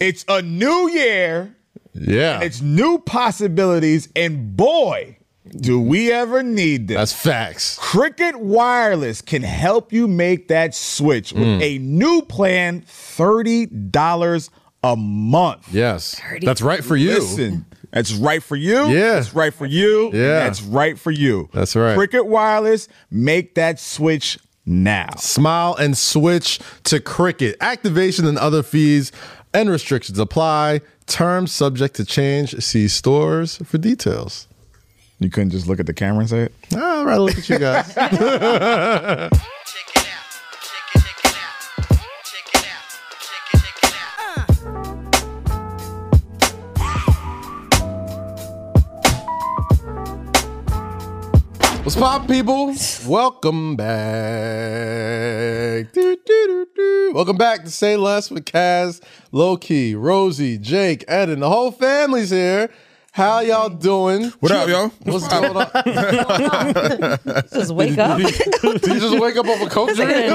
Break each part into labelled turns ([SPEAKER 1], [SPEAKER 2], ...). [SPEAKER 1] It's a new year.
[SPEAKER 2] Yeah.
[SPEAKER 1] It's new possibilities, and boy, do we ever need this.
[SPEAKER 2] That's facts.
[SPEAKER 1] Cricket Wireless can help you make that switch with
[SPEAKER 2] Mm.
[SPEAKER 1] a new plan, $30 a month.
[SPEAKER 2] Yes. That's right for you.
[SPEAKER 1] Listen, that's right for you.
[SPEAKER 2] Yeah.
[SPEAKER 1] That's right for you. and
[SPEAKER 2] Yeah.
[SPEAKER 1] That's right for you.
[SPEAKER 2] That's right.
[SPEAKER 1] Cricket Wireless, make that switch now.
[SPEAKER 2] Smile and switch to Cricket. Activation and other fees and restrictions apply. Terms subject to change. See stores for details.
[SPEAKER 1] You couldn't just look at the camera and say it?
[SPEAKER 2] I'd rather look at you guys.
[SPEAKER 3] Check it out. Check it, check it out. Check it out. Check it, check it out.
[SPEAKER 2] What's pop, people? Welcome back. Doo, doo, doo, doo. Welcome back to Say Less with Kaz, Low Key, Rosie, Jake, Ed, and the whole family's here. How y'all doing?
[SPEAKER 4] What up, yo?
[SPEAKER 2] What's going on?
[SPEAKER 5] Just wake up.
[SPEAKER 2] Did you just wake up off a coke drink?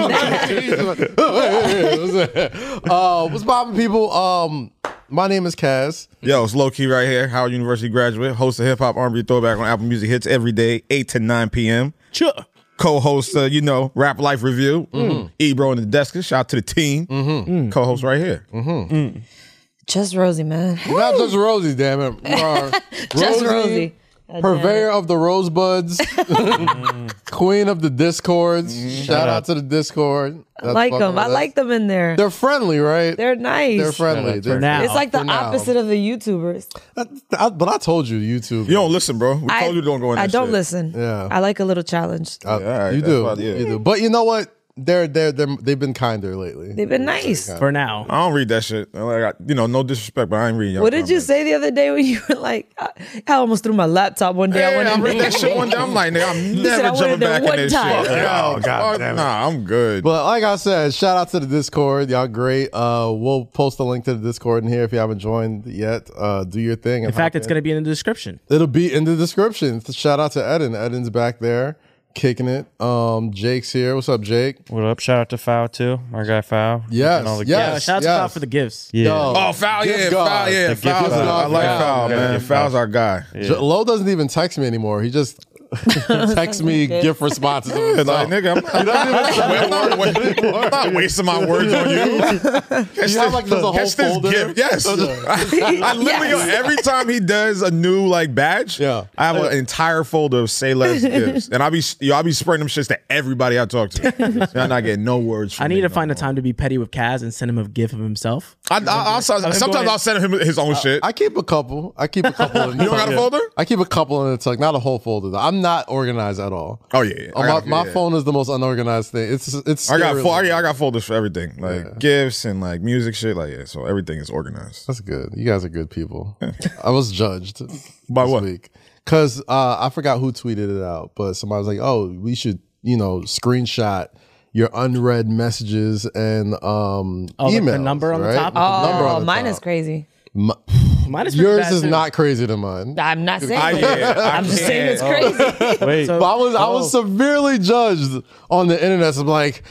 [SPEAKER 2] uh, what's poppin', people? Um, my name is Kaz.
[SPEAKER 4] Yo, it's low key right here. Howard University graduate, host of Hip Hop R&B Throwback on Apple Music Hits every day, eight to nine p.m. Sure. Co-host, uh, you know, Rap Life Review,
[SPEAKER 2] Mm-hmm.
[SPEAKER 4] Mm-hmm. Ebro and the Desk. Shout out to the team. Mm. Co-host right here.
[SPEAKER 2] Mm-hmm.
[SPEAKER 5] Just Rosie, man.
[SPEAKER 2] Not just Rosie, damn it. Uh,
[SPEAKER 5] Just Rosie.
[SPEAKER 2] Purveyor of the rosebuds, queen of the discords. Shout out to the discord.
[SPEAKER 5] I like them. I like them in there. They're,
[SPEAKER 2] They're friendly, right?
[SPEAKER 5] nice.
[SPEAKER 2] They're friendly. They're-
[SPEAKER 6] now.
[SPEAKER 5] It's like the
[SPEAKER 2] For now.
[SPEAKER 5] opposite of the YouTubers.
[SPEAKER 2] I- but I told you, YouTube.
[SPEAKER 4] You don't listen, bro. We
[SPEAKER 5] I
[SPEAKER 4] told you don't go in.
[SPEAKER 5] I
[SPEAKER 4] that
[SPEAKER 5] don't
[SPEAKER 4] shit.
[SPEAKER 5] listen.
[SPEAKER 2] Yeah.
[SPEAKER 5] I like a little challenge.
[SPEAKER 2] Uh,
[SPEAKER 4] all right,
[SPEAKER 2] you
[SPEAKER 4] that's
[SPEAKER 2] do.
[SPEAKER 4] about it.
[SPEAKER 2] You do. But you know what? They're they're they they've been kinder lately.
[SPEAKER 5] They've been nice.
[SPEAKER 6] for now.
[SPEAKER 4] I don't read that shit. I Like, I- you know, no disrespect, but I ain't reading. y'all
[SPEAKER 5] What did you
[SPEAKER 4] comments.
[SPEAKER 5] say the other day when you were like, I, I almost threw my laptop one day.
[SPEAKER 4] Yeah,
[SPEAKER 5] I went
[SPEAKER 4] I
[SPEAKER 5] in
[SPEAKER 4] read
[SPEAKER 5] there.
[SPEAKER 4] that shit one day. I'm like, nigga, I'm
[SPEAKER 5] said I
[SPEAKER 4] never
[SPEAKER 5] went
[SPEAKER 4] jumping
[SPEAKER 5] in there
[SPEAKER 4] back in
[SPEAKER 5] one
[SPEAKER 4] this
[SPEAKER 5] time.
[SPEAKER 4] shit.
[SPEAKER 6] Oh,
[SPEAKER 4] Yo,
[SPEAKER 6] God
[SPEAKER 4] fuck,
[SPEAKER 6] damn it.
[SPEAKER 4] Nah, I'm good.
[SPEAKER 2] But like I said, shout out to the Discord. Y'all great. Uh, we'll post a link to the Discord in here if you haven't joined yet. Uh, do your thing.
[SPEAKER 6] In fact, it's going to be in the description. Uh,
[SPEAKER 2] it'll be in the description. Shout out to Eden. Eden's back there kicking it. Um, Jake's here. What's up, Jake?
[SPEAKER 7] What up? Shout out to Foul too, my guy Foul.
[SPEAKER 2] Yes, yes.
[SPEAKER 6] Uh, shout
[SPEAKER 2] yes.
[SPEAKER 6] out to Kyle for the gifts.
[SPEAKER 7] yeah.
[SPEAKER 2] Yo,
[SPEAKER 4] Oh, foul,
[SPEAKER 2] Give
[SPEAKER 4] yeah,
[SPEAKER 2] God.
[SPEAKER 4] foul, yeah,
[SPEAKER 2] Give
[SPEAKER 4] foul.
[SPEAKER 2] God.
[SPEAKER 4] I like
[SPEAKER 2] Yeah.
[SPEAKER 4] foul,
[SPEAKER 7] Yeah.
[SPEAKER 4] man. Foul's our guy.
[SPEAKER 2] J- Lo doesn't even text me anymore. He just texts me gift responses. of
[SPEAKER 4] Yeah, like,
[SPEAKER 2] himself.
[SPEAKER 4] nigga, I'm, I'm, not, I'm, not, I'm not wasting my words on you. Catch
[SPEAKER 2] have, like, there's a whole
[SPEAKER 4] catch this
[SPEAKER 2] folder?
[SPEAKER 4] gift. Yes. I literally,
[SPEAKER 5] Yes.
[SPEAKER 4] yo, every time he does a new like badge,
[SPEAKER 2] Yeah.
[SPEAKER 4] I have an entire folder of say less gifts. And I'll be, yo, I'll be spreading them shits to everybody I talk to. And I'm not getting no words from
[SPEAKER 6] I need
[SPEAKER 4] me
[SPEAKER 6] to
[SPEAKER 4] no
[SPEAKER 6] find the
[SPEAKER 4] more.
[SPEAKER 6] time to be petty with Kaz and send him a gif of himself.
[SPEAKER 4] I, I, I'll, sometimes
[SPEAKER 6] going-
[SPEAKER 4] I'll send him his own shit.
[SPEAKER 2] I keep a couple. I keep a couple. In the
[SPEAKER 4] You don't got a
[SPEAKER 2] tuck.
[SPEAKER 4] folder?
[SPEAKER 2] I keep a couple in the tuck, not a whole folder. Though. I'm not organized at all.
[SPEAKER 4] Oh, yeah, yeah.
[SPEAKER 2] Uh,
[SPEAKER 4] I got a few,
[SPEAKER 2] my my
[SPEAKER 4] yeah.
[SPEAKER 2] phone is the most unorganized thing. It's it's.
[SPEAKER 4] I got,
[SPEAKER 2] scary.
[SPEAKER 4] fo- I, got- I got folders for everything, like gifts and like music shit, like yeah. So everything is organized.
[SPEAKER 2] That's good. You guys are good people. I was judged
[SPEAKER 4] By
[SPEAKER 2] this
[SPEAKER 4] what?
[SPEAKER 2] week because uh, I forgot who tweeted it out, but somebody was like, "Oh, we should you know screenshot." Your unread messages and um,
[SPEAKER 6] Oh, the-
[SPEAKER 2] emails.
[SPEAKER 6] the number on the
[SPEAKER 2] right?
[SPEAKER 6] top?
[SPEAKER 2] With the number
[SPEAKER 5] Oh,
[SPEAKER 2] on the
[SPEAKER 5] mine
[SPEAKER 2] top.
[SPEAKER 5] is crazy.
[SPEAKER 6] Mine is pretty
[SPEAKER 2] Yours
[SPEAKER 6] bad,
[SPEAKER 2] is
[SPEAKER 6] too.
[SPEAKER 2] not crazy to mine.
[SPEAKER 5] I'm not saying
[SPEAKER 4] I,
[SPEAKER 5] it.
[SPEAKER 4] yeah, I
[SPEAKER 5] I'm just saying it's
[SPEAKER 4] can't.
[SPEAKER 5] crazy.
[SPEAKER 7] Wait,
[SPEAKER 2] But I was I was
[SPEAKER 6] Oh.
[SPEAKER 2] severely judged on the internet. So I'm like,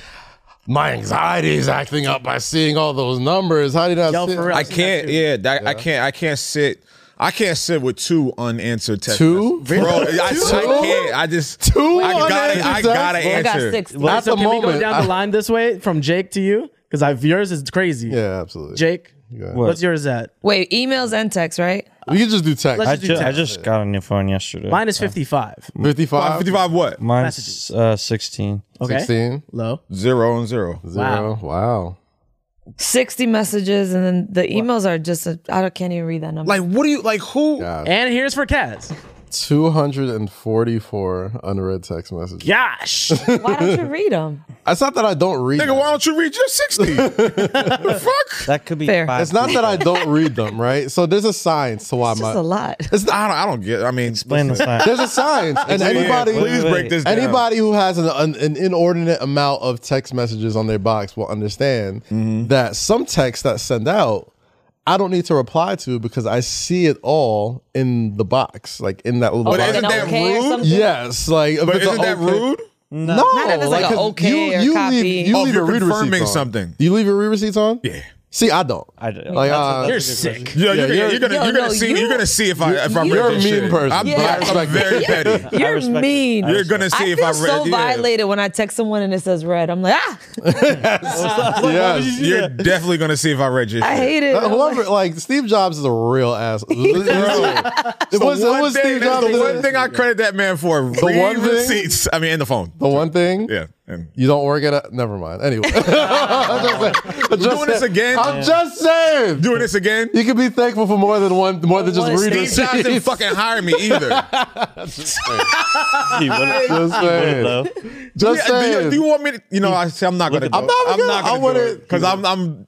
[SPEAKER 2] my anxiety is acting up by seeing all those numbers. How did I?
[SPEAKER 6] Yo,
[SPEAKER 2] see-
[SPEAKER 6] for real.
[SPEAKER 4] I can't. Yeah, that, I can't. I can't sit. I can't sit with two unanswered texts.
[SPEAKER 2] Two?
[SPEAKER 4] bro. I, I
[SPEAKER 2] Two?
[SPEAKER 4] can't. I just
[SPEAKER 2] Two
[SPEAKER 4] I
[SPEAKER 2] unanswered
[SPEAKER 4] gotta. I
[SPEAKER 2] texts?
[SPEAKER 4] gotta
[SPEAKER 2] Well,
[SPEAKER 5] I got
[SPEAKER 4] answer.
[SPEAKER 5] 60.
[SPEAKER 6] Wait,
[SPEAKER 2] at
[SPEAKER 6] so
[SPEAKER 2] the
[SPEAKER 6] can we
[SPEAKER 2] moment,
[SPEAKER 6] go down
[SPEAKER 2] I-
[SPEAKER 6] the line this way from Jake to you? Because I've yours is crazy.
[SPEAKER 2] Yeah, absolutely.
[SPEAKER 6] Jake,
[SPEAKER 7] What?
[SPEAKER 6] what's yours at?
[SPEAKER 5] Wait, emails and texts, right?
[SPEAKER 2] we can just do text.
[SPEAKER 6] Let's
[SPEAKER 7] I,
[SPEAKER 6] just do
[SPEAKER 7] ju- I
[SPEAKER 6] text.
[SPEAKER 7] just got on your phone yesterday.
[SPEAKER 6] Mine is 55.
[SPEAKER 2] 55,
[SPEAKER 4] 55 Uh, what?
[SPEAKER 7] Mine's uh, sixteen.
[SPEAKER 6] Okay.
[SPEAKER 2] 16,
[SPEAKER 6] Low.
[SPEAKER 4] Zero and zero.
[SPEAKER 2] zero. Wow.
[SPEAKER 5] 60 messages, and then the emails are just, a, I don't- can't even read that number.
[SPEAKER 4] Like what do you like who?
[SPEAKER 6] And here's for Kaz.
[SPEAKER 2] 244 unread text messages.
[SPEAKER 6] Gosh.
[SPEAKER 5] Why don't you read them?
[SPEAKER 2] It's not that I don't read
[SPEAKER 4] Nigga,
[SPEAKER 2] them.
[SPEAKER 4] why don't you read your 60? the fuck?
[SPEAKER 7] That could be.
[SPEAKER 5] Fair.
[SPEAKER 7] five
[SPEAKER 2] It's not that I don't read them, right? So there's a science to why
[SPEAKER 5] It's
[SPEAKER 2] my.
[SPEAKER 5] just a lot.
[SPEAKER 4] It's, I, don't, I don't get I mean,
[SPEAKER 7] Explain the sign.
[SPEAKER 2] there's a science. And
[SPEAKER 4] Yeah,
[SPEAKER 2] anybody.
[SPEAKER 4] please
[SPEAKER 7] Wait,
[SPEAKER 4] break
[SPEAKER 7] wait.
[SPEAKER 4] this down.
[SPEAKER 2] Anybody who has an, an, an inordinate amount of text messages on their box will understand
[SPEAKER 4] Mm-hmm.
[SPEAKER 2] that some texts that send out, I don't need to reply to because I see it all in the box, like in that little
[SPEAKER 4] But
[SPEAKER 2] box.
[SPEAKER 4] isn't
[SPEAKER 5] Like an
[SPEAKER 4] that
[SPEAKER 5] okay or
[SPEAKER 4] rude?
[SPEAKER 5] something?
[SPEAKER 2] yes, like if
[SPEAKER 4] But
[SPEAKER 2] it's a
[SPEAKER 4] isn't that
[SPEAKER 2] okay-
[SPEAKER 4] rude?
[SPEAKER 2] No,
[SPEAKER 5] if it's like a
[SPEAKER 2] 'cause
[SPEAKER 5] okay or
[SPEAKER 2] you
[SPEAKER 5] copy.
[SPEAKER 2] leave you
[SPEAKER 4] Oh, if
[SPEAKER 2] leave
[SPEAKER 4] you're
[SPEAKER 2] your read receipts
[SPEAKER 4] confirming
[SPEAKER 2] on.
[SPEAKER 4] something.
[SPEAKER 2] You leave your read receipts on.
[SPEAKER 4] Yeah.
[SPEAKER 2] See, I don't.
[SPEAKER 7] I did.
[SPEAKER 2] Like,
[SPEAKER 7] That's
[SPEAKER 2] uh,
[SPEAKER 7] a- that's a
[SPEAKER 6] You're
[SPEAKER 7] good
[SPEAKER 6] sick.
[SPEAKER 7] question.
[SPEAKER 4] Yeah, you're,
[SPEAKER 2] you're-
[SPEAKER 4] gonna, you're gonna
[SPEAKER 5] Yo,
[SPEAKER 4] you're gonna
[SPEAKER 5] no,
[SPEAKER 4] see
[SPEAKER 5] you-
[SPEAKER 4] you, are gonna see if I if I
[SPEAKER 5] you-
[SPEAKER 4] read
[SPEAKER 2] You're a
[SPEAKER 4] that
[SPEAKER 2] mean
[SPEAKER 4] shit.
[SPEAKER 2] person.
[SPEAKER 4] I'm,
[SPEAKER 5] Yeah.
[SPEAKER 4] black,
[SPEAKER 2] I
[SPEAKER 4] I'm very
[SPEAKER 2] respect
[SPEAKER 4] petty.
[SPEAKER 7] I
[SPEAKER 5] You're
[SPEAKER 7] respect it.
[SPEAKER 5] mean.
[SPEAKER 7] I
[SPEAKER 4] You're
[SPEAKER 7] respect
[SPEAKER 4] gonna
[SPEAKER 7] it.
[SPEAKER 4] see
[SPEAKER 5] I
[SPEAKER 4] if
[SPEAKER 5] feel
[SPEAKER 4] I read
[SPEAKER 5] so
[SPEAKER 4] yeah.
[SPEAKER 5] violated when I text someone and it says red. I'm like, ah,
[SPEAKER 2] Yes.
[SPEAKER 4] You're definitely gonna see if I read your
[SPEAKER 5] I
[SPEAKER 4] shit.
[SPEAKER 5] hate it.
[SPEAKER 2] Uh, Whoever, like Steve Jobs is a real ass. it was,
[SPEAKER 4] the
[SPEAKER 2] it
[SPEAKER 4] one,
[SPEAKER 2] was
[SPEAKER 4] thing,
[SPEAKER 2] Steve
[SPEAKER 4] that's
[SPEAKER 2] Jobs.
[SPEAKER 4] the one thing I credit that man for. The
[SPEAKER 2] one
[SPEAKER 4] one
[SPEAKER 2] thing-
[SPEAKER 4] receipts. I mean, and the phone.
[SPEAKER 2] the one thing.
[SPEAKER 4] Yeah. And
[SPEAKER 2] You don't work at a. Never mind. Anyway. I'm just saying- I'm just
[SPEAKER 4] doing this
[SPEAKER 2] saying-
[SPEAKER 4] again?
[SPEAKER 2] I'm just saying.
[SPEAKER 4] doing this again.
[SPEAKER 2] You can be thankful for more than one, more than just
[SPEAKER 5] One
[SPEAKER 2] reading.
[SPEAKER 4] Steve Jobs didn't fucking hire me either.
[SPEAKER 7] He would've-
[SPEAKER 2] Just
[SPEAKER 7] he would've,
[SPEAKER 2] saying.
[SPEAKER 7] though.
[SPEAKER 2] Just
[SPEAKER 4] Yeah, do, you,
[SPEAKER 2] saying.
[SPEAKER 4] do you want me to? You know, I say I'm not gonna.
[SPEAKER 2] I'm not
[SPEAKER 4] I'm
[SPEAKER 2] gonna-
[SPEAKER 4] not
[SPEAKER 2] I
[SPEAKER 4] gonna.
[SPEAKER 2] wouldn't-
[SPEAKER 4] Because I'm. I'm.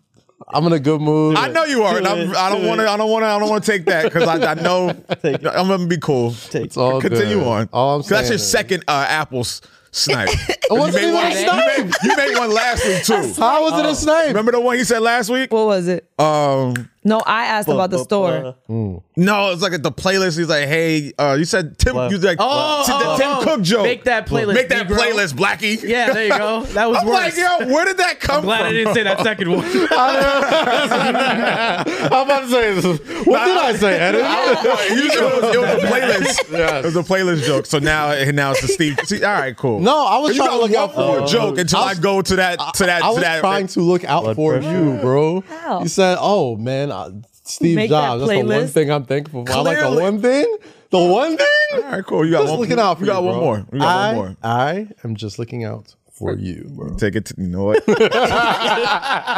[SPEAKER 2] I'm in a good mood.
[SPEAKER 4] I know you are, and I'm, I don't want to. I don't want to. I don't want to take that because I, I know
[SPEAKER 7] Take it.
[SPEAKER 4] I'm gonna be cool.
[SPEAKER 7] Take
[SPEAKER 2] It's all
[SPEAKER 4] Continue
[SPEAKER 2] good.
[SPEAKER 4] on.
[SPEAKER 2] All I'm
[SPEAKER 4] 'Cause that's
[SPEAKER 2] saying
[SPEAKER 4] your
[SPEAKER 2] is-
[SPEAKER 4] second uh, Apple's snipe. 'Cause you
[SPEAKER 2] wasn't
[SPEAKER 4] made
[SPEAKER 2] even
[SPEAKER 4] one-
[SPEAKER 2] a
[SPEAKER 4] you
[SPEAKER 2] snipe.
[SPEAKER 4] made- You made one last week too.
[SPEAKER 2] How was it a snipe?
[SPEAKER 4] oh, Remember the one he said last week?
[SPEAKER 5] what was it?
[SPEAKER 4] Um,
[SPEAKER 5] No, I asked about the store.
[SPEAKER 4] no, it's like at the playlist. He's like, "Hey, uh, you said Tim.
[SPEAKER 7] Left.
[SPEAKER 4] You like
[SPEAKER 6] Oh,
[SPEAKER 4] said the
[SPEAKER 6] oh,
[SPEAKER 4] Tim
[SPEAKER 6] oh.
[SPEAKER 4] Cook joke.
[SPEAKER 6] Make that playlist,
[SPEAKER 4] Make that
[SPEAKER 6] Negro.
[SPEAKER 4] playlist, Blackie.
[SPEAKER 6] Yeah, there you go. That was
[SPEAKER 4] I'm like,
[SPEAKER 6] worse.
[SPEAKER 4] yo, where did that come
[SPEAKER 6] Glad I
[SPEAKER 4] from?
[SPEAKER 6] didn't say that second one.
[SPEAKER 2] I'm about to say this. What did I say, Eddie?
[SPEAKER 4] You said it was, it was a playlist. It was a playlist joke. So now, and now it's a Steve. See, all right, cool.
[SPEAKER 2] No, I was
[SPEAKER 4] you
[SPEAKER 2] trying to
[SPEAKER 4] got
[SPEAKER 2] look
[SPEAKER 4] one
[SPEAKER 2] out for
[SPEAKER 4] more joke until I,
[SPEAKER 2] was-
[SPEAKER 4] go to that to that
[SPEAKER 2] I
[SPEAKER 4] to
[SPEAKER 2] was
[SPEAKER 4] that.
[SPEAKER 2] trying to look out for
[SPEAKER 7] pressure.
[SPEAKER 2] you, bro.
[SPEAKER 5] How?
[SPEAKER 2] You said, "Oh man, I, Steve
[SPEAKER 5] Make that
[SPEAKER 2] Jobs." That's the one
[SPEAKER 5] playlist.
[SPEAKER 2] thing I'm thankful for. I like the
[SPEAKER 4] Clearly.
[SPEAKER 2] one thing. The one thing.
[SPEAKER 4] all right, cool. You got
[SPEAKER 2] Just
[SPEAKER 4] one.
[SPEAKER 2] looking out for
[SPEAKER 4] you got
[SPEAKER 2] you,
[SPEAKER 4] one
[SPEAKER 2] bro.
[SPEAKER 4] more. You got
[SPEAKER 2] I,
[SPEAKER 4] one more.
[SPEAKER 2] I am just looking out for you, bro.
[SPEAKER 4] Take it. To, you know what?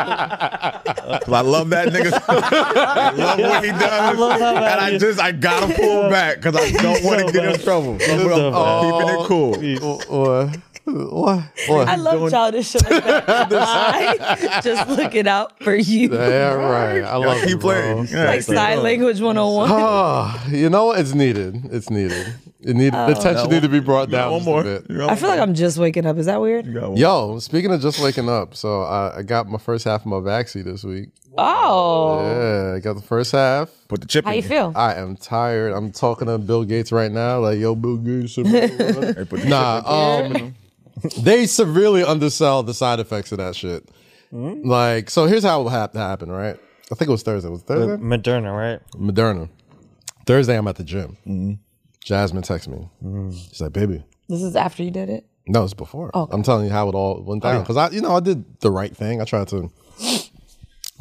[SPEAKER 4] 'Cause I love that nigga. I love what he does.
[SPEAKER 7] love how bad
[SPEAKER 4] and I
[SPEAKER 7] he-
[SPEAKER 4] just I gotta pull back because I don't want to
[SPEAKER 7] so
[SPEAKER 4] get
[SPEAKER 7] bad.
[SPEAKER 4] in trouble. But I'm
[SPEAKER 7] so bad.
[SPEAKER 4] keeping it cool.
[SPEAKER 2] Or, or, or.
[SPEAKER 5] I love childish shit like that. I just looking out for you.
[SPEAKER 2] Yeah, right. I love you,
[SPEAKER 4] Keep
[SPEAKER 2] bro.
[SPEAKER 4] playing. Yeah,
[SPEAKER 5] like sign language 101.
[SPEAKER 2] Ah, you know what? It's needed. It's needed. It need the tension need to be brought down
[SPEAKER 4] Oh. one
[SPEAKER 2] just
[SPEAKER 4] more.
[SPEAKER 2] a bit.
[SPEAKER 4] You got
[SPEAKER 5] I feel
[SPEAKER 4] one
[SPEAKER 5] like I'm just waking up. Is that weird?
[SPEAKER 4] more. You got one.
[SPEAKER 2] Yo, speaking of just waking up, so I, I got my first half of my vaccine this week.
[SPEAKER 5] Oh.
[SPEAKER 2] Yeah, I got the first half.
[SPEAKER 4] Put the chip.
[SPEAKER 5] How
[SPEAKER 4] in.
[SPEAKER 5] you feel?
[SPEAKER 2] I am tired. I'm talking to Bill Gates right now. Like, yo, Bill Gates.
[SPEAKER 4] Hey, put the
[SPEAKER 2] nah, um, they severely undersell the side effects of that shit. Like, so here's how it hap- happened, right? I think it was Thursday. Was it Thursday?
[SPEAKER 7] Moderna, right?
[SPEAKER 2] Moderna. Thursday, I'm at the gym. Jasmine texts me. She's like, baby.
[SPEAKER 5] This is after you did it.
[SPEAKER 2] No, it's before. I'm telling you how it all went down. Because I, you know, I did the right thing. I tried to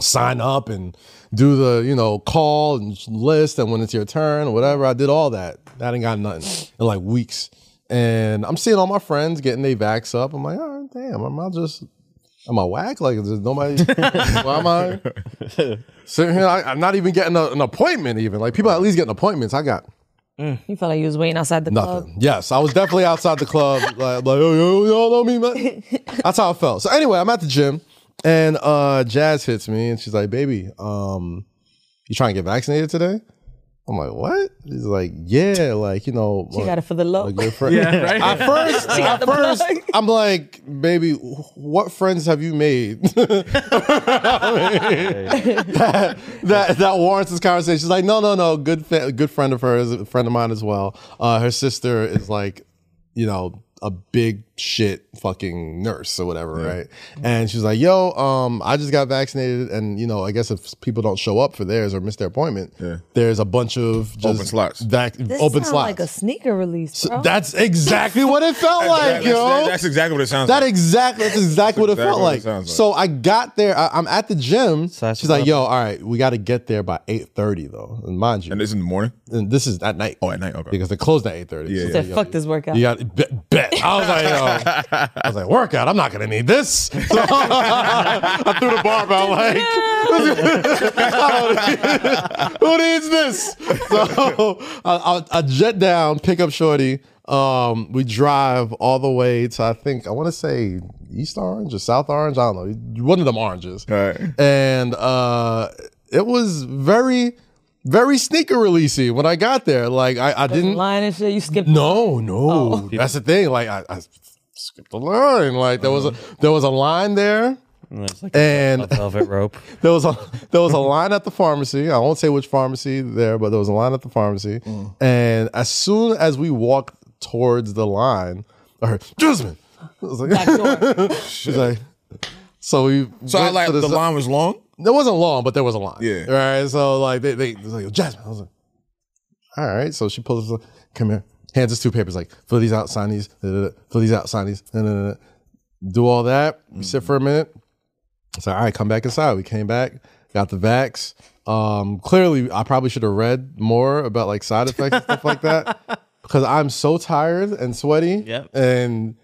[SPEAKER 2] sign up and do the, you know, call and list and when it's your turn or whatever. I did all that. I didn't got nothing in like weeks. And I'm seeing all my friends getting their vax up. I'm like, all right, damn, I'm not just Am I whack? Like, there's nobody. why am I sitting here? I, am not even getting a- an appointment. Even like people at least getting appointments. I got
[SPEAKER 5] You felt like you was waiting outside the
[SPEAKER 2] nothing.
[SPEAKER 5] club.
[SPEAKER 2] yes, I was definitely outside the club. Like, like oh, yo, y'all know me, man. That's how I felt. So anyway, I'm at the gym, and uh, Jazz hits me, and she's like, "Baby, um, you trying to get vaccinated today?" I'm like, "What?" She's like, "Yeah, like you know."
[SPEAKER 5] You got it for the low.
[SPEAKER 2] a good friend. At first, at
[SPEAKER 5] the
[SPEAKER 2] first,
[SPEAKER 5] plug.
[SPEAKER 2] I'm like, baby, wh- what friends have you made that, that that warrants this conversation? She's like, no, no, no, good fa- good friend of hers, a friend of mine as well. Uh, her sister is like, you know, a big shit fucking nurse or whatever, right? And she's like, yo, um, I just got vaccinated, and you know, I guess if people don't show up for theirs or miss their appointment, there's a bunch of just
[SPEAKER 4] Open slots.
[SPEAKER 2] vac-
[SPEAKER 5] This
[SPEAKER 2] open
[SPEAKER 5] sound
[SPEAKER 2] slots.
[SPEAKER 5] like a sneaker release, bro.
[SPEAKER 2] That's exactly what it felt like,
[SPEAKER 4] That's,
[SPEAKER 2] yo.
[SPEAKER 4] that's exactly what it sounds
[SPEAKER 2] That
[SPEAKER 4] like.
[SPEAKER 2] exactly that's exactly what it
[SPEAKER 4] That's
[SPEAKER 2] felt
[SPEAKER 4] exactly what it
[SPEAKER 2] like.
[SPEAKER 4] sounds like.
[SPEAKER 2] So I got there. I, I'm at the gym.
[SPEAKER 7] Size
[SPEAKER 2] She's like,
[SPEAKER 7] up.
[SPEAKER 2] "Yo, all right, we got to get there by 8:30 though." And mind you,
[SPEAKER 4] and it's in the morning.
[SPEAKER 2] and this is at night.
[SPEAKER 4] Oh, at night, okay.
[SPEAKER 2] Because they closed at 8:30. Yeah,
[SPEAKER 5] Said, fuck this workout.
[SPEAKER 2] You got bet, bet. I was like, yo, I was like, workout. I'm not gonna need this. So I threw the barbell like, who needs this? So I, I, I jet down, pick up Shorty. Um, we drive all the way to I think I want to say East Orange or South Orange. I don't know, one of them oranges.
[SPEAKER 4] Right.
[SPEAKER 2] And uh, it was very, very sneaker releasey when I got there. Like I, I didn't
[SPEAKER 5] Line and shit. You skipped.
[SPEAKER 2] no, no.
[SPEAKER 4] Oh.
[SPEAKER 2] That's the thing. Like I, I skipped the line. Like there was a
[SPEAKER 4] Mm-hmm.
[SPEAKER 2] there was a line there,
[SPEAKER 7] And there's like
[SPEAKER 2] and
[SPEAKER 7] a velvet rope.
[SPEAKER 2] there was a there was a line at the pharmacy. I won't say which pharmacy there, but there was a line at the pharmacy.
[SPEAKER 4] Mm.
[SPEAKER 2] And as soon as we walked towards the line, I heard Jasmine. I was like,
[SPEAKER 5] Back door.
[SPEAKER 2] she's like, so we.
[SPEAKER 4] So I
[SPEAKER 2] went
[SPEAKER 4] like
[SPEAKER 2] to
[SPEAKER 4] the
[SPEAKER 2] this-
[SPEAKER 4] line was long.
[SPEAKER 2] It wasn't long, but there was a line.
[SPEAKER 1] Yeah.
[SPEAKER 2] Right. So like they they it was like Jasmine. I was like, all right. So she pulls us, come here, hands us two papers, like fill these out, sign these, da, da, da, fill these out, sign these, da, da, da, da. do all that. We sit for a minute. It's like, all right, come back inside. We came back, got the vax. Um, clearly, I probably should have read more about like side effects and stuff like that because I'm so tired and sweaty.
[SPEAKER 6] Yep.
[SPEAKER 2] And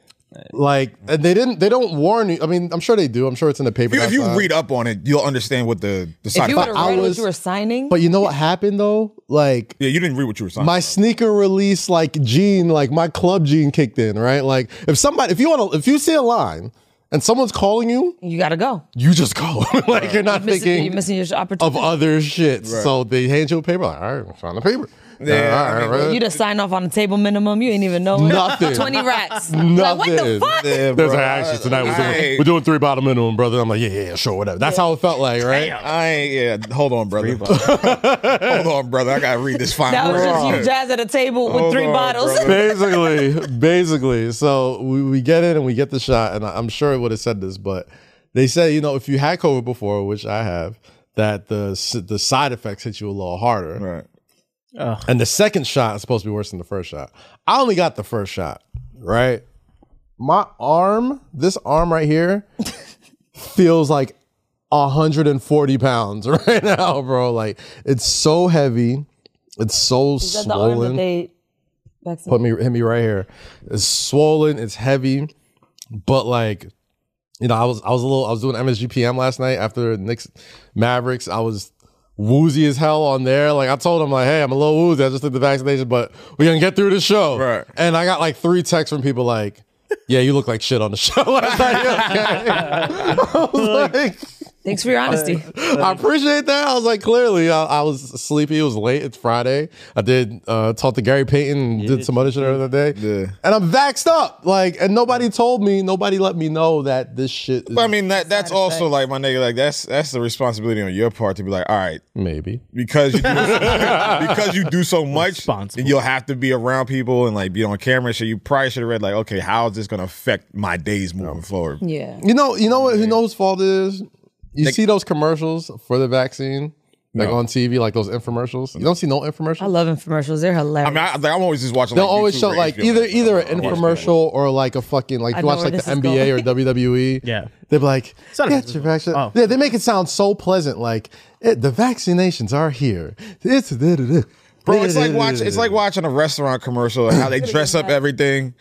[SPEAKER 2] like, and they didn't, they don't warn you. I mean, I'm sure they do. I'm sure it's in the paper.
[SPEAKER 4] If
[SPEAKER 2] uh,
[SPEAKER 4] you, if you
[SPEAKER 2] outside.
[SPEAKER 4] read up on it, you'll understand what the the
[SPEAKER 5] If
[SPEAKER 4] side
[SPEAKER 5] you would
[SPEAKER 4] effect.
[SPEAKER 5] have
[SPEAKER 2] I
[SPEAKER 5] read
[SPEAKER 2] was-
[SPEAKER 5] what you were signing,
[SPEAKER 2] But you know what happened though? Like
[SPEAKER 4] Yeah, you didn't read what you were signing.
[SPEAKER 2] my sneaker release like gene, like my club gene kicked in, right? Like if somebody if you want to if you see a line and someone's calling you,
[SPEAKER 5] you gotta go.
[SPEAKER 2] you just call. like you're not
[SPEAKER 5] Miss-
[SPEAKER 2] thinking
[SPEAKER 5] you're missing your
[SPEAKER 2] of
[SPEAKER 5] opportunity.
[SPEAKER 2] other shit. So they hand you a paper, like, all right, sign the paper.
[SPEAKER 4] Yeah,
[SPEAKER 2] all right,
[SPEAKER 4] I mean,
[SPEAKER 2] right.
[SPEAKER 5] you just sign off on a table minimum. You ain't even know it.
[SPEAKER 2] Nothing.
[SPEAKER 5] Twenty racks.
[SPEAKER 2] Nothing.
[SPEAKER 5] Like, what the fuck?
[SPEAKER 4] Yeah,
[SPEAKER 2] There's
[SPEAKER 4] bro.
[SPEAKER 2] like, actually tonight we're
[SPEAKER 4] I
[SPEAKER 2] doing,
[SPEAKER 4] ain't-
[SPEAKER 2] we're doing three bottom minimum, brother. I'm like, yeah, yeah, yeah, sure, whatever. That's how it felt like, right?
[SPEAKER 4] I ain't. Yeah, hold on, brother. hold on, brother. I gotta read this fine.
[SPEAKER 5] That was just
[SPEAKER 4] print.
[SPEAKER 5] you, Jazz, at a table with
[SPEAKER 4] Hold
[SPEAKER 5] three
[SPEAKER 4] on,
[SPEAKER 5] bottles.
[SPEAKER 4] brother.
[SPEAKER 2] basically, basically. So we, we get in and we get the shot, and I- I'm sure it would have said this, but they say you know if you had COVID before, which I have, that the s- the side effects hit you a little harder,
[SPEAKER 4] Right.
[SPEAKER 2] and the second shot is supposed to be worse than the first shot. I only got the first shot, right? My arm, this arm right here, feels like 140 pounds right now, bro. Like it's so heavy, it's so
[SPEAKER 5] Is that the arm
[SPEAKER 2] swollen
[SPEAKER 5] that they vaccinated?
[SPEAKER 2] put me hit me right here. It's swollen, it's heavy, but like you know, I was I was a little I was doing MSGPM last night after Knicks Mavericks. I was woozy as hell on there. Like I told him like, hey, I'm a little woozy. I just took the vaccination, but we're gonna get through the show.
[SPEAKER 4] Right.
[SPEAKER 2] And I got like three texts from people like, yeah, you look like shit on the show last night. You okay? I was like,
[SPEAKER 5] Thanks for your honesty.
[SPEAKER 2] I appreciate that. I was like, clearly, I, I was sleepy. It was late. It's Friday. I did uh, talk to Gary Payton and did some other shit the other day.
[SPEAKER 4] Yeah.
[SPEAKER 2] And I'm vaxxed up. Like, and nobody told me, nobody let me know that this shit is
[SPEAKER 4] But I mean, that that's also like my nigga. Like that's that's the responsibility on your part to be like, all right,
[SPEAKER 2] maybe.
[SPEAKER 4] because you do, because you do so much,
[SPEAKER 6] Responsible.
[SPEAKER 4] and you'll have to be around people and like be on camera. and shit. you probably should have read like, okay, how is this gonna affect my days moving forward?
[SPEAKER 5] Yeah.
[SPEAKER 2] You know, you know what who knows fault it is? You see those commercials for the vaccine, like on TV, like those infomercials. You don't see no infomercials.
[SPEAKER 5] I love infomercials. They're
[SPEAKER 4] I
[SPEAKER 5] hilarious.
[SPEAKER 4] mean, I, like, I'm always just watching.
[SPEAKER 2] They'll
[SPEAKER 4] like,
[SPEAKER 2] always
[SPEAKER 4] YouTube
[SPEAKER 2] show
[SPEAKER 4] or
[SPEAKER 2] like
[SPEAKER 4] HBO.
[SPEAKER 2] either either an
[SPEAKER 4] Yeah.
[SPEAKER 2] infomercial or like a fucking like
[SPEAKER 5] I
[SPEAKER 2] if you
[SPEAKER 5] know
[SPEAKER 2] watch
[SPEAKER 5] where
[SPEAKER 2] like the
[SPEAKER 5] this is
[SPEAKER 2] NBA or
[SPEAKER 5] going.
[SPEAKER 2] WWE.
[SPEAKER 6] Yeah.
[SPEAKER 2] they're like
[SPEAKER 6] not a
[SPEAKER 2] get your
[SPEAKER 6] physical-
[SPEAKER 2] vaccine.
[SPEAKER 6] oh.
[SPEAKER 2] Yeah, they make it sound so pleasant. Like it, the vaccinations are here. It's
[SPEAKER 4] Bro,
[SPEAKER 2] bro.
[SPEAKER 4] it's like watch. It's like watching a restaurant commercial and how they dress up everything.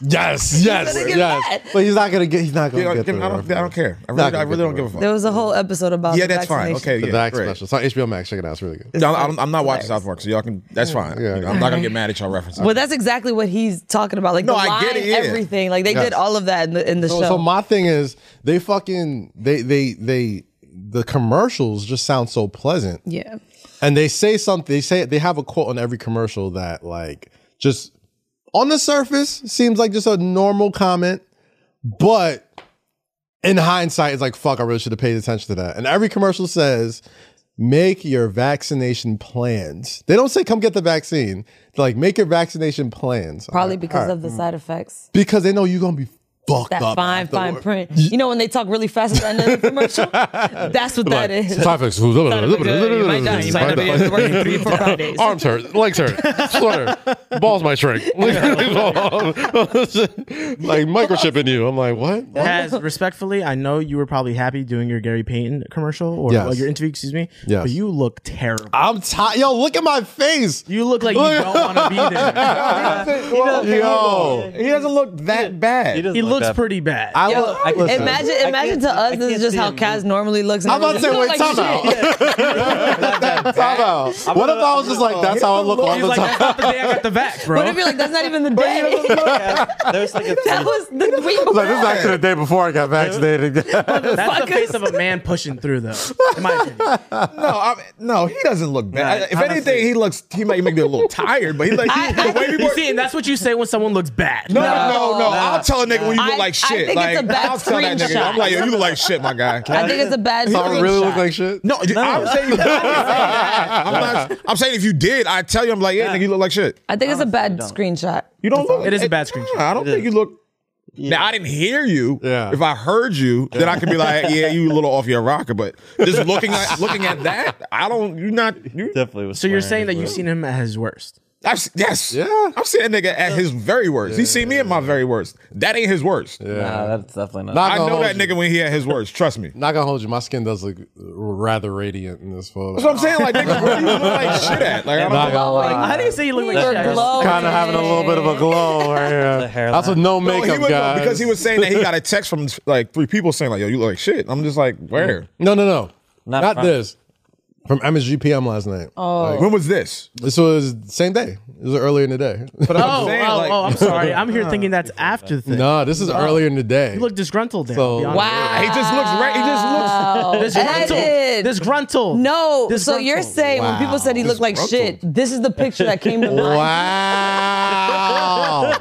[SPEAKER 2] yes, yes,
[SPEAKER 5] gonna get
[SPEAKER 2] yes.
[SPEAKER 5] mad.
[SPEAKER 2] But he's not gonna get. He's not gonna
[SPEAKER 4] You know, I
[SPEAKER 2] get.
[SPEAKER 4] don't,
[SPEAKER 2] the
[SPEAKER 4] I don't,
[SPEAKER 2] reference.
[SPEAKER 4] care. I really,
[SPEAKER 2] Not gonna
[SPEAKER 4] I
[SPEAKER 2] get
[SPEAKER 4] really
[SPEAKER 2] the
[SPEAKER 4] don't give a fuck.
[SPEAKER 5] there was a whole episode about
[SPEAKER 4] Yeah,
[SPEAKER 5] the
[SPEAKER 4] that's fine.
[SPEAKER 5] vaccination.
[SPEAKER 4] Okay,
[SPEAKER 2] The
[SPEAKER 4] yeah,
[SPEAKER 2] vax
[SPEAKER 4] great.
[SPEAKER 2] special. It's on HBO Max. Check it out. It's really good.
[SPEAKER 4] No, I'm, I'm not watching South Park, so y'all can. That's fine.
[SPEAKER 2] Yeah.
[SPEAKER 4] You know, I'm not gonna get mad at y'all references.
[SPEAKER 5] Well, that's exactly what he's talking about. Like
[SPEAKER 4] No,
[SPEAKER 5] the
[SPEAKER 4] I
[SPEAKER 5] line,
[SPEAKER 4] get it, yeah.
[SPEAKER 5] everything. Like they
[SPEAKER 2] Yes.
[SPEAKER 5] did all of that in the in the
[SPEAKER 2] So,
[SPEAKER 5] show.
[SPEAKER 2] so my thing is they fucking they they they the commercials just sound so pleasant.
[SPEAKER 5] yeah.
[SPEAKER 2] and they say something they say they have a quote on every commercial that like just on the surface seems like just a normal comment but in hindsight it's like fuck i really should have paid attention to that and every commercial says make your vaccination plans they don't say come get the vaccine They're like make your vaccination plans I'm
[SPEAKER 5] Probably
[SPEAKER 2] like,
[SPEAKER 5] because
[SPEAKER 2] "Alright."
[SPEAKER 5] of
[SPEAKER 4] Mm.
[SPEAKER 5] the side effects.
[SPEAKER 2] because they know you're gonna be fucked
[SPEAKER 5] That
[SPEAKER 2] up
[SPEAKER 5] fine, fine
[SPEAKER 2] afterward.
[SPEAKER 5] print. You know when they talk really fast at the end of the commercial? That's what that is.
[SPEAKER 2] Side effects.
[SPEAKER 6] You might die. You might not be able to work in three, four, five days.
[SPEAKER 2] Arms hurt, legs hurt, sweater, balls might shrink. like microchip in you. I'm like, what?
[SPEAKER 6] Has respectfully, I know you were probably happy doing your Gary Payton commercial or
[SPEAKER 2] Yes.
[SPEAKER 6] well, your interview, excuse me.
[SPEAKER 2] Yes.
[SPEAKER 6] But you look terrible.
[SPEAKER 2] I'm tired. Yo, look at my face.
[SPEAKER 6] You look like you don't want to be there.
[SPEAKER 2] Yo,
[SPEAKER 1] He doesn't look that bad.
[SPEAKER 6] He looks pretty bad. I,
[SPEAKER 2] will-
[SPEAKER 7] I can-
[SPEAKER 2] listen.
[SPEAKER 5] Imagine, imagine to us, this is just how Kaz normally looks.
[SPEAKER 2] I'm about to say,
[SPEAKER 5] You look
[SPEAKER 2] wait, time
[SPEAKER 5] like shit.
[SPEAKER 2] out. time out. What if I was just like, that's how I look all
[SPEAKER 6] He's
[SPEAKER 2] the
[SPEAKER 6] like, that's
[SPEAKER 2] time?
[SPEAKER 6] not the day I got the vax, bro.
[SPEAKER 5] What if you're like, that's not even the day?
[SPEAKER 7] There's like a
[SPEAKER 5] that was the week.
[SPEAKER 2] Like, this is actually the day before I got vaccinated.
[SPEAKER 6] That's the face of a man pushing through, though. In my opinion.
[SPEAKER 1] No, I mean, no, Oh, he doesn't look bad.
[SPEAKER 6] Nah,
[SPEAKER 1] if
[SPEAKER 6] honestly.
[SPEAKER 1] anything, he looks. He might make me a little tired, but he like he, the way people.
[SPEAKER 6] You see, and that's what you say when someone looks bad.
[SPEAKER 1] no, no, no, no. I'll tell a nigga when you look
[SPEAKER 5] I-
[SPEAKER 1] like
[SPEAKER 5] I
[SPEAKER 1] shit.
[SPEAKER 5] think it's
[SPEAKER 1] like
[SPEAKER 5] a bad
[SPEAKER 1] I'll tell that nigga.
[SPEAKER 5] screenshot.
[SPEAKER 1] I'm like, yo, you look like shit, my guy.
[SPEAKER 5] I think it's a bad
[SPEAKER 2] I really
[SPEAKER 5] screenshot.
[SPEAKER 2] look like shit.
[SPEAKER 4] No, I'm saying you. I'm, not, I'm saying if you did, I tell you, I'm like, yeah, nigga, you look like shit.
[SPEAKER 5] I think it's a bad screenshot.
[SPEAKER 1] You don't look.
[SPEAKER 6] It is a bad screenshot.
[SPEAKER 1] Nah, I don't think you look. Now I didn't hear you.
[SPEAKER 2] Yeah.
[SPEAKER 4] If I heard you, then I could be like, yeah, you a little off your rocker. But just looking at looking at that, I don't. You're not. You,
[SPEAKER 7] Definitely was.
[SPEAKER 6] So you're saying
[SPEAKER 7] swearing
[SPEAKER 6] that
[SPEAKER 7] as
[SPEAKER 6] you've
[SPEAKER 7] well.
[SPEAKER 6] seen him at his worst.
[SPEAKER 4] I've, s- yes.
[SPEAKER 2] Yeah.
[SPEAKER 4] I've seen that nigga at his very worst. He seen me at my very worst. That ain't his worst.
[SPEAKER 7] Nah, that's definitely not.
[SPEAKER 2] Not
[SPEAKER 4] I
[SPEAKER 2] gonna
[SPEAKER 4] know
[SPEAKER 2] hold
[SPEAKER 4] that
[SPEAKER 2] you.
[SPEAKER 4] nigga when he at his worst. Trust me.
[SPEAKER 2] Not gonna hold you. My skin does look rather radiant in this photo.
[SPEAKER 4] That's what I'm saying. Like, nigga, where do you look like shit at? Like, I don't
[SPEAKER 2] Not gonna lie.
[SPEAKER 6] I didn't say you look like
[SPEAKER 5] You're
[SPEAKER 6] shit.
[SPEAKER 5] glowing.
[SPEAKER 2] Kind of having a little bit of a glow right here.
[SPEAKER 7] hairline.
[SPEAKER 2] That's a no
[SPEAKER 4] No, he
[SPEAKER 2] makeup
[SPEAKER 4] was-
[SPEAKER 2] guy.
[SPEAKER 4] because he was saying that he got a text from like three people saying like, "Yo, you look like shit." I'm just like, where?
[SPEAKER 2] No, no, no. Not,
[SPEAKER 7] Not from-
[SPEAKER 2] this. From MSGPM last night. Oh.
[SPEAKER 4] When was this?
[SPEAKER 2] This was same day. It was earlier in the day.
[SPEAKER 6] Oh,
[SPEAKER 4] saying,
[SPEAKER 6] oh,
[SPEAKER 4] like-
[SPEAKER 6] oh, I'm sorry. I'm here thinking that's after the thing.
[SPEAKER 2] no, this is earlier in the day.
[SPEAKER 6] You look disgruntled there.
[SPEAKER 2] So-
[SPEAKER 4] He
[SPEAKER 5] Wow.
[SPEAKER 4] just looks right. He just
[SPEAKER 6] Ah.
[SPEAKER 4] looks.
[SPEAKER 5] Edited.
[SPEAKER 6] Disgruntled. Disgruntled.
[SPEAKER 5] No, so
[SPEAKER 6] Disgruntled.
[SPEAKER 5] you're saying when people said he looked like shit, this is the picture that came to mind.
[SPEAKER 2] wow.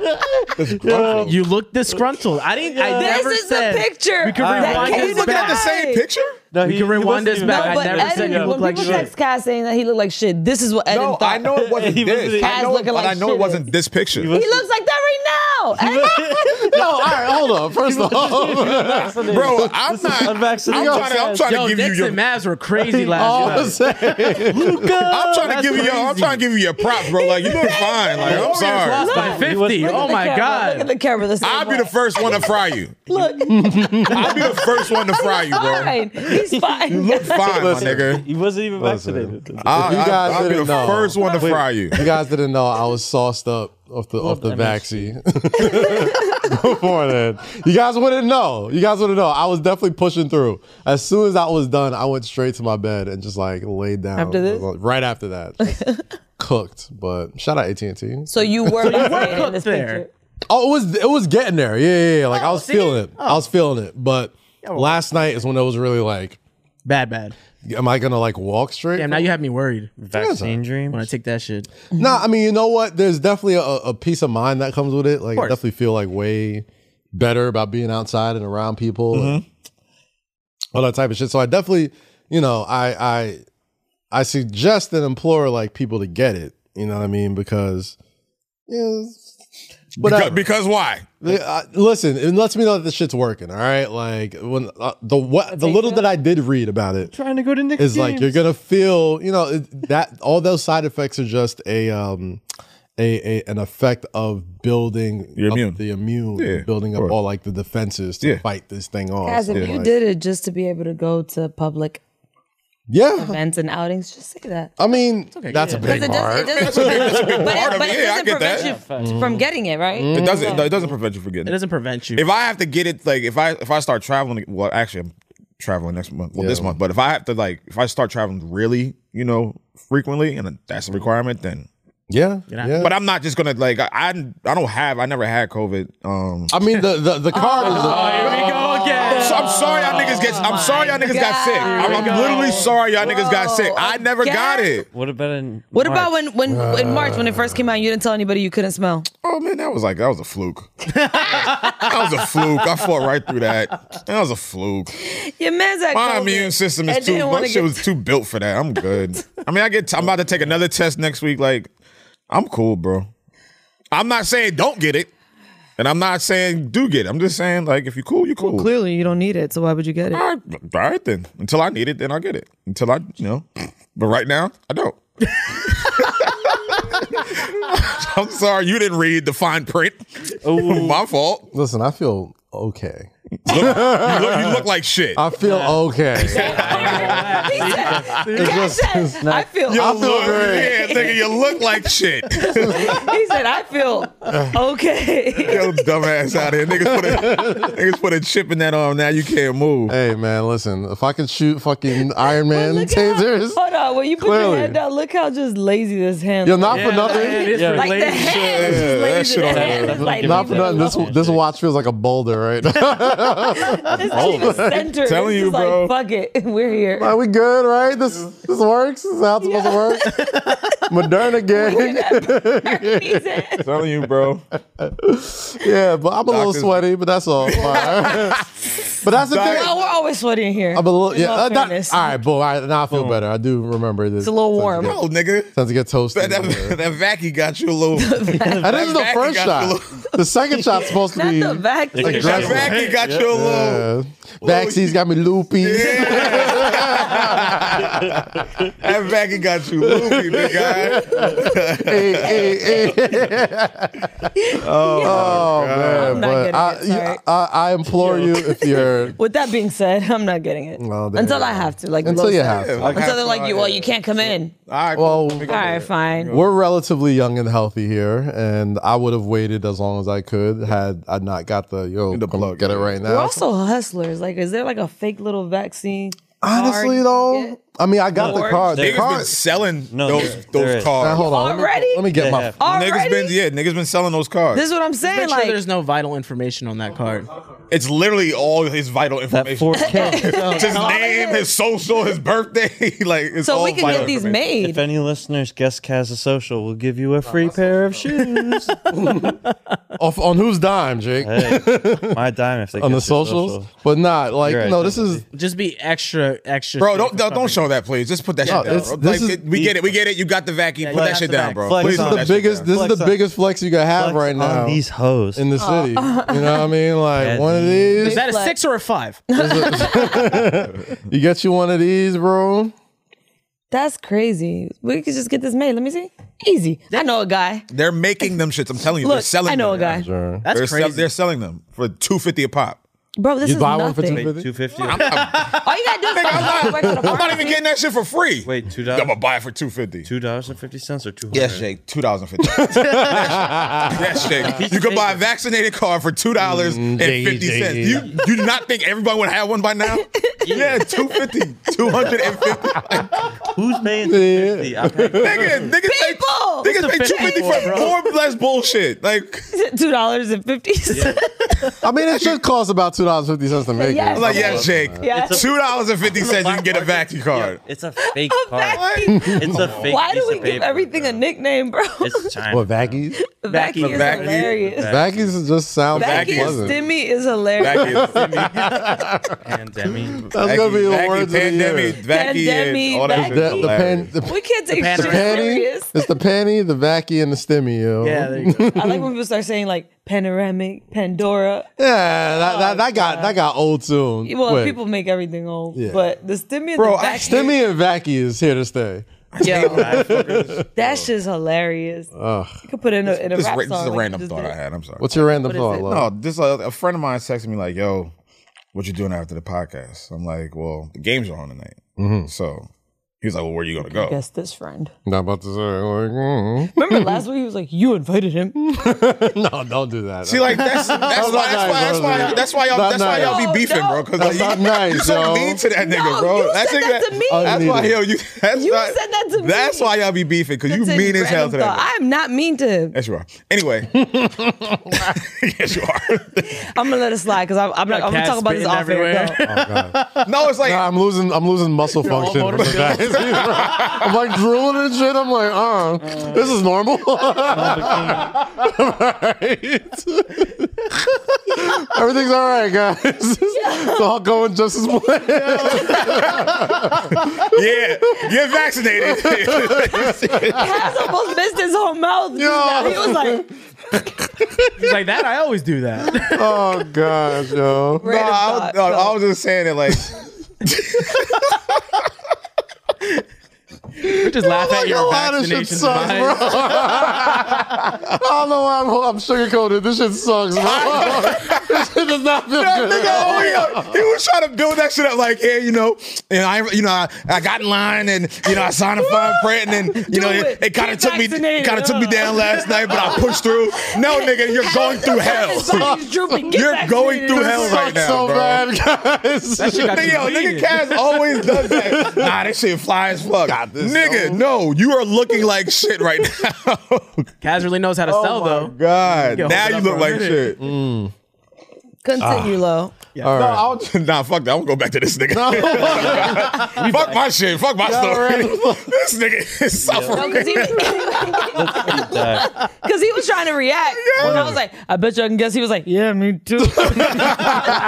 [SPEAKER 6] You look disgruntled. I didn't. I
[SPEAKER 5] This
[SPEAKER 6] never
[SPEAKER 5] is the
[SPEAKER 6] said.
[SPEAKER 5] picture
[SPEAKER 6] We can
[SPEAKER 5] that
[SPEAKER 6] rewind
[SPEAKER 5] came
[SPEAKER 6] this
[SPEAKER 5] to
[SPEAKER 4] Look at the
[SPEAKER 5] mind.
[SPEAKER 6] back.
[SPEAKER 4] same picture.
[SPEAKER 7] No,
[SPEAKER 6] We
[SPEAKER 7] he-
[SPEAKER 6] can
[SPEAKER 7] he
[SPEAKER 6] rewind
[SPEAKER 7] wasn't
[SPEAKER 6] this
[SPEAKER 7] even-
[SPEAKER 6] back.
[SPEAKER 5] No,
[SPEAKER 6] I
[SPEAKER 5] but
[SPEAKER 6] never said
[SPEAKER 5] Eden,
[SPEAKER 6] you look
[SPEAKER 5] when
[SPEAKER 6] like
[SPEAKER 5] people
[SPEAKER 6] shit.
[SPEAKER 5] text Cass saying that he looked like shit, this is what Eden
[SPEAKER 4] No,
[SPEAKER 5] thought.
[SPEAKER 4] I know it wasn't
[SPEAKER 7] He was-
[SPEAKER 4] this. I
[SPEAKER 5] Kaz
[SPEAKER 4] know,
[SPEAKER 5] looking
[SPEAKER 4] but I
[SPEAKER 5] like
[SPEAKER 4] know it
[SPEAKER 5] shit.
[SPEAKER 4] wasn't this picture.
[SPEAKER 5] He looks like that right now. Eden.
[SPEAKER 2] No, all right, hold on. First off,
[SPEAKER 4] Bro, I'm
[SPEAKER 7] This is
[SPEAKER 4] not. I'm
[SPEAKER 7] unvaccinated.
[SPEAKER 4] trying to, I'm trying
[SPEAKER 6] Yo,
[SPEAKER 4] to give you
[SPEAKER 6] Knicks
[SPEAKER 4] your.
[SPEAKER 6] and Mavs were crazy
[SPEAKER 2] all I'm
[SPEAKER 6] last year.
[SPEAKER 2] saying.
[SPEAKER 4] I'm trying to
[SPEAKER 6] That's
[SPEAKER 4] give you. Your, I'm
[SPEAKER 6] crazy.
[SPEAKER 4] trying to give you your props, bro. Like you look fine. Like I'm
[SPEAKER 6] Warriors lost
[SPEAKER 4] sorry.
[SPEAKER 6] by 50.
[SPEAKER 7] Look
[SPEAKER 6] Oh
[SPEAKER 5] Look at
[SPEAKER 6] my
[SPEAKER 5] the camera, Look at
[SPEAKER 6] god.
[SPEAKER 5] the camera. The same
[SPEAKER 4] I'll be
[SPEAKER 5] way.
[SPEAKER 4] the first one to fry you.
[SPEAKER 5] Look,
[SPEAKER 4] I'll be the first one to fry you, bro.
[SPEAKER 5] fine. He's fine.
[SPEAKER 4] You look fine, my
[SPEAKER 2] Listen.
[SPEAKER 4] nigga.
[SPEAKER 7] He wasn't even
[SPEAKER 2] Listen.
[SPEAKER 7] vaccinated.
[SPEAKER 4] I,
[SPEAKER 2] you guys
[SPEAKER 4] will be the
[SPEAKER 2] didn't know.
[SPEAKER 4] first one to fry you.
[SPEAKER 2] You guys didn't know I was sauced up off the off the vaccine. Before that, you guys wouldn't know. You guys wouldn't know. I was definitely pushing through. As soon as I was done, I went straight to my bed and just like laid down.
[SPEAKER 5] After this?
[SPEAKER 2] right after that, Just cooked. But shout out AT and T.
[SPEAKER 5] So you were vaccinated in
[SPEAKER 6] cooked
[SPEAKER 5] this
[SPEAKER 6] there.
[SPEAKER 5] picture.
[SPEAKER 2] Oh, it was it was getting there. Yeah, yeah, yeah. Like
[SPEAKER 5] Oh,
[SPEAKER 2] I was
[SPEAKER 6] see?
[SPEAKER 2] feeling it. I was feeling it. But last night is when it was really like,
[SPEAKER 6] Bad, bad.
[SPEAKER 2] am I gonna like walk straight?
[SPEAKER 6] Damn, now you have me worried.
[SPEAKER 7] Vaccine dream.
[SPEAKER 6] When I take that shit.
[SPEAKER 2] No, I mean, you know what? There's definitely a, a peace of mind that comes with it. Like, I
[SPEAKER 6] course.
[SPEAKER 2] definitely feel like way better about being outside and around people, and all that type of shit. So I definitely, you know, I I I suggest and implore like people to get it. You know what I mean? Because yeah,
[SPEAKER 4] Because,
[SPEAKER 2] whatever.
[SPEAKER 4] because why?
[SPEAKER 2] Uh, listen, it lets me know that this shit's working. All right, like when uh, the what the
[SPEAKER 5] They
[SPEAKER 2] little
[SPEAKER 5] feel-
[SPEAKER 2] that I did read about it
[SPEAKER 7] Trying to go to Nick.
[SPEAKER 2] is like you're gonna feel you know it- that all those side effects are just a um a, a an effect of building
[SPEAKER 4] Your
[SPEAKER 2] up
[SPEAKER 4] immune.
[SPEAKER 2] the immune
[SPEAKER 4] Yeah,
[SPEAKER 2] building up
[SPEAKER 4] of course.
[SPEAKER 2] all like the defenses to
[SPEAKER 4] Yeah.
[SPEAKER 2] fight this thing off
[SPEAKER 5] Guys,
[SPEAKER 2] So,
[SPEAKER 5] if you
[SPEAKER 2] like-
[SPEAKER 5] did it just to be able to go to public
[SPEAKER 2] yeah
[SPEAKER 5] events and outings, just say that.
[SPEAKER 2] i mean that's a
[SPEAKER 5] Because
[SPEAKER 2] big
[SPEAKER 5] it
[SPEAKER 2] part
[SPEAKER 5] doesn't, it doesn't prevent, but
[SPEAKER 4] part
[SPEAKER 5] it,
[SPEAKER 4] of
[SPEAKER 5] but
[SPEAKER 4] it.
[SPEAKER 5] it
[SPEAKER 4] Yeah, I
[SPEAKER 5] doesn't
[SPEAKER 4] get that. Mm-hmm.
[SPEAKER 5] prevent you f- from getting it, right?
[SPEAKER 4] It doesn't. no, It doesn't prevent you from getting.
[SPEAKER 6] It
[SPEAKER 4] it.
[SPEAKER 6] doesn't prevent you.
[SPEAKER 4] if I have to get it, like if I if I start traveling, well, actually I'm traveling next month, well this
[SPEAKER 2] Yeah.
[SPEAKER 4] month, but if I have to like if I start traveling really, you know, frequently, and that's a requirement, then.
[SPEAKER 2] yeah,
[SPEAKER 6] not-
[SPEAKER 2] yeah.
[SPEAKER 4] But I'm not just gonna like I I I don't have I never had COVID. Um,
[SPEAKER 2] i mean the the,
[SPEAKER 5] Oh.
[SPEAKER 2] the card is
[SPEAKER 6] Here we go again.
[SPEAKER 4] so I'm sorry y'all niggas get I'm sorry y'all niggas got sick. I'm, I'm literally sorry y'all niggas got sick. I never
[SPEAKER 5] again?
[SPEAKER 4] got it.
[SPEAKER 7] What about in?
[SPEAKER 5] What about when, when in March when it first came out, you didn't tell anybody you couldn't smell?
[SPEAKER 4] Oh man, that was like that was a fluke. that was a fluke. I fought right through that. That was a fluke.
[SPEAKER 5] Your man's at
[SPEAKER 4] My
[SPEAKER 5] COVID.
[SPEAKER 4] immune system
[SPEAKER 5] I
[SPEAKER 4] is too.
[SPEAKER 5] didn't
[SPEAKER 4] My
[SPEAKER 5] wanna
[SPEAKER 4] shit
[SPEAKER 5] get-
[SPEAKER 4] was too built for that. I'm good. I mean, I get. I'm about to take another test next week. Like, I'm cool, bro. I'm not saying don't get it, and I'm not saying do get it. I'm just saying like if you cool, you cool.
[SPEAKER 5] Clearly, you don't need it, so why would you get it?
[SPEAKER 4] all right, all right then. Until I need it, then I'll get it. Until I, you know. But right now, I don't. I'm sorry you didn't read the fine print. My fault.
[SPEAKER 2] listen i feel okay
[SPEAKER 4] You look, you look like shit.
[SPEAKER 2] i feel okay
[SPEAKER 5] He said-
[SPEAKER 2] It's just-
[SPEAKER 5] He said, I feel.
[SPEAKER 4] You
[SPEAKER 2] I feel
[SPEAKER 4] look- Yeah,
[SPEAKER 2] great.
[SPEAKER 4] nigga, you look like shit.
[SPEAKER 5] He said, I feel okay.
[SPEAKER 4] Yo, dumbass out here. Niggas put, a, niggas put a chip in that arm. Now you can't move.
[SPEAKER 2] hey man listen if i could shoot fucking iron man
[SPEAKER 5] Look at
[SPEAKER 2] tasers
[SPEAKER 5] how- Hold on, when you put
[SPEAKER 2] Clearly.
[SPEAKER 5] your head down, look how just lazy this hand.
[SPEAKER 2] you're
[SPEAKER 5] looks.
[SPEAKER 2] not for nothing
[SPEAKER 6] It is
[SPEAKER 7] Yeah.
[SPEAKER 6] for
[SPEAKER 7] Like
[SPEAKER 5] like the
[SPEAKER 6] ladies.
[SPEAKER 5] hand.
[SPEAKER 4] Yeah,
[SPEAKER 5] is
[SPEAKER 4] that
[SPEAKER 5] just lazy.
[SPEAKER 4] shit
[SPEAKER 5] The
[SPEAKER 4] on
[SPEAKER 5] hand
[SPEAKER 7] there.
[SPEAKER 5] is like
[SPEAKER 2] not for nothing. This this watch feels like a boulder, right? Like,
[SPEAKER 5] It's not even centered.
[SPEAKER 4] Telling
[SPEAKER 5] It's
[SPEAKER 4] you,
[SPEAKER 5] just like,
[SPEAKER 4] bro.
[SPEAKER 5] fuck it, we're here.
[SPEAKER 2] we good, right? This this works. This is how it's supposed to work. Moderna gang.
[SPEAKER 5] He said-
[SPEAKER 4] telling you, bro.
[SPEAKER 2] Yeah, but I'm a little
[SPEAKER 4] Doctors-
[SPEAKER 2] sweaty, but that's all. All right. but that's the
[SPEAKER 4] Doctors-
[SPEAKER 2] thing.
[SPEAKER 5] Well, we're always always sweaty in here.
[SPEAKER 2] I'm a little,
[SPEAKER 5] In
[SPEAKER 2] yeah.
[SPEAKER 5] all
[SPEAKER 2] uh, that-
[SPEAKER 5] fairness.
[SPEAKER 2] all right, boy. All right, now I feel better. I do remember this.
[SPEAKER 5] It's a little warm.
[SPEAKER 2] Sounds
[SPEAKER 4] Oh, nigga.
[SPEAKER 2] to get toasted.
[SPEAKER 4] That, that, that vacuum got you a little. that
[SPEAKER 2] that isn't the
[SPEAKER 4] back, it
[SPEAKER 2] first
[SPEAKER 4] got
[SPEAKER 2] shot.
[SPEAKER 4] you a little-
[SPEAKER 2] the second shot's supposed to
[SPEAKER 5] Not
[SPEAKER 2] be
[SPEAKER 5] the vacuum.
[SPEAKER 2] like
[SPEAKER 4] vacuum
[SPEAKER 2] dressing.
[SPEAKER 4] got you a little.
[SPEAKER 2] Yeah. Backseat's got me loopy.
[SPEAKER 4] That vacuum got you loopy, big guy.
[SPEAKER 2] Hey, hey, hey. Oh, man,
[SPEAKER 5] I'm not
[SPEAKER 2] but uh,
[SPEAKER 5] getting
[SPEAKER 2] I,
[SPEAKER 5] it,
[SPEAKER 2] you-
[SPEAKER 5] sorry.
[SPEAKER 2] I, I implore you if you're
[SPEAKER 5] With that being said, I'm not getting it
[SPEAKER 2] Well, there
[SPEAKER 5] until
[SPEAKER 2] you
[SPEAKER 5] I
[SPEAKER 2] go.
[SPEAKER 5] have to. Like
[SPEAKER 2] until
[SPEAKER 5] Lo
[SPEAKER 2] you
[SPEAKER 5] said.
[SPEAKER 2] have. to.
[SPEAKER 5] Until they're like, you, well, you can't come in.
[SPEAKER 4] All right.
[SPEAKER 2] Well,
[SPEAKER 5] All right, fine.
[SPEAKER 2] We're relatively young and healthy here, and I would have waited as long as I could had I not got the yo
[SPEAKER 4] The
[SPEAKER 2] the
[SPEAKER 4] plug,
[SPEAKER 2] plug. Get it
[SPEAKER 4] yeah.
[SPEAKER 2] right now.
[SPEAKER 5] We're also hustlers. Like, is there like a fake little vaccine?
[SPEAKER 2] Honestly,
[SPEAKER 5] card
[SPEAKER 2] though,
[SPEAKER 5] you can get?
[SPEAKER 2] I mean, I got the
[SPEAKER 5] Or-
[SPEAKER 2] card. The
[SPEAKER 4] Niggas
[SPEAKER 2] card.
[SPEAKER 4] been selling
[SPEAKER 7] No,
[SPEAKER 4] those
[SPEAKER 7] there-
[SPEAKER 4] those
[SPEAKER 7] there is.
[SPEAKER 2] Now,
[SPEAKER 4] cars.
[SPEAKER 2] hold on. let me-
[SPEAKER 5] Already?
[SPEAKER 2] Let me get
[SPEAKER 7] They
[SPEAKER 2] my.
[SPEAKER 7] have.
[SPEAKER 5] Already?
[SPEAKER 4] Niggas been yeah, niggas been selling those cars.
[SPEAKER 5] This is what I'm saying.
[SPEAKER 6] Make sure
[SPEAKER 5] like,
[SPEAKER 6] there's no vital information on that card.
[SPEAKER 4] it's literally all his vital
[SPEAKER 7] That
[SPEAKER 4] information.
[SPEAKER 7] 4K.
[SPEAKER 4] his name, his social, his birthday. like it's
[SPEAKER 5] so
[SPEAKER 4] all
[SPEAKER 5] we can
[SPEAKER 4] vital
[SPEAKER 5] get these
[SPEAKER 4] information.
[SPEAKER 5] made.
[SPEAKER 7] if any listeners guess Kaz a social, we'll give you a free pair of shoes.
[SPEAKER 2] Off, on whose dime, Jake?
[SPEAKER 7] hey, my dime if they
[SPEAKER 2] on the
[SPEAKER 7] guess your
[SPEAKER 2] socials,
[SPEAKER 7] social.
[SPEAKER 2] but not like
[SPEAKER 7] You're right,
[SPEAKER 2] no. This
[SPEAKER 7] don't
[SPEAKER 2] is
[SPEAKER 6] Just be extra, extra.
[SPEAKER 4] Bro,
[SPEAKER 6] safe
[SPEAKER 4] don't don't,
[SPEAKER 6] or
[SPEAKER 4] don't
[SPEAKER 6] something.
[SPEAKER 4] show that, please. Just put that
[SPEAKER 2] No,
[SPEAKER 4] shit down.
[SPEAKER 2] it's-
[SPEAKER 4] bro.
[SPEAKER 2] this
[SPEAKER 4] like,
[SPEAKER 2] is-
[SPEAKER 4] it- we get it, we get it. You got the vacuum. put that
[SPEAKER 6] got
[SPEAKER 4] shit
[SPEAKER 6] the
[SPEAKER 4] down,
[SPEAKER 6] vac.
[SPEAKER 4] bro.
[SPEAKER 7] Flex
[SPEAKER 4] please
[SPEAKER 7] on
[SPEAKER 4] put
[SPEAKER 2] the
[SPEAKER 4] that shit
[SPEAKER 2] biggest.
[SPEAKER 4] down.
[SPEAKER 2] This is
[SPEAKER 7] Flex
[SPEAKER 2] the
[SPEAKER 7] on-
[SPEAKER 2] biggest flex you can have right
[SPEAKER 7] Flex
[SPEAKER 2] now
[SPEAKER 7] on these hoes.
[SPEAKER 2] in the
[SPEAKER 5] Oh.
[SPEAKER 2] city. You know what I mean? Like one of
[SPEAKER 6] Is
[SPEAKER 2] these.
[SPEAKER 6] that a
[SPEAKER 5] Flex.
[SPEAKER 6] six or a five?
[SPEAKER 2] You get you one of these, bro.
[SPEAKER 5] That's crazy. We could just get this made. Let me see. Easy. I know a guy.
[SPEAKER 4] They're making them shits. I'm telling you, they're
[SPEAKER 5] Look,
[SPEAKER 4] selling.
[SPEAKER 5] I know a
[SPEAKER 4] them.
[SPEAKER 5] guy.
[SPEAKER 2] Sure.
[SPEAKER 4] They're,
[SPEAKER 6] That's
[SPEAKER 4] sell-
[SPEAKER 6] crazy.
[SPEAKER 4] they're selling them for two fifty a pop.
[SPEAKER 5] Bro, this
[SPEAKER 2] You
[SPEAKER 5] is
[SPEAKER 2] buy one for
[SPEAKER 5] nothing.
[SPEAKER 2] two fifty.
[SPEAKER 7] Two fifty.
[SPEAKER 5] All you gotta do is fucking work at a
[SPEAKER 4] I'm not
[SPEAKER 5] pharmacy.
[SPEAKER 4] even getting that shit for free.
[SPEAKER 7] Wait, two
[SPEAKER 4] I'm
[SPEAKER 7] dollars.
[SPEAKER 4] gonna buy it for two fifty.
[SPEAKER 7] Two dollars and fifty cents or two hundred.
[SPEAKER 4] Yes, Jake, two dollars and fifty. yes, Jake. You could buy a vaccinated car for two dollars and fifty cents.
[SPEAKER 2] Jake.
[SPEAKER 4] You you do not think everybody would have one by now? Yeah, two fifty, two hundred and fifty.
[SPEAKER 7] Who's paying two fifty? I'm paying
[SPEAKER 4] Nigga, niggas pay,
[SPEAKER 5] People!
[SPEAKER 4] niggas pay two fifty for more or less bullshit. Like,
[SPEAKER 5] Two dollars and fifty cents.
[SPEAKER 2] I mean, it should cost about two dollars fifty cents to make
[SPEAKER 5] Yes.
[SPEAKER 2] it.
[SPEAKER 4] I'm like yes, Jake.
[SPEAKER 5] Yeah. It's
[SPEAKER 4] Two dollars and fifty cents. You can get a vacuum card.
[SPEAKER 7] It's a fake
[SPEAKER 5] A
[SPEAKER 7] card.
[SPEAKER 5] vacuum.
[SPEAKER 7] It's a fake.
[SPEAKER 5] Oh, Why do
[SPEAKER 7] piece
[SPEAKER 5] we
[SPEAKER 7] of
[SPEAKER 5] give
[SPEAKER 7] paper,
[SPEAKER 5] everything
[SPEAKER 7] bro.
[SPEAKER 5] a nickname, bro?
[SPEAKER 7] It's China.
[SPEAKER 2] What vackies?
[SPEAKER 5] Vacuum is
[SPEAKER 4] Vacuum.
[SPEAKER 5] hilarious.
[SPEAKER 2] Vackies just sound
[SPEAKER 5] Vacuum
[SPEAKER 2] pleasant.
[SPEAKER 5] stimmy is hilarious.
[SPEAKER 4] Vacuum,
[SPEAKER 7] And Demi.
[SPEAKER 2] That's gonna be the
[SPEAKER 4] vacuum,
[SPEAKER 2] words of the
[SPEAKER 4] pandemic,
[SPEAKER 2] year.
[SPEAKER 4] vacuum, all that shit.
[SPEAKER 2] The, the,
[SPEAKER 4] Hilarious.
[SPEAKER 2] pan, the,
[SPEAKER 5] We can't take
[SPEAKER 6] The
[SPEAKER 5] shit
[SPEAKER 6] panty.
[SPEAKER 2] panty.
[SPEAKER 5] serious.
[SPEAKER 2] It's the panty, the vacky, and the stimmy. Yo.
[SPEAKER 6] yeah, there you go.
[SPEAKER 5] I like when people start saying like panoramic, Pandora.
[SPEAKER 2] Yeah, that, that, that got that got old soon.
[SPEAKER 5] Well,
[SPEAKER 2] Quick.
[SPEAKER 5] people make everything old,
[SPEAKER 2] Yeah.
[SPEAKER 5] but the stimmy and
[SPEAKER 4] Bro,
[SPEAKER 5] the
[SPEAKER 4] I-
[SPEAKER 5] vacuum,
[SPEAKER 2] Stimmy and Vacky is here to stay.
[SPEAKER 5] yo, that shit's hilarious. You could put it in a, in a
[SPEAKER 4] This,
[SPEAKER 5] rap
[SPEAKER 4] ra- this
[SPEAKER 5] song.
[SPEAKER 4] is a
[SPEAKER 5] like you
[SPEAKER 4] random
[SPEAKER 5] just
[SPEAKER 4] thought
[SPEAKER 5] did.
[SPEAKER 4] I had. I'm sorry.
[SPEAKER 2] What's your random
[SPEAKER 5] What is
[SPEAKER 2] thought,
[SPEAKER 5] it?
[SPEAKER 2] love?
[SPEAKER 4] No, this uh, a friend of mine texted me like, "Yo, what you doing after the podcast?" I'm like, "Well, the games are on tonight." So he was like, "Well, where you gonna go?"
[SPEAKER 5] Guess this friend.
[SPEAKER 2] Not about to say. Like, mm.
[SPEAKER 5] Remember last week he was like, "You invited him."
[SPEAKER 2] no, don't do that.
[SPEAKER 4] See, like that's that's
[SPEAKER 2] That's
[SPEAKER 4] why
[SPEAKER 2] not
[SPEAKER 4] that's why
[SPEAKER 2] nice,
[SPEAKER 4] that's why that's why
[SPEAKER 2] bro.
[SPEAKER 4] y'all
[SPEAKER 2] Not
[SPEAKER 4] that's why
[SPEAKER 2] nice.
[SPEAKER 4] y'all
[SPEAKER 5] No,
[SPEAKER 4] be beefing, bro.
[SPEAKER 5] no.
[SPEAKER 4] Because
[SPEAKER 2] That's
[SPEAKER 4] like,
[SPEAKER 2] not nice,
[SPEAKER 4] You're so
[SPEAKER 2] yo.
[SPEAKER 4] mean to that nigga,
[SPEAKER 5] No,
[SPEAKER 4] bro.
[SPEAKER 5] you
[SPEAKER 4] That
[SPEAKER 5] said
[SPEAKER 4] nigga-
[SPEAKER 5] that to me.
[SPEAKER 4] That's why yo, you. That's
[SPEAKER 5] You
[SPEAKER 4] not-
[SPEAKER 5] said that to me.
[SPEAKER 4] That's why y'all be beefing because you
[SPEAKER 5] That's a
[SPEAKER 4] mean as hell to
[SPEAKER 5] random
[SPEAKER 4] that.
[SPEAKER 5] thought.
[SPEAKER 4] nigga.
[SPEAKER 5] I'm not mean to him.
[SPEAKER 4] Yes, you are. Anyway, yes, you are.
[SPEAKER 5] I'm gonna let it slide because I'm, I'm, not, I'm gonna
[SPEAKER 6] cat
[SPEAKER 5] talk about this
[SPEAKER 6] spitting
[SPEAKER 5] off air.
[SPEAKER 6] everywhere.
[SPEAKER 5] Go.
[SPEAKER 4] No, it's like
[SPEAKER 2] Nah, I'm losing. I'm losing muscle function.
[SPEAKER 6] motor
[SPEAKER 2] from the vaccine, bro. I'm like drooling and shit. I'm like, uh, this is normal. right? Everything's all right, guys. it's all going just as planned.
[SPEAKER 4] yeah, get vaccinated.
[SPEAKER 5] Kaz almost missed his whole mouth.
[SPEAKER 2] Yo.
[SPEAKER 5] He was like,
[SPEAKER 6] He's like that. I always do that.
[SPEAKER 2] Oh gosh, yo.
[SPEAKER 5] random
[SPEAKER 4] No, I, was-
[SPEAKER 5] thought.
[SPEAKER 4] no,
[SPEAKER 5] Go.
[SPEAKER 4] I was just saying it like
[SPEAKER 6] Just laugh at
[SPEAKER 2] a
[SPEAKER 6] your
[SPEAKER 2] lot of
[SPEAKER 6] vaccination
[SPEAKER 2] shit sucks, bro.
[SPEAKER 6] device.
[SPEAKER 2] I don't know why I'm, I'm sugarcoated. This shit sucks, bro. this shit does not feel
[SPEAKER 4] that
[SPEAKER 2] good.
[SPEAKER 4] nigga over here, Oh, he was trying to build that shit up like, yeah, you know, and I you know, I, I got in line and you know, I signed a fine print and then, you know,
[SPEAKER 5] Do
[SPEAKER 4] it,
[SPEAKER 5] it.
[SPEAKER 4] it kind of
[SPEAKER 5] Get
[SPEAKER 4] took me
[SPEAKER 5] vaccinated.
[SPEAKER 4] kind of took me down last night, but I pushed through. No, nigga, you're going through hell.
[SPEAKER 5] His body's drooping. Get
[SPEAKER 4] You're
[SPEAKER 5] back
[SPEAKER 4] going
[SPEAKER 5] to
[SPEAKER 4] through
[SPEAKER 5] it.
[SPEAKER 4] hell
[SPEAKER 2] This
[SPEAKER 4] right
[SPEAKER 2] sucks
[SPEAKER 4] now,
[SPEAKER 2] so
[SPEAKER 4] bro.
[SPEAKER 2] bad, guys.
[SPEAKER 6] shit got
[SPEAKER 4] Nigga, yo, nigga,
[SPEAKER 6] Convenient.
[SPEAKER 4] Kaz always does that. Nah, this shit fly as fuck.
[SPEAKER 2] this,
[SPEAKER 4] nigga, no, you are looking like shit right now.
[SPEAKER 6] Oh Kaz really knows how to sell, though.
[SPEAKER 4] God,
[SPEAKER 6] Yo,
[SPEAKER 4] now
[SPEAKER 6] hold
[SPEAKER 4] you
[SPEAKER 6] up
[SPEAKER 4] look
[SPEAKER 6] for a
[SPEAKER 4] like
[SPEAKER 6] minute.
[SPEAKER 4] shit.
[SPEAKER 5] Continue, Lo.
[SPEAKER 2] All
[SPEAKER 4] No,
[SPEAKER 2] right.
[SPEAKER 4] I'll, nah, fuck that. I'm gonna go back to this nigga. fuck my shit. Fuck my story. this nigga is suffering.
[SPEAKER 5] Because
[SPEAKER 7] That-
[SPEAKER 5] he, was trying to react. And I was like, I bet you I can guess. He was like, Yeah, me too.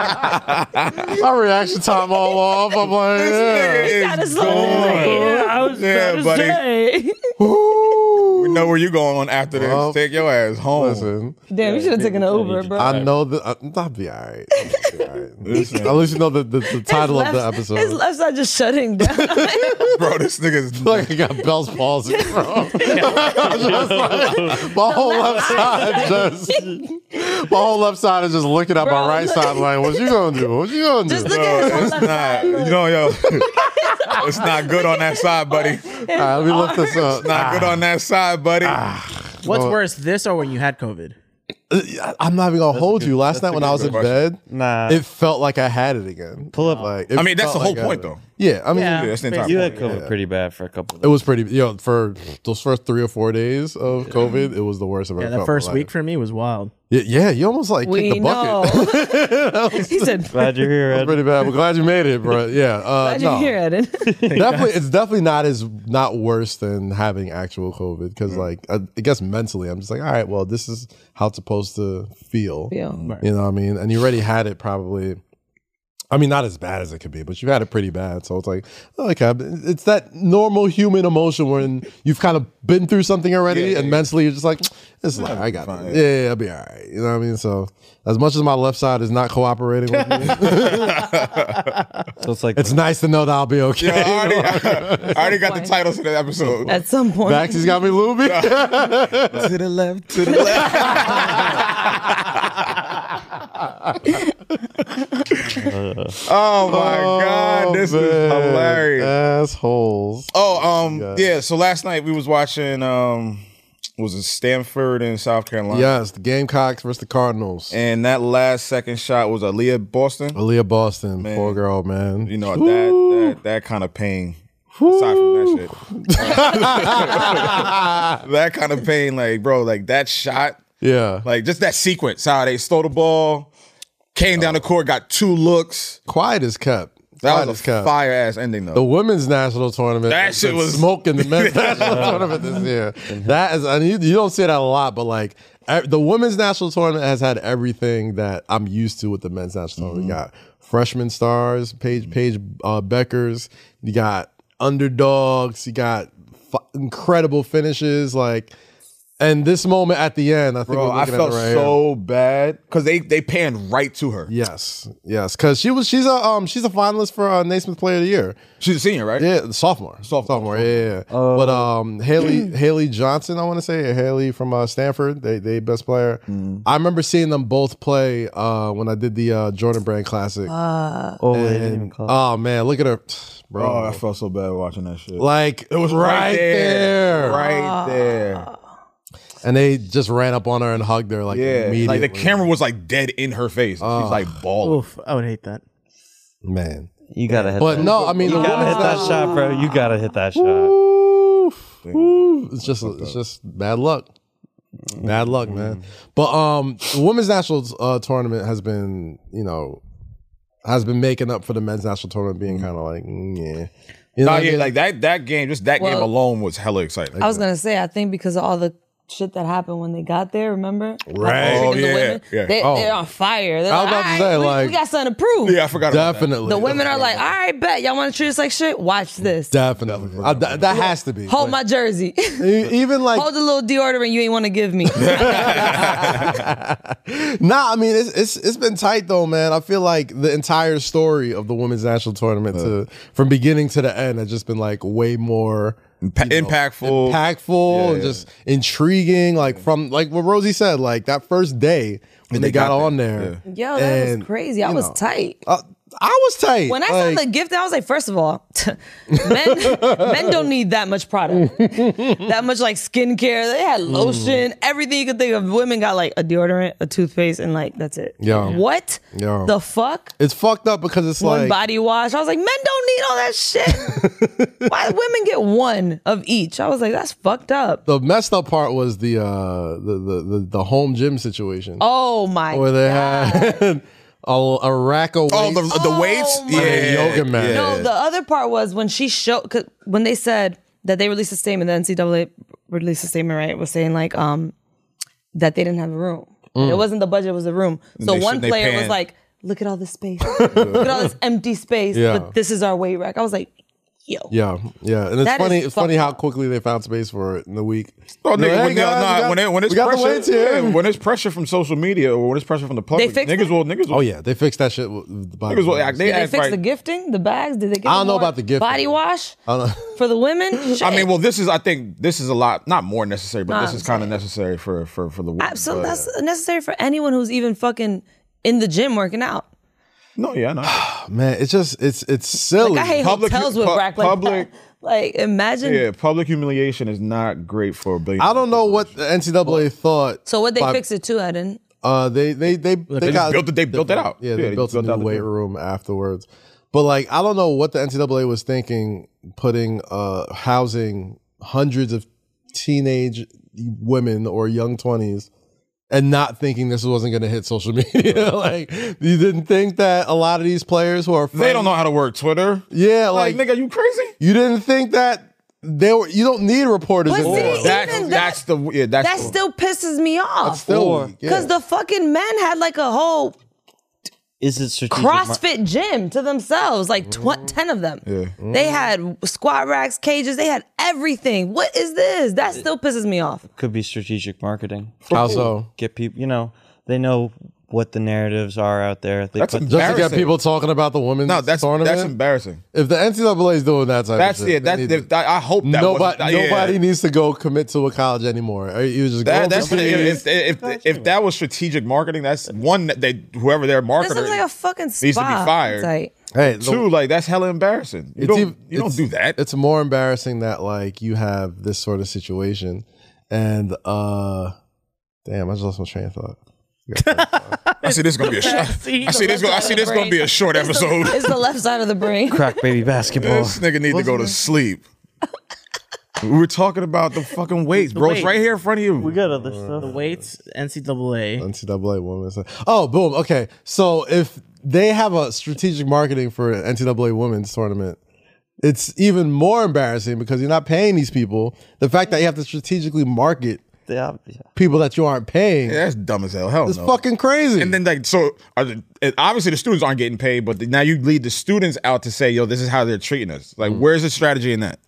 [SPEAKER 2] My reaction time all off. I'm like, yeah.
[SPEAKER 4] This nigga
[SPEAKER 5] Kinda
[SPEAKER 4] is
[SPEAKER 5] slow. Yeah, I was
[SPEAKER 4] Yeah,
[SPEAKER 5] yeah, to
[SPEAKER 4] buddy.
[SPEAKER 5] say.
[SPEAKER 4] We know where you going on after this.
[SPEAKER 2] Well,
[SPEAKER 4] Take your ass home.
[SPEAKER 2] Listen,
[SPEAKER 5] Damn, you should have taken an Uber, bro.
[SPEAKER 2] I know that uh, I'll be all right. I'll be all right. At least you know the, the, the
[SPEAKER 5] His
[SPEAKER 2] title of the
[SPEAKER 5] left- His
[SPEAKER 2] episode.
[SPEAKER 5] left side just shutting down.
[SPEAKER 4] bro. This nigga's
[SPEAKER 2] Like I got Bell's palsy, bro. Just like, my whole left side just, my whole left side is just looking at
[SPEAKER 5] Bro,
[SPEAKER 2] my right
[SPEAKER 5] look.
[SPEAKER 2] side like, what you gonna do? What you gonna
[SPEAKER 5] Just
[SPEAKER 2] do?
[SPEAKER 5] look at his whole left
[SPEAKER 4] not.
[SPEAKER 5] side.
[SPEAKER 4] You know, yo, it's not good on that side, buddy.
[SPEAKER 2] All right, let me look this up.
[SPEAKER 4] Not good on that side, buddy.
[SPEAKER 6] What's worse, this or when you had COVID?
[SPEAKER 2] I- Uh, I'm not even gonna hold you. Last night when I was in
[SPEAKER 4] question.
[SPEAKER 2] bed,
[SPEAKER 7] Nah.
[SPEAKER 2] it felt like I had it again.
[SPEAKER 7] Pull up.
[SPEAKER 2] Like, it
[SPEAKER 4] I mean, that's
[SPEAKER 2] felt
[SPEAKER 4] the whole
[SPEAKER 2] like I
[SPEAKER 4] point,
[SPEAKER 2] had it.
[SPEAKER 4] though.
[SPEAKER 2] Yeah, I mean,
[SPEAKER 6] Yeah.
[SPEAKER 4] Yeah, that's the entire
[SPEAKER 7] you
[SPEAKER 4] point.
[SPEAKER 7] had COVID pretty bad for a couple of
[SPEAKER 2] It was pretty, you know, for those first three or four days of COVID, it was the worst I've ever
[SPEAKER 6] Yeah,
[SPEAKER 2] felt. in my
[SPEAKER 6] that first week
[SPEAKER 2] life.
[SPEAKER 6] for me was wild.
[SPEAKER 2] Yeah, yeah, you almost like kicked the
[SPEAKER 5] We
[SPEAKER 2] bucket.
[SPEAKER 5] know. he said,
[SPEAKER 7] Glad you're here,
[SPEAKER 2] That's
[SPEAKER 7] Ed.
[SPEAKER 2] pretty bad. We're glad you made it, bro. Yeah, uh,
[SPEAKER 5] Glad
[SPEAKER 2] no,
[SPEAKER 5] you're here, Eden.
[SPEAKER 2] definitely, it's definitely not as not worse than having actual COVID because, like, I, I guess mentally, I'm just like, all right, well, this is how it's supposed to feel.
[SPEAKER 5] Yo.
[SPEAKER 2] You know what I mean? And you already had it probably. I mean, not as bad as it could be, but you've had it pretty bad. So it's like, okay, it's that normal human emotion when you've kind of been through something already, and mentally you're just like, it's like I got it. Yeah, yeah, I'll be all right. You know what I mean? So as much as my left side is not cooperating with me,
[SPEAKER 7] So it's like
[SPEAKER 2] it's nice to know that I'll be okay.
[SPEAKER 4] Yo, I already, I already got the
[SPEAKER 5] Why?
[SPEAKER 4] titles to the episode.
[SPEAKER 5] At some point.
[SPEAKER 2] Maxie's got me loopy.
[SPEAKER 4] to the left, to the left. oh my god, this is
[SPEAKER 2] Oh, Man,
[SPEAKER 4] hilarious.
[SPEAKER 2] Assholes.
[SPEAKER 4] Oh, um,
[SPEAKER 2] Yeah.
[SPEAKER 4] yeah. So last night we was watching, um, was it Stanford and South Carolina?
[SPEAKER 2] Yes, the Gamecocks versus the Cardinals.
[SPEAKER 4] And that last second shot was Aaliyah Boston.
[SPEAKER 2] Aaliyah Boston, poor girl, man.
[SPEAKER 4] You know that that that kind of pain. Aside from that shit, that kind of pain, like bro, like that shot,
[SPEAKER 2] yeah.
[SPEAKER 4] like just that sequence. How they stole the ball, came down the court, got two looks.
[SPEAKER 2] Quiet is kept.
[SPEAKER 4] That
[SPEAKER 2] Oh. Quiet
[SPEAKER 4] was
[SPEAKER 2] is
[SPEAKER 4] a
[SPEAKER 2] kept.
[SPEAKER 4] fire ass ending though.
[SPEAKER 2] The women's national tournament.
[SPEAKER 4] That
[SPEAKER 2] has
[SPEAKER 4] shit
[SPEAKER 2] been
[SPEAKER 4] was-
[SPEAKER 2] smoking the men's national tournament this year. That is, and you, you don't see that a lot, but like e- the women's national tournament has had everything that I'm used to with the men's national tournament.
[SPEAKER 4] Mm-hmm.
[SPEAKER 2] You got freshman stars, Paige Paige uh, Beckers. You got underdogs. You got f- incredible finishes. Like, and this moment at the end, I think
[SPEAKER 4] Bro,
[SPEAKER 2] we're
[SPEAKER 4] I
[SPEAKER 2] looking
[SPEAKER 4] felt
[SPEAKER 2] at it right here.
[SPEAKER 4] so bad because they they panned right to her.
[SPEAKER 2] Yes, yes, because she was she's a um she's a finalist for uh, Naismith Player of the Year.
[SPEAKER 4] She's a senior, right?
[SPEAKER 2] Yeah, the sophomore, sophomore, yeah, yeah. yeah. but um Haley Haley Johnson, I want to say Haley from uh, Stanford, they they best player. I remember seeing them both play uh when I did the uh, Jordan Brand Classic.
[SPEAKER 7] oh, they didn't even call.
[SPEAKER 2] oh man, look at her, bro.
[SPEAKER 4] Oh, I felt so bad watching that shit.
[SPEAKER 2] like it was right, there.
[SPEAKER 5] Ah.
[SPEAKER 4] right there.
[SPEAKER 2] and they just ran up on her and hugged her like
[SPEAKER 4] Yeah,
[SPEAKER 2] immediately. Ah.
[SPEAKER 4] like the camera was like dead in her face. She's like bald.
[SPEAKER 6] Oof, I would hate that.
[SPEAKER 2] man.
[SPEAKER 7] you gotta hit.
[SPEAKER 2] But
[SPEAKER 7] that.
[SPEAKER 2] no, I mean the
[SPEAKER 7] you gotta
[SPEAKER 2] woman's
[SPEAKER 7] hit that
[SPEAKER 2] national-
[SPEAKER 7] shot, bro. You gotta hit that shot.
[SPEAKER 2] Oof, oof. It's just it's just bad luck. Bad luck,
[SPEAKER 4] Mm.
[SPEAKER 2] man. But um the women's national uh, tournament has been, you know, has been making up for the men's national tournament being kind of like, mm, yeah. You know
[SPEAKER 4] Nah,
[SPEAKER 2] what I
[SPEAKER 4] yeah,
[SPEAKER 2] mean?
[SPEAKER 4] like that that game, just that game
[SPEAKER 5] Well-
[SPEAKER 4] alone was hella exciting.
[SPEAKER 5] I was gonna say, I think because of all the shit that happened when they got there, remember?
[SPEAKER 2] Right.
[SPEAKER 5] Like,
[SPEAKER 4] Oh,
[SPEAKER 5] the
[SPEAKER 4] yeah,
[SPEAKER 5] women,
[SPEAKER 4] yeah.
[SPEAKER 5] They,
[SPEAKER 2] Oh.
[SPEAKER 5] They're on fire. They're
[SPEAKER 2] I was
[SPEAKER 5] like,
[SPEAKER 2] about to
[SPEAKER 5] "All
[SPEAKER 2] say,
[SPEAKER 5] we,
[SPEAKER 2] like-
[SPEAKER 5] we got something to prove.
[SPEAKER 4] yeah, I forgot. about that.
[SPEAKER 2] definitely.
[SPEAKER 5] The women are like, all right, bet y'all want to treat us like shit. Watch this.
[SPEAKER 2] Mm, definitely. I- that, that has to be.
[SPEAKER 5] Hold my jersey.
[SPEAKER 2] E- Even like
[SPEAKER 5] Hold the little deodorant you ain't want to give me.
[SPEAKER 2] Nah, I mean it's it's it's been tight though, man. I feel like the entire story of the women's national tournament
[SPEAKER 4] Uh.
[SPEAKER 2] to from beginning to the end has just been like way more
[SPEAKER 4] Pa- impactful.
[SPEAKER 2] impactful
[SPEAKER 4] Yeah,
[SPEAKER 2] and
[SPEAKER 4] yeah.
[SPEAKER 2] just intriguing. Like from like what Rosie said, like that first day when
[SPEAKER 4] they
[SPEAKER 2] they, got,
[SPEAKER 4] got
[SPEAKER 2] on
[SPEAKER 4] there,
[SPEAKER 2] there.
[SPEAKER 5] Yo, that
[SPEAKER 2] and,
[SPEAKER 5] was crazy. I
[SPEAKER 2] you
[SPEAKER 5] was
[SPEAKER 2] know,
[SPEAKER 5] tight.
[SPEAKER 2] uh, I was tight.
[SPEAKER 5] When I
[SPEAKER 2] like,
[SPEAKER 5] saw the gift, I was like, first of all, men men don't need that much product, that much like skincare. They had
[SPEAKER 2] Mm.
[SPEAKER 5] lotion, everything you could think of. Women got like a deodorant, a toothpaste, and like that's it.
[SPEAKER 2] Yeah.
[SPEAKER 5] What
[SPEAKER 2] Yeah.
[SPEAKER 5] the fuck?
[SPEAKER 2] it's fucked up because it's
[SPEAKER 5] one
[SPEAKER 2] like
[SPEAKER 5] body wash. I was like, men don't need all that shit. Why women get one of each? I was like, that's fucked up.
[SPEAKER 2] the messed up part was the uh the the the, the home gym situation.
[SPEAKER 5] Oh my.
[SPEAKER 2] where they had a, a rack of weights.
[SPEAKER 4] Oh, the, the weights?
[SPEAKER 5] my-
[SPEAKER 4] yeah.
[SPEAKER 2] Like a yoga mat.
[SPEAKER 4] Yeah.
[SPEAKER 5] No, the other part was when she showed 'cause when they said that they released a statement, the NCAA released a statement, right? Was saying like um that they didn't have a room. It wasn't the budget; it was the room.
[SPEAKER 4] Mm.
[SPEAKER 5] So
[SPEAKER 4] they should-
[SPEAKER 5] one
[SPEAKER 4] they
[SPEAKER 5] player
[SPEAKER 4] pan.
[SPEAKER 5] was like, "Look at all this space. Look at all this empty space.
[SPEAKER 2] Yeah.
[SPEAKER 5] But this is our weight rack." I was like, "Yo,
[SPEAKER 2] yeah, yeah, and it's
[SPEAKER 5] That is
[SPEAKER 2] funny. It's funny
[SPEAKER 5] fucked
[SPEAKER 2] how quickly they found space for it in the week.
[SPEAKER 4] Oh,
[SPEAKER 2] They're
[SPEAKER 4] nigga,
[SPEAKER 2] like,
[SPEAKER 4] when, they-
[SPEAKER 2] "Hey, guys,
[SPEAKER 4] nah,
[SPEAKER 2] we got-
[SPEAKER 4] when, it- when it's
[SPEAKER 2] we got the
[SPEAKER 4] pressure,
[SPEAKER 2] weights here.
[SPEAKER 4] yeah, when it's pressure from social media or when it's pressure from the public,
[SPEAKER 5] fixed
[SPEAKER 4] niggas
[SPEAKER 5] it?
[SPEAKER 4] will niggas will.
[SPEAKER 2] Oh yeah, they fixed that shit. With the body
[SPEAKER 4] niggas will act.
[SPEAKER 2] wash.
[SPEAKER 4] They,
[SPEAKER 5] Did they
[SPEAKER 4] act
[SPEAKER 5] fix
[SPEAKER 4] right.
[SPEAKER 5] the gifting, the bags? Did they? Give
[SPEAKER 2] I don't
[SPEAKER 5] them
[SPEAKER 2] know
[SPEAKER 5] more
[SPEAKER 2] about the gifting.
[SPEAKER 5] Body wash
[SPEAKER 2] I don't know.
[SPEAKER 5] for the women.
[SPEAKER 4] Uh, I mean,
[SPEAKER 5] Shit.
[SPEAKER 4] well, this is I think this is a lot not more necessary, but
[SPEAKER 5] Nah,
[SPEAKER 4] this
[SPEAKER 5] I'm
[SPEAKER 4] is kind of necessary for for for the women.
[SPEAKER 5] Absolutely,
[SPEAKER 4] but- uh,
[SPEAKER 5] that's necessary for anyone who's even fucking in the gym working out.
[SPEAKER 4] No, yeah, no.
[SPEAKER 2] Man, it's just it's it's silly.
[SPEAKER 5] Like, I hate
[SPEAKER 4] Public-
[SPEAKER 5] hotels with
[SPEAKER 4] pu-
[SPEAKER 5] rack like
[SPEAKER 4] public-
[SPEAKER 5] that. Like imagine.
[SPEAKER 4] yeah, public humiliation is not great for a billion.
[SPEAKER 2] I don't know what the NCAA thought.
[SPEAKER 5] So what they
[SPEAKER 2] by-
[SPEAKER 5] fix it to, I didn't.
[SPEAKER 2] Uh, they they they they,
[SPEAKER 4] just
[SPEAKER 2] got
[SPEAKER 4] built it- they built it out.
[SPEAKER 2] Yeah, they
[SPEAKER 4] Yeah, they
[SPEAKER 2] built,
[SPEAKER 4] built
[SPEAKER 2] a
[SPEAKER 4] out
[SPEAKER 2] new
[SPEAKER 4] the
[SPEAKER 2] weight
[SPEAKER 4] gym.
[SPEAKER 2] room afterwards. But like, I don't know what the NCAA was thinking, putting uh housing hundreds of teenage women or young twenties, and not thinking this wasn't going to hit social media. like, you didn't think that a lot of these players who are
[SPEAKER 4] They don't
[SPEAKER 2] friends-
[SPEAKER 4] know how to work Twitter.
[SPEAKER 2] Yeah,
[SPEAKER 4] Like,
[SPEAKER 2] like,
[SPEAKER 4] nigga, you crazy?
[SPEAKER 2] you didn't think that they were. You don't need reporters. in
[SPEAKER 5] But see,
[SPEAKER 2] there.
[SPEAKER 5] even
[SPEAKER 4] That's
[SPEAKER 5] that-
[SPEAKER 4] that's the yeah. That's
[SPEAKER 5] That
[SPEAKER 4] the-
[SPEAKER 5] still pisses me off.
[SPEAKER 2] still
[SPEAKER 7] Or-
[SPEAKER 2] weak, yeah.
[SPEAKER 5] Cause the fucking men had like a whole
[SPEAKER 7] Is it strategic? mar-
[SPEAKER 5] CrossFit gym to themselves, like tw- ten of them. They had squat racks, cages. They had everything. What is this? That still pisses me off.
[SPEAKER 7] could be strategic marketing.
[SPEAKER 2] How so?
[SPEAKER 7] Get people, you know, they know what the narratives are out there. They
[SPEAKER 4] That's
[SPEAKER 7] put-
[SPEAKER 4] a-
[SPEAKER 2] Just to get
[SPEAKER 4] Embarrassing.
[SPEAKER 2] people talking about the women's
[SPEAKER 4] no. That's
[SPEAKER 2] tournament.
[SPEAKER 4] that's embarrassing.
[SPEAKER 2] If the NCAA is doing that type
[SPEAKER 4] That's
[SPEAKER 2] of
[SPEAKER 4] yeah.
[SPEAKER 2] shit,
[SPEAKER 4] That's
[SPEAKER 2] they need
[SPEAKER 4] if-
[SPEAKER 2] to-
[SPEAKER 4] I I hope that wasn't-
[SPEAKER 2] nobody,
[SPEAKER 4] yeah.
[SPEAKER 2] nobody needs to go commit to a college anymore. Or You just
[SPEAKER 4] That,
[SPEAKER 2] go
[SPEAKER 4] that's if,
[SPEAKER 2] overseas.
[SPEAKER 4] if, if, if that was strategic marketing, that's one that they whoever their marketer
[SPEAKER 5] This looks like a fucking spa.
[SPEAKER 4] needs to be fired.
[SPEAKER 5] It's like,
[SPEAKER 2] hey, the-
[SPEAKER 4] two like that's hella embarrassing. You
[SPEAKER 2] it's
[SPEAKER 4] don't
[SPEAKER 2] ev-
[SPEAKER 4] you don't
[SPEAKER 2] it's-
[SPEAKER 4] do that.
[SPEAKER 2] It's more embarrassing that like you have this sort of situation, and uh, damn, I just lost my train of thought.
[SPEAKER 4] I see this is gonna be a short. I see this. Gonna, I see this gonna be a short
[SPEAKER 5] it's the-
[SPEAKER 4] episode.
[SPEAKER 5] it's the left side of the brain.
[SPEAKER 7] crack baby basketball.
[SPEAKER 4] This nigga need to go to sleep. We were talking about the fucking weights, bro. It's
[SPEAKER 6] weight.
[SPEAKER 4] right here in front of you.
[SPEAKER 7] we got other stuff.
[SPEAKER 6] Weights, NCAA.
[SPEAKER 2] NCAA women's. Oh, boom. Okay, so if they have a strategic marketing for an NCAA women's tournament, it's even more embarrassing because you're not paying these people. The fact that you have to strategically market
[SPEAKER 7] Yeah,
[SPEAKER 2] people that you aren't paying.
[SPEAKER 4] Yeah, that's dumb as hell. Hell
[SPEAKER 2] It's
[SPEAKER 4] no.
[SPEAKER 2] fucking crazy.
[SPEAKER 4] and then like so, are the- uh, obviously the students aren't getting paid, but the, now you lead the students out to say, "Yo, this is how they're treating us." Like, where's the strategy in that?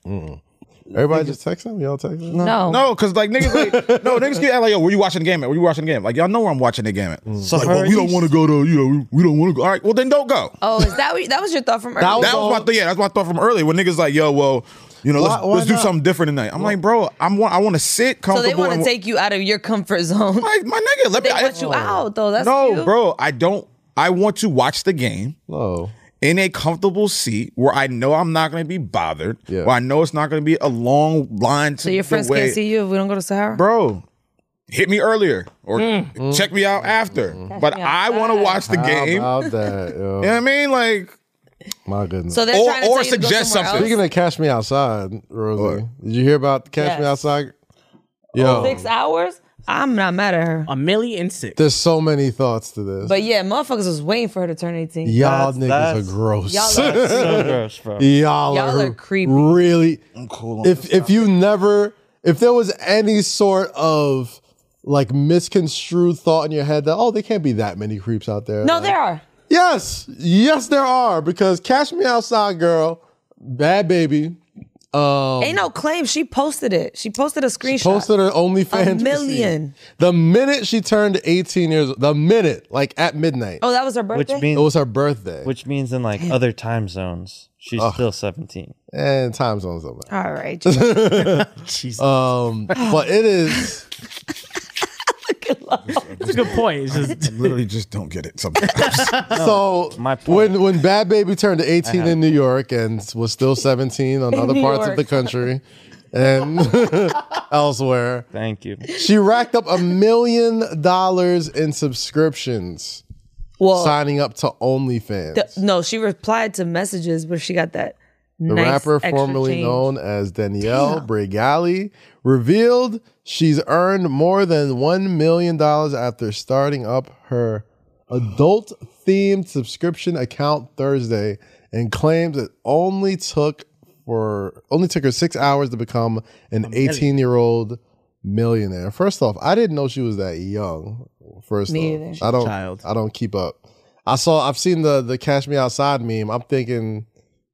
[SPEAKER 2] Everybody just text him. Y'all text him.
[SPEAKER 5] No.
[SPEAKER 4] No, because like niggas, like, no niggas get like, "Yo, were you watching the game? At? Were you watching the game?" Like, y'all know where I'm watching the game at.
[SPEAKER 7] So
[SPEAKER 4] Like, well, we don't want to go to, you know, we, we don't want to go. All right, well then don't go.
[SPEAKER 5] Oh, is that what, that was your thought from earlier?
[SPEAKER 4] That was my th- yeah. That's what I thought from earlier when niggas like, yo, well, you know,
[SPEAKER 2] Why-
[SPEAKER 4] let's,
[SPEAKER 2] why
[SPEAKER 4] let's do
[SPEAKER 2] not?
[SPEAKER 4] something different tonight. I'm like, bro, I'm want, I want to sit
[SPEAKER 5] so
[SPEAKER 4] comfortable.
[SPEAKER 5] they want
[SPEAKER 4] and-
[SPEAKER 5] to take you out of your comfort zone.
[SPEAKER 4] my, my nigga. Let
[SPEAKER 5] They
[SPEAKER 4] me.
[SPEAKER 5] want you out though. That's
[SPEAKER 4] no,
[SPEAKER 5] cute.
[SPEAKER 4] bro, I don't. I want to watch the game
[SPEAKER 2] Hello.
[SPEAKER 4] in a comfortable seat where I know I'm not going to be bothered.
[SPEAKER 2] Yeah.
[SPEAKER 4] Where I know it's not going to be a long line. To
[SPEAKER 5] So your
[SPEAKER 4] the
[SPEAKER 5] friends
[SPEAKER 4] way-
[SPEAKER 5] can't see you if we don't go to Sahara.
[SPEAKER 4] bro. Hit me earlier or check me out after. But
[SPEAKER 5] Mm. me
[SPEAKER 4] I want to
[SPEAKER 5] outside.
[SPEAKER 4] watch the
[SPEAKER 2] How
[SPEAKER 4] game.
[SPEAKER 2] about that? yo?
[SPEAKER 4] You know what I mean? Like,
[SPEAKER 2] My goodness.
[SPEAKER 5] So they're
[SPEAKER 4] Or-
[SPEAKER 5] trying to
[SPEAKER 4] or
[SPEAKER 5] tell you to go
[SPEAKER 4] suggest
[SPEAKER 5] somewhere
[SPEAKER 4] something.
[SPEAKER 2] Speaking
[SPEAKER 5] else.
[SPEAKER 2] of Cash Me Outside, Rosie, did you hear about Cash Me
[SPEAKER 5] Yes.
[SPEAKER 2] Outside? Yo,
[SPEAKER 5] Six hours? I'm not mad at her.
[SPEAKER 6] A milli and six.
[SPEAKER 2] there's so many thoughts to this.
[SPEAKER 5] But yeah, motherfuckers was waiting for her to turn 18.
[SPEAKER 2] y'all
[SPEAKER 7] That's-
[SPEAKER 2] niggas
[SPEAKER 7] that's-
[SPEAKER 2] are gross.
[SPEAKER 5] Y'all are-
[SPEAKER 7] That's so gross, bro.
[SPEAKER 2] Y'all,
[SPEAKER 5] Y'all
[SPEAKER 2] are,
[SPEAKER 5] are creepy.
[SPEAKER 2] Really. I'm cool. If if you never, if there was any sort of like misconstrued thought in your head that oh there can't be that many creeps out there.
[SPEAKER 5] No,
[SPEAKER 2] like,
[SPEAKER 5] there are.
[SPEAKER 2] Yes, yes, there are because Cash Me Outside, girl, bad baby,
[SPEAKER 5] Ain't no claim. She posted it. She posted a screenshot.
[SPEAKER 2] posted her OnlyFans.
[SPEAKER 5] million.
[SPEAKER 2] receipt. The minute she turned 18 years, the minute, like at midnight,
[SPEAKER 5] oh, that was her
[SPEAKER 7] Which
[SPEAKER 5] birthday?
[SPEAKER 2] it
[SPEAKER 7] means,
[SPEAKER 2] was her birthday.
[SPEAKER 7] which means in like other time zones, she's still seventeen.
[SPEAKER 2] and time zones don't matter.
[SPEAKER 5] All right. Jesus.
[SPEAKER 2] Um, but it is.
[SPEAKER 6] That's a good point. It's just
[SPEAKER 4] I literally just don't get it sometimes.
[SPEAKER 2] So
[SPEAKER 7] my point. Uh-huh.
[SPEAKER 2] when when Bad Baby turned 18 in New York and was still 17 on other
[SPEAKER 5] New
[SPEAKER 2] parts of
[SPEAKER 5] York.
[SPEAKER 2] the country and elsewhere,
[SPEAKER 7] Thank you.
[SPEAKER 2] she racked up a million dollars in subscriptions.
[SPEAKER 5] Well,
[SPEAKER 2] signing up to OnlyFans.
[SPEAKER 5] th- no, she replied to messages where she got that.
[SPEAKER 2] the rapper formerly known as Danielle Bregali revealed she's earned more than $1 million after starting up her adult themed subscription account Thursday and claims it only took for only took her six hours to become an 18 year old millionaire. First off, I didn't know she was that young. First
[SPEAKER 5] Me
[SPEAKER 2] off,
[SPEAKER 5] either.
[SPEAKER 2] I don't
[SPEAKER 6] Child.
[SPEAKER 2] I don't keep up. I saw I've seen the the Cash Me Outside meme. I'm thinking,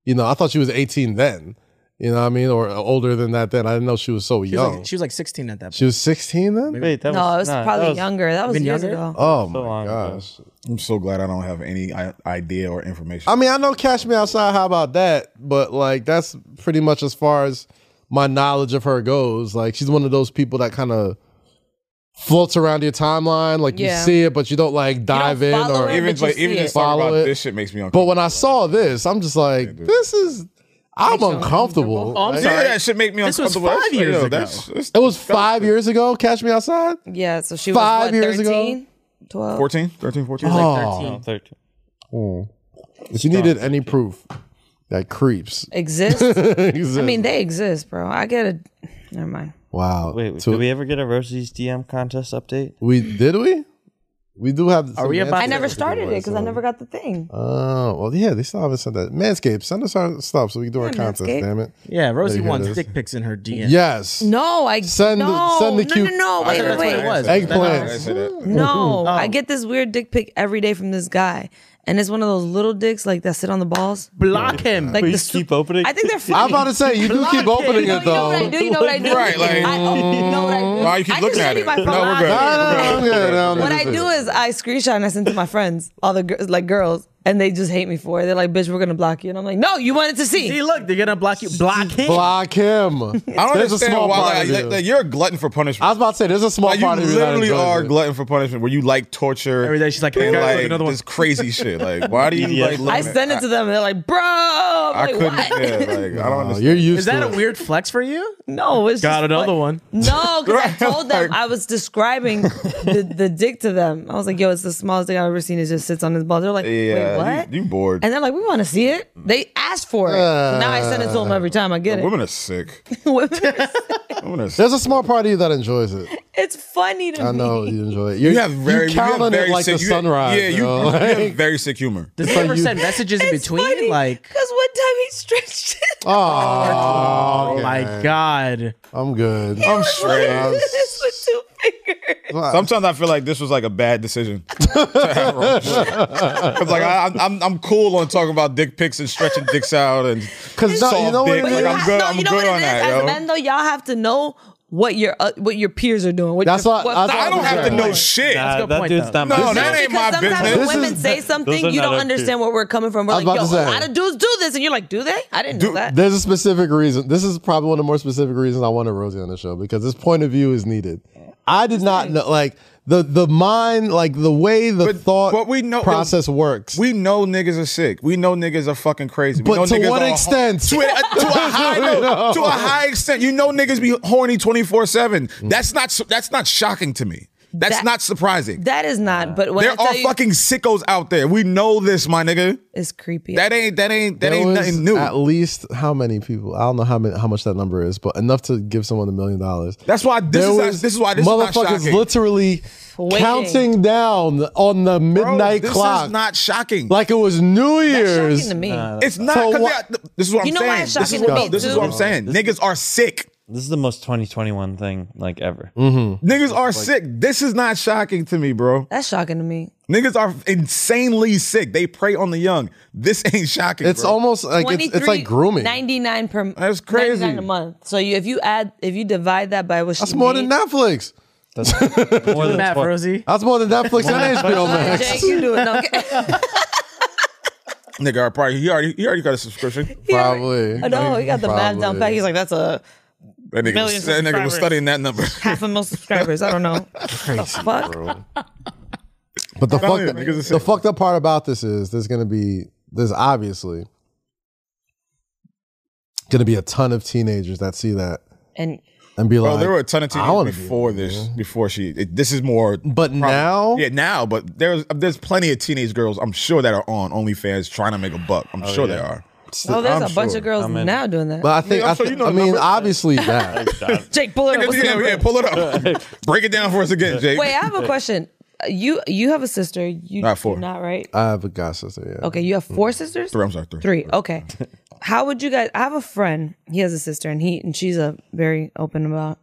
[SPEAKER 2] you know, I thought she was 18 then. You know what I mean? Or older than that then. I didn't know she was so
[SPEAKER 6] She was,
[SPEAKER 2] young.
[SPEAKER 6] like, she was like 16 at that point.
[SPEAKER 2] She was 16 then?
[SPEAKER 7] Wait, that
[SPEAKER 5] No,
[SPEAKER 7] was,
[SPEAKER 5] it was
[SPEAKER 7] nah,
[SPEAKER 5] probably
[SPEAKER 7] that was-
[SPEAKER 5] younger. That was
[SPEAKER 6] Been
[SPEAKER 5] years
[SPEAKER 6] younger?
[SPEAKER 5] ago.
[SPEAKER 2] Oh my
[SPEAKER 7] long ago.
[SPEAKER 2] gosh.
[SPEAKER 1] I'm so glad I don't have any I- idea or information.
[SPEAKER 2] I mean, I know Cash Me Outside, how about that? But like that's pretty much as far as my knowledge of her goes. Like she's one of those people that kind of floats around your timeline. Like
[SPEAKER 5] Yeah.
[SPEAKER 2] you see it, but you don't like dive in
[SPEAKER 5] follow
[SPEAKER 2] or
[SPEAKER 5] it.
[SPEAKER 2] even
[SPEAKER 1] even
[SPEAKER 5] but you
[SPEAKER 1] like, even
[SPEAKER 5] see
[SPEAKER 1] just
[SPEAKER 5] it.
[SPEAKER 1] talking about
[SPEAKER 2] Follow it.
[SPEAKER 1] this shit makes me uncomfortable.
[SPEAKER 2] but when I saw this, I'm just like, this is I'm uncomfortable.
[SPEAKER 6] Oh, I'm
[SPEAKER 2] Like,
[SPEAKER 4] yeah,
[SPEAKER 6] sorry.
[SPEAKER 4] that shit make me
[SPEAKER 6] This was
[SPEAKER 4] uncomfortable.
[SPEAKER 6] five
[SPEAKER 4] That's-
[SPEAKER 6] years
[SPEAKER 4] yo,
[SPEAKER 6] ago.
[SPEAKER 4] That's, that's
[SPEAKER 2] It was five years ago, Cash Me Outside?
[SPEAKER 5] Yeah, so she
[SPEAKER 2] Five
[SPEAKER 5] was what,
[SPEAKER 2] years ago?
[SPEAKER 5] 13? 12.
[SPEAKER 4] 14, 13, 14.
[SPEAKER 6] Like
[SPEAKER 7] No,
[SPEAKER 6] 13.
[SPEAKER 7] 13.
[SPEAKER 6] Hmm.
[SPEAKER 2] If you needed any proof that creeps.
[SPEAKER 5] Exist?
[SPEAKER 2] I
[SPEAKER 5] I mean, they exist, bro. I get it. Never mind.
[SPEAKER 2] wow.
[SPEAKER 7] Wait,
[SPEAKER 2] To-
[SPEAKER 7] did we ever get a Rosie's DM contest update?
[SPEAKER 2] We did we? We do have.
[SPEAKER 6] Are we about-
[SPEAKER 5] I never started it because I never got the thing.
[SPEAKER 2] Oh well, yeah, they still haven't sent that. Manscaped, send us our stuff so we can do our contest.
[SPEAKER 5] Manscaped.
[SPEAKER 2] Damn it.
[SPEAKER 6] Yeah, Rosie
[SPEAKER 2] There you
[SPEAKER 6] wants
[SPEAKER 2] go.
[SPEAKER 6] dick pics in her DM.
[SPEAKER 2] Yes.
[SPEAKER 5] No, I
[SPEAKER 2] Send the-
[SPEAKER 5] no,
[SPEAKER 2] send the
[SPEAKER 5] no,
[SPEAKER 2] cute-
[SPEAKER 5] no, no, wait, wait,
[SPEAKER 6] That's what
[SPEAKER 5] wait.
[SPEAKER 6] it was.
[SPEAKER 2] Eggplant.
[SPEAKER 4] I said that.
[SPEAKER 5] No, I get this weird dick pic every day from this guy, and it's one of those little dicks like that sit on the balls.
[SPEAKER 6] Block him.
[SPEAKER 5] Like
[SPEAKER 7] Please
[SPEAKER 5] the su-
[SPEAKER 7] keep opening.
[SPEAKER 5] I think they're funny.
[SPEAKER 2] I'm about to say you do keep opening
[SPEAKER 5] You know,
[SPEAKER 2] it
[SPEAKER 5] you know what I
[SPEAKER 2] though.
[SPEAKER 5] do? You know what I do?
[SPEAKER 4] Right, like-
[SPEAKER 5] I, oh, you know what I do?
[SPEAKER 4] Nah, you keep
[SPEAKER 5] I can
[SPEAKER 4] looking
[SPEAKER 5] send
[SPEAKER 4] at
[SPEAKER 5] you
[SPEAKER 4] it.
[SPEAKER 5] my
[SPEAKER 4] No,
[SPEAKER 5] phone.
[SPEAKER 4] we're
[SPEAKER 5] I-
[SPEAKER 4] good.
[SPEAKER 2] No, no, no, I'm good. No, no,
[SPEAKER 5] What I
[SPEAKER 2] this
[SPEAKER 5] do is I screenshot and I send to my friends, all the gir- like girls, and they just hate me for it. They're like, "Bitch, we're gonna block you," and I'm like, "No, you wanted to
[SPEAKER 6] See,
[SPEAKER 5] see."
[SPEAKER 6] look, they're gonna block you. Block him.
[SPEAKER 2] block him. I
[SPEAKER 4] I don't
[SPEAKER 2] there's a
[SPEAKER 4] understand
[SPEAKER 2] small
[SPEAKER 4] why
[SPEAKER 2] part
[SPEAKER 4] like,
[SPEAKER 2] of you.
[SPEAKER 4] like, like, you're a glutton for punishment.
[SPEAKER 2] was about to say there's a small
[SPEAKER 4] Like,
[SPEAKER 2] part
[SPEAKER 4] you
[SPEAKER 2] of you that
[SPEAKER 4] literally
[SPEAKER 2] enjoys
[SPEAKER 4] are
[SPEAKER 2] it.
[SPEAKER 4] glutton for punishment, where you like torture
[SPEAKER 6] Every day she's like,
[SPEAKER 4] and
[SPEAKER 6] "Here goes
[SPEAKER 4] like
[SPEAKER 6] another one."
[SPEAKER 4] this crazy shit. Like, why do you
[SPEAKER 7] Yeah.
[SPEAKER 4] like? looking
[SPEAKER 5] I
[SPEAKER 4] at-
[SPEAKER 5] send it to them, and they're like, "Bro, I'm
[SPEAKER 4] I
[SPEAKER 5] like,
[SPEAKER 4] couldn't.
[SPEAKER 5] what?"
[SPEAKER 4] Yeah, like, I don't
[SPEAKER 2] Oh,
[SPEAKER 4] understand.
[SPEAKER 2] you're used
[SPEAKER 6] Is that
[SPEAKER 2] to
[SPEAKER 6] a
[SPEAKER 2] it.
[SPEAKER 6] weird flex for you?
[SPEAKER 5] No, it's
[SPEAKER 6] Got
[SPEAKER 5] just
[SPEAKER 6] another
[SPEAKER 5] fun-
[SPEAKER 6] one.
[SPEAKER 5] No, because I
[SPEAKER 4] Right,
[SPEAKER 5] told them
[SPEAKER 4] like-
[SPEAKER 5] I was describing the, the dick to them. I was like, "Yo, it's the smallest thing I've ever seen. It just sits on his balls." They're like,
[SPEAKER 4] Yeah,
[SPEAKER 5] "Wait, what?"
[SPEAKER 4] You, you bored.
[SPEAKER 5] and they're like, "We want to see it." They asked for it. So now I send it to them every time I get it.
[SPEAKER 4] Women are sick. Women are sick.
[SPEAKER 2] There's a small part of you that enjoys it.
[SPEAKER 5] it's funny to
[SPEAKER 2] I
[SPEAKER 5] me.
[SPEAKER 2] know you enjoy it. You're,
[SPEAKER 4] You have very, you,
[SPEAKER 2] counting
[SPEAKER 4] have very
[SPEAKER 2] it like
[SPEAKER 4] sick,
[SPEAKER 2] the
[SPEAKER 4] you-
[SPEAKER 2] sunrise.
[SPEAKER 4] Yeah, you,
[SPEAKER 2] yo.
[SPEAKER 4] you
[SPEAKER 2] Like,
[SPEAKER 4] have very sick humor.
[SPEAKER 6] Does he ever
[SPEAKER 2] you-
[SPEAKER 6] send messages in between? Like,
[SPEAKER 5] because one time he stretched it.
[SPEAKER 2] oh,
[SPEAKER 6] oh
[SPEAKER 2] okay.
[SPEAKER 6] my god.
[SPEAKER 2] I'm good. I'm
[SPEAKER 5] like
[SPEAKER 2] straight.
[SPEAKER 5] this with two fingers.
[SPEAKER 4] Sometimes I feel like this was like a bad decision. to have her. 'Cause, like I, I'm- I'm, I'm cool on talking about dick pics and stretching dicks out and
[SPEAKER 2] Because
[SPEAKER 4] soft
[SPEAKER 2] you know what
[SPEAKER 4] dick.
[SPEAKER 2] it is?
[SPEAKER 4] Like, I'm good.
[SPEAKER 5] no,
[SPEAKER 4] I'm
[SPEAKER 5] you know
[SPEAKER 4] good
[SPEAKER 5] what it
[SPEAKER 4] on
[SPEAKER 5] is.
[SPEAKER 4] that,
[SPEAKER 5] As
[SPEAKER 4] yo.
[SPEAKER 5] men, though, y'all have to know what your uh, what your peers are doing. What
[SPEAKER 2] That's
[SPEAKER 5] your,
[SPEAKER 2] what- that's what
[SPEAKER 4] I don't
[SPEAKER 2] I'm
[SPEAKER 4] have to
[SPEAKER 2] saying.
[SPEAKER 4] know shit.
[SPEAKER 7] Nah,
[SPEAKER 6] good
[SPEAKER 7] that
[SPEAKER 6] point,
[SPEAKER 7] dude's
[SPEAKER 6] though.
[SPEAKER 7] not.
[SPEAKER 4] No,
[SPEAKER 2] Oh,
[SPEAKER 7] missing.
[SPEAKER 4] that ain't my
[SPEAKER 5] because sometimes
[SPEAKER 4] business.
[SPEAKER 5] when
[SPEAKER 2] This
[SPEAKER 5] women
[SPEAKER 2] is-
[SPEAKER 5] say something,
[SPEAKER 7] those are
[SPEAKER 5] you
[SPEAKER 7] not
[SPEAKER 5] don't
[SPEAKER 7] up to-
[SPEAKER 5] understand where we're coming from. We're
[SPEAKER 2] I was
[SPEAKER 5] like, yo,
[SPEAKER 2] about
[SPEAKER 5] a
[SPEAKER 2] to say.
[SPEAKER 5] lot of dudes do this, and you're like, do they? I didn't know that.
[SPEAKER 2] There's a specific reason. This is probably one of the more specific reasons I wanted Rosie on the show because this point of view is needed. I did not know, like the the mind, like the way the thought
[SPEAKER 4] but we know-
[SPEAKER 2] process works.
[SPEAKER 4] We know niggas are sick. We know niggas are fucking crazy. We
[SPEAKER 2] But
[SPEAKER 4] know
[SPEAKER 2] to
[SPEAKER 4] niggas
[SPEAKER 2] what
[SPEAKER 4] are hor-
[SPEAKER 2] extent?
[SPEAKER 4] to, a, uh, to a high no, to a high extent, you know niggas be horny twenty four seven.
[SPEAKER 2] Mm.
[SPEAKER 4] That's not su- that's not shocking to me. That's
[SPEAKER 5] That-
[SPEAKER 4] not surprising.
[SPEAKER 5] that is not. But when I
[SPEAKER 4] there
[SPEAKER 5] tell
[SPEAKER 4] are
[SPEAKER 5] you,
[SPEAKER 4] fucking sickos out there. We know this, my nigga.
[SPEAKER 5] it's creepy.
[SPEAKER 4] That ain't that ain't that
[SPEAKER 2] There
[SPEAKER 4] ain't
[SPEAKER 2] was
[SPEAKER 4] nothing new.
[SPEAKER 2] At least how many people? I don't know how many, how much that number is, but enough to give someone a million dollars.
[SPEAKER 4] That's why this
[SPEAKER 2] There
[SPEAKER 4] is
[SPEAKER 2] was
[SPEAKER 4] this is why this is not
[SPEAKER 2] motherfuckers
[SPEAKER 4] shocking.
[SPEAKER 2] literally
[SPEAKER 5] Waiting.
[SPEAKER 2] counting down on the
[SPEAKER 4] Bro,
[SPEAKER 2] midnight
[SPEAKER 4] this
[SPEAKER 2] clock
[SPEAKER 4] is not shocking.
[SPEAKER 2] like it was New
[SPEAKER 5] That's shocking
[SPEAKER 2] Year's.
[SPEAKER 5] to me.
[SPEAKER 4] it's not.
[SPEAKER 2] So
[SPEAKER 4] 'cause
[SPEAKER 2] what-
[SPEAKER 4] they are- this is what
[SPEAKER 5] You
[SPEAKER 4] I'm
[SPEAKER 5] know
[SPEAKER 4] saying.
[SPEAKER 5] why it's
[SPEAKER 4] this is
[SPEAKER 5] shocking
[SPEAKER 4] what,
[SPEAKER 5] to me,
[SPEAKER 4] this is
[SPEAKER 5] too?
[SPEAKER 4] what I'm saying. Niggas are sick.
[SPEAKER 7] This is the most 2021 thing like ever.
[SPEAKER 4] Niggas are sick. This is not shocking to me, bro.
[SPEAKER 5] That's shocking to me.
[SPEAKER 4] Niggas are insanely sick. They prey on the young. This ain't shocking.
[SPEAKER 2] It's
[SPEAKER 4] bro.
[SPEAKER 2] almost like it's, it's like grooming.
[SPEAKER 5] Ninety nine per.
[SPEAKER 4] That's crazy.
[SPEAKER 5] 99 a month. So you, if you add, if you divide that by what she
[SPEAKER 2] That's more than
[SPEAKER 5] made-
[SPEAKER 2] Netflix.
[SPEAKER 7] That's more than
[SPEAKER 6] Matt
[SPEAKER 7] twi-
[SPEAKER 6] Rosie.
[SPEAKER 2] That's more than Netflix and HBO Max.
[SPEAKER 5] Jake, you do it. No, okay.
[SPEAKER 4] nigga. I Probably he already he already got a subscription.
[SPEAKER 5] He already-
[SPEAKER 2] Probably.
[SPEAKER 5] Oh, no, he got the math down
[SPEAKER 2] Probably.
[SPEAKER 5] pat. He's like, that's a
[SPEAKER 4] That nigga,
[SPEAKER 5] Million
[SPEAKER 4] was, that nigga was
[SPEAKER 5] subscribers.
[SPEAKER 4] studying that number.
[SPEAKER 5] half a million subscribers. I don't know. the fuck?
[SPEAKER 2] But the
[SPEAKER 4] telling
[SPEAKER 2] fuck,
[SPEAKER 4] you, niggas is
[SPEAKER 2] the
[SPEAKER 4] sick.
[SPEAKER 2] fucked up part about this is there's gonna be there's obviously gonna be a ton of teenagers that see that
[SPEAKER 5] And
[SPEAKER 2] and be
[SPEAKER 4] Bro,
[SPEAKER 2] like,
[SPEAKER 4] there were a ton of
[SPEAKER 2] I wanna
[SPEAKER 4] teenagers
[SPEAKER 2] be
[SPEAKER 4] before this. Before she, it- this is more.
[SPEAKER 2] But now,
[SPEAKER 4] yeah, now, but there's there's plenty of teenage girls I'm sure that are on OnlyFans trying to make a buck. I'm sure they are.
[SPEAKER 5] oh, there's
[SPEAKER 2] I'm
[SPEAKER 5] a bunch
[SPEAKER 2] sure.
[SPEAKER 5] of girls
[SPEAKER 7] I'm in.
[SPEAKER 5] now doing that.
[SPEAKER 2] But I think
[SPEAKER 4] I'm
[SPEAKER 2] I,
[SPEAKER 4] sure
[SPEAKER 2] thi-
[SPEAKER 4] you know
[SPEAKER 2] I
[SPEAKER 4] the
[SPEAKER 2] mean,
[SPEAKER 4] number.
[SPEAKER 2] obviously that.
[SPEAKER 5] Jake, pull it up. What's the
[SPEAKER 4] yeah,
[SPEAKER 5] number?
[SPEAKER 4] yeah, pull it up. Break it down for us again, Jake.
[SPEAKER 5] Wait, I have a question. you you have a sister. You
[SPEAKER 4] I have four.
[SPEAKER 5] you're not right.
[SPEAKER 2] I have a god sister. Yeah.
[SPEAKER 5] Okay, you have four sisters.
[SPEAKER 4] Three, I'm sorry, three.
[SPEAKER 5] Three. Okay. How would you guys? I have a friend. He has a sister, and he and she's a very open about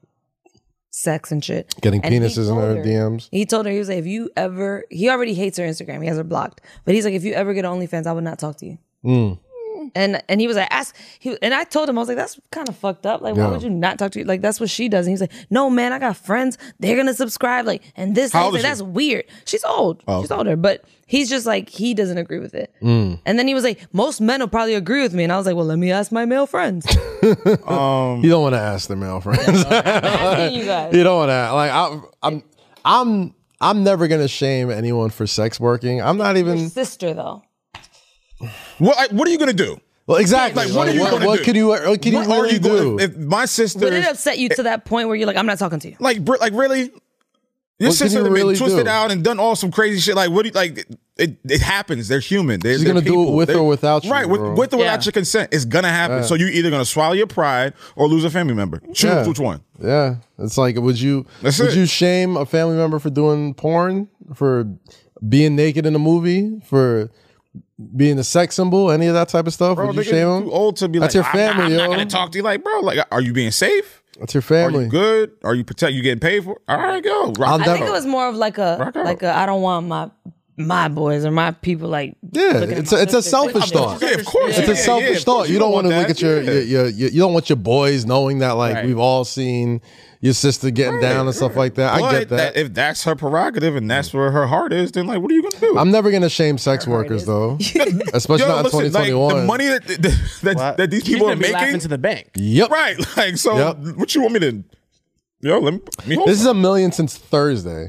[SPEAKER 5] sex and shit.
[SPEAKER 2] Getting
[SPEAKER 5] And he
[SPEAKER 2] penises in
[SPEAKER 5] told
[SPEAKER 2] her DMs.
[SPEAKER 5] He told her he was like, if you ever, he already hates her Instagram. He has her blocked, but he's like, if you ever get OnlyFans, I would not talk to you.
[SPEAKER 4] Mm.
[SPEAKER 5] And and he was like, ask. He and I told him I was like, that's kind of fucked up. Like, why
[SPEAKER 2] Yeah.
[SPEAKER 5] would you not talk to you? Like, that's what she does. And he's like, no, man, I got friends. They're gonna subscribe. Like, and this.
[SPEAKER 4] How
[SPEAKER 5] He's
[SPEAKER 4] old is
[SPEAKER 5] like,
[SPEAKER 4] she? Oh,
[SPEAKER 5] that's weird. She's old. She's older, but he's just like he doesn't agree with it.
[SPEAKER 4] Mm.
[SPEAKER 5] And then he was like, most men will probably agree with me. And I was like, well, let me ask my male friends.
[SPEAKER 4] Hmm. Um,
[SPEAKER 2] You don't want to ask their male friends.
[SPEAKER 5] Asking you guys.
[SPEAKER 2] you don't want to like I, I'm I'm I'm never gonna shame anyone for sex working. I'm not even
[SPEAKER 5] Sister though.
[SPEAKER 4] What, I- what are you gonna do?
[SPEAKER 2] well exactly.
[SPEAKER 4] Like, what are you
[SPEAKER 2] what,
[SPEAKER 4] gonna
[SPEAKER 2] what
[SPEAKER 4] do?
[SPEAKER 2] could you what could
[SPEAKER 4] What
[SPEAKER 2] you
[SPEAKER 4] are
[SPEAKER 2] really do?
[SPEAKER 4] gonna- If, if my sister,
[SPEAKER 5] Would it upset you to that point where you're like, I'm not talking to you?
[SPEAKER 4] like, br- like really, your
[SPEAKER 2] What can
[SPEAKER 4] sister
[SPEAKER 2] you
[SPEAKER 4] have
[SPEAKER 2] really
[SPEAKER 4] been twisted
[SPEAKER 2] do?
[SPEAKER 4] out and done all some crazy shit. Like, what do you like? It, it happens. They're human. They're,
[SPEAKER 2] She's
[SPEAKER 4] they're
[SPEAKER 2] gonna do it
[SPEAKER 4] people.
[SPEAKER 2] with
[SPEAKER 4] They're-
[SPEAKER 2] or without you,
[SPEAKER 4] Right, with,
[SPEAKER 2] bro.
[SPEAKER 4] with or without
[SPEAKER 5] Yeah.
[SPEAKER 4] your consent, it's gonna happen. So you either gonna swallow your pride or lose a family member. Choose
[SPEAKER 2] Yeah.
[SPEAKER 4] which one.
[SPEAKER 2] Yeah, it's like would you
[SPEAKER 4] That's
[SPEAKER 2] would
[SPEAKER 4] it.
[SPEAKER 2] you shame a family member for doing porn, for being naked in a movie, for being a sex symbol, any of that type of stuff?
[SPEAKER 4] Bro,
[SPEAKER 2] would you
[SPEAKER 4] nigga,
[SPEAKER 2] shame them?
[SPEAKER 4] Too old to be
[SPEAKER 2] That's
[SPEAKER 4] like
[SPEAKER 2] your family,
[SPEAKER 4] I'm not, I'm
[SPEAKER 2] yo.
[SPEAKER 4] not gonna talk to you. Like, bro, like, are you being safe?
[SPEAKER 2] That's your
[SPEAKER 4] Are
[SPEAKER 2] family.
[SPEAKER 4] you good? Are you protect? You getting paid for? All right, go. Rock
[SPEAKER 2] I'll
[SPEAKER 4] out.
[SPEAKER 5] I think
[SPEAKER 2] Never.
[SPEAKER 5] it was more of like a
[SPEAKER 4] out.
[SPEAKER 5] like a I don't want my my boys or my people like
[SPEAKER 2] Yeah,
[SPEAKER 5] looking at
[SPEAKER 2] it's
[SPEAKER 5] my
[SPEAKER 2] a, it's a
[SPEAKER 5] sister.
[SPEAKER 2] selfish thought.
[SPEAKER 4] Yeah, of course.
[SPEAKER 2] It's
[SPEAKER 4] Yeah,
[SPEAKER 2] a
[SPEAKER 4] yeah,
[SPEAKER 2] selfish
[SPEAKER 4] yeah, of
[SPEAKER 2] thought.
[SPEAKER 4] course
[SPEAKER 2] You, don't want to
[SPEAKER 4] that.
[SPEAKER 2] look at your,
[SPEAKER 4] Yeah.
[SPEAKER 2] your, your, your you don't want your boys knowing that like
[SPEAKER 4] Right.
[SPEAKER 2] we've all seen your sister getting down and stuff like that. I
[SPEAKER 4] But
[SPEAKER 2] get that.
[SPEAKER 4] If that's her prerogative and that's where her heart is, then like, what are you gonna do?
[SPEAKER 2] I'm never gonna shame sex workers
[SPEAKER 5] is.
[SPEAKER 2] though, especially
[SPEAKER 4] Yo,
[SPEAKER 2] not in
[SPEAKER 4] listen, like,
[SPEAKER 2] 2021.
[SPEAKER 4] the money that that, that,
[SPEAKER 6] What?
[SPEAKER 4] that these
[SPEAKER 6] She's
[SPEAKER 4] people are
[SPEAKER 6] gonna be
[SPEAKER 4] making,
[SPEAKER 6] laughing to the bank.
[SPEAKER 2] yep.
[SPEAKER 4] right? Like, so
[SPEAKER 2] Yep.
[SPEAKER 4] what you want me to? Yo, let me. let me hold
[SPEAKER 2] This is a million since Thursday.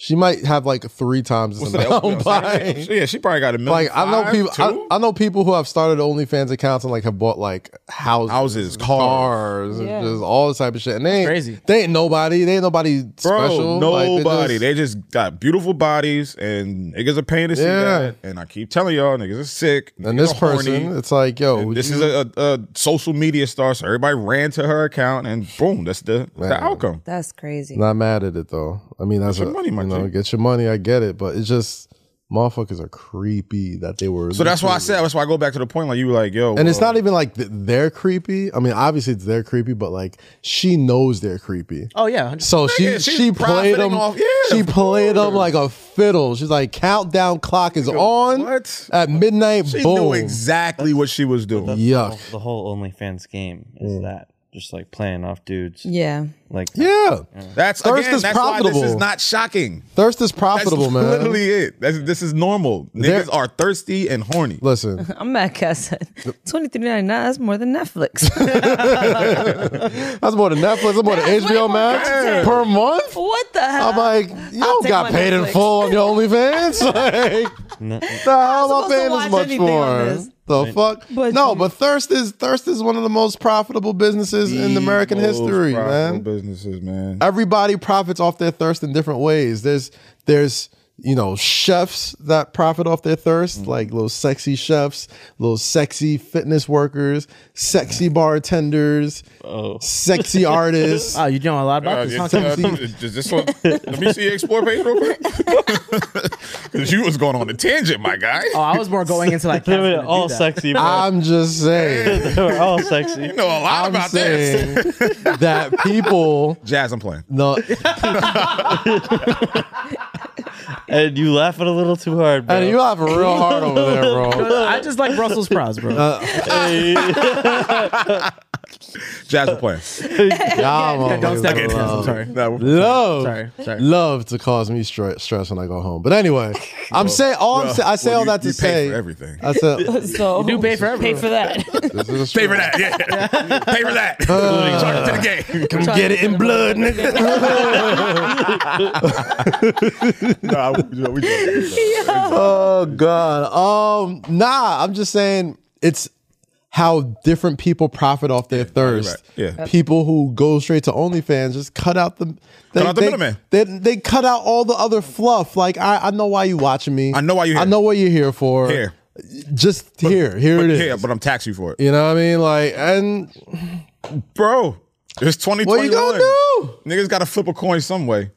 [SPEAKER 2] She might have like three times this
[SPEAKER 4] on.
[SPEAKER 2] amount
[SPEAKER 4] Yo,
[SPEAKER 2] by-
[SPEAKER 4] yeah, she probably got a million.
[SPEAKER 2] Like I know
[SPEAKER 4] five,
[SPEAKER 2] people,
[SPEAKER 4] two?
[SPEAKER 2] I, I know people who have started OnlyFans accounts and like have bought like houses,
[SPEAKER 4] Houses,
[SPEAKER 2] cars, and
[SPEAKER 5] Yeah.
[SPEAKER 2] just all this type of shit. And they ain't,
[SPEAKER 6] crazy.
[SPEAKER 2] They ain't nobody. They ain't nobody
[SPEAKER 4] Bro,
[SPEAKER 2] special. Like,
[SPEAKER 4] nobody.
[SPEAKER 2] they just-
[SPEAKER 4] they just got beautiful bodies, and niggas are paying to see
[SPEAKER 2] Yeah.
[SPEAKER 4] that. And I keep telling y'all, niggas is sick.
[SPEAKER 2] and
[SPEAKER 4] niggas
[SPEAKER 2] this
[SPEAKER 4] are horny.
[SPEAKER 2] person, it's like, yo, would
[SPEAKER 4] this
[SPEAKER 2] you-
[SPEAKER 4] is a, a, a social media star, so everybody ran to her account, and boom, that's the
[SPEAKER 2] Man.
[SPEAKER 4] the outcome.
[SPEAKER 5] That's crazy.
[SPEAKER 2] not mad at it though. I mean, that's
[SPEAKER 4] Get
[SPEAKER 2] a,
[SPEAKER 4] your money, my
[SPEAKER 2] you know,
[SPEAKER 4] G.
[SPEAKER 2] get your money. I get it, but it's just motherfuckers are creepy that they were.
[SPEAKER 4] So that's why I said. That's why I go back to the point. Like you were like, yo,
[SPEAKER 2] And it's
[SPEAKER 4] well,
[SPEAKER 2] not even like th- they're creepy. I mean, obviously it's they're creepy, but like she knows they're creepy.
[SPEAKER 6] Oh yeah,
[SPEAKER 2] So she
[SPEAKER 4] Nigga, she's
[SPEAKER 2] she played
[SPEAKER 4] profiting
[SPEAKER 2] them.
[SPEAKER 4] off- yeah,
[SPEAKER 2] she
[SPEAKER 4] of
[SPEAKER 2] played them like a fiddle. She's like countdown clock is on
[SPEAKER 4] what?
[SPEAKER 2] at midnight.
[SPEAKER 4] She
[SPEAKER 2] boom.
[SPEAKER 4] knew oh, exactly what she was doing.
[SPEAKER 2] Yuck.
[SPEAKER 7] The whole- The whole OnlyFans game is that just like playing off dudes.
[SPEAKER 5] yeah.
[SPEAKER 7] Like
[SPEAKER 2] Yeah,
[SPEAKER 4] That's
[SPEAKER 2] Thirst
[SPEAKER 4] again,
[SPEAKER 2] is
[SPEAKER 4] that's why this
[SPEAKER 2] profitable.
[SPEAKER 4] is not shocking.
[SPEAKER 2] thirst is
[SPEAKER 4] That's
[SPEAKER 2] profitable, man.
[SPEAKER 4] literally it. That's, this is normal.
[SPEAKER 2] There-
[SPEAKER 4] Niggas are thirsty and horny.
[SPEAKER 2] Listen,
[SPEAKER 5] I'm mad Cass said twenty three ninety nine, that's more than Netflix.
[SPEAKER 2] that's more than Netflix. That's more than
[SPEAKER 5] That's way
[SPEAKER 2] HBO
[SPEAKER 5] more
[SPEAKER 2] Max
[SPEAKER 5] content.
[SPEAKER 2] per month.
[SPEAKER 5] what the hell?
[SPEAKER 2] I'm like, you
[SPEAKER 5] I'll
[SPEAKER 2] don't
[SPEAKER 5] take
[SPEAKER 2] got
[SPEAKER 5] my
[SPEAKER 2] paid in
[SPEAKER 5] Netflix.
[SPEAKER 2] full on your OnlyFans. like,
[SPEAKER 7] No.
[SPEAKER 2] the hell am I
[SPEAKER 5] supposed to
[SPEAKER 2] paying
[SPEAKER 5] watch
[SPEAKER 2] this much
[SPEAKER 5] anything on
[SPEAKER 2] for?
[SPEAKER 5] this.
[SPEAKER 2] The fuck?
[SPEAKER 5] But
[SPEAKER 2] no,
[SPEAKER 5] you-
[SPEAKER 2] but thirst is thirst is one of the most profitable businesses in
[SPEAKER 4] The
[SPEAKER 2] American
[SPEAKER 4] most
[SPEAKER 2] history,
[SPEAKER 4] profitable
[SPEAKER 2] man.
[SPEAKER 4] Businesses, man.
[SPEAKER 2] everybody profits off their thirst in different ways. There's there's you know chefs that profit off their thirst,
[SPEAKER 4] Mm.
[SPEAKER 2] like little sexy chefs, little sexy fitness workers, sexy bartenders,
[SPEAKER 4] Oh.
[SPEAKER 2] sexy artists.
[SPEAKER 6] Oh, you know a lot about
[SPEAKER 4] Uh,
[SPEAKER 6] this.
[SPEAKER 4] it's,
[SPEAKER 6] huh?
[SPEAKER 4] uh, does this one? Let me see your explore page real quick. Because you was going on a tangent, my guy.
[SPEAKER 2] Uh,
[SPEAKER 6] Oh, I was more going into like
[SPEAKER 7] they were
[SPEAKER 6] Cat's gonna
[SPEAKER 7] all
[SPEAKER 6] do that.
[SPEAKER 7] sexy. Bro.
[SPEAKER 2] I'm just saying.
[SPEAKER 7] they were all sexy.
[SPEAKER 4] You know a lot
[SPEAKER 2] I'm
[SPEAKER 4] about this.
[SPEAKER 2] saying that people
[SPEAKER 4] Jazz, I'm playing.
[SPEAKER 2] no
[SPEAKER 7] And you laughing a little too hard, bro.
[SPEAKER 2] and you have a real hard over there, bro.
[SPEAKER 6] I just like Brussels sprouts, bro.
[SPEAKER 4] Jazz, I'm playing.
[SPEAKER 2] Y'all
[SPEAKER 6] Don't
[SPEAKER 2] motherfuckers
[SPEAKER 6] step on
[SPEAKER 2] love-
[SPEAKER 6] I'm sorry.
[SPEAKER 4] No,
[SPEAKER 2] love,
[SPEAKER 6] Sorry, sorry.
[SPEAKER 2] love to cause me stre- stress when I go home. But anyway, I'm saying all I'm sa- I say
[SPEAKER 4] well,
[SPEAKER 2] all
[SPEAKER 4] you-
[SPEAKER 2] that to
[SPEAKER 4] you pay
[SPEAKER 2] say Uh,
[SPEAKER 4] for everything.
[SPEAKER 2] I said
[SPEAKER 5] so
[SPEAKER 6] You do pay for everything.
[SPEAKER 5] Pay for that.
[SPEAKER 2] this is
[SPEAKER 4] Pay
[SPEAKER 2] true.
[SPEAKER 4] for that. Yeah. Pay for that. Talking to the game.
[SPEAKER 2] Come Uh, get it in blood, nigga.
[SPEAKER 4] Nah, we- no, we joking.
[SPEAKER 2] oh god. Um, nah. I'm just saying it's how different people profit off their thirst.
[SPEAKER 4] right. Yeah.
[SPEAKER 2] People who go straight to OnlyFans just cut out the they,
[SPEAKER 4] out the
[SPEAKER 2] they-
[SPEAKER 4] middleman.
[SPEAKER 2] They, they cut out all the other fluff. Like I, I know why you watching me.
[SPEAKER 4] I know why you
[SPEAKER 2] I
[SPEAKER 4] here.
[SPEAKER 2] know what you're here for.
[SPEAKER 4] Here.
[SPEAKER 2] Just here. Here
[SPEAKER 4] But
[SPEAKER 2] it is.
[SPEAKER 4] yeah, but I'm taxing you for it,
[SPEAKER 2] you know what I mean? Like and
[SPEAKER 4] bro. It's 2021.
[SPEAKER 2] What you gonna do?
[SPEAKER 4] Niggas got to flip a coin some way.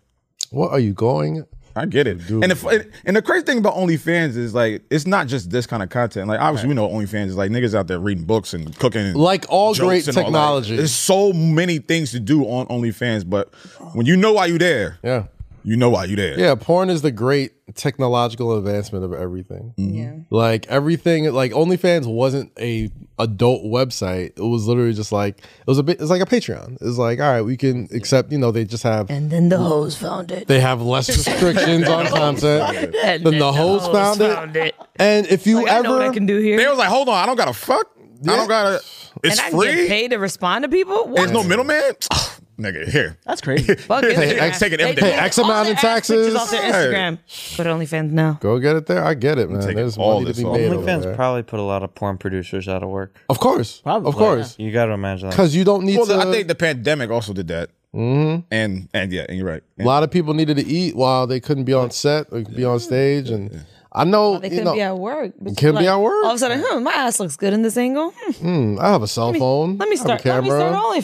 [SPEAKER 2] What are you going?
[SPEAKER 4] I get it. And the and the crazy thing about OnlyFans is like it's not just this kind of content. Like obviously we know OnlyFans is like niggas out there reading books and cooking. And
[SPEAKER 2] Like all
[SPEAKER 4] jokes
[SPEAKER 2] great
[SPEAKER 4] and all that.
[SPEAKER 2] technology.
[SPEAKER 4] there's so many things to do on OnlyFans, but when you know why you there,
[SPEAKER 2] Yeah.
[SPEAKER 4] you know why you there.
[SPEAKER 2] Yeah, porn is the great technological advancement of everything.
[SPEAKER 4] Mm-hmm.
[SPEAKER 5] Yeah.
[SPEAKER 2] Like everything, like OnlyFans wasn't a adult website. It was literally just like it was a bit. It's like a Patreon. It's like all right, we can accept. You know, they just have
[SPEAKER 5] And then the hoes found it.
[SPEAKER 2] they have less restrictions on content
[SPEAKER 5] And
[SPEAKER 2] than
[SPEAKER 5] then
[SPEAKER 2] the hoes found
[SPEAKER 5] found
[SPEAKER 2] it. And if you
[SPEAKER 5] Like, I know what I
[SPEAKER 2] ever
[SPEAKER 5] can do
[SPEAKER 4] They
[SPEAKER 5] here.
[SPEAKER 4] was like, hold on, I don't gotta fuck. I
[SPEAKER 2] Yeah.
[SPEAKER 4] don't gotta. It's
[SPEAKER 5] And I can get
[SPEAKER 4] free.
[SPEAKER 5] paid to respond to people? What?
[SPEAKER 4] There's no middleman. Nigga, here.
[SPEAKER 6] That's crazy.
[SPEAKER 5] Fuck
[SPEAKER 4] Hey,
[SPEAKER 5] Instagram.
[SPEAKER 4] X- taking
[SPEAKER 5] They
[SPEAKER 4] everything.
[SPEAKER 5] do
[SPEAKER 4] Pay
[SPEAKER 2] X
[SPEAKER 5] all
[SPEAKER 2] amount
[SPEAKER 5] the
[SPEAKER 2] in
[SPEAKER 5] ass pictures
[SPEAKER 2] taxes.
[SPEAKER 5] Off their Instagram. But OnlyFans now.
[SPEAKER 2] go get it there, I get it, man.
[SPEAKER 4] taking
[SPEAKER 2] There's
[SPEAKER 4] all
[SPEAKER 2] money to
[SPEAKER 4] this
[SPEAKER 2] be
[SPEAKER 4] off.
[SPEAKER 2] made. over
[SPEAKER 4] OnlyFans
[SPEAKER 2] there.
[SPEAKER 7] OnlyFans probably put a lot of porn producers out of work.
[SPEAKER 2] of course,
[SPEAKER 6] Probably.
[SPEAKER 2] of course,
[SPEAKER 7] You got to imagine that.
[SPEAKER 2] because you don't need
[SPEAKER 4] Well,
[SPEAKER 2] to.
[SPEAKER 4] the- I think the pandemic also did that. Mm-hmm. And and yeah, and you're right.
[SPEAKER 2] A lot of people needed to eat while they couldn't be on set or be on stage, and I know
[SPEAKER 5] They
[SPEAKER 2] you
[SPEAKER 5] couldn't
[SPEAKER 2] know
[SPEAKER 5] be at work. but
[SPEAKER 2] couldn't be
[SPEAKER 5] like,
[SPEAKER 2] at work.
[SPEAKER 5] All of a sudden, hmm, my ass looks good in this angle. Hmm,
[SPEAKER 2] I have a cell phone.
[SPEAKER 5] let me
[SPEAKER 2] I have a
[SPEAKER 5] start. Let me
[SPEAKER 2] camera.
[SPEAKER 5] start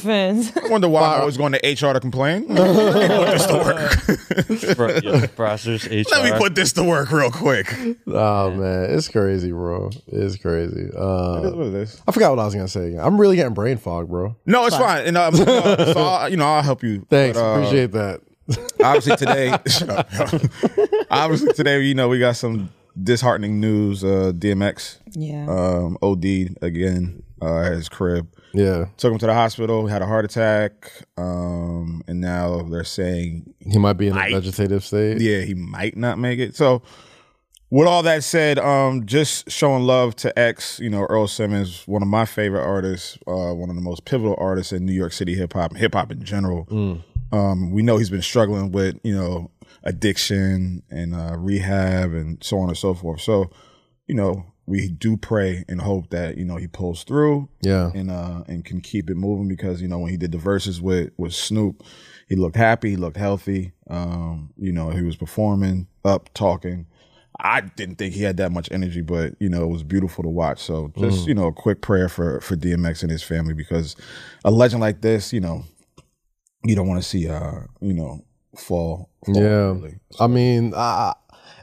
[SPEAKER 5] OnlyFans.
[SPEAKER 4] I wonder why I'm always going to HR to complain. Let
[SPEAKER 7] Bro, yeah, browsers, HR.
[SPEAKER 4] me put this to work real quick.
[SPEAKER 2] Oh man, it's crazy, bro. It's crazy. Uh,
[SPEAKER 4] What is this?
[SPEAKER 2] I forgot what I was gonna say. Again. I'm really getting brain fog, bro.
[SPEAKER 4] No, it's fine. And um, uh, so I'll, you know, I'll help you.
[SPEAKER 2] Thanks,
[SPEAKER 4] But, uh,
[SPEAKER 2] appreciate that.
[SPEAKER 4] Obviously today, Shut up. obviously today, you know, we got some disheartening news. Uh, DMX,
[SPEAKER 5] yeah.
[SPEAKER 4] um, OD again uh, at his crib.
[SPEAKER 2] Yeah,
[SPEAKER 4] Took him to the hospital. Had a heart attack. Um, and now they're saying
[SPEAKER 2] he might be in a vegetative state.
[SPEAKER 4] yeah, he might not make it. So, with all that said, um, just showing love to X, you know, Earl Simmons, one of my favorite artists, uh, one of the most pivotal artists in New York City hip hop, hip hop in general. Um, we know he's been struggling with, you know, addiction and uh, rehab and so on and so forth. So, you know, we do pray and hope that, you know, he pulls through
[SPEAKER 2] Yeah,
[SPEAKER 4] and uh and can keep it moving because you know when he did the verses with with Snoop, he looked happy, he looked healthy. Um, you know he was performing, up talking. I didn't think he had that much energy, but you know it was beautiful to watch. So just you know a quick prayer for for DMX and his family because a legend like this, you know, you don't want to see uh you know fall. fall
[SPEAKER 2] yeah.
[SPEAKER 4] really.
[SPEAKER 2] I mean, I,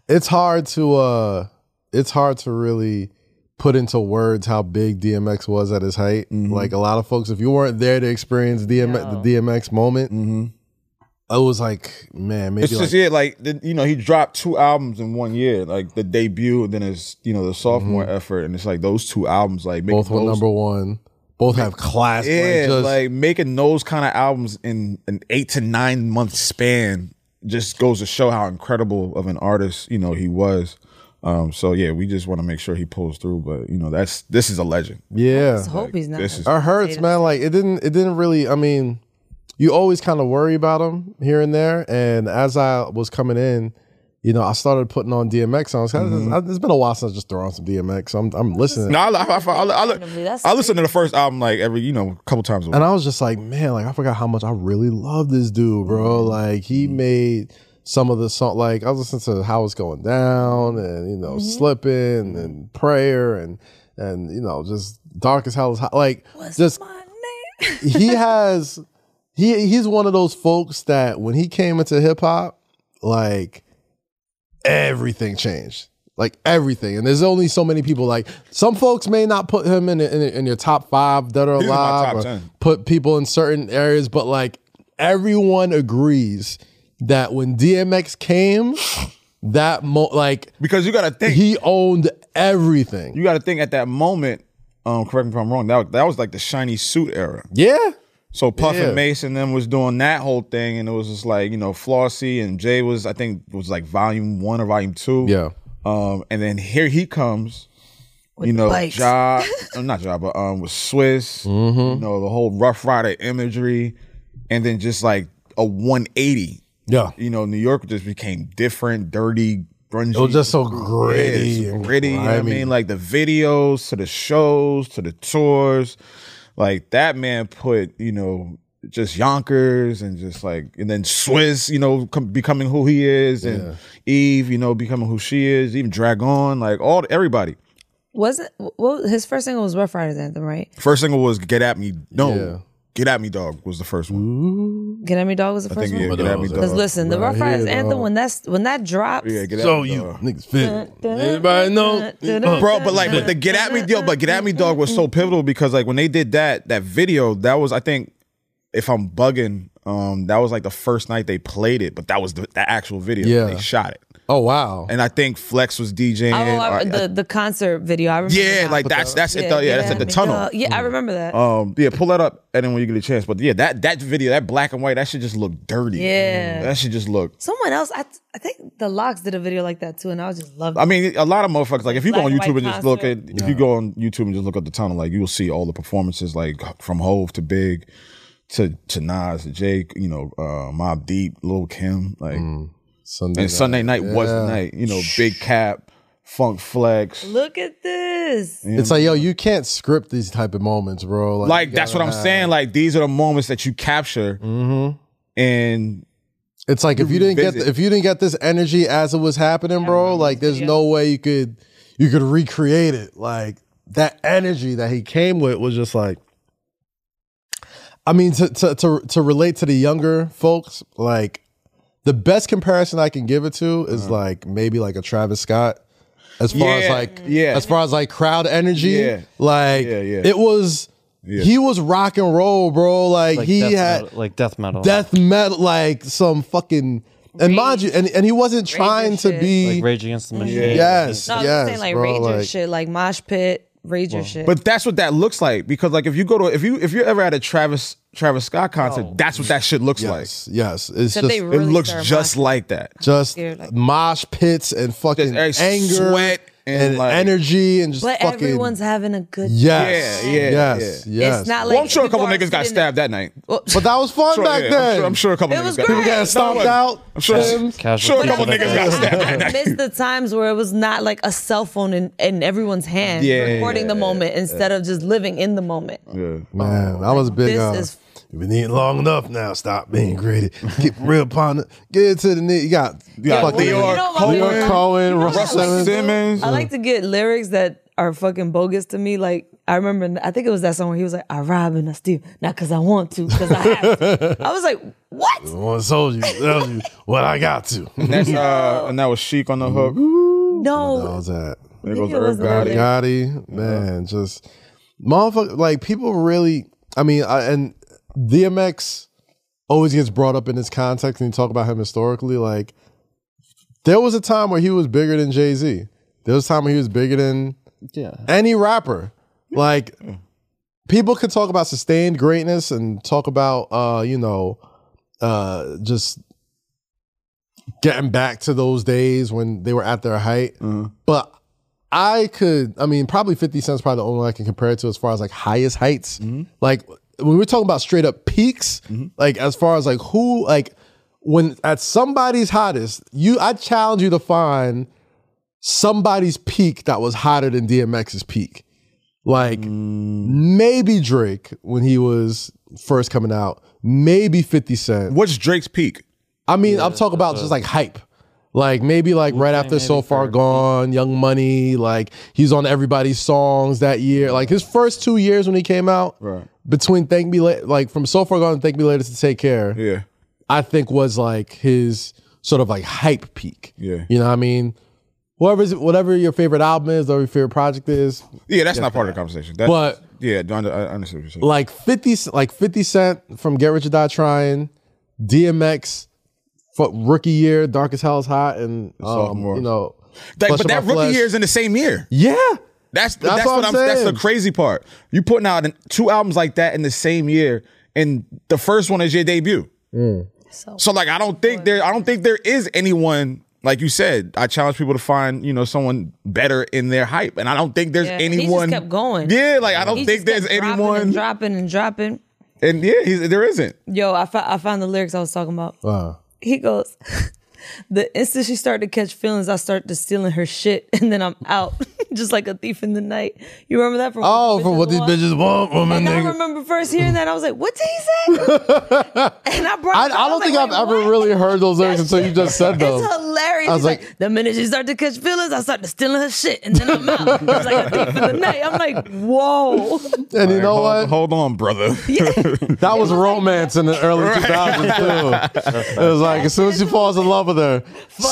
[SPEAKER 2] it's hard to uh, it's hard to really put into words how big DMX was at his height.
[SPEAKER 4] Mm-hmm.
[SPEAKER 2] Like a lot of folks, if you weren't there to experience DMX, the DMX moment,
[SPEAKER 4] Mm-hmm.
[SPEAKER 2] it was like, man, maybe
[SPEAKER 4] It's
[SPEAKER 2] like
[SPEAKER 4] just yeah, like the, you know, he dropped two albums in one year, like the debut, and then his you know the sophomore effort, and it's like those two albums, like making
[SPEAKER 2] Mm-hmm. both were
[SPEAKER 4] those-
[SPEAKER 2] number one. Both have class.
[SPEAKER 4] Yeah,
[SPEAKER 2] like, just,
[SPEAKER 4] like making those kind of albums in an eight to nine month span just goes to show how incredible of an artist you know he was. Um, so yeah, we just want to make sure he pulls through. But you know, that's this is a legend.
[SPEAKER 5] I
[SPEAKER 2] yeah.
[SPEAKER 5] hope he's not.
[SPEAKER 4] This is
[SPEAKER 2] It hurts, man. Like it didn't. It didn't really. I mean, you always kind of worry about him here and there. And as I was coming in, you know, I started putting on DMX songs. I, it's been a while since I just threw on some DMX. So I'm, I'm listening.
[SPEAKER 4] no, I, I, I, I, I,
[SPEAKER 5] That's
[SPEAKER 4] I listen to the first album like every you know couple times a week.
[SPEAKER 2] And I was just like, man, like I forgot how much I really love this dude, bro. Like he made some of the song, like I was listening to how it's going down, and you know, slipping, and prayer, and and you know, just dark as hell is hot. Like just
[SPEAKER 5] "Oh, my name.
[SPEAKER 2] he has, he he's one of those folks that when he came into hip hop, like everything changed. Like everything, and there's only so many people. Like some folks may not put him in in, in your top five that are
[SPEAKER 4] He's in my
[SPEAKER 2] alive,
[SPEAKER 4] top
[SPEAKER 2] or
[SPEAKER 4] 10.
[SPEAKER 2] put people in certain areas, but like everyone agrees that when DMX came, that mo- like
[SPEAKER 4] because you got to think
[SPEAKER 2] he owned everything.
[SPEAKER 4] you got to think at that moment. Um, correct me if I'm wrong. That that was like the shiny suit era.
[SPEAKER 2] Yeah,
[SPEAKER 4] So Puff
[SPEAKER 2] Yeah.
[SPEAKER 4] and Mace and them was doing that whole thing, and it was just like you know Flossie and Jay was I think was like volume one or volume two.
[SPEAKER 2] yeah.
[SPEAKER 4] Um, and then here he comes. you know,
[SPEAKER 5] bikes.
[SPEAKER 4] Ja, uh, not Ja, but um, with Swiss.
[SPEAKER 2] Mm-hmm.
[SPEAKER 4] You know the whole Rough Rider imagery, and then just like a 180.
[SPEAKER 2] Yeah.
[SPEAKER 4] You know, New York just became different, dirty, grungy.
[SPEAKER 2] It was just so gritty, and
[SPEAKER 4] Gritty, you know what I
[SPEAKER 2] grimy.
[SPEAKER 4] mean? Like the videos to the shows to the tours. Like that man put, you know, just Yonkers and just like, and then Swiss, you know, com- becoming who he is, and Eve, you know, becoming who she is, even Dragon, like all everybody.
[SPEAKER 5] Wasn't well, his first single was Rough Riders Anthem, right?
[SPEAKER 4] First single was Get At Me. No.
[SPEAKER 2] Yeah.
[SPEAKER 4] Get at me, dog was the first one.
[SPEAKER 5] Get at me, dog was the
[SPEAKER 4] I
[SPEAKER 5] first
[SPEAKER 4] think yeah,
[SPEAKER 5] one.
[SPEAKER 4] get at me,
[SPEAKER 5] Because
[SPEAKER 4] dog.
[SPEAKER 5] listen, the rough
[SPEAKER 2] Right
[SPEAKER 5] riders
[SPEAKER 2] here,
[SPEAKER 5] anthem
[SPEAKER 2] dog.
[SPEAKER 5] when that's when that drops.
[SPEAKER 4] yeah, get at
[SPEAKER 2] So
[SPEAKER 4] me,
[SPEAKER 2] you
[SPEAKER 4] dog.
[SPEAKER 2] uh, niggas fit.
[SPEAKER 5] dun,
[SPEAKER 2] Anybody know?
[SPEAKER 5] dun,
[SPEAKER 2] Bro,
[SPEAKER 5] dun,
[SPEAKER 4] bro. But like, but the Get At Me deal, but Get At Me Dog was so pivotal because like when they did that that video, that was I think if I'm bugging, um, that was like the first night they played it, but that was the, the actual video.
[SPEAKER 2] Yeah.
[SPEAKER 4] they shot it,
[SPEAKER 2] oh wow.
[SPEAKER 4] and I think Flex was DJing.
[SPEAKER 5] oh, I-
[SPEAKER 4] or-
[SPEAKER 5] the the concert video. I remember.
[SPEAKER 4] yeah,
[SPEAKER 5] now.
[SPEAKER 4] like that's that's it. Though. Yeah,
[SPEAKER 5] Get
[SPEAKER 4] that's at the
[SPEAKER 5] Me,
[SPEAKER 4] tunnel.
[SPEAKER 5] Dog. Yeah, I remember that.
[SPEAKER 4] Um, yeah, pull that up, and then when you get a chance. But yeah, that that video, that black and white, that should just look dirty.
[SPEAKER 5] Yeah.
[SPEAKER 4] that should just look.
[SPEAKER 5] Someone else, I, I think the Locks did a video like that too, and I was just loving.
[SPEAKER 4] I mean, a lot of motherfuckers like if you go
[SPEAKER 5] Black
[SPEAKER 4] on
[SPEAKER 5] and
[SPEAKER 4] YouTube
[SPEAKER 5] white
[SPEAKER 4] and just look at
[SPEAKER 5] concert.
[SPEAKER 4] if you go on YouTube and just look up the tunnel, like you'll see all the performances like from Hove to Big to to Nas to Jake, you know, uh, Mob Deep, Lil Kim, like
[SPEAKER 2] Mm. Sunday.
[SPEAKER 4] and Sunday night was the night, you know, Big Cap, Funk Flex.
[SPEAKER 5] Look at this.
[SPEAKER 2] It's like yo, you can't script these type of moments, bro. Like,
[SPEAKER 4] Like
[SPEAKER 2] you
[SPEAKER 4] that's what
[SPEAKER 2] gotta
[SPEAKER 4] I'm
[SPEAKER 2] have- Mm-hmm.
[SPEAKER 4] saying. Like these are the moments that you capture, and
[SPEAKER 2] It's like if you didn't get
[SPEAKER 4] revisit.
[SPEAKER 2] if you didn't get this energy as it was happening, bro. Like there's no way you could you could recreate it. Like that energy that he came with was just like. I mean, to to to, to relate to the younger folks, like the best comparison I can give it to is like maybe like a Travis Scott. As far
[SPEAKER 4] Uh-huh.
[SPEAKER 2] as
[SPEAKER 4] Yeah,
[SPEAKER 2] like,
[SPEAKER 4] yeah.
[SPEAKER 2] as far as like crowd energy,
[SPEAKER 4] Yeah.
[SPEAKER 2] like
[SPEAKER 4] Yeah, yeah.
[SPEAKER 2] it was, he was rock and roll, bro. Like,
[SPEAKER 7] Like
[SPEAKER 2] he
[SPEAKER 7] death
[SPEAKER 2] had,
[SPEAKER 7] metal, like death metal,
[SPEAKER 2] death metal, like some fucking. And mind you, and, and he wasn't trying to
[SPEAKER 5] shit.
[SPEAKER 2] be.
[SPEAKER 7] like Rage Against the Machine.
[SPEAKER 2] yes,
[SPEAKER 5] No, I was
[SPEAKER 2] yes,
[SPEAKER 5] saying like
[SPEAKER 2] bro,
[SPEAKER 5] Rager
[SPEAKER 2] like-
[SPEAKER 5] shit, like Mosh Pit, Rager shit.
[SPEAKER 4] But that's what that looks like because like if you go to if you if you're ever at a Travis Travis Scott concert, that's what that shit looks
[SPEAKER 2] yes, yes. It's
[SPEAKER 5] Except
[SPEAKER 2] just,
[SPEAKER 4] like.
[SPEAKER 5] they
[SPEAKER 4] It
[SPEAKER 5] Oh. Really
[SPEAKER 4] looks
[SPEAKER 5] start
[SPEAKER 4] just
[SPEAKER 5] mocking.
[SPEAKER 4] like that.
[SPEAKER 2] just
[SPEAKER 5] They're like-
[SPEAKER 2] mosh pits and fucking
[SPEAKER 4] There's
[SPEAKER 2] anger,
[SPEAKER 4] sweat and,
[SPEAKER 2] and
[SPEAKER 4] like-
[SPEAKER 2] energy, and just
[SPEAKER 5] but
[SPEAKER 2] fucking.
[SPEAKER 5] everyone's having a good.
[SPEAKER 2] yes,
[SPEAKER 4] Yeah, yeah,
[SPEAKER 2] yes, yes.
[SPEAKER 5] It's not like
[SPEAKER 4] Well, I'm sure a couple
[SPEAKER 5] people are
[SPEAKER 4] niggas got
[SPEAKER 5] sitting there-
[SPEAKER 4] stabbed that night.
[SPEAKER 5] Well,
[SPEAKER 2] but that was fun
[SPEAKER 4] Sure,
[SPEAKER 2] back
[SPEAKER 4] yeah,
[SPEAKER 2] then.
[SPEAKER 4] I'm sure, I'm sure a couple
[SPEAKER 5] It
[SPEAKER 4] niggas
[SPEAKER 5] was
[SPEAKER 4] got
[SPEAKER 5] great.
[SPEAKER 2] People got stomped
[SPEAKER 4] wasn't.
[SPEAKER 2] out.
[SPEAKER 4] I'm sure-
[SPEAKER 2] Tim's.
[SPEAKER 7] Casual
[SPEAKER 4] Sure, a couple
[SPEAKER 5] but
[SPEAKER 4] niggas got
[SPEAKER 5] I'm saying,
[SPEAKER 4] stabbed
[SPEAKER 5] I,
[SPEAKER 4] that
[SPEAKER 5] I
[SPEAKER 4] night.
[SPEAKER 5] miss the times where it was not like a cell phone in, in everyone's hand
[SPEAKER 4] Yeah,
[SPEAKER 5] recording
[SPEAKER 4] yeah,
[SPEAKER 5] the moment instead of just living in the moment.
[SPEAKER 2] Man, I was big.
[SPEAKER 5] this
[SPEAKER 2] uh,
[SPEAKER 5] is-
[SPEAKER 2] You've been eating long enough now. Stop being greedy. Keep real partner. Get it to the knee. You got, you
[SPEAKER 4] got
[SPEAKER 2] fucking
[SPEAKER 4] Leor
[SPEAKER 5] You know what we
[SPEAKER 2] Leor
[SPEAKER 5] were-
[SPEAKER 2] Cohen,
[SPEAKER 5] you know what I
[SPEAKER 2] Russell
[SPEAKER 5] like to
[SPEAKER 2] Simmons.
[SPEAKER 5] do?
[SPEAKER 4] Simmons.
[SPEAKER 5] I like to get lyrics that are fucking bogus to me. Like I remember, I think it was that song where he was like, "I rob and I steal, not because I want to, because I have." to." I was like, "What?"
[SPEAKER 2] I want to tell you, tell you what I got to.
[SPEAKER 4] That's, uh, and that was Chic on the hook.
[SPEAKER 2] That
[SPEAKER 5] No,
[SPEAKER 2] was that.
[SPEAKER 4] There goes
[SPEAKER 5] it was
[SPEAKER 4] Irv Gotti.
[SPEAKER 5] another-
[SPEAKER 2] Gotti, man, just motherfucker. Like people really. I mean, I, and DMX always gets brought up in this context, and you talk about him historically. Like there was a time where he was bigger than Jay Z. There was a time where he was bigger than
[SPEAKER 7] Yeah.
[SPEAKER 2] any rapper. Like people could talk about sustained greatness and talk about uh, you know, uh just getting back to those days when they were at their height. But I could, I mean, probably 50 Cent's probably the only one I can compare it to as far as like highest heights. Like when we're talking about straight up peaks, like as far as like who, like when at somebody's hottest, you, I challenge you to find somebody's peak that was hotter than DMX's peak. Like maybe Drake when he was first coming out, maybe 50 Cent.
[SPEAKER 4] What's Drake's peak?
[SPEAKER 2] I mean, I'm talking about just like hype. Like maybe like right after So Far Gone, Young Money, like he's on everybody's songs that year. Like his first two years when he came out,
[SPEAKER 4] Right.
[SPEAKER 2] between Thank Me Later, like from So Far Gone and Thank Me Later to Take Care,
[SPEAKER 4] Yeah.
[SPEAKER 2] I think was like his sort of like hype peak.
[SPEAKER 4] Yeah.
[SPEAKER 2] You know what I mean? Whoever's whatever your favorite album is or your favorite project is,
[SPEAKER 4] Yeah, that's not part of the conversation. That's,
[SPEAKER 2] But-
[SPEAKER 4] yeah, I, I understand what you're saying.
[SPEAKER 2] like 50 c- like 50 cent from get rich or die trying dmx for rookie year dark as hell is hot and um,
[SPEAKER 4] Sophomore.
[SPEAKER 2] you know
[SPEAKER 4] Like,
[SPEAKER 2] Flesh
[SPEAKER 4] but
[SPEAKER 2] of
[SPEAKER 4] that
[SPEAKER 2] My
[SPEAKER 4] rookie
[SPEAKER 2] Flesh.
[SPEAKER 4] year is in the same year.
[SPEAKER 2] yeah
[SPEAKER 4] That's
[SPEAKER 2] That's
[SPEAKER 4] that's,
[SPEAKER 2] what
[SPEAKER 4] what,
[SPEAKER 2] I'm
[SPEAKER 4] I'm. That's the
[SPEAKER 2] saying.
[SPEAKER 4] crazy part. You putting out an- two albums like that in the same year, and the first one is your debut.
[SPEAKER 5] So-
[SPEAKER 2] Mm.
[SPEAKER 4] So, like, I don't think there. I don't think there is anyone. Like you said, I challenge people to find you know someone better in their hype, and I don't think there's
[SPEAKER 5] Yeah, he just
[SPEAKER 4] anyone.
[SPEAKER 5] kept going.
[SPEAKER 4] Yeah, like I don't
[SPEAKER 5] He
[SPEAKER 4] think
[SPEAKER 5] just
[SPEAKER 4] there's
[SPEAKER 5] kept dropping and
[SPEAKER 4] anyone.
[SPEAKER 5] dropping and dropping.
[SPEAKER 4] And yeah, he's, there isn't.
[SPEAKER 5] Yo, I, fo- I found the lyrics I was talking about.
[SPEAKER 2] Wow.
[SPEAKER 5] He goes, The instant she started to catch feelings, I started to stealing her shit, and then I'm out. just like a thief in the night. You remember that from
[SPEAKER 2] Oh, from what these
[SPEAKER 5] Want?
[SPEAKER 2] bitches want, woman,
[SPEAKER 5] And I
[SPEAKER 2] nigga.
[SPEAKER 5] remember first hearing that, I was like, "What did he say?" and I brought.
[SPEAKER 2] I, I
[SPEAKER 5] it up,
[SPEAKER 2] don't
[SPEAKER 5] was
[SPEAKER 2] think
[SPEAKER 5] like,
[SPEAKER 2] I've
[SPEAKER 5] "Wait,
[SPEAKER 2] ever
[SPEAKER 5] what?"
[SPEAKER 2] really heard those lyrics until you just said them.
[SPEAKER 5] It's hilarious.
[SPEAKER 2] I
[SPEAKER 5] I
[SPEAKER 2] was
[SPEAKER 5] was
[SPEAKER 2] like-
[SPEAKER 5] like, the minute she started to catch feelings, I started stealing her shit, and then I'm out. I was like, I think for the night. I'm like, whoa.
[SPEAKER 2] And you know
[SPEAKER 4] hold,
[SPEAKER 2] what?
[SPEAKER 4] Hold on, brother.
[SPEAKER 2] That was romance in the early 2000s too. It was like as soon as she falls in love with her,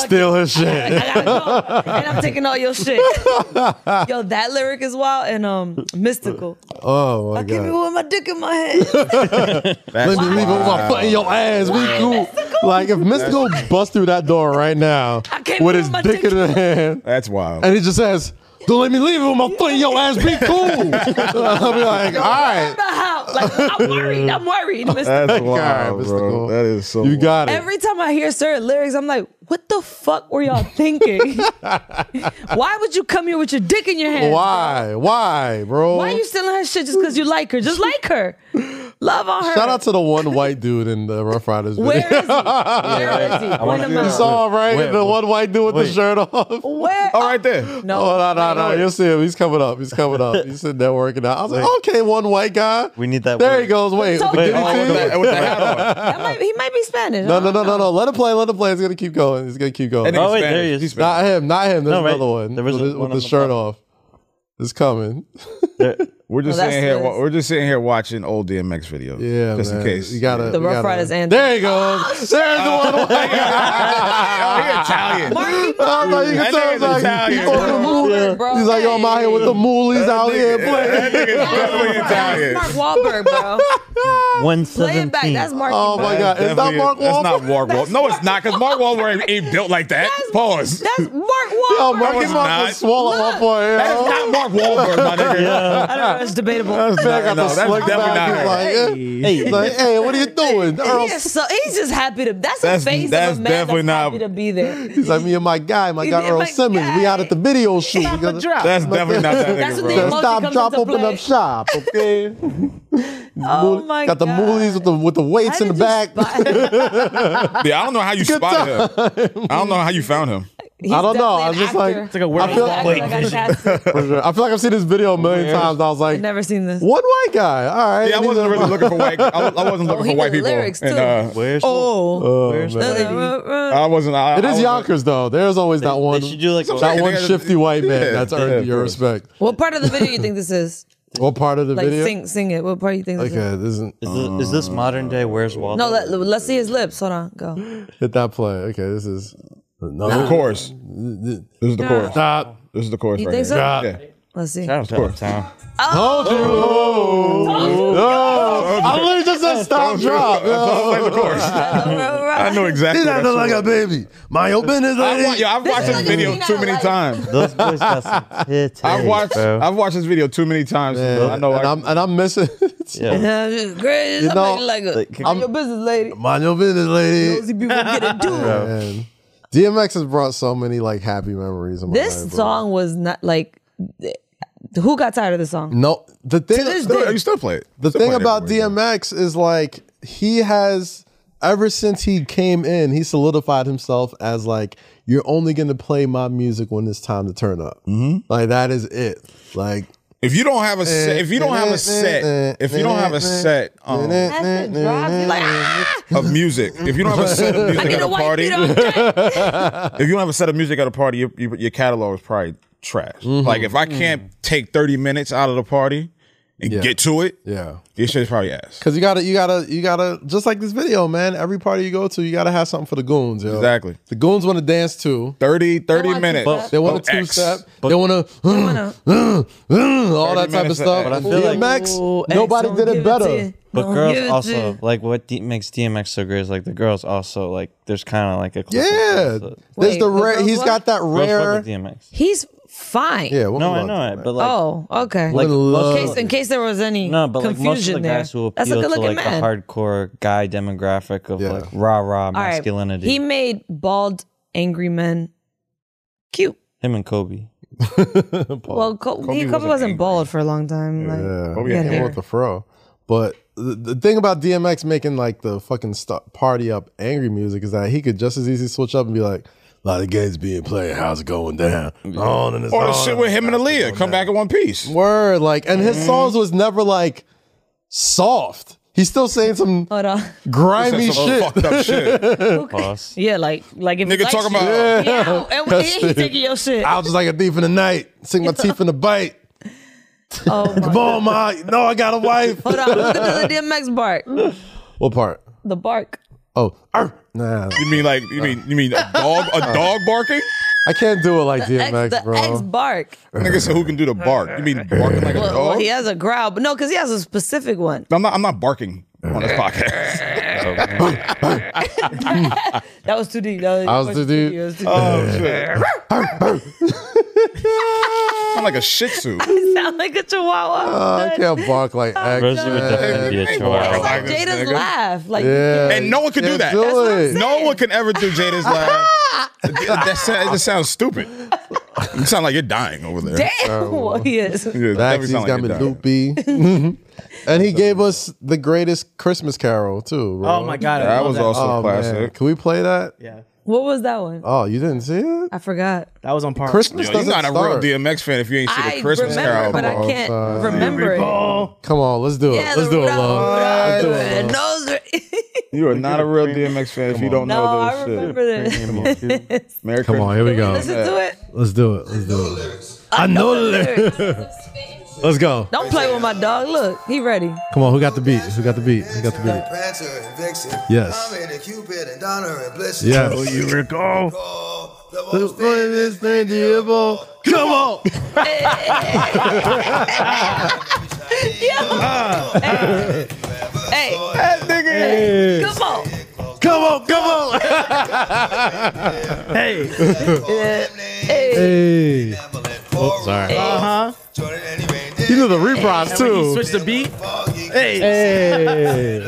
[SPEAKER 2] steal her shit.
[SPEAKER 5] I gotta go, and I'm taking all your shit. Yo, that lyric is wild and um mystical.
[SPEAKER 2] Oh my
[SPEAKER 5] I keep it
[SPEAKER 2] god.
[SPEAKER 5] with my dick in my head.
[SPEAKER 2] Let me leave it with my foot in your ass. We cool. Like if Mystical busts through that door right now
[SPEAKER 5] I can't
[SPEAKER 2] with
[SPEAKER 5] feel
[SPEAKER 2] his
[SPEAKER 5] my
[SPEAKER 2] dick
[SPEAKER 5] dick.
[SPEAKER 2] in his hand,
[SPEAKER 4] That's wild.
[SPEAKER 2] and he just says, "Don't let me leave it with my foot in your ass. Be cool." I'll be like, "All right,
[SPEAKER 5] About how? Like, I'm worried. I'm worried. Mr.
[SPEAKER 4] That's
[SPEAKER 2] God,
[SPEAKER 4] wild,
[SPEAKER 2] Mystical.
[SPEAKER 4] bro. That is so.
[SPEAKER 2] you got it."
[SPEAKER 5] Every time I hear certain lyrics, I'm like, what the fuck were y'all thinking? Why would you come here with your dick in your hand?
[SPEAKER 2] Why? Why, bro?
[SPEAKER 5] Why are you stealing her shit just because you like her? Just like her. Love on her.
[SPEAKER 2] Shout out to the one white dude in the Rough Riders.
[SPEAKER 5] Where is
[SPEAKER 2] video.
[SPEAKER 5] he? Where is he? Point him
[SPEAKER 4] see
[SPEAKER 5] out.
[SPEAKER 2] You saw him, right?
[SPEAKER 7] Wait,
[SPEAKER 2] the one white dude with the
[SPEAKER 7] wait.
[SPEAKER 2] shirt off.
[SPEAKER 5] Where?
[SPEAKER 4] All right there.
[SPEAKER 5] No.
[SPEAKER 2] Oh no no no! You'll see him. He's coming up. He's coming up. He's sitting there working out. I was like, okay, one white guy.
[SPEAKER 7] We need that
[SPEAKER 2] There
[SPEAKER 7] word.
[SPEAKER 2] he goes. Wait,
[SPEAKER 5] So-
[SPEAKER 2] with the
[SPEAKER 5] Wait,
[SPEAKER 2] guinea
[SPEAKER 5] oh,
[SPEAKER 2] pig?
[SPEAKER 4] With the- with the hat on.
[SPEAKER 5] That might, he might be Spanish.
[SPEAKER 2] No no no no no! Let it play. Let it play. It's gonna keep going. It's gonna keep going.
[SPEAKER 4] That nigga's
[SPEAKER 7] Oh, wait, there
[SPEAKER 4] Spanish.
[SPEAKER 7] he is.
[SPEAKER 4] He's Spanish.
[SPEAKER 2] Not him. Not him. There's
[SPEAKER 7] No, right.
[SPEAKER 2] another one.
[SPEAKER 7] There was
[SPEAKER 2] with,
[SPEAKER 7] a-
[SPEAKER 2] the- with
[SPEAKER 7] one
[SPEAKER 2] the
[SPEAKER 7] on the
[SPEAKER 2] shirt
[SPEAKER 7] bottom.
[SPEAKER 2] off. It's coming.
[SPEAKER 4] We're just
[SPEAKER 5] No, that's
[SPEAKER 4] sitting here.
[SPEAKER 5] good.
[SPEAKER 4] We're just sitting here watching old DMX videos.
[SPEAKER 2] Yeah,
[SPEAKER 4] just
[SPEAKER 2] man.
[SPEAKER 4] in case.
[SPEAKER 2] you gotta.
[SPEAKER 5] The
[SPEAKER 2] we
[SPEAKER 5] Rough
[SPEAKER 2] gotta-
[SPEAKER 5] Riders and- Oh,
[SPEAKER 2] There he goes. There's the one white guy.
[SPEAKER 4] Oh, he Italian.
[SPEAKER 5] Marky
[SPEAKER 2] I
[SPEAKER 5] Mark,
[SPEAKER 2] thought you could
[SPEAKER 4] That
[SPEAKER 2] tell. He's
[SPEAKER 4] nigga's
[SPEAKER 2] like,
[SPEAKER 4] Italian,
[SPEAKER 2] he's on the
[SPEAKER 5] bro.
[SPEAKER 2] mool-
[SPEAKER 5] Yeah. Bro,
[SPEAKER 2] He's like, yo, I'm out here with the moolies out here playing.
[SPEAKER 4] That nigga's definitely
[SPEAKER 5] that's
[SPEAKER 4] Italian.
[SPEAKER 5] Mark Wahlberg, bro.
[SPEAKER 7] One
[SPEAKER 5] Play it back.
[SPEAKER 7] seventeen.
[SPEAKER 5] That's Marky
[SPEAKER 2] Oh my
[SPEAKER 5] Mark.
[SPEAKER 2] god, is that
[SPEAKER 4] Definitely-
[SPEAKER 2] Mark Wahlberg?
[SPEAKER 4] That's not Mark Wahlberg. No, it's not because Mark Wahlberg ain't built like that. Pause.
[SPEAKER 5] That's Mark
[SPEAKER 2] Yo,
[SPEAKER 5] Wahlberg.
[SPEAKER 2] Mark
[SPEAKER 4] was
[SPEAKER 2] Wahlberg was
[SPEAKER 4] not.
[SPEAKER 2] swallowed up for
[SPEAKER 4] That's not
[SPEAKER 2] him.
[SPEAKER 4] Mark Wahlberg, my nigga.
[SPEAKER 5] I don't know. It's debatable.
[SPEAKER 2] That's back
[SPEAKER 4] No,
[SPEAKER 2] got the
[SPEAKER 4] that's
[SPEAKER 2] slick
[SPEAKER 4] definitely not her.
[SPEAKER 2] back. He's like, eh.
[SPEAKER 7] Hey,
[SPEAKER 2] He's like, hey, what are you doing? Earl,
[SPEAKER 5] He is so he's just happy to. That's,
[SPEAKER 4] That's-
[SPEAKER 5] a face
[SPEAKER 4] that's
[SPEAKER 5] of a man
[SPEAKER 4] definitely
[SPEAKER 5] that's
[SPEAKER 4] not-
[SPEAKER 5] happy to be there.
[SPEAKER 2] he's like, me and my guy, my
[SPEAKER 5] He
[SPEAKER 2] guy
[SPEAKER 5] did
[SPEAKER 2] Earl
[SPEAKER 5] my
[SPEAKER 2] Simmons, we out at the video shoot. We gonna-
[SPEAKER 4] That's definitely not that nigga,
[SPEAKER 5] That's what
[SPEAKER 4] bro.
[SPEAKER 5] they
[SPEAKER 2] Said,
[SPEAKER 5] Emoji
[SPEAKER 2] Stop,
[SPEAKER 5] comes
[SPEAKER 2] drop,
[SPEAKER 5] into
[SPEAKER 2] open
[SPEAKER 5] play.
[SPEAKER 2] up shop, okay?
[SPEAKER 5] Oh my
[SPEAKER 2] Got the
[SPEAKER 5] God.
[SPEAKER 2] moolies with the with the weights in the back.
[SPEAKER 4] Yeah, I don't know how you spotted him. I don't know how you found him.
[SPEAKER 2] I don't know. I was just like,
[SPEAKER 6] like a weird
[SPEAKER 2] I feel,
[SPEAKER 6] black
[SPEAKER 2] I feel like I've seen this video a million times. I was like,
[SPEAKER 5] I've never seen this.
[SPEAKER 2] one white guy. All right.
[SPEAKER 4] Yeah, I
[SPEAKER 2] And he's
[SPEAKER 4] wasn't
[SPEAKER 2] a-
[SPEAKER 4] really looking for white. I, I wasn't looking
[SPEAKER 5] Oh, he
[SPEAKER 4] for
[SPEAKER 5] did
[SPEAKER 4] white
[SPEAKER 5] the
[SPEAKER 4] people.
[SPEAKER 5] lyrics,
[SPEAKER 4] and,
[SPEAKER 5] too.
[SPEAKER 4] uh,
[SPEAKER 7] where's
[SPEAKER 5] Oh,
[SPEAKER 7] where's
[SPEAKER 5] Uh,
[SPEAKER 7] the lady?
[SPEAKER 5] uh, uh,
[SPEAKER 4] I wasn't. I,
[SPEAKER 2] It
[SPEAKER 4] I
[SPEAKER 2] is
[SPEAKER 4] wasn't-
[SPEAKER 2] Yonkers though. There's always that one.
[SPEAKER 7] should do like a-
[SPEAKER 2] that
[SPEAKER 4] Yeah,
[SPEAKER 2] one
[SPEAKER 4] they gotta-
[SPEAKER 2] shifty white man.
[SPEAKER 4] yeah,
[SPEAKER 2] that's earned
[SPEAKER 4] yeah,
[SPEAKER 2] your
[SPEAKER 4] bro.
[SPEAKER 2] respect.
[SPEAKER 5] what part of the video you think this is?
[SPEAKER 2] What part of the
[SPEAKER 5] Like
[SPEAKER 2] video?
[SPEAKER 5] sing, sing it. What part you think? This is?
[SPEAKER 2] Okay, this isn't
[SPEAKER 7] Is this, is this modern day? Where's Waldo?
[SPEAKER 5] No, let, let's see his lips. Hold on, go.
[SPEAKER 2] hit that play. Okay, this is no.
[SPEAKER 4] The chorus. This is the chorus.
[SPEAKER 2] Stop.
[SPEAKER 4] This is the chorus
[SPEAKER 5] You
[SPEAKER 4] right
[SPEAKER 5] think so?
[SPEAKER 4] here.
[SPEAKER 2] Stop.
[SPEAKER 4] Yeah.
[SPEAKER 5] Let's see.
[SPEAKER 7] Shout out to Uptown.
[SPEAKER 2] Told you. No. Oh. I literally just said stop, drop.
[SPEAKER 4] Play the chorus. I know exactly. what that's for.
[SPEAKER 2] baby. My your business,
[SPEAKER 4] I wa- yo, I've watched
[SPEAKER 5] is
[SPEAKER 4] this
[SPEAKER 5] like a
[SPEAKER 4] video
[SPEAKER 5] scene I
[SPEAKER 4] too many
[SPEAKER 5] like.
[SPEAKER 4] times.
[SPEAKER 7] Those boys got some titties,
[SPEAKER 4] I've watched.
[SPEAKER 7] bro.
[SPEAKER 4] I've watched this video too many times. I know.
[SPEAKER 2] and
[SPEAKER 4] I,
[SPEAKER 2] I'm and I'm missing.
[SPEAKER 7] yeah.
[SPEAKER 5] Great.
[SPEAKER 2] You know,
[SPEAKER 5] like a,
[SPEAKER 7] like,
[SPEAKER 5] I'm your business lady.
[SPEAKER 2] Mind your business, lady.
[SPEAKER 5] Those people get a do.
[SPEAKER 2] Man. DMX has brought so many like happy memories. In my
[SPEAKER 5] This
[SPEAKER 2] life, bro.
[SPEAKER 5] song was not like. th- Who got tired of the song?
[SPEAKER 2] No, the thing.
[SPEAKER 5] this
[SPEAKER 2] the-
[SPEAKER 5] day.
[SPEAKER 4] you still play it.
[SPEAKER 2] The
[SPEAKER 4] Still
[SPEAKER 2] thing
[SPEAKER 4] play it
[SPEAKER 2] about
[SPEAKER 4] everywhere, bro.
[SPEAKER 2] DMX is like he has ever since he came in, he solidified himself as like you're only gonna play my music when it's time to turn up. Mm-hmm. Like that is it. Like
[SPEAKER 4] If you don't have a set, if you don't have a set, if you don't have a set um,
[SPEAKER 5] That's the drop. You're like, ah!
[SPEAKER 4] of music, if you don't have a set of
[SPEAKER 5] I
[SPEAKER 4] music
[SPEAKER 5] need
[SPEAKER 2] "Ah,
[SPEAKER 4] at
[SPEAKER 5] a
[SPEAKER 4] a
[SPEAKER 5] white
[SPEAKER 4] party,
[SPEAKER 5] beat on deck.
[SPEAKER 4] if you don't have a set of music at a party, your, your, your catalog is probably trash. Like if I can't take thirty minutes out of the party and get to it,
[SPEAKER 2] yeah.
[SPEAKER 4] your shit's probably ass.
[SPEAKER 2] Cause you gotta, you gotta, you gotta, just like this video, man. Every party you go to, you gotta have something for the goons. Yo.
[SPEAKER 4] Exactly.
[SPEAKER 2] The goons want to dance too.
[SPEAKER 4] 30, 30
[SPEAKER 5] want
[SPEAKER 4] minutes.
[SPEAKER 5] two-step.
[SPEAKER 2] They want
[SPEAKER 4] Both
[SPEAKER 2] to two
[SPEAKER 4] Oh, X.
[SPEAKER 2] step. They want to uh, all that type of
[SPEAKER 4] minutes of X.
[SPEAKER 2] stuff.
[SPEAKER 4] But I
[SPEAKER 7] feel like-
[SPEAKER 2] DMX,
[SPEAKER 5] Ooh, X,
[SPEAKER 2] nobody
[SPEAKER 5] don't
[SPEAKER 2] did
[SPEAKER 5] give
[SPEAKER 2] it better.
[SPEAKER 5] to you.
[SPEAKER 7] But
[SPEAKER 5] Don't
[SPEAKER 7] girls
[SPEAKER 5] give it to
[SPEAKER 7] also
[SPEAKER 5] you.
[SPEAKER 7] like what D- makes DMX so great is like the girls also like there's kind of like a clique of
[SPEAKER 2] Yeah,
[SPEAKER 7] girls that-
[SPEAKER 2] there's
[SPEAKER 5] Wait,
[SPEAKER 2] the
[SPEAKER 5] the
[SPEAKER 2] rare.
[SPEAKER 5] girls
[SPEAKER 2] He's
[SPEAKER 5] what?
[SPEAKER 2] got that
[SPEAKER 7] girls fuck
[SPEAKER 2] rare.
[SPEAKER 7] with DMX.
[SPEAKER 5] He's fine.
[SPEAKER 2] Yeah, we'll
[SPEAKER 7] No,
[SPEAKER 2] move on
[SPEAKER 7] I
[SPEAKER 2] to
[SPEAKER 7] know
[SPEAKER 2] that.
[SPEAKER 7] it, but like
[SPEAKER 5] oh, okay.
[SPEAKER 2] Women love
[SPEAKER 5] in case, in case there was any
[SPEAKER 7] no, but like
[SPEAKER 5] confusion
[SPEAKER 7] most of the
[SPEAKER 5] there.
[SPEAKER 7] guys who appeal
[SPEAKER 5] That's a
[SPEAKER 7] to
[SPEAKER 5] good
[SPEAKER 7] like
[SPEAKER 5] looking
[SPEAKER 7] the
[SPEAKER 5] man.
[SPEAKER 7] hardcore guy demographic of
[SPEAKER 2] Yeah.
[SPEAKER 7] like rah rah
[SPEAKER 5] All right,
[SPEAKER 7] masculinity.
[SPEAKER 5] He made bald, angry men cute.
[SPEAKER 7] Him and Kobe.
[SPEAKER 5] Well, Col- he- Kobe,
[SPEAKER 4] wasn't
[SPEAKER 5] wasn't,
[SPEAKER 4] angry.
[SPEAKER 5] ball bald for a long time. Like,
[SPEAKER 2] yeah,
[SPEAKER 4] Kobe had
[SPEAKER 5] Yeah,
[SPEAKER 2] I
[SPEAKER 5] hair.
[SPEAKER 2] want the fro. But the, the thing about DMX making like the fucking stu party up angry music is that he could just as easily switch up and be like, a lot of games being played. How's it going down? On and it's
[SPEAKER 4] Or the
[SPEAKER 2] on.
[SPEAKER 4] shit with him and Aaliyah. Come back in one piece.
[SPEAKER 2] Word, like, and his songs was never like soft. He's still saying some
[SPEAKER 5] Hold on.
[SPEAKER 2] grimy
[SPEAKER 4] That's some
[SPEAKER 2] shit.
[SPEAKER 4] fucked up shit.
[SPEAKER 7] Boss.
[SPEAKER 5] Yeah, like like if he
[SPEAKER 4] Nigga
[SPEAKER 5] likes
[SPEAKER 4] talking
[SPEAKER 5] you,
[SPEAKER 4] about-
[SPEAKER 5] yeah, and and he taking your shit.
[SPEAKER 2] I was just like a thief in the night, sing my teeth in the bite.
[SPEAKER 5] Oh my.
[SPEAKER 2] Come on, ma. No, I got a wife.
[SPEAKER 5] Hold on, look at the DMX bark.
[SPEAKER 2] What part?
[SPEAKER 5] The bark.
[SPEAKER 2] Oh, arr. nah.
[SPEAKER 4] You mean like you mean you mean a dog a
[SPEAKER 5] Uh-huh.
[SPEAKER 4] dog barking?
[SPEAKER 2] I can't do it like
[SPEAKER 5] Ex,
[SPEAKER 2] DMX,
[SPEAKER 5] the ex
[SPEAKER 2] bro.
[SPEAKER 5] bark.
[SPEAKER 4] Nigga said who can do the bark? You mean barking like a
[SPEAKER 5] Uh-huh. Well, well,
[SPEAKER 4] dog?
[SPEAKER 5] he
[SPEAKER 2] oh.
[SPEAKER 5] has a growl, but no, because he has a specific one.
[SPEAKER 4] I'm not I'm not barking on
[SPEAKER 5] Uh-huh.
[SPEAKER 4] this podcast.
[SPEAKER 5] That was too deep. That
[SPEAKER 2] I was
[SPEAKER 5] that
[SPEAKER 2] too deep.
[SPEAKER 5] That was too deep.
[SPEAKER 4] Oh shit. I'm like a shih tzu.
[SPEAKER 5] Sound like a chihuahua.
[SPEAKER 2] Uh, I can't bark like X.
[SPEAKER 7] Rosie would definitely be a
[SPEAKER 4] Hey,
[SPEAKER 7] chihuahua.
[SPEAKER 5] It's like
[SPEAKER 4] like this,
[SPEAKER 5] Jada's
[SPEAKER 4] nigga.
[SPEAKER 5] laugh. Like
[SPEAKER 2] Yeah.
[SPEAKER 4] And no one can do
[SPEAKER 2] Can't
[SPEAKER 4] that.
[SPEAKER 2] do
[SPEAKER 4] That's
[SPEAKER 2] it.
[SPEAKER 4] No one can ever do Jada's laugh. that, that, sound- it just sounds stupid. You sound like you're dying over there.
[SPEAKER 5] damn, he is.
[SPEAKER 4] Yeah, it definitely
[SPEAKER 2] Max, he's
[SPEAKER 4] sound
[SPEAKER 2] got
[SPEAKER 4] like
[SPEAKER 2] me
[SPEAKER 4] you're dying.
[SPEAKER 2] loopy. and he gave us the greatest Christmas carol too. Bro.
[SPEAKER 6] Oh my god, I
[SPEAKER 4] That
[SPEAKER 6] love
[SPEAKER 4] was
[SPEAKER 6] that.
[SPEAKER 4] also
[SPEAKER 2] Oh, man.
[SPEAKER 4] classic.
[SPEAKER 2] Can we play that?
[SPEAKER 6] Yeah,
[SPEAKER 5] What was that one?
[SPEAKER 2] Oh, you didn't see it?
[SPEAKER 5] I forgot.
[SPEAKER 6] that was on par.
[SPEAKER 2] Christmas
[SPEAKER 4] Yo, you're
[SPEAKER 2] doesn't
[SPEAKER 4] not a real
[SPEAKER 2] start.
[SPEAKER 4] DMX fan if you ain't seen
[SPEAKER 5] I
[SPEAKER 4] the Christmas
[SPEAKER 5] remember,
[SPEAKER 4] Carol.
[SPEAKER 5] but I
[SPEAKER 4] bro.
[SPEAKER 5] can't
[SPEAKER 2] Outside.
[SPEAKER 5] remember it.
[SPEAKER 2] Come on, let's do it.
[SPEAKER 5] Yeah,
[SPEAKER 2] let's
[SPEAKER 5] the
[SPEAKER 2] do it,
[SPEAKER 5] rock,
[SPEAKER 2] love.
[SPEAKER 5] rock,
[SPEAKER 2] Let's do it,
[SPEAKER 5] man.
[SPEAKER 2] love.
[SPEAKER 5] Those are-
[SPEAKER 1] You are not a real DMX fan if you don't
[SPEAKER 5] no,
[SPEAKER 1] know
[SPEAKER 5] I
[SPEAKER 1] this
[SPEAKER 5] remember
[SPEAKER 1] shit.
[SPEAKER 5] this.
[SPEAKER 1] Merry
[SPEAKER 2] Come
[SPEAKER 1] Christmas.
[SPEAKER 2] on, here we go.
[SPEAKER 5] Listen to it.
[SPEAKER 2] Let's do it. Let's do it. I know the lyrics. Let's go.
[SPEAKER 5] Don't play with my dog. Look, he ready.
[SPEAKER 2] Come on, who got the beat? Who got the beat? Who got the beat?
[SPEAKER 8] Prancer and Vixen.
[SPEAKER 2] Yes.
[SPEAKER 8] Comet and Cupid and Donner and Blitzen.
[SPEAKER 2] Yes.
[SPEAKER 6] you recall?
[SPEAKER 8] Oh, the
[SPEAKER 2] The
[SPEAKER 8] most
[SPEAKER 2] boy is tangible. Come on.
[SPEAKER 5] Hey, come on.
[SPEAKER 2] Come on, come on.
[SPEAKER 6] Hey,
[SPEAKER 5] Hey,
[SPEAKER 2] Hey.
[SPEAKER 8] Oh, sorry.
[SPEAKER 6] uh huh.
[SPEAKER 8] Jordan and he rained
[SPEAKER 2] You
[SPEAKER 8] in.
[SPEAKER 2] know the reprise
[SPEAKER 6] He
[SPEAKER 2] too.
[SPEAKER 6] switched the beat.
[SPEAKER 8] Foggy.
[SPEAKER 6] Hey,
[SPEAKER 2] Hey.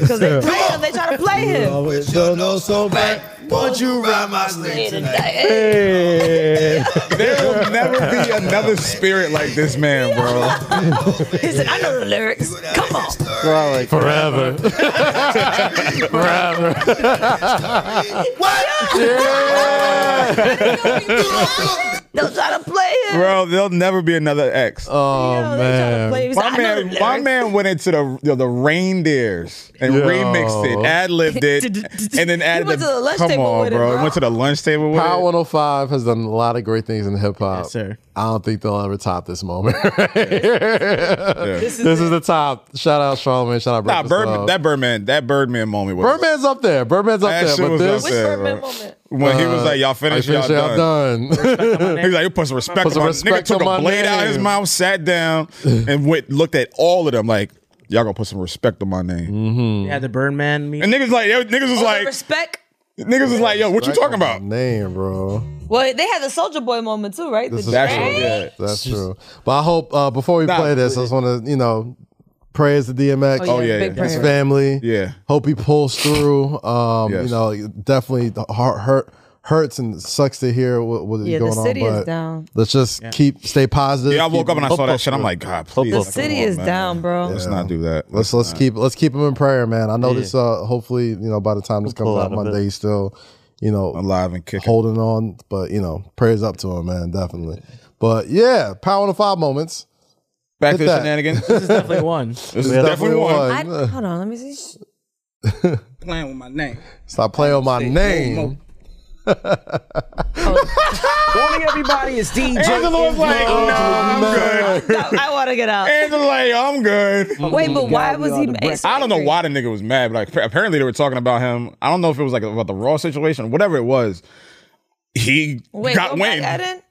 [SPEAKER 5] because they play him. They try to play him.
[SPEAKER 2] Always don't know so bad.
[SPEAKER 8] Won't you ride my sleigh tonight?
[SPEAKER 2] Hey.
[SPEAKER 4] There will never be another spirit like this man, bro.
[SPEAKER 5] He said, I know the lyrics. Come on.
[SPEAKER 2] Forever. Forever.
[SPEAKER 5] What? They'll try to play him.
[SPEAKER 4] Bro, there'll never be another ex.
[SPEAKER 2] Oh
[SPEAKER 5] Yo, they try to
[SPEAKER 2] man.
[SPEAKER 5] play him. He said,
[SPEAKER 4] my
[SPEAKER 5] Uh, "I know the
[SPEAKER 4] man, my
[SPEAKER 5] lyrics."
[SPEAKER 4] man went into the the, the reindeers and
[SPEAKER 2] Yo.
[SPEAKER 4] remixed it, ad libbed it, and then
[SPEAKER 5] He
[SPEAKER 4] added
[SPEAKER 5] went to the lunch
[SPEAKER 4] come
[SPEAKER 5] table
[SPEAKER 4] on,
[SPEAKER 5] with it, bro.
[SPEAKER 4] Went to the lunch table with
[SPEAKER 2] Power
[SPEAKER 4] it.
[SPEAKER 2] 105 has done a lot of great things in hip hop.
[SPEAKER 6] Yes, sir.
[SPEAKER 2] I don't think they'll ever top this moment. This is, the top. Shout out Charlamagne. Shout out
[SPEAKER 4] Nah,
[SPEAKER 2] Breakfast
[SPEAKER 4] Birdman,
[SPEAKER 2] Club.
[SPEAKER 4] that Birdman, that Birdman moment was
[SPEAKER 2] Birdman's up there. Birdman's up
[SPEAKER 4] That
[SPEAKER 2] there.
[SPEAKER 4] shit
[SPEAKER 2] But
[SPEAKER 4] was up
[SPEAKER 2] this,
[SPEAKER 5] Which
[SPEAKER 4] Yeah,
[SPEAKER 5] Birdman
[SPEAKER 4] bro.
[SPEAKER 5] moment?
[SPEAKER 4] when he was
[SPEAKER 2] Uh,
[SPEAKER 4] like, "Y'all finish, y'all, done."
[SPEAKER 2] done.
[SPEAKER 4] He was like, "You put some respect
[SPEAKER 2] Put some
[SPEAKER 4] on my
[SPEAKER 2] respect
[SPEAKER 4] nigga." Took
[SPEAKER 2] on my
[SPEAKER 4] a blade out of his
[SPEAKER 2] name.
[SPEAKER 4] mouth, sat down, and went looked at all of them like, "Y'all gonna put some respect on my name."
[SPEAKER 6] yeah, the Birdman meet.
[SPEAKER 4] And niggas like, yo, niggas was
[SPEAKER 5] Oh, the
[SPEAKER 4] like,
[SPEAKER 5] respect.
[SPEAKER 4] niggas was like, "Yo, what you talking about?"
[SPEAKER 2] Name, bro.
[SPEAKER 5] Well, they had the Soldier Boy moment too, right?
[SPEAKER 2] This
[SPEAKER 5] The
[SPEAKER 2] is
[SPEAKER 4] That's
[SPEAKER 5] drag.
[SPEAKER 4] true. Yeah.
[SPEAKER 2] That's true. But I hope uh, before we
[SPEAKER 4] Nah,
[SPEAKER 2] play this, I just want to, you know, praise the DMX.
[SPEAKER 5] Oh, yeah,
[SPEAKER 4] yeah,
[SPEAKER 5] big
[SPEAKER 4] yeah.
[SPEAKER 5] prayer.
[SPEAKER 2] his family.
[SPEAKER 4] Yeah.
[SPEAKER 2] Hope he pulls through. Um,
[SPEAKER 4] Yes.
[SPEAKER 2] you know, definitely the heart hurt hurts and sucks to hear what, what is
[SPEAKER 5] Yeah, the
[SPEAKER 2] going on.
[SPEAKER 5] city is
[SPEAKER 2] but
[SPEAKER 5] down.
[SPEAKER 2] Let's just keep stay positive.
[SPEAKER 4] Yeah, I woke
[SPEAKER 2] keep-
[SPEAKER 4] up and I saw that shit. I'm like, God, please.
[SPEAKER 5] The
[SPEAKER 4] come
[SPEAKER 5] city
[SPEAKER 4] on,
[SPEAKER 5] is
[SPEAKER 4] man.
[SPEAKER 5] down, bro.
[SPEAKER 4] Let's not do that.
[SPEAKER 2] Let's let's keep let's keep him in prayer, man. I know this. Uh, hopefully, you know, by the time this comes
[SPEAKER 7] pull
[SPEAKER 2] out
[SPEAKER 7] out of
[SPEAKER 2] Monday,
[SPEAKER 7] it.
[SPEAKER 2] he's still, you know,
[SPEAKER 4] alive and kicking.
[SPEAKER 2] holding on. But you know, prayers up to him, man. Definitely. But yeah, power to five moments.
[SPEAKER 4] Back to the
[SPEAKER 2] that.
[SPEAKER 4] shenanigans.
[SPEAKER 6] This is definitely one.
[SPEAKER 4] This is definitely one.
[SPEAKER 5] I, hold on, let me see.
[SPEAKER 9] playing with my name.
[SPEAKER 2] Stop playing on my name.
[SPEAKER 9] Morning, everybody. It's DJ.
[SPEAKER 4] Angela was like,
[SPEAKER 7] oh,
[SPEAKER 4] "Oh, no, I'm good.
[SPEAKER 5] I want to get out.
[SPEAKER 4] Angela, like, I'm good.
[SPEAKER 5] Wait, but why
[SPEAKER 9] God, we
[SPEAKER 5] was
[SPEAKER 9] are
[SPEAKER 5] he?
[SPEAKER 9] the best.
[SPEAKER 4] I don't know why the nigga was mad, but like, apparently they were talking about him. I don't know if it was like about the Raw situation, whatever it was. He
[SPEAKER 5] Wait,
[SPEAKER 4] got
[SPEAKER 5] go back at
[SPEAKER 4] wind.
[SPEAKER 5] it?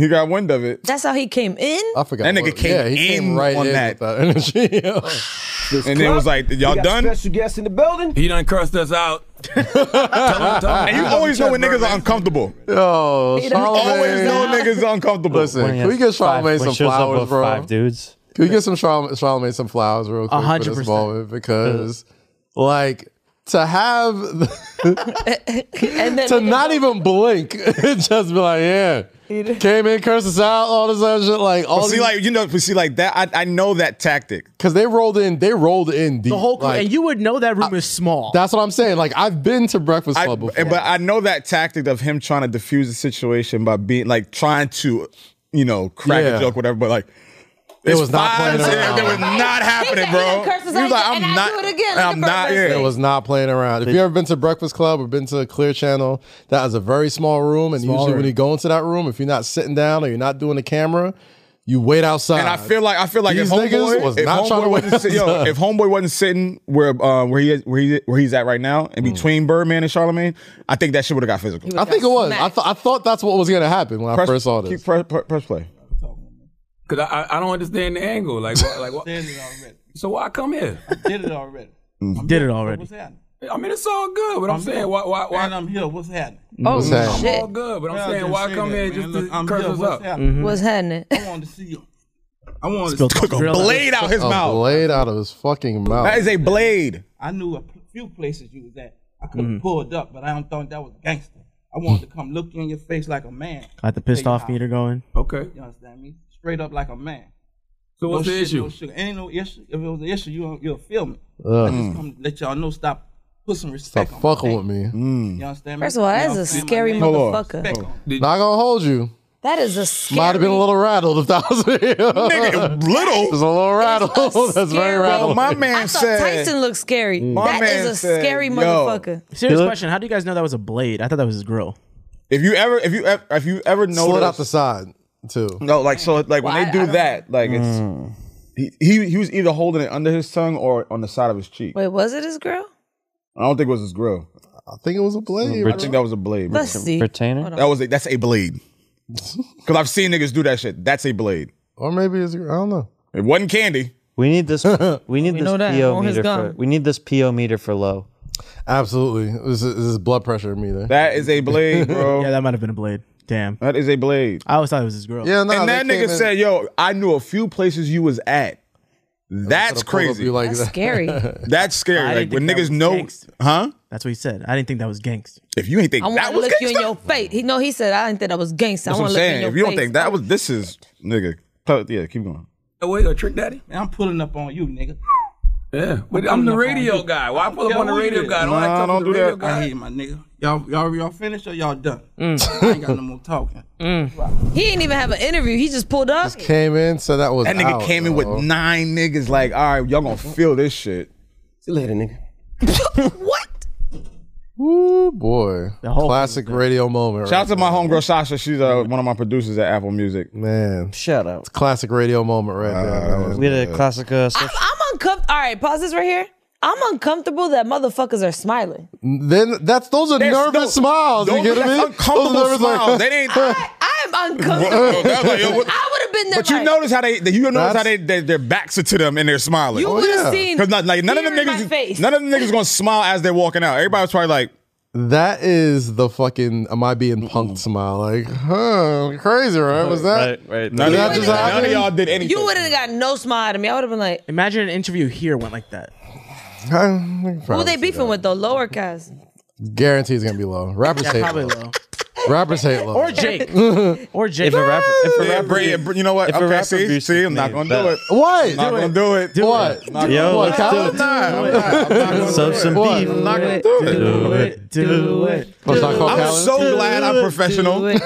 [SPEAKER 4] He got wind of it.
[SPEAKER 5] That's how he came in.
[SPEAKER 2] I forgot.
[SPEAKER 4] That nigga
[SPEAKER 2] what-
[SPEAKER 4] came
[SPEAKER 2] yeah, he
[SPEAKER 4] in
[SPEAKER 2] came right
[SPEAKER 4] on
[SPEAKER 2] in
[SPEAKER 4] that.
[SPEAKER 2] with that energy.
[SPEAKER 4] And then it was like, y'all done?
[SPEAKER 9] Special guests in the building.
[SPEAKER 10] He done cursed us out.
[SPEAKER 4] And you always know when niggas are uncomfortable.
[SPEAKER 2] Yo,
[SPEAKER 5] He done-
[SPEAKER 2] Charlamagne.
[SPEAKER 4] Always know niggas are uncomfortable.
[SPEAKER 2] Listen,
[SPEAKER 7] When he
[SPEAKER 2] can we get
[SPEAKER 7] has five-
[SPEAKER 2] Charlamagne
[SPEAKER 7] when
[SPEAKER 2] some
[SPEAKER 7] shows up
[SPEAKER 2] flowers,
[SPEAKER 7] with
[SPEAKER 2] bro?
[SPEAKER 7] Five dudes.
[SPEAKER 2] Can we get some Charl- Charlamagne some flowers real quick for
[SPEAKER 6] hundred
[SPEAKER 2] this
[SPEAKER 6] percent.
[SPEAKER 2] moment? Because, like, to have
[SPEAKER 5] and then
[SPEAKER 2] to not even blink, just be like, yeah, came in, cursed us out, all this other shit, like all
[SPEAKER 4] See, like you know, but see, like that. I, I know that tactic.
[SPEAKER 2] because they rolled in, they rolled in deep.
[SPEAKER 6] The whole
[SPEAKER 2] like,
[SPEAKER 6] and you would know that room is small.
[SPEAKER 2] that's what I'm saying. Like I've been to Breakfast
[SPEAKER 4] I,
[SPEAKER 2] Club before.
[SPEAKER 4] but I know that tactic of him trying to diffuse the situation by being like trying to, you know, crack
[SPEAKER 2] Yeah.
[SPEAKER 4] a joke, whatever. But like,
[SPEAKER 2] It
[SPEAKER 4] it's
[SPEAKER 2] was not
[SPEAKER 4] five,
[SPEAKER 2] playing
[SPEAKER 4] yeah,
[SPEAKER 2] around.
[SPEAKER 4] It was not happening,
[SPEAKER 5] said,
[SPEAKER 4] bro.
[SPEAKER 5] "Even
[SPEAKER 4] He
[SPEAKER 5] curses
[SPEAKER 4] was
[SPEAKER 5] I
[SPEAKER 4] like,
[SPEAKER 5] said,
[SPEAKER 4] I'm
[SPEAKER 5] and I
[SPEAKER 4] not.
[SPEAKER 5] do it again, look
[SPEAKER 4] I'm
[SPEAKER 5] at
[SPEAKER 4] not.
[SPEAKER 5] Burberry."
[SPEAKER 4] Yeah.
[SPEAKER 2] It was not playing around. If you ever been to Breakfast Club or been to a Clear Channel, that is a very small room. And usually, when you go into that room, if you're not sitting down or you're not doing the camera, you wait outside.
[SPEAKER 4] And I feel like I feel like
[SPEAKER 2] These
[SPEAKER 4] if homeboy
[SPEAKER 2] niggas was
[SPEAKER 4] if
[SPEAKER 2] not trying to
[SPEAKER 4] homeboy wasn't
[SPEAKER 2] win
[SPEAKER 4] sit, yo,
[SPEAKER 2] this
[SPEAKER 4] if homeboy wasn't sitting where uh, where he is, where he where he's at right now, in between Birdman and Charlemagne, I think that shit would have got physical.
[SPEAKER 2] Mm. I think it was. I, th- I thought that's what was gonna happen when I
[SPEAKER 4] Press-
[SPEAKER 2] first saw
[SPEAKER 4] keep
[SPEAKER 2] this.
[SPEAKER 4] pre- pre- press play.
[SPEAKER 10] Cause I, I, I don't understand the angle. Like why- like why-
[SPEAKER 9] Did it already.
[SPEAKER 10] so why come here?
[SPEAKER 9] Did it already.
[SPEAKER 6] Did it already.
[SPEAKER 9] What's happening?
[SPEAKER 10] I mean it's all good, but I'm saying why why why
[SPEAKER 9] And I'm here. What's happening?
[SPEAKER 5] oh
[SPEAKER 2] happening?
[SPEAKER 10] it's all
[SPEAKER 5] shit,
[SPEAKER 10] good, but I'm
[SPEAKER 9] Well,
[SPEAKER 10] saying
[SPEAKER 9] just
[SPEAKER 10] why
[SPEAKER 9] say
[SPEAKER 10] come
[SPEAKER 9] that,
[SPEAKER 10] here
[SPEAKER 9] man.
[SPEAKER 10] just
[SPEAKER 9] Look,
[SPEAKER 10] to
[SPEAKER 9] I'm
[SPEAKER 10] curse
[SPEAKER 9] here.
[SPEAKER 10] us
[SPEAKER 9] What's
[SPEAKER 10] up?
[SPEAKER 9] happening?
[SPEAKER 5] what's happening?
[SPEAKER 9] I wanted to see you. I wanted to
[SPEAKER 6] Spilled
[SPEAKER 9] see
[SPEAKER 6] fucking
[SPEAKER 9] you.
[SPEAKER 6] grill out.
[SPEAKER 4] Blade out his
[SPEAKER 2] A
[SPEAKER 4] mouth.
[SPEAKER 2] blade out of his fucking mouth.
[SPEAKER 4] That is a blade.
[SPEAKER 9] I knew a p- few places you was at. I could have pulled up, but I don't think that was gangster. I wanted to come look you in your face like a man.
[SPEAKER 6] Got the pissed
[SPEAKER 9] Tell you
[SPEAKER 6] off
[SPEAKER 9] how.
[SPEAKER 6] meter going.
[SPEAKER 10] Okay.
[SPEAKER 9] You understand me? Straight up like a man.
[SPEAKER 10] So what's
[SPEAKER 9] no
[SPEAKER 10] the
[SPEAKER 9] shit,
[SPEAKER 10] issue?
[SPEAKER 9] No sugar. Ain't no issue. If it was an issue, you don't- you'll feel me. I
[SPEAKER 4] Mm.
[SPEAKER 9] just come to let y'all know. Stop. Put some
[SPEAKER 2] Stop
[SPEAKER 9] respect. on my
[SPEAKER 2] fucking
[SPEAKER 9] name.
[SPEAKER 2] with me.
[SPEAKER 9] You understand me?
[SPEAKER 5] First of all,
[SPEAKER 9] You
[SPEAKER 5] that is
[SPEAKER 9] know what
[SPEAKER 5] a
[SPEAKER 9] I'm saying? My
[SPEAKER 5] scary
[SPEAKER 9] name-
[SPEAKER 4] Hold on.
[SPEAKER 5] motherfucker.
[SPEAKER 9] Respect on.
[SPEAKER 4] Mm.
[SPEAKER 2] Not gonna hold you.
[SPEAKER 5] That is a scary.
[SPEAKER 2] Might have been a little rattled if that was me.
[SPEAKER 4] Nigga,
[SPEAKER 2] It was
[SPEAKER 4] little.
[SPEAKER 2] a little rattled.
[SPEAKER 5] a
[SPEAKER 2] That's very
[SPEAKER 5] scary-
[SPEAKER 2] rattled. Mm.
[SPEAKER 4] Yo, Oh, my
[SPEAKER 5] I
[SPEAKER 4] man
[SPEAKER 5] thought
[SPEAKER 4] said.
[SPEAKER 5] Tyson looked scary.
[SPEAKER 4] My
[SPEAKER 5] that is
[SPEAKER 4] man
[SPEAKER 5] a
[SPEAKER 4] said,
[SPEAKER 5] scary
[SPEAKER 4] yo.
[SPEAKER 5] motherfucker.
[SPEAKER 6] Serious question. How do you guys know that was a blade? I thought that was his grill.
[SPEAKER 4] If you ever, if you ever, if you ever know,
[SPEAKER 2] Slid out the side too.
[SPEAKER 4] no, like so, like when they
[SPEAKER 5] Why? I
[SPEAKER 4] do
[SPEAKER 5] don't-
[SPEAKER 4] that, like it's
[SPEAKER 2] Hmm.
[SPEAKER 4] he, he he was either holding it under his tongue or on the side of his cheek.
[SPEAKER 5] Wait, was it his girl?
[SPEAKER 4] I don't think it was his grill.
[SPEAKER 2] I think it was a blade.
[SPEAKER 4] I think that was a blade.
[SPEAKER 5] Let's see.
[SPEAKER 7] Retainer?
[SPEAKER 4] That was a, that's a blade. Because I've seen niggas do that shit. That's a blade.
[SPEAKER 2] Or maybe it's I don't know.
[SPEAKER 4] It wasn't candy.
[SPEAKER 7] We need this. We need this
[SPEAKER 5] know that.
[SPEAKER 7] PO
[SPEAKER 5] On his
[SPEAKER 7] meter for.
[SPEAKER 5] gun.
[SPEAKER 7] We need this PO meter for low.
[SPEAKER 2] Absolutely. This is, this is blood pressure meter.
[SPEAKER 4] That is a blade, bro.
[SPEAKER 6] Yeah, that might have been a blade. Damn.
[SPEAKER 4] That is a blade.
[SPEAKER 6] I always thought it was his grill.
[SPEAKER 2] yeah, no.
[SPEAKER 4] and that
[SPEAKER 2] they
[SPEAKER 4] nigga
[SPEAKER 2] came in-
[SPEAKER 4] said, "Yo, I knew a few places you was at. That's
[SPEAKER 2] Could've pulled up
[SPEAKER 4] crazy.
[SPEAKER 2] you like
[SPEAKER 5] That's
[SPEAKER 2] that.
[SPEAKER 5] scary.
[SPEAKER 4] that's scary.
[SPEAKER 6] I
[SPEAKER 4] Like
[SPEAKER 6] didn't
[SPEAKER 4] when
[SPEAKER 6] think that
[SPEAKER 4] niggas
[SPEAKER 6] was
[SPEAKER 4] know,
[SPEAKER 6] gangster.
[SPEAKER 4] huh?
[SPEAKER 6] That's what he said. I didn't think that was gangster.
[SPEAKER 4] If you ain't think
[SPEAKER 5] I
[SPEAKER 4] that
[SPEAKER 5] want to
[SPEAKER 4] was
[SPEAKER 5] look you in
[SPEAKER 4] gangsta-
[SPEAKER 5] your face. He no, he said I didn't think that was gangster. I
[SPEAKER 4] That's
[SPEAKER 5] want
[SPEAKER 4] what I'm
[SPEAKER 5] to look in
[SPEAKER 4] saying.
[SPEAKER 5] your
[SPEAKER 4] If you don't
[SPEAKER 5] face.
[SPEAKER 4] think that was this is nigga, Tell- yeah, keep going.
[SPEAKER 10] That way a trick daddy?
[SPEAKER 9] Man, I'm pulling up on you, nigga.
[SPEAKER 10] Yeah. But I'm the
[SPEAKER 9] up on
[SPEAKER 10] radio
[SPEAKER 9] you.
[SPEAKER 10] guy. Why pull
[SPEAKER 9] Yeah,
[SPEAKER 10] up on the
[SPEAKER 9] who you
[SPEAKER 10] radio
[SPEAKER 9] is?
[SPEAKER 10] guy? I Don't
[SPEAKER 4] Nah,
[SPEAKER 10] like talking
[SPEAKER 4] don't
[SPEAKER 10] to the
[SPEAKER 4] do
[SPEAKER 10] radio
[SPEAKER 4] that.
[SPEAKER 9] I
[SPEAKER 10] guy.
[SPEAKER 9] hate my nigga. Y'all, y'all, y'all finished or y'all done?
[SPEAKER 5] Mm.
[SPEAKER 9] I ain't got no more talking.
[SPEAKER 5] he didn't even have an interview. He just pulled up.
[SPEAKER 2] Came in, said that was
[SPEAKER 4] That nigga
[SPEAKER 2] out,
[SPEAKER 4] came in with
[SPEAKER 2] though.
[SPEAKER 4] nine niggas. Like, all right, y'all gonna feel this shit.
[SPEAKER 9] See you later, nigga.
[SPEAKER 5] What?
[SPEAKER 2] Ooh boy,
[SPEAKER 6] The whole
[SPEAKER 2] classic radio moment.
[SPEAKER 4] Shout out
[SPEAKER 2] right
[SPEAKER 4] to my homegirl Sasha. She's uh, one of my producers at Apple Music.
[SPEAKER 2] man,
[SPEAKER 7] Shut up.
[SPEAKER 2] classic radio moment right there. man.
[SPEAKER 7] We had a classic. Uh, social-
[SPEAKER 5] I'm uncomfortable. All right, pause this right here. I'm uncomfortable that motherfuckers are smiling.
[SPEAKER 2] Then that's those are nervous
[SPEAKER 4] no-
[SPEAKER 2] smiles. You
[SPEAKER 4] Those
[SPEAKER 2] get
[SPEAKER 4] are
[SPEAKER 2] me?
[SPEAKER 4] uncomfortable
[SPEAKER 2] Those are nervous, like-
[SPEAKER 4] smiles. They ain't.
[SPEAKER 5] I am
[SPEAKER 4] Yo,
[SPEAKER 5] uncomfortable.
[SPEAKER 4] that's like, yo, what-
[SPEAKER 5] I would have been there.
[SPEAKER 4] But you
[SPEAKER 5] like,
[SPEAKER 4] notice how they, you notice
[SPEAKER 2] That's-
[SPEAKER 4] how they, they their backs are to them and they're smiling.
[SPEAKER 5] you would have
[SPEAKER 2] yeah.
[SPEAKER 5] seen
[SPEAKER 4] Because Oh, not like none of them
[SPEAKER 5] fear in my
[SPEAKER 4] niggas,
[SPEAKER 5] face.
[SPEAKER 4] none of them niggas gonna smile as they're walking out. Everybody was probably like,
[SPEAKER 2] that is the fucking am I being punked smile? Like, huh? Crazy, right? Was that?
[SPEAKER 7] right, right.
[SPEAKER 4] none, of,
[SPEAKER 2] that
[SPEAKER 4] y'all-
[SPEAKER 2] just
[SPEAKER 4] none of
[SPEAKER 2] happen?
[SPEAKER 4] y'all did anything.
[SPEAKER 5] you would have got no smile out of me. I would have been like,
[SPEAKER 6] Imagine an interview here went like that.
[SPEAKER 5] who they beefing with though? Lower cast.
[SPEAKER 2] Guarantee it's gonna be low. Rappers hate
[SPEAKER 6] Probably
[SPEAKER 2] low.
[SPEAKER 6] low.
[SPEAKER 2] Rappers hate low.
[SPEAKER 6] Or Jake. or Jake.
[SPEAKER 7] If a rapper, if a
[SPEAKER 4] Yeah,
[SPEAKER 7] rapper,
[SPEAKER 4] bring- yeah, bring- you know what?
[SPEAKER 7] If a
[SPEAKER 4] Okay,
[SPEAKER 7] rapper
[SPEAKER 4] see,
[SPEAKER 7] abuse
[SPEAKER 4] see,
[SPEAKER 7] is
[SPEAKER 4] I'm not gonna
[SPEAKER 7] made, that-
[SPEAKER 4] do it.
[SPEAKER 2] what?
[SPEAKER 4] I'm not gonna do it.
[SPEAKER 2] What?
[SPEAKER 4] Not gonna
[SPEAKER 7] Yo,
[SPEAKER 4] do it.
[SPEAKER 7] let's do it.
[SPEAKER 4] I'm not. I'm not. I'm not gonna
[SPEAKER 7] So
[SPEAKER 4] do it.
[SPEAKER 7] some
[SPEAKER 2] What?
[SPEAKER 7] beef.
[SPEAKER 4] I'm not gonna do it.
[SPEAKER 6] do it. Do it.
[SPEAKER 2] Oh, it's not called
[SPEAKER 4] I'm
[SPEAKER 2] Callan?
[SPEAKER 4] so glad I'm professional. I'm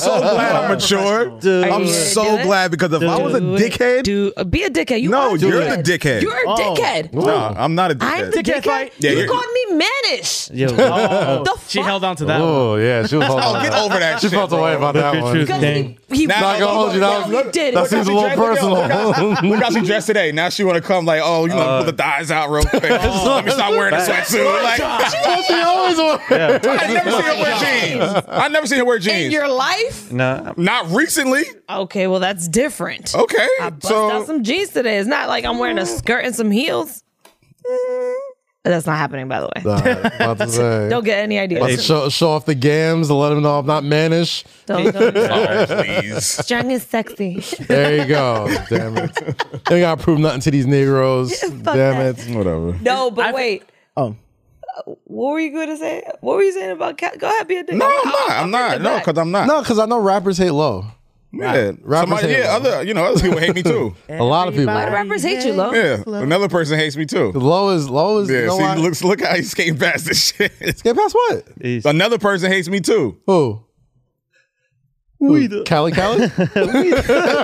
[SPEAKER 4] so glad I'm mature. I'm
[SPEAKER 5] you
[SPEAKER 4] so
[SPEAKER 5] gonna do it?
[SPEAKER 4] glad because if I was a dickhead,
[SPEAKER 5] Do uh, be a dickhead. You
[SPEAKER 4] No,
[SPEAKER 5] are a
[SPEAKER 4] you're the dickhead.
[SPEAKER 5] You're a dickhead.
[SPEAKER 4] no, I'm not a
[SPEAKER 5] I'm the
[SPEAKER 4] dickhead.
[SPEAKER 6] Dickhead
[SPEAKER 5] dickhead.
[SPEAKER 6] fight.
[SPEAKER 4] Yeah,
[SPEAKER 5] you
[SPEAKER 4] you're-
[SPEAKER 5] called me mannish.
[SPEAKER 7] Yo,
[SPEAKER 6] Oh,
[SPEAKER 5] The
[SPEAKER 6] she
[SPEAKER 5] fuck?
[SPEAKER 6] held on to that. one.
[SPEAKER 2] Oh yeah, she was. holding
[SPEAKER 4] Oh,
[SPEAKER 2] on.
[SPEAKER 4] get over that
[SPEAKER 2] She
[SPEAKER 4] shit,
[SPEAKER 2] felt
[SPEAKER 4] bro.
[SPEAKER 2] away about that one.
[SPEAKER 7] pictures thing.
[SPEAKER 5] He
[SPEAKER 4] Nah,
[SPEAKER 2] Not
[SPEAKER 5] really
[SPEAKER 2] gonna hold you. That,
[SPEAKER 5] really
[SPEAKER 2] was,
[SPEAKER 5] did
[SPEAKER 2] that
[SPEAKER 5] it.
[SPEAKER 2] seems a little personal.
[SPEAKER 4] Look how, look how she dressed today. Now she want to come like, oh, you know,
[SPEAKER 5] Uh,
[SPEAKER 4] pull the thighs out real quick. Let me stop wearing a sweatsuit. Like,
[SPEAKER 2] she always wears.
[SPEAKER 4] I never seen her wear jeans. I never seen her wear
[SPEAKER 5] In
[SPEAKER 4] jeans.
[SPEAKER 5] your life?
[SPEAKER 7] No,
[SPEAKER 4] Not recently.
[SPEAKER 5] Okay, well that's different.
[SPEAKER 4] Okay.
[SPEAKER 5] I bust out
[SPEAKER 4] Oh, So
[SPEAKER 5] some jeans today. It's not like I'm wearing a skirt and some heels. That's not happening, by the way.
[SPEAKER 2] about to say.
[SPEAKER 5] Don't get any
[SPEAKER 2] About to
[SPEAKER 5] ideas.
[SPEAKER 2] show, show off the gams to let them know I'm not mannish.
[SPEAKER 5] Don't, don't.
[SPEAKER 4] please.
[SPEAKER 5] Strong and sexy.
[SPEAKER 2] There you go. Damn it. They ain't gotta prove nothing to these Negroes.
[SPEAKER 5] fuck
[SPEAKER 2] Damn it.
[SPEAKER 4] Whatever.
[SPEAKER 5] No, but wait. Uh,
[SPEAKER 6] Oh.
[SPEAKER 5] what were you going to say? What were you saying about cat? Go ahead, be a dick.
[SPEAKER 4] No,
[SPEAKER 5] I'll-
[SPEAKER 4] I'm
[SPEAKER 5] I'll-
[SPEAKER 4] not. I'm
[SPEAKER 5] I'll
[SPEAKER 4] not.
[SPEAKER 5] bring
[SPEAKER 4] No,
[SPEAKER 5] it back.
[SPEAKER 4] because I'm not.
[SPEAKER 2] No, because I know rappers hate low.
[SPEAKER 4] yeah,
[SPEAKER 2] rappers
[SPEAKER 4] Somebody-
[SPEAKER 2] hate
[SPEAKER 4] yeah,
[SPEAKER 2] low.
[SPEAKER 4] other you know other people hate me too.
[SPEAKER 2] A lot of people.
[SPEAKER 5] Why do rappers hate you, Lo?
[SPEAKER 4] Yeah, another person hates me too.
[SPEAKER 2] Low is low is.
[SPEAKER 4] Yeah,
[SPEAKER 2] you know
[SPEAKER 4] see,
[SPEAKER 2] why?
[SPEAKER 4] looks look how he's skating past this shit.
[SPEAKER 2] Get past what?
[SPEAKER 4] another person hates me too.
[SPEAKER 2] Who? Who? Cali Cali?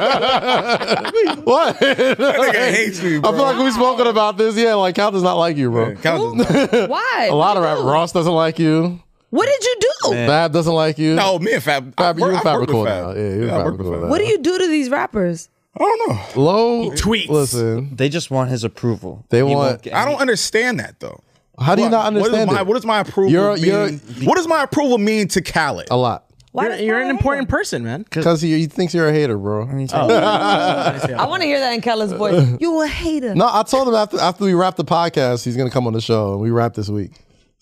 [SPEAKER 2] what?
[SPEAKER 4] That nigga hates me,
[SPEAKER 2] I feel
[SPEAKER 4] bro.
[SPEAKER 2] like we've spoken about this. Yeah, like Cal does not like you, bro.
[SPEAKER 4] Cal does not-
[SPEAKER 5] Why?
[SPEAKER 2] A lot of rap. Ross doesn't like you.
[SPEAKER 5] What did you do?
[SPEAKER 2] Fab doesn't like you.
[SPEAKER 4] No, me and Fab. I
[SPEAKER 2] Fab, you
[SPEAKER 4] work-
[SPEAKER 2] and
[SPEAKER 4] I
[SPEAKER 2] Fab
[SPEAKER 4] work
[SPEAKER 2] are cool
[SPEAKER 4] with
[SPEAKER 2] now.
[SPEAKER 4] Fab.
[SPEAKER 2] Yeah, you and
[SPEAKER 4] Yeah, I
[SPEAKER 2] Fab are
[SPEAKER 4] work with
[SPEAKER 2] cool
[SPEAKER 4] Fab.
[SPEAKER 2] now.
[SPEAKER 5] What do you do to these rappers?
[SPEAKER 4] I don't know.
[SPEAKER 2] Low
[SPEAKER 10] tweets.
[SPEAKER 2] Listen,
[SPEAKER 7] They just want his approval.
[SPEAKER 2] They
[SPEAKER 7] He
[SPEAKER 2] want-
[SPEAKER 7] won't get-
[SPEAKER 4] I don't understand that though.
[SPEAKER 2] how do you not
[SPEAKER 4] what
[SPEAKER 2] understand
[SPEAKER 4] is my,
[SPEAKER 2] it?
[SPEAKER 4] What does my approval
[SPEAKER 2] You're-
[SPEAKER 4] mean?
[SPEAKER 2] you're-
[SPEAKER 4] what does my approval mean to Khaled?
[SPEAKER 2] a lot.
[SPEAKER 5] Why
[SPEAKER 6] You're,
[SPEAKER 5] does
[SPEAKER 6] you're
[SPEAKER 5] Khaled
[SPEAKER 6] an
[SPEAKER 5] hate
[SPEAKER 6] important person, man.
[SPEAKER 2] Because he, he thinks you're a hater, bro.
[SPEAKER 5] him? I want to hear that in Kella's voice. You a hater.
[SPEAKER 2] No, I told him after after we wrap the podcast, he's gonna come on the show, and we wrap this week.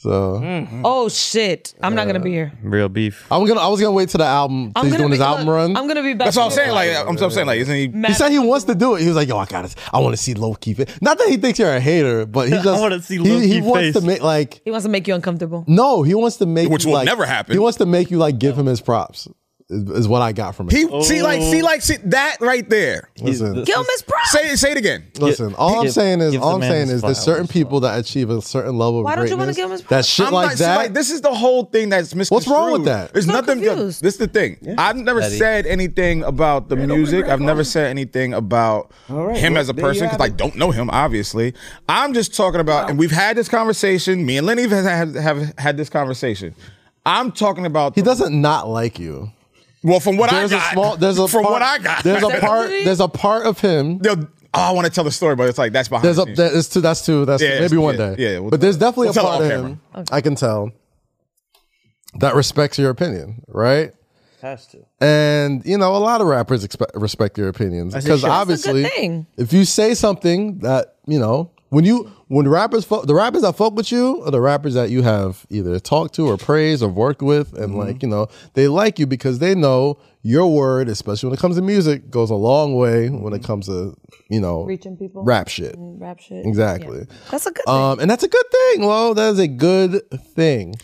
[SPEAKER 2] So
[SPEAKER 4] Hmm.
[SPEAKER 5] Oh shit! I'm not gonna be here.
[SPEAKER 7] real beef.
[SPEAKER 2] I'm gonna I was gonna wait till the album.
[SPEAKER 5] I'm
[SPEAKER 2] he's
[SPEAKER 5] gonna
[SPEAKER 2] doing
[SPEAKER 5] be,
[SPEAKER 2] his album
[SPEAKER 5] look,
[SPEAKER 2] run.
[SPEAKER 5] I'm gonna be back.
[SPEAKER 4] That's what I'm
[SPEAKER 5] here.
[SPEAKER 4] saying. Like I'm, I'm saying, like isn't he?
[SPEAKER 5] Mad-
[SPEAKER 2] he said he wants to do it. He was like, "Yo, I got to I want to see Low keep it." Not that he thinks you're a hater, but he just
[SPEAKER 7] I wanna see
[SPEAKER 2] he,
[SPEAKER 7] Low
[SPEAKER 2] he
[SPEAKER 7] keep
[SPEAKER 2] wants
[SPEAKER 7] face.
[SPEAKER 2] to make like
[SPEAKER 5] he wants to make you uncomfortable.
[SPEAKER 2] no, he wants to make
[SPEAKER 4] Which
[SPEAKER 2] you,
[SPEAKER 4] will
[SPEAKER 2] like-
[SPEAKER 4] never happen.
[SPEAKER 2] He wants to make you like give him his props. Is, is what I got from it.
[SPEAKER 4] He see like see like see, that right there.
[SPEAKER 2] listen,
[SPEAKER 7] He's-
[SPEAKER 5] Give him his props.
[SPEAKER 4] Say it. Say it again.
[SPEAKER 2] listen. all I'm
[SPEAKER 7] give-
[SPEAKER 2] saying is,
[SPEAKER 7] give the
[SPEAKER 2] all I'm
[SPEAKER 7] man
[SPEAKER 2] saying
[SPEAKER 7] his
[SPEAKER 2] is, there's
[SPEAKER 7] flowers,
[SPEAKER 2] certain
[SPEAKER 7] bro.
[SPEAKER 2] people that achieve a certain level of
[SPEAKER 5] Why don't you wanna
[SPEAKER 2] greatness.
[SPEAKER 5] give him his
[SPEAKER 2] that
[SPEAKER 5] props?
[SPEAKER 2] shit
[SPEAKER 4] I'm
[SPEAKER 2] like
[SPEAKER 4] not, see,
[SPEAKER 2] that?
[SPEAKER 4] like this is the whole thing that's misconstrued.
[SPEAKER 2] What's wrong with that?
[SPEAKER 4] There's
[SPEAKER 5] I'm
[SPEAKER 4] nothing.
[SPEAKER 5] confused.
[SPEAKER 4] This is the thing. I've never
[SPEAKER 7] Petty.
[SPEAKER 4] said anything about the music. I've never said anything about him as a person because I don't know him. Obviously, I'm just talking about, and we've had this conversation. Me and Lenny have had, have had this conversation. I'm talking about.
[SPEAKER 2] he doesn't not like you.
[SPEAKER 4] well, from what
[SPEAKER 2] There's
[SPEAKER 4] I
[SPEAKER 2] a
[SPEAKER 4] got,
[SPEAKER 2] small. There's a
[SPEAKER 4] from
[SPEAKER 2] part,
[SPEAKER 4] what I got,
[SPEAKER 2] There's a part.
[SPEAKER 5] Definitely.
[SPEAKER 2] There's a part of him
[SPEAKER 4] They'll- oh, I want to tell the story, but it's like that's behind.
[SPEAKER 2] There's
[SPEAKER 4] the
[SPEAKER 2] a
[SPEAKER 4] scenes.
[SPEAKER 2] that is two. That's two. That's
[SPEAKER 4] Yeah,
[SPEAKER 2] two.
[SPEAKER 4] it's-
[SPEAKER 2] maybe one
[SPEAKER 4] yeah,
[SPEAKER 2] day.
[SPEAKER 4] yeah, we'll-
[SPEAKER 2] but there's definitely
[SPEAKER 4] we'll
[SPEAKER 2] a
[SPEAKER 4] tell
[SPEAKER 2] part
[SPEAKER 4] off
[SPEAKER 2] of
[SPEAKER 4] camera.
[SPEAKER 2] him I can tell that respects your opinion, right?
[SPEAKER 7] Has to.
[SPEAKER 2] And you know, a lot of rappers expect, respect your opinions
[SPEAKER 6] That's a
[SPEAKER 2] because
[SPEAKER 6] shame.
[SPEAKER 5] That's a
[SPEAKER 2] obviously,
[SPEAKER 5] good thing.
[SPEAKER 2] if you say something that you know, when you when rappers fo- the rappers that fuck with you are the rappers that you have either talked to or praised or worked with, and
[SPEAKER 4] Mm-hmm.
[SPEAKER 2] like you know, they like you because they know your word, especially when it comes to music, goes a long way
[SPEAKER 4] Mm-hmm.
[SPEAKER 2] when it comes to you know
[SPEAKER 5] Reaching people.
[SPEAKER 2] rap shit.
[SPEAKER 5] Rap shit.
[SPEAKER 2] Exactly.
[SPEAKER 5] That's a good thing.
[SPEAKER 2] Um, and that's a good thing, Lo. That is a good thing.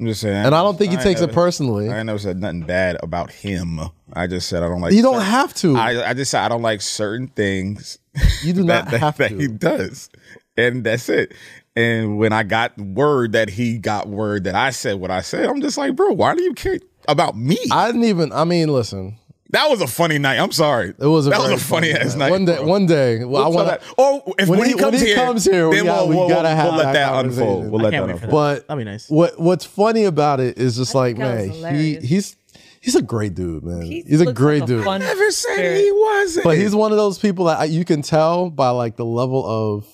[SPEAKER 4] I'm just saying,
[SPEAKER 2] And I don't think he takes it
[SPEAKER 4] personally.
[SPEAKER 2] personally.
[SPEAKER 4] I ain't never said nothing bad about him. I just said I don't like.
[SPEAKER 2] You don't
[SPEAKER 4] certain-
[SPEAKER 2] have to.
[SPEAKER 4] I, I just said I don't like certain things.
[SPEAKER 2] You do
[SPEAKER 4] that,
[SPEAKER 2] not
[SPEAKER 4] that-
[SPEAKER 2] have
[SPEAKER 4] that
[SPEAKER 2] to.
[SPEAKER 4] he does, and that's it. And when I got word that he got word that I said what I said, I'm just like, bro, why do you care about me?
[SPEAKER 2] I didn't even. I mean, listen.
[SPEAKER 4] that was a funny night. I'm sorry.
[SPEAKER 2] It was a
[SPEAKER 4] that was
[SPEAKER 2] very
[SPEAKER 4] a funny ass night.
[SPEAKER 2] One day.
[SPEAKER 4] bro.
[SPEAKER 2] One day. Well, I
[SPEAKER 4] We'll tell
[SPEAKER 2] want.
[SPEAKER 4] that- Or if
[SPEAKER 2] when
[SPEAKER 4] when, he,
[SPEAKER 2] he- when
[SPEAKER 4] comes
[SPEAKER 2] he
[SPEAKER 4] here,
[SPEAKER 2] comes here, we
[SPEAKER 4] then
[SPEAKER 2] got-
[SPEAKER 4] we'll,
[SPEAKER 2] we
[SPEAKER 4] we'll,
[SPEAKER 2] gotta
[SPEAKER 4] we'll
[SPEAKER 2] have
[SPEAKER 4] let
[SPEAKER 2] that
[SPEAKER 4] that unfold.
[SPEAKER 2] conversation.
[SPEAKER 4] We'll
[SPEAKER 6] I
[SPEAKER 4] let
[SPEAKER 6] can't
[SPEAKER 4] that
[SPEAKER 6] wait for
[SPEAKER 4] unfold.
[SPEAKER 2] But
[SPEAKER 6] That'd be nice.
[SPEAKER 2] What What's funny about it is just like,
[SPEAKER 5] that was
[SPEAKER 2] man, he
[SPEAKER 5] hilarious.
[SPEAKER 2] he's he's a great dude, man.
[SPEAKER 5] He
[SPEAKER 2] he's a
[SPEAKER 5] looks
[SPEAKER 2] great
[SPEAKER 5] like
[SPEAKER 2] dude.
[SPEAKER 5] fun
[SPEAKER 4] Never said
[SPEAKER 5] spirit.
[SPEAKER 4] he wasn't.
[SPEAKER 2] but he's one of those people that I- you can tell by like the level of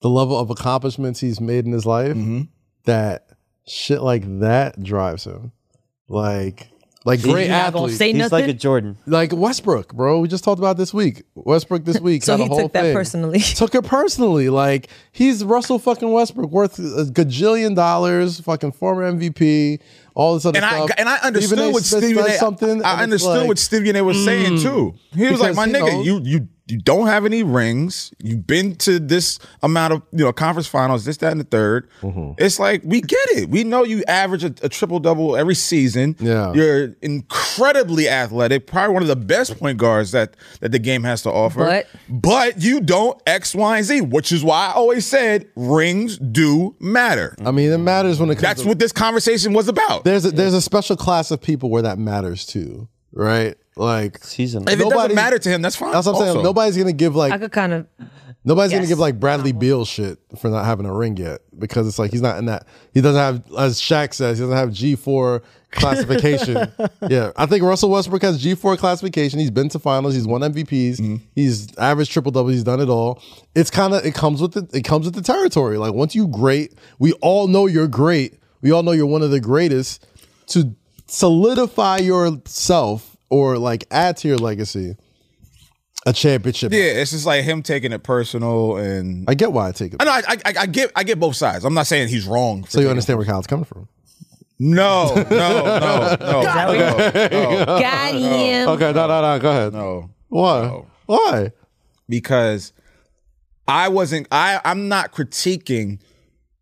[SPEAKER 2] the level of accomplishments he's made in his life
[SPEAKER 4] Mm-hmm.
[SPEAKER 2] that shit like that drives him like like great
[SPEAKER 5] You're not gonna
[SPEAKER 2] athlete
[SPEAKER 5] say
[SPEAKER 7] He's
[SPEAKER 5] nothing.
[SPEAKER 7] like a Jordan.
[SPEAKER 2] like westbrook bro we just talked about this week westbrook this week
[SPEAKER 5] so
[SPEAKER 2] had a
[SPEAKER 5] he
[SPEAKER 2] whole
[SPEAKER 5] took that
[SPEAKER 2] thing.
[SPEAKER 5] personally.
[SPEAKER 2] took it personally like he's russell fucking westbrook worth a gajillion dollars fucking former mvp all this other
[SPEAKER 4] and I
[SPEAKER 2] stuff
[SPEAKER 4] and I understood
[SPEAKER 2] Stephen A.
[SPEAKER 4] what
[SPEAKER 2] Smith
[SPEAKER 4] Stephen
[SPEAKER 2] said
[SPEAKER 4] A.
[SPEAKER 2] something and
[SPEAKER 4] I
[SPEAKER 2] it's
[SPEAKER 4] understood
[SPEAKER 2] like-
[SPEAKER 4] what Stephen A. was saying too. He was like,
[SPEAKER 2] Because
[SPEAKER 4] "My
[SPEAKER 2] he
[SPEAKER 4] nigga,
[SPEAKER 2] knows-
[SPEAKER 4] you you you don't have any rings. You've been to this amount of you know conference finals, this, that, and the 3rd
[SPEAKER 2] Mm-hmm.
[SPEAKER 4] It's like we get it. We know you average a, a triple double every season.
[SPEAKER 2] Yeah.
[SPEAKER 4] you're incredibly athletic, probably one of the best point guards that that the game has to offer.
[SPEAKER 5] But-
[SPEAKER 4] but you don't X, Y, and Z, which is why I always said rings do matter.
[SPEAKER 2] I mean it matters when it comes
[SPEAKER 4] That's what this conversation was about.
[SPEAKER 2] there's a, there's a special class of people where that matters too, right? Like
[SPEAKER 7] He's an.
[SPEAKER 4] If it
[SPEAKER 2] Nobody-
[SPEAKER 4] doesn't matter to him, that's fine.
[SPEAKER 2] that's what I'm
[SPEAKER 4] also.
[SPEAKER 2] saying. Nobody's gonna give
[SPEAKER 5] I
[SPEAKER 2] like
[SPEAKER 5] could kind of.
[SPEAKER 2] nobody's gonna
[SPEAKER 5] yes.
[SPEAKER 2] give like Bradley Beal shit for not having a ring yet because it's like he's not in that. He doesn't have as Shaq says he doesn't have G four classification. yeah, I think Russell Westbrook has G four classification. He's been to finals. He's won MVPs. He's averaged triple doubles. He's done it all. It's kind of it comes with the, it comes with the territory. Like once you great, we all know you're great. We all know you're one of the greatest. To solidify yourself or like add to your legacy, a championship.
[SPEAKER 4] Yeah, it's just like him taking it personal, and
[SPEAKER 2] I get why I take it.
[SPEAKER 4] I know I, I, I get I get both sides. I'm not saying he's wrong. for
[SPEAKER 2] So you
[SPEAKER 4] taking-
[SPEAKER 2] understand where Kyle's coming from.
[SPEAKER 4] No, no, no, no, no, no,
[SPEAKER 5] Got him.
[SPEAKER 2] Okay, no, no, no. Go ahead.
[SPEAKER 4] no,
[SPEAKER 2] Why? Why?
[SPEAKER 4] because I wasn't. I I'm not critiquing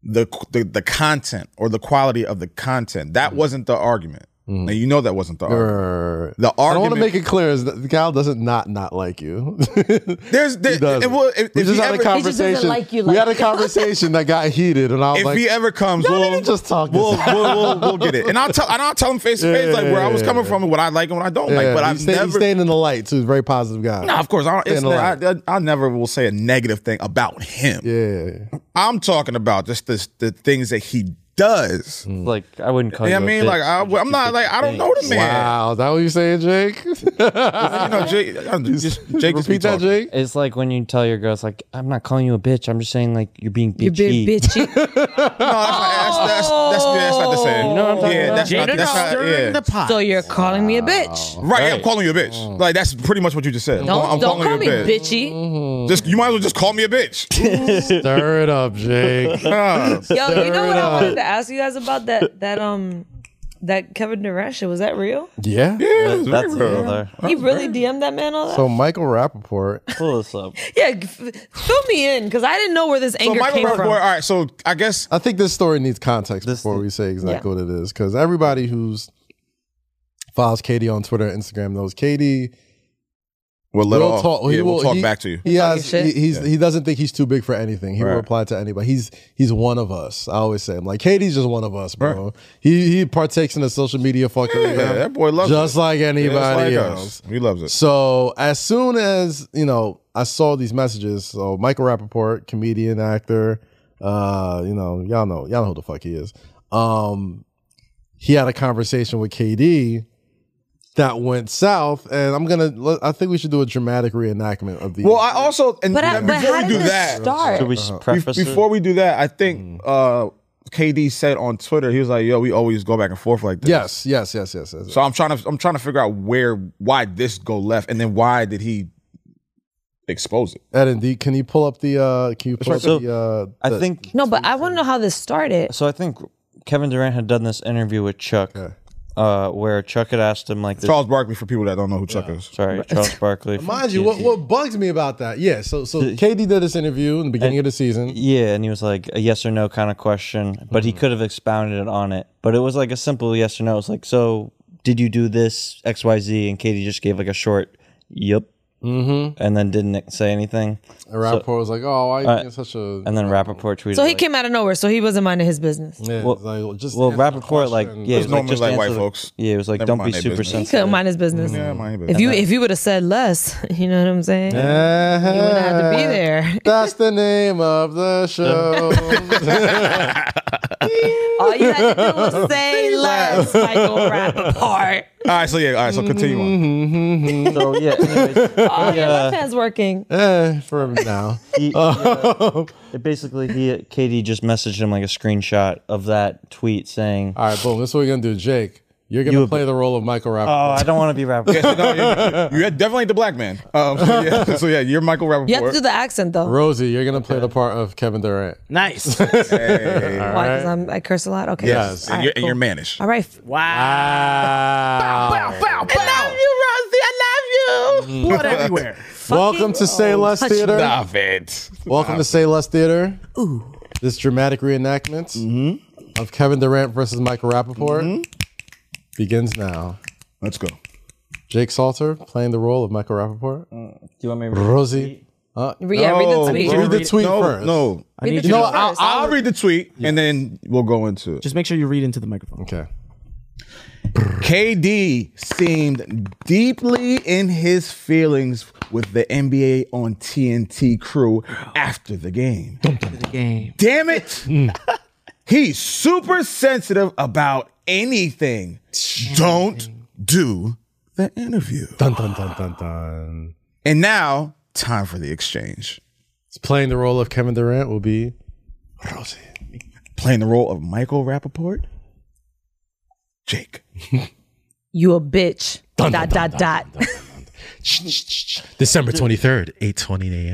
[SPEAKER 4] the the, the content or the quality of the content. That
[SPEAKER 2] Mm-hmm.
[SPEAKER 4] wasn't the argument. Now you know that wasn't the argument.
[SPEAKER 2] Err.
[SPEAKER 4] The
[SPEAKER 2] I want
[SPEAKER 4] argument.
[SPEAKER 2] to make it clear is that Cal doesn't not not like you.
[SPEAKER 4] There's there,
[SPEAKER 2] He doesn't.
[SPEAKER 4] and well, if,
[SPEAKER 2] we
[SPEAKER 4] if
[SPEAKER 2] just
[SPEAKER 4] he
[SPEAKER 2] had
[SPEAKER 4] ever,
[SPEAKER 2] a conversation.
[SPEAKER 5] like you
[SPEAKER 2] we
[SPEAKER 5] like
[SPEAKER 2] had a conversation that got heated, and I was
[SPEAKER 4] if
[SPEAKER 2] like,
[SPEAKER 4] he ever comes,
[SPEAKER 2] "No,
[SPEAKER 4] we'll
[SPEAKER 2] let me just talk this
[SPEAKER 4] We'll,
[SPEAKER 2] out."
[SPEAKER 4] we'll, we'll, we'll get it, and I'll tell and I'll tell him face to face like where I was coming from and what I like and what I don't like.
[SPEAKER 2] Yeah,
[SPEAKER 4] But
[SPEAKER 2] he
[SPEAKER 4] I've
[SPEAKER 2] stay- he
[SPEAKER 4] never
[SPEAKER 2] staying in the light too. Very positive guy.
[SPEAKER 4] Nah, of course. I, don't, it's,
[SPEAKER 2] Staying alive.
[SPEAKER 4] I, I, I never will say a negative thing about him.
[SPEAKER 2] Yeah.
[SPEAKER 4] I'm talking about just this, the things that he does.
[SPEAKER 2] Mm.
[SPEAKER 4] You know
[SPEAKER 7] Like I wouldn't call
[SPEAKER 4] what
[SPEAKER 7] you.
[SPEAKER 4] I
[SPEAKER 7] a
[SPEAKER 4] mean?
[SPEAKER 7] bitch.
[SPEAKER 4] Like, I,
[SPEAKER 7] You just
[SPEAKER 4] I'm
[SPEAKER 7] do
[SPEAKER 4] not, like,
[SPEAKER 7] big
[SPEAKER 4] I don't know
[SPEAKER 7] things.
[SPEAKER 4] the man.
[SPEAKER 2] Wow, is that what you saying, Jake?
[SPEAKER 4] You know, Jake, I- just, Jake just be
[SPEAKER 2] Repeat that,
[SPEAKER 4] talking.
[SPEAKER 2] Jake.
[SPEAKER 7] It's like when you tell your girls, like, I'm not calling you a bitch. I'm just saying, like, you're being bitchy.
[SPEAKER 5] You're being
[SPEAKER 4] No,
[SPEAKER 5] bitchy.
[SPEAKER 4] that's, not, that's, that's, that's, that's not the same.
[SPEAKER 7] You know what I'm talking
[SPEAKER 4] yeah,
[SPEAKER 7] about?
[SPEAKER 4] That's
[SPEAKER 6] Jada
[SPEAKER 4] not, that's not,
[SPEAKER 6] stirring
[SPEAKER 4] yeah.
[SPEAKER 6] the pot.
[SPEAKER 5] so you're calling me a bitch.
[SPEAKER 4] Right, yeah, I'm calling you a
[SPEAKER 2] Mm.
[SPEAKER 4] bitch. Like that's pretty much what you just said.
[SPEAKER 5] Don't
[SPEAKER 4] Oh. I'm
[SPEAKER 5] don't
[SPEAKER 4] calling
[SPEAKER 5] call me
[SPEAKER 4] you a bitch.
[SPEAKER 5] bitchy.
[SPEAKER 4] Just you might as well just call me a bitch.
[SPEAKER 2] Stir it up, Jake.
[SPEAKER 4] Ah,
[SPEAKER 5] Yo, you know what I
[SPEAKER 2] up.
[SPEAKER 5] wanted to ask you guys about that that um that Kevin Durant shit was that real?
[SPEAKER 2] yeah.
[SPEAKER 4] yeah, it's
[SPEAKER 7] That's
[SPEAKER 4] very real.
[SPEAKER 7] another.
[SPEAKER 5] He really DM'd that man all that.
[SPEAKER 2] So Michael Rappaport.
[SPEAKER 7] Pull this up.
[SPEAKER 5] yeah, g- f- fill me in because I didn't know where this
[SPEAKER 4] So
[SPEAKER 5] anger
[SPEAKER 4] Michael
[SPEAKER 5] came
[SPEAKER 4] Rappaport,
[SPEAKER 5] from.
[SPEAKER 4] all right, so I guess
[SPEAKER 2] I think this story needs context
[SPEAKER 7] This-
[SPEAKER 2] before we say exactly what it is, because everybody who's follows Katie on Twitter and Instagram knows Katie.
[SPEAKER 4] we'll let
[SPEAKER 2] will
[SPEAKER 4] off.
[SPEAKER 2] talk.
[SPEAKER 4] yeah, we'll
[SPEAKER 2] will-
[SPEAKER 4] talk
[SPEAKER 2] he-
[SPEAKER 4] back to you.
[SPEAKER 2] He has.
[SPEAKER 5] shit.
[SPEAKER 2] He, he's, he doesn't think he's too big for anything. He will
[SPEAKER 4] Right.
[SPEAKER 2] reply to anybody. He's he's one of us. I always say, I'm like Katie's just one of us, bro. He he partakes in the social media fucking.
[SPEAKER 4] Yeah, that boy loves
[SPEAKER 2] just
[SPEAKER 4] it.
[SPEAKER 2] like
[SPEAKER 4] Yeah, just
[SPEAKER 2] anybody
[SPEAKER 4] like
[SPEAKER 2] else.
[SPEAKER 4] us. He loves it.
[SPEAKER 2] So as soon as you know, I saw these messages. So Michael Rappaport, comedian, actor, uh, you know, y'all know, y'all know who the fuck he is. Um, he had a conversation with KD that went south, and I'm gonna. let- I think we should do a dramatic reenactment of the.
[SPEAKER 4] Well, I also and
[SPEAKER 5] but I,
[SPEAKER 4] and
[SPEAKER 5] but
[SPEAKER 4] before
[SPEAKER 5] how
[SPEAKER 4] we
[SPEAKER 5] did
[SPEAKER 4] do
[SPEAKER 5] this
[SPEAKER 4] that,
[SPEAKER 5] start?
[SPEAKER 7] Should we
[SPEAKER 4] Uh-huh. be-
[SPEAKER 7] preface it?
[SPEAKER 4] before we do that, I think
[SPEAKER 2] Mm.
[SPEAKER 4] uh, KD said on Twitter he was like, "Yo, we always go back and forth like this."
[SPEAKER 2] yes, yes, yes, yes, yes.
[SPEAKER 4] So I'm trying to I'm trying to figure out where why this go left and then why did he expose it?
[SPEAKER 2] Ed and D, can you pull up the? uh Can you pull up
[SPEAKER 7] right. So,
[SPEAKER 2] the? Uh,
[SPEAKER 7] I
[SPEAKER 2] the-
[SPEAKER 7] think
[SPEAKER 5] No, but I want to know how this started.
[SPEAKER 7] so. I think Kevin Durant had done this interview with Chuck, uh, where Chuck had asked him like, this,
[SPEAKER 4] Charles Barkley for people that don't know who Chuck is.
[SPEAKER 7] sorry, Charles Barkley.
[SPEAKER 2] Mind you, what, what bugs me about that? Yeah, so so KD did this interview in the beginning of the season.
[SPEAKER 7] Yeah, and he was like a yes or no kind of question, but he could have expounded on it. But it was like a simple yes or no. It was like, so did you do this X Y Z? And Katie just gave like a short, yep, mm-hmm. and then didn't say anything.
[SPEAKER 2] And Rappaport was like, "Oh, why are you being such a?"
[SPEAKER 7] And then Rappaport tweeted.
[SPEAKER 5] So he
[SPEAKER 7] like-
[SPEAKER 5] came out of nowhere. So he wasn't minding his business.
[SPEAKER 2] yeah,
[SPEAKER 7] well-
[SPEAKER 2] like, just
[SPEAKER 7] Well,
[SPEAKER 2] answer the
[SPEAKER 7] Rappaport like
[SPEAKER 2] question.
[SPEAKER 7] yeah, it was
[SPEAKER 4] normally
[SPEAKER 7] just
[SPEAKER 4] like
[SPEAKER 7] answer
[SPEAKER 4] white
[SPEAKER 7] the-
[SPEAKER 4] folks.
[SPEAKER 7] Yeah, it was like
[SPEAKER 4] Never
[SPEAKER 7] don't
[SPEAKER 4] mind
[SPEAKER 7] be
[SPEAKER 4] their
[SPEAKER 7] super
[SPEAKER 4] business.
[SPEAKER 5] He
[SPEAKER 7] sensitive.
[SPEAKER 5] couldn't mind his business.
[SPEAKER 4] Yeah, my bad.
[SPEAKER 5] If you if you would have said less, you know what I'm saying? You wouldn't have to be there.
[SPEAKER 2] That's the name of the show.
[SPEAKER 5] All you had to do was say less, Michael Rappaport.
[SPEAKER 4] All right, so yeah, all right, so continue
[SPEAKER 5] Mm-hmm.
[SPEAKER 4] on.
[SPEAKER 7] So yeah, anyways,
[SPEAKER 5] Oh, your left hand's working.
[SPEAKER 2] eh, for now.
[SPEAKER 7] he- yeah, it basically he Katie just messaged him like a screenshot of that tweet saying,
[SPEAKER 2] All right, boom. This is what we're gonna do, Jake. You're gonna play the role of Michael
[SPEAKER 7] "Oh,
[SPEAKER 2] Rappaport.
[SPEAKER 7] I don't want to be Rappaport."
[SPEAKER 4] No, you- you, you definitely ain't the black man. Um, so, yeah, so yeah, you're Michael Rappaport.
[SPEAKER 5] You have to do the accent though.
[SPEAKER 2] Rosie, you're gonna play the part of Kevin Durant.
[SPEAKER 6] Nice.
[SPEAKER 5] Why? Because I'm I curse a lot. Okay.
[SPEAKER 4] yes,
[SPEAKER 5] All
[SPEAKER 4] and,
[SPEAKER 5] right,
[SPEAKER 4] you're, and
[SPEAKER 5] cool.
[SPEAKER 4] you're mannish.
[SPEAKER 5] All right.
[SPEAKER 6] Wow.
[SPEAKER 5] I love you, Rosie. I love you.
[SPEAKER 6] Blood everywhere.
[SPEAKER 2] Welcome to Say Less Theater.
[SPEAKER 4] Stop it.
[SPEAKER 2] Welcome to Say Less Theater. Ooh. This dramatic reenactment
[SPEAKER 5] Mm-hmm.
[SPEAKER 2] of Kevin Durant versus Michael Rappaport begins now.
[SPEAKER 4] Let's go.
[SPEAKER 2] Jake Salter playing the role of Michael Rappaport.
[SPEAKER 4] Mm.
[SPEAKER 7] do you want me? to
[SPEAKER 2] Rosie. Uh,
[SPEAKER 5] Yeah, read the
[SPEAKER 4] No,
[SPEAKER 5] tweet.
[SPEAKER 2] read the tweet
[SPEAKER 4] no,
[SPEAKER 2] first.
[SPEAKER 4] No,
[SPEAKER 5] Read
[SPEAKER 6] need
[SPEAKER 5] the
[SPEAKER 6] you
[SPEAKER 5] tweet
[SPEAKER 6] to-
[SPEAKER 4] Well, I'll,
[SPEAKER 5] first.
[SPEAKER 4] I'll read the tweet and then we'll go into it.
[SPEAKER 6] Just make sure you read into the microphone.
[SPEAKER 2] Okay.
[SPEAKER 4] KD seemed deeply in his feelings with the NBA on TNT crew after the game. Mm.
[SPEAKER 6] The game.
[SPEAKER 4] Damn it! He's super sensitive about anything. Don't do the interview.
[SPEAKER 2] Dun dun dun dun dun.
[SPEAKER 4] And now, time for the exchange.
[SPEAKER 2] Playing the role of Kevin Durant will be
[SPEAKER 4] Rosie. Playing the role of Michael Rappaport, Jake.
[SPEAKER 5] You a bitch. dot dot dot.
[SPEAKER 11] December 23rd, 8:20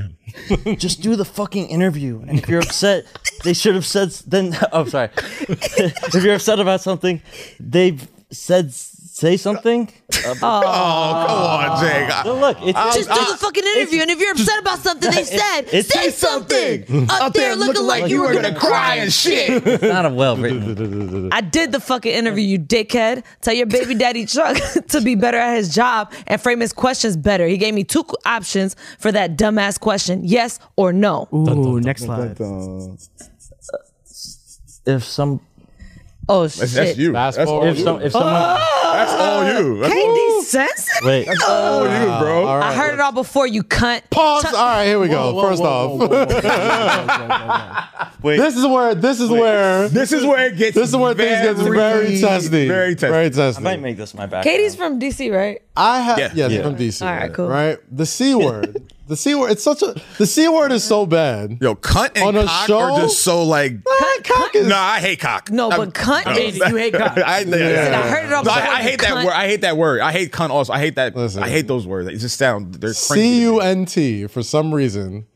[SPEAKER 11] a.m.
[SPEAKER 7] just do the fucking interview. And if you're upset, they should have said. s- Then, oh, sorry. if you're upset about something, they've said s- say something? oh, come
[SPEAKER 4] on, Jake. I-
[SPEAKER 7] look, it's
[SPEAKER 5] just do the fucking interview, and if you're upset about something they said,
[SPEAKER 7] it's-
[SPEAKER 5] say
[SPEAKER 7] it's
[SPEAKER 5] something. Up, there, looking, like, you were gonna, cry and shit.
[SPEAKER 7] It's not a well written.
[SPEAKER 5] I did the fucking interview, you dickhead. Tell your baby daddy Chuck to be better at his job and frame his questions better. He gave me two options for that dumbass question: yes or no.
[SPEAKER 6] Ooh, next slide.
[SPEAKER 7] If some,
[SPEAKER 5] oh shit,
[SPEAKER 4] that's you. That's all
[SPEAKER 7] if
[SPEAKER 4] you.
[SPEAKER 7] some, if someone,
[SPEAKER 4] That's all you. That's all
[SPEAKER 5] KD sensitive.
[SPEAKER 7] wait,
[SPEAKER 4] that's all you, bro.
[SPEAKER 2] All
[SPEAKER 5] I
[SPEAKER 2] right.
[SPEAKER 5] heard it all before. You cunt.
[SPEAKER 2] Pause. All right, here we go. First off, this is where this is where
[SPEAKER 4] This is where it gets.
[SPEAKER 2] this is where things get very testy.
[SPEAKER 4] Very testy.
[SPEAKER 2] Very
[SPEAKER 7] I
[SPEAKER 2] testy.
[SPEAKER 7] might make this my back.
[SPEAKER 5] Katie's from DC, right?
[SPEAKER 2] I have
[SPEAKER 4] Yeah.
[SPEAKER 2] yes
[SPEAKER 4] Yeah.
[SPEAKER 2] from DC.
[SPEAKER 5] All right, cool.
[SPEAKER 2] Right, the c word. The c word. It's such a the c word is so bad.
[SPEAKER 4] Yo, cunt and
[SPEAKER 2] On a
[SPEAKER 4] cock
[SPEAKER 2] show?
[SPEAKER 4] are just so like.
[SPEAKER 5] Cunt, cunt.
[SPEAKER 4] No, I hate cock.
[SPEAKER 5] No,
[SPEAKER 4] I-
[SPEAKER 5] but cunt
[SPEAKER 4] I-
[SPEAKER 5] is- you hate cock.
[SPEAKER 4] I, yeah.
[SPEAKER 5] Listen, I heard it all
[SPEAKER 4] No, I,
[SPEAKER 5] before,
[SPEAKER 4] I
[SPEAKER 5] you
[SPEAKER 4] hate
[SPEAKER 5] cunt.
[SPEAKER 4] that word. I hate that word. I hate cunt also. I hate that.
[SPEAKER 2] Listen.
[SPEAKER 4] I hate those words. It just sound. They're cringy to me.
[SPEAKER 2] C U N T for some reason.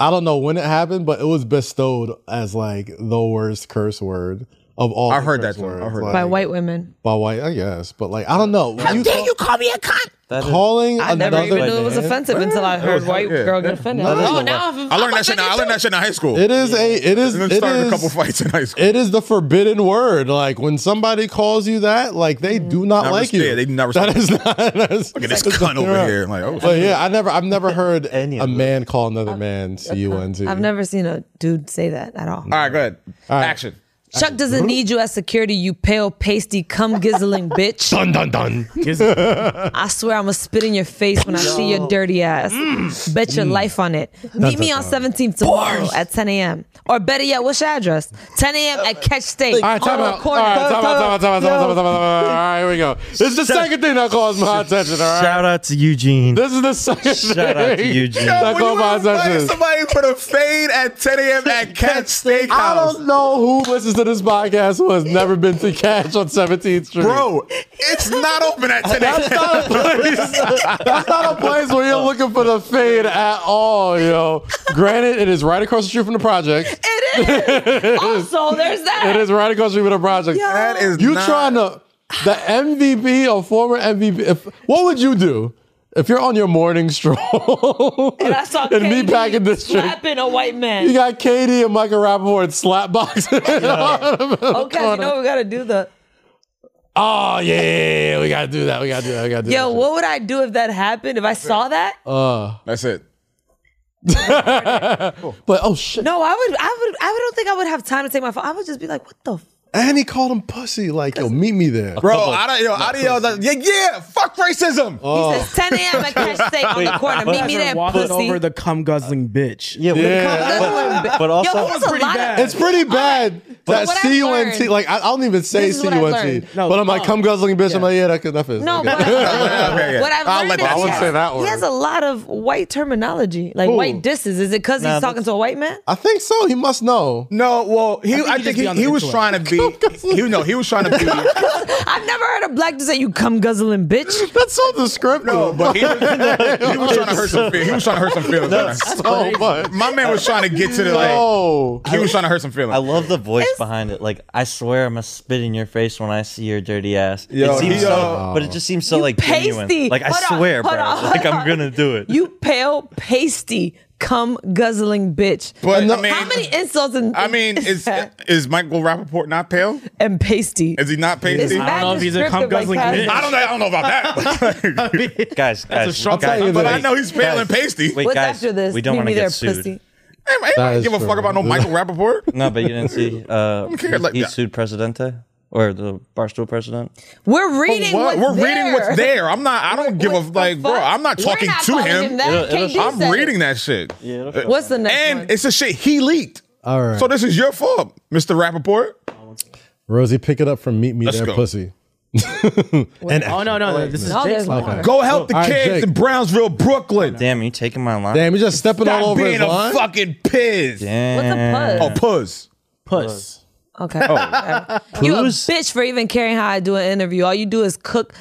[SPEAKER 2] I don't know when it happened, but it was bestowed as like the worst curse word of all.
[SPEAKER 4] I've
[SPEAKER 2] the
[SPEAKER 4] heard
[SPEAKER 2] curse
[SPEAKER 4] that term. I've
[SPEAKER 2] words,
[SPEAKER 4] heard
[SPEAKER 2] like,
[SPEAKER 5] By white women.
[SPEAKER 2] By white, I guess, but like I don't know. When you call-
[SPEAKER 5] call me a cunt?
[SPEAKER 7] That is-
[SPEAKER 2] calling
[SPEAKER 5] I never
[SPEAKER 2] another
[SPEAKER 5] even knew it was
[SPEAKER 2] man-
[SPEAKER 5] offensive until I heard
[SPEAKER 4] was-
[SPEAKER 5] white
[SPEAKER 4] yeah.
[SPEAKER 5] girl get offended.
[SPEAKER 2] No, that's
[SPEAKER 5] oh,
[SPEAKER 2] the
[SPEAKER 5] now
[SPEAKER 4] I learned that shit. in- I learned that shit in high school.
[SPEAKER 2] It is a. It is.
[SPEAKER 4] and then
[SPEAKER 2] It
[SPEAKER 4] started a couple
[SPEAKER 2] is.
[SPEAKER 4] fights in high school.
[SPEAKER 2] It is the forbidden word. Like when somebody calls you that, like they
[SPEAKER 5] Mm-hmm.
[SPEAKER 2] do not
[SPEAKER 4] Not
[SPEAKER 2] like
[SPEAKER 4] respect-
[SPEAKER 2] you.
[SPEAKER 4] they do not
[SPEAKER 2] That
[SPEAKER 4] respect
[SPEAKER 2] is not. That's,
[SPEAKER 4] Look at this cunt over here. Like, oh,
[SPEAKER 2] But yeah, I never. I've never heard
[SPEAKER 7] Any
[SPEAKER 2] a
[SPEAKER 7] of
[SPEAKER 2] man call another man C U N T.
[SPEAKER 5] I've never seen a dude say that at all.
[SPEAKER 4] All right, go ahead. Action.
[SPEAKER 5] Chuck doesn't need you as security, you pale, pasty, cum gizzling bitch.
[SPEAKER 11] Dun dun dun.
[SPEAKER 5] I swear I'm gonna spit in your face when I see your dirty ass. Bet your life on it. Meet me on 17th tomorrow at 10 a.m. Or better yet, what's your address? 10 a.m. at Catch State.
[SPEAKER 2] All right, time
[SPEAKER 5] on the
[SPEAKER 2] out. All
[SPEAKER 5] corner.
[SPEAKER 2] right, time out, time out, time out, time out, time out, time out, time out, time out. All right, here we go. This is the second thing that caused my attention. All right,
[SPEAKER 7] Shout out to Eugene.
[SPEAKER 2] this is the second
[SPEAKER 7] Shout out to
[SPEAKER 2] thing
[SPEAKER 7] Eugene.
[SPEAKER 4] When
[SPEAKER 2] that
[SPEAKER 4] you
[SPEAKER 2] caught my
[SPEAKER 4] invite
[SPEAKER 2] attention.
[SPEAKER 4] somebody for the fade at 10 a.m. at Cat Steakhouse.
[SPEAKER 2] I don't know who listens to this podcast who has never been to Cash on 17th Street.
[SPEAKER 4] Bro, it's not open at 10
[SPEAKER 2] That's
[SPEAKER 4] a.m.
[SPEAKER 2] not a place. That's not a place where you're looking for the fade at all, yo. Granted, it is right across the street from the project.
[SPEAKER 5] It is. also, there's that.
[SPEAKER 2] It is right across the street from the project.
[SPEAKER 4] That is
[SPEAKER 2] you
[SPEAKER 4] not-
[SPEAKER 2] trying to the MVP or former MVP? If, what would you do if you're on your morning stroll
[SPEAKER 5] And I saw
[SPEAKER 2] in
[SPEAKER 5] KD
[SPEAKER 2] Meatpacking District?
[SPEAKER 5] slapping a white man.
[SPEAKER 2] You got Katie and Michael Rappaport slap boxing.
[SPEAKER 5] okay, you know what we gotta do the.
[SPEAKER 2] oh yeah, yeah, yeah, yeah, we gotta do that. We gotta do that. We gotta do
[SPEAKER 5] Yo,
[SPEAKER 2] that.
[SPEAKER 5] what would I do if that happened? If I saw that?
[SPEAKER 4] That's it.
[SPEAKER 2] But oh shit.
[SPEAKER 5] No, I would, I would, I would- don't think I would have time to take my phone. I would just be like, what the? F-?
[SPEAKER 2] And he called him pussy. Like, yo, meet me there.
[SPEAKER 4] Bro, I don't, yo, I don't, yeah, yeah, fuck racism.
[SPEAKER 5] He says 10 a.m. at Cash State on the corner. Meet me there,
[SPEAKER 6] walking
[SPEAKER 5] pussy.
[SPEAKER 6] over the cum guzzling bitch.
[SPEAKER 7] yeah, we-
[SPEAKER 2] Yeah.
[SPEAKER 7] But, but also,
[SPEAKER 5] Yo, there's a
[SPEAKER 6] pretty
[SPEAKER 5] lot
[SPEAKER 6] bad.
[SPEAKER 5] of
[SPEAKER 2] It's pretty bad.
[SPEAKER 5] But
[SPEAKER 2] That
[SPEAKER 5] what I've
[SPEAKER 2] C U N T.
[SPEAKER 5] learned-
[SPEAKER 2] Like, I, I don't even say
[SPEAKER 5] This is
[SPEAKER 2] C
[SPEAKER 5] what
[SPEAKER 2] U
[SPEAKER 5] I've
[SPEAKER 2] N T.
[SPEAKER 5] learned.
[SPEAKER 6] No,
[SPEAKER 2] But I'm like,
[SPEAKER 6] uh,
[SPEAKER 2] come guzzling bitch. I'm
[SPEAKER 6] yeah.
[SPEAKER 2] like, yeah, that could that fits.
[SPEAKER 5] No,
[SPEAKER 2] Okay.
[SPEAKER 5] but
[SPEAKER 4] Okay, yeah.
[SPEAKER 5] what I've
[SPEAKER 4] I'll
[SPEAKER 5] learned
[SPEAKER 4] let
[SPEAKER 5] is
[SPEAKER 4] that
[SPEAKER 5] he
[SPEAKER 2] I wouldn't
[SPEAKER 5] has-
[SPEAKER 2] say that word.
[SPEAKER 5] He has a lot of white terminology, like white disses. Is it because
[SPEAKER 7] Nah,
[SPEAKER 5] he's talking
[SPEAKER 7] that's-
[SPEAKER 5] to a white man?
[SPEAKER 2] I think so. He must know.
[SPEAKER 4] No, well, he, I think
[SPEAKER 6] he'd just be
[SPEAKER 4] he,
[SPEAKER 6] on the
[SPEAKER 4] he was
[SPEAKER 6] interweb.
[SPEAKER 4] trying to be, he, no, he was trying to be,
[SPEAKER 5] I've never heard a black dude say "you cum guzzling bitch."
[SPEAKER 2] That's so descriptive.
[SPEAKER 4] no, but he, was- he was trying to hurt some feelings. He was trying to hurt some feelings.
[SPEAKER 2] so much.
[SPEAKER 4] My man was trying to get to the, like,
[SPEAKER 2] No.
[SPEAKER 4] he was trying to hurt some
[SPEAKER 7] I
[SPEAKER 4] feelings.
[SPEAKER 7] love the voice behind it. Like, I swear I'm gonna spit in your face when I see your dirty ass.
[SPEAKER 4] Yo,
[SPEAKER 7] it seems
[SPEAKER 4] he,
[SPEAKER 7] so,
[SPEAKER 4] uh,
[SPEAKER 7] but it just seems so like
[SPEAKER 5] pasty.
[SPEAKER 7] genuine. Like, I
[SPEAKER 5] Hold on,
[SPEAKER 7] swear,
[SPEAKER 5] hold
[SPEAKER 7] bro.
[SPEAKER 5] on,
[SPEAKER 7] like,
[SPEAKER 5] hold
[SPEAKER 7] I'm
[SPEAKER 5] on.
[SPEAKER 7] gonna do it.
[SPEAKER 5] You pale, pasty, cum guzzling bitch.
[SPEAKER 4] But, I
[SPEAKER 5] how
[SPEAKER 4] mean-
[SPEAKER 5] many insults and
[SPEAKER 4] I mean, is
[SPEAKER 5] that?
[SPEAKER 4] is Michael Rappaport not pale?
[SPEAKER 5] and pasty?
[SPEAKER 4] Is he not
[SPEAKER 5] It's
[SPEAKER 4] pasty?
[SPEAKER 5] mad
[SPEAKER 4] I
[SPEAKER 6] don't know if he's a
[SPEAKER 5] descriptive,
[SPEAKER 6] cum-guzzling
[SPEAKER 5] like,
[SPEAKER 6] bitch.
[SPEAKER 5] Pat-
[SPEAKER 4] don't know. I don't know about that,
[SPEAKER 7] guys, guys,
[SPEAKER 6] a strong
[SPEAKER 7] guys,
[SPEAKER 2] statement.
[SPEAKER 4] but
[SPEAKER 7] wait,
[SPEAKER 4] I know he's pale
[SPEAKER 7] guys,
[SPEAKER 4] and pasty.
[SPEAKER 7] Wait,
[SPEAKER 5] What's
[SPEAKER 7] guys,
[SPEAKER 5] after this?
[SPEAKER 7] we don't
[SPEAKER 5] Meet
[SPEAKER 7] want
[SPEAKER 5] me
[SPEAKER 7] to
[SPEAKER 5] there,
[SPEAKER 7] get sued.
[SPEAKER 5] pussy.
[SPEAKER 4] Ain't-
[SPEAKER 2] That
[SPEAKER 4] ain't
[SPEAKER 2] is
[SPEAKER 4] give a
[SPEAKER 2] true.
[SPEAKER 4] fuck about no Michael Rappaport.
[SPEAKER 7] No, but you didn't see. Uh,
[SPEAKER 4] care, like
[SPEAKER 7] he
[SPEAKER 4] that.
[SPEAKER 7] sued Presidente or the barstool president.
[SPEAKER 5] We're reading
[SPEAKER 4] What?
[SPEAKER 5] what's
[SPEAKER 4] We're
[SPEAKER 5] there.
[SPEAKER 4] reading what's there. I'm not. I don't give a
[SPEAKER 5] What the
[SPEAKER 4] like, bro.
[SPEAKER 5] fuck?
[SPEAKER 4] I'm not
[SPEAKER 5] We're
[SPEAKER 4] talking to
[SPEAKER 5] calling
[SPEAKER 4] him.
[SPEAKER 5] that.
[SPEAKER 7] It'll- it'll-
[SPEAKER 5] KD
[SPEAKER 4] I'm
[SPEAKER 5] said it.
[SPEAKER 4] reading that shit, Uh,
[SPEAKER 5] What's the next one?
[SPEAKER 4] and it's the shit he leaked.
[SPEAKER 2] All right.
[SPEAKER 4] So this is your fault, Mr. Rappaport.
[SPEAKER 2] Rosie, pick it up from Meet Me
[SPEAKER 4] Let's
[SPEAKER 2] There
[SPEAKER 4] go.
[SPEAKER 2] Pussy. and
[SPEAKER 6] Oh no, no, no. This is
[SPEAKER 5] No,
[SPEAKER 6] Jake's
[SPEAKER 5] there's
[SPEAKER 6] line.
[SPEAKER 5] more.
[SPEAKER 4] Go help the
[SPEAKER 2] All right,
[SPEAKER 4] kids
[SPEAKER 2] Jake.
[SPEAKER 4] in Brownsville, Brooklyn.
[SPEAKER 7] Damn, you taking my line?
[SPEAKER 2] Damn, he's just stepping
[SPEAKER 4] Stop
[SPEAKER 2] all over
[SPEAKER 4] being
[SPEAKER 2] his
[SPEAKER 4] a
[SPEAKER 2] line.
[SPEAKER 4] fucking piz.
[SPEAKER 5] What's a pud?
[SPEAKER 4] Oh, puz.
[SPEAKER 6] Puss.
[SPEAKER 5] Okay.
[SPEAKER 4] Oh.
[SPEAKER 5] whatever. you a
[SPEAKER 7] Who's-
[SPEAKER 5] bitch for even caring how I do an interview. All you do is cook.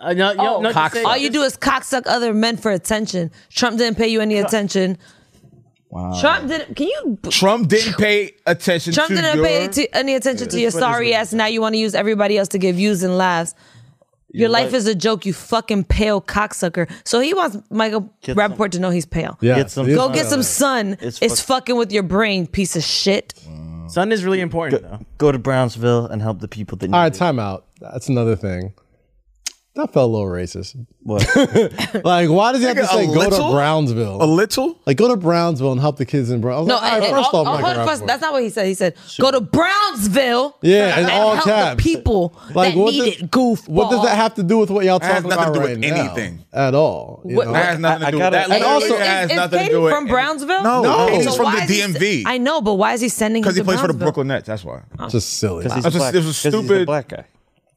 [SPEAKER 6] Uh, no, yo,
[SPEAKER 5] Oh,
[SPEAKER 6] no, just say
[SPEAKER 5] all
[SPEAKER 6] it.
[SPEAKER 5] you do is cocksuck other men for attention. Trump didn't pay you any attention. Wow. Trump didn't. Can you?
[SPEAKER 4] Trump didn't pay attention.
[SPEAKER 5] Trump
[SPEAKER 4] to
[SPEAKER 5] didn't
[SPEAKER 4] your-
[SPEAKER 5] pay t- any attention to your sorry ass. Now you want to use everybody else to give views and laughs. Your life is a joke, you fucking pale cocksucker. So he wants Michael
[SPEAKER 7] Get
[SPEAKER 5] Rappaport to know he's pale.
[SPEAKER 7] Yeah. Get some
[SPEAKER 5] Go
[SPEAKER 7] sun.
[SPEAKER 5] get some sun.
[SPEAKER 7] It's
[SPEAKER 5] It's,
[SPEAKER 7] fuck-
[SPEAKER 5] fucking with your brain, piece of shit.
[SPEAKER 6] Sun is really important.
[SPEAKER 7] Go, go to Brownsville and help the people that need
[SPEAKER 2] All right,
[SPEAKER 7] it.
[SPEAKER 2] time out. That's another thing. That felt a little racist. What? like, why does he have to
[SPEAKER 4] Nigga, a
[SPEAKER 2] say go
[SPEAKER 4] little?
[SPEAKER 2] to Brownsville?
[SPEAKER 4] A little?
[SPEAKER 2] Like, go to Brownsville and help the kids in Brownsville.
[SPEAKER 5] No,
[SPEAKER 2] I was like, all right, uh, first off, Michael
[SPEAKER 5] hold on, first,
[SPEAKER 2] Rappaport.
[SPEAKER 5] that's not what he said. He said, go to Brownsville.
[SPEAKER 2] Yeah, in
[SPEAKER 5] and
[SPEAKER 2] all
[SPEAKER 5] help
[SPEAKER 2] caps.
[SPEAKER 5] The people that
[SPEAKER 2] what
[SPEAKER 5] need
[SPEAKER 2] does-
[SPEAKER 5] it, goof.
[SPEAKER 2] What does that have to do with what y'all
[SPEAKER 4] That has
[SPEAKER 2] talking
[SPEAKER 4] nothing
[SPEAKER 2] about
[SPEAKER 4] to do
[SPEAKER 2] right
[SPEAKER 4] with
[SPEAKER 2] now?
[SPEAKER 4] anything.
[SPEAKER 2] at all? you
[SPEAKER 4] What-
[SPEAKER 2] know?
[SPEAKER 4] That has nothing to I- do I with- gotta- that
[SPEAKER 2] And
[SPEAKER 4] literally
[SPEAKER 2] also,
[SPEAKER 4] has
[SPEAKER 5] Is
[SPEAKER 4] nothing to
[SPEAKER 5] Katie
[SPEAKER 4] do with
[SPEAKER 5] from
[SPEAKER 4] any-
[SPEAKER 5] Brownsville?
[SPEAKER 4] No,
[SPEAKER 2] No.
[SPEAKER 4] Katie's
[SPEAKER 2] So
[SPEAKER 4] from
[SPEAKER 5] why
[SPEAKER 4] the
[SPEAKER 5] is he
[SPEAKER 4] DMV.
[SPEAKER 5] I know, but why is he sending him
[SPEAKER 4] Because he
[SPEAKER 5] to
[SPEAKER 4] plays for the
[SPEAKER 5] Brownsville?
[SPEAKER 4] Brooklyn Nets. That's why.
[SPEAKER 2] just silly.
[SPEAKER 7] Because he's
[SPEAKER 4] That's just-
[SPEAKER 7] black.
[SPEAKER 4] it was
[SPEAKER 7] 'Cause he's a
[SPEAKER 4] stupid.
[SPEAKER 7] black guy.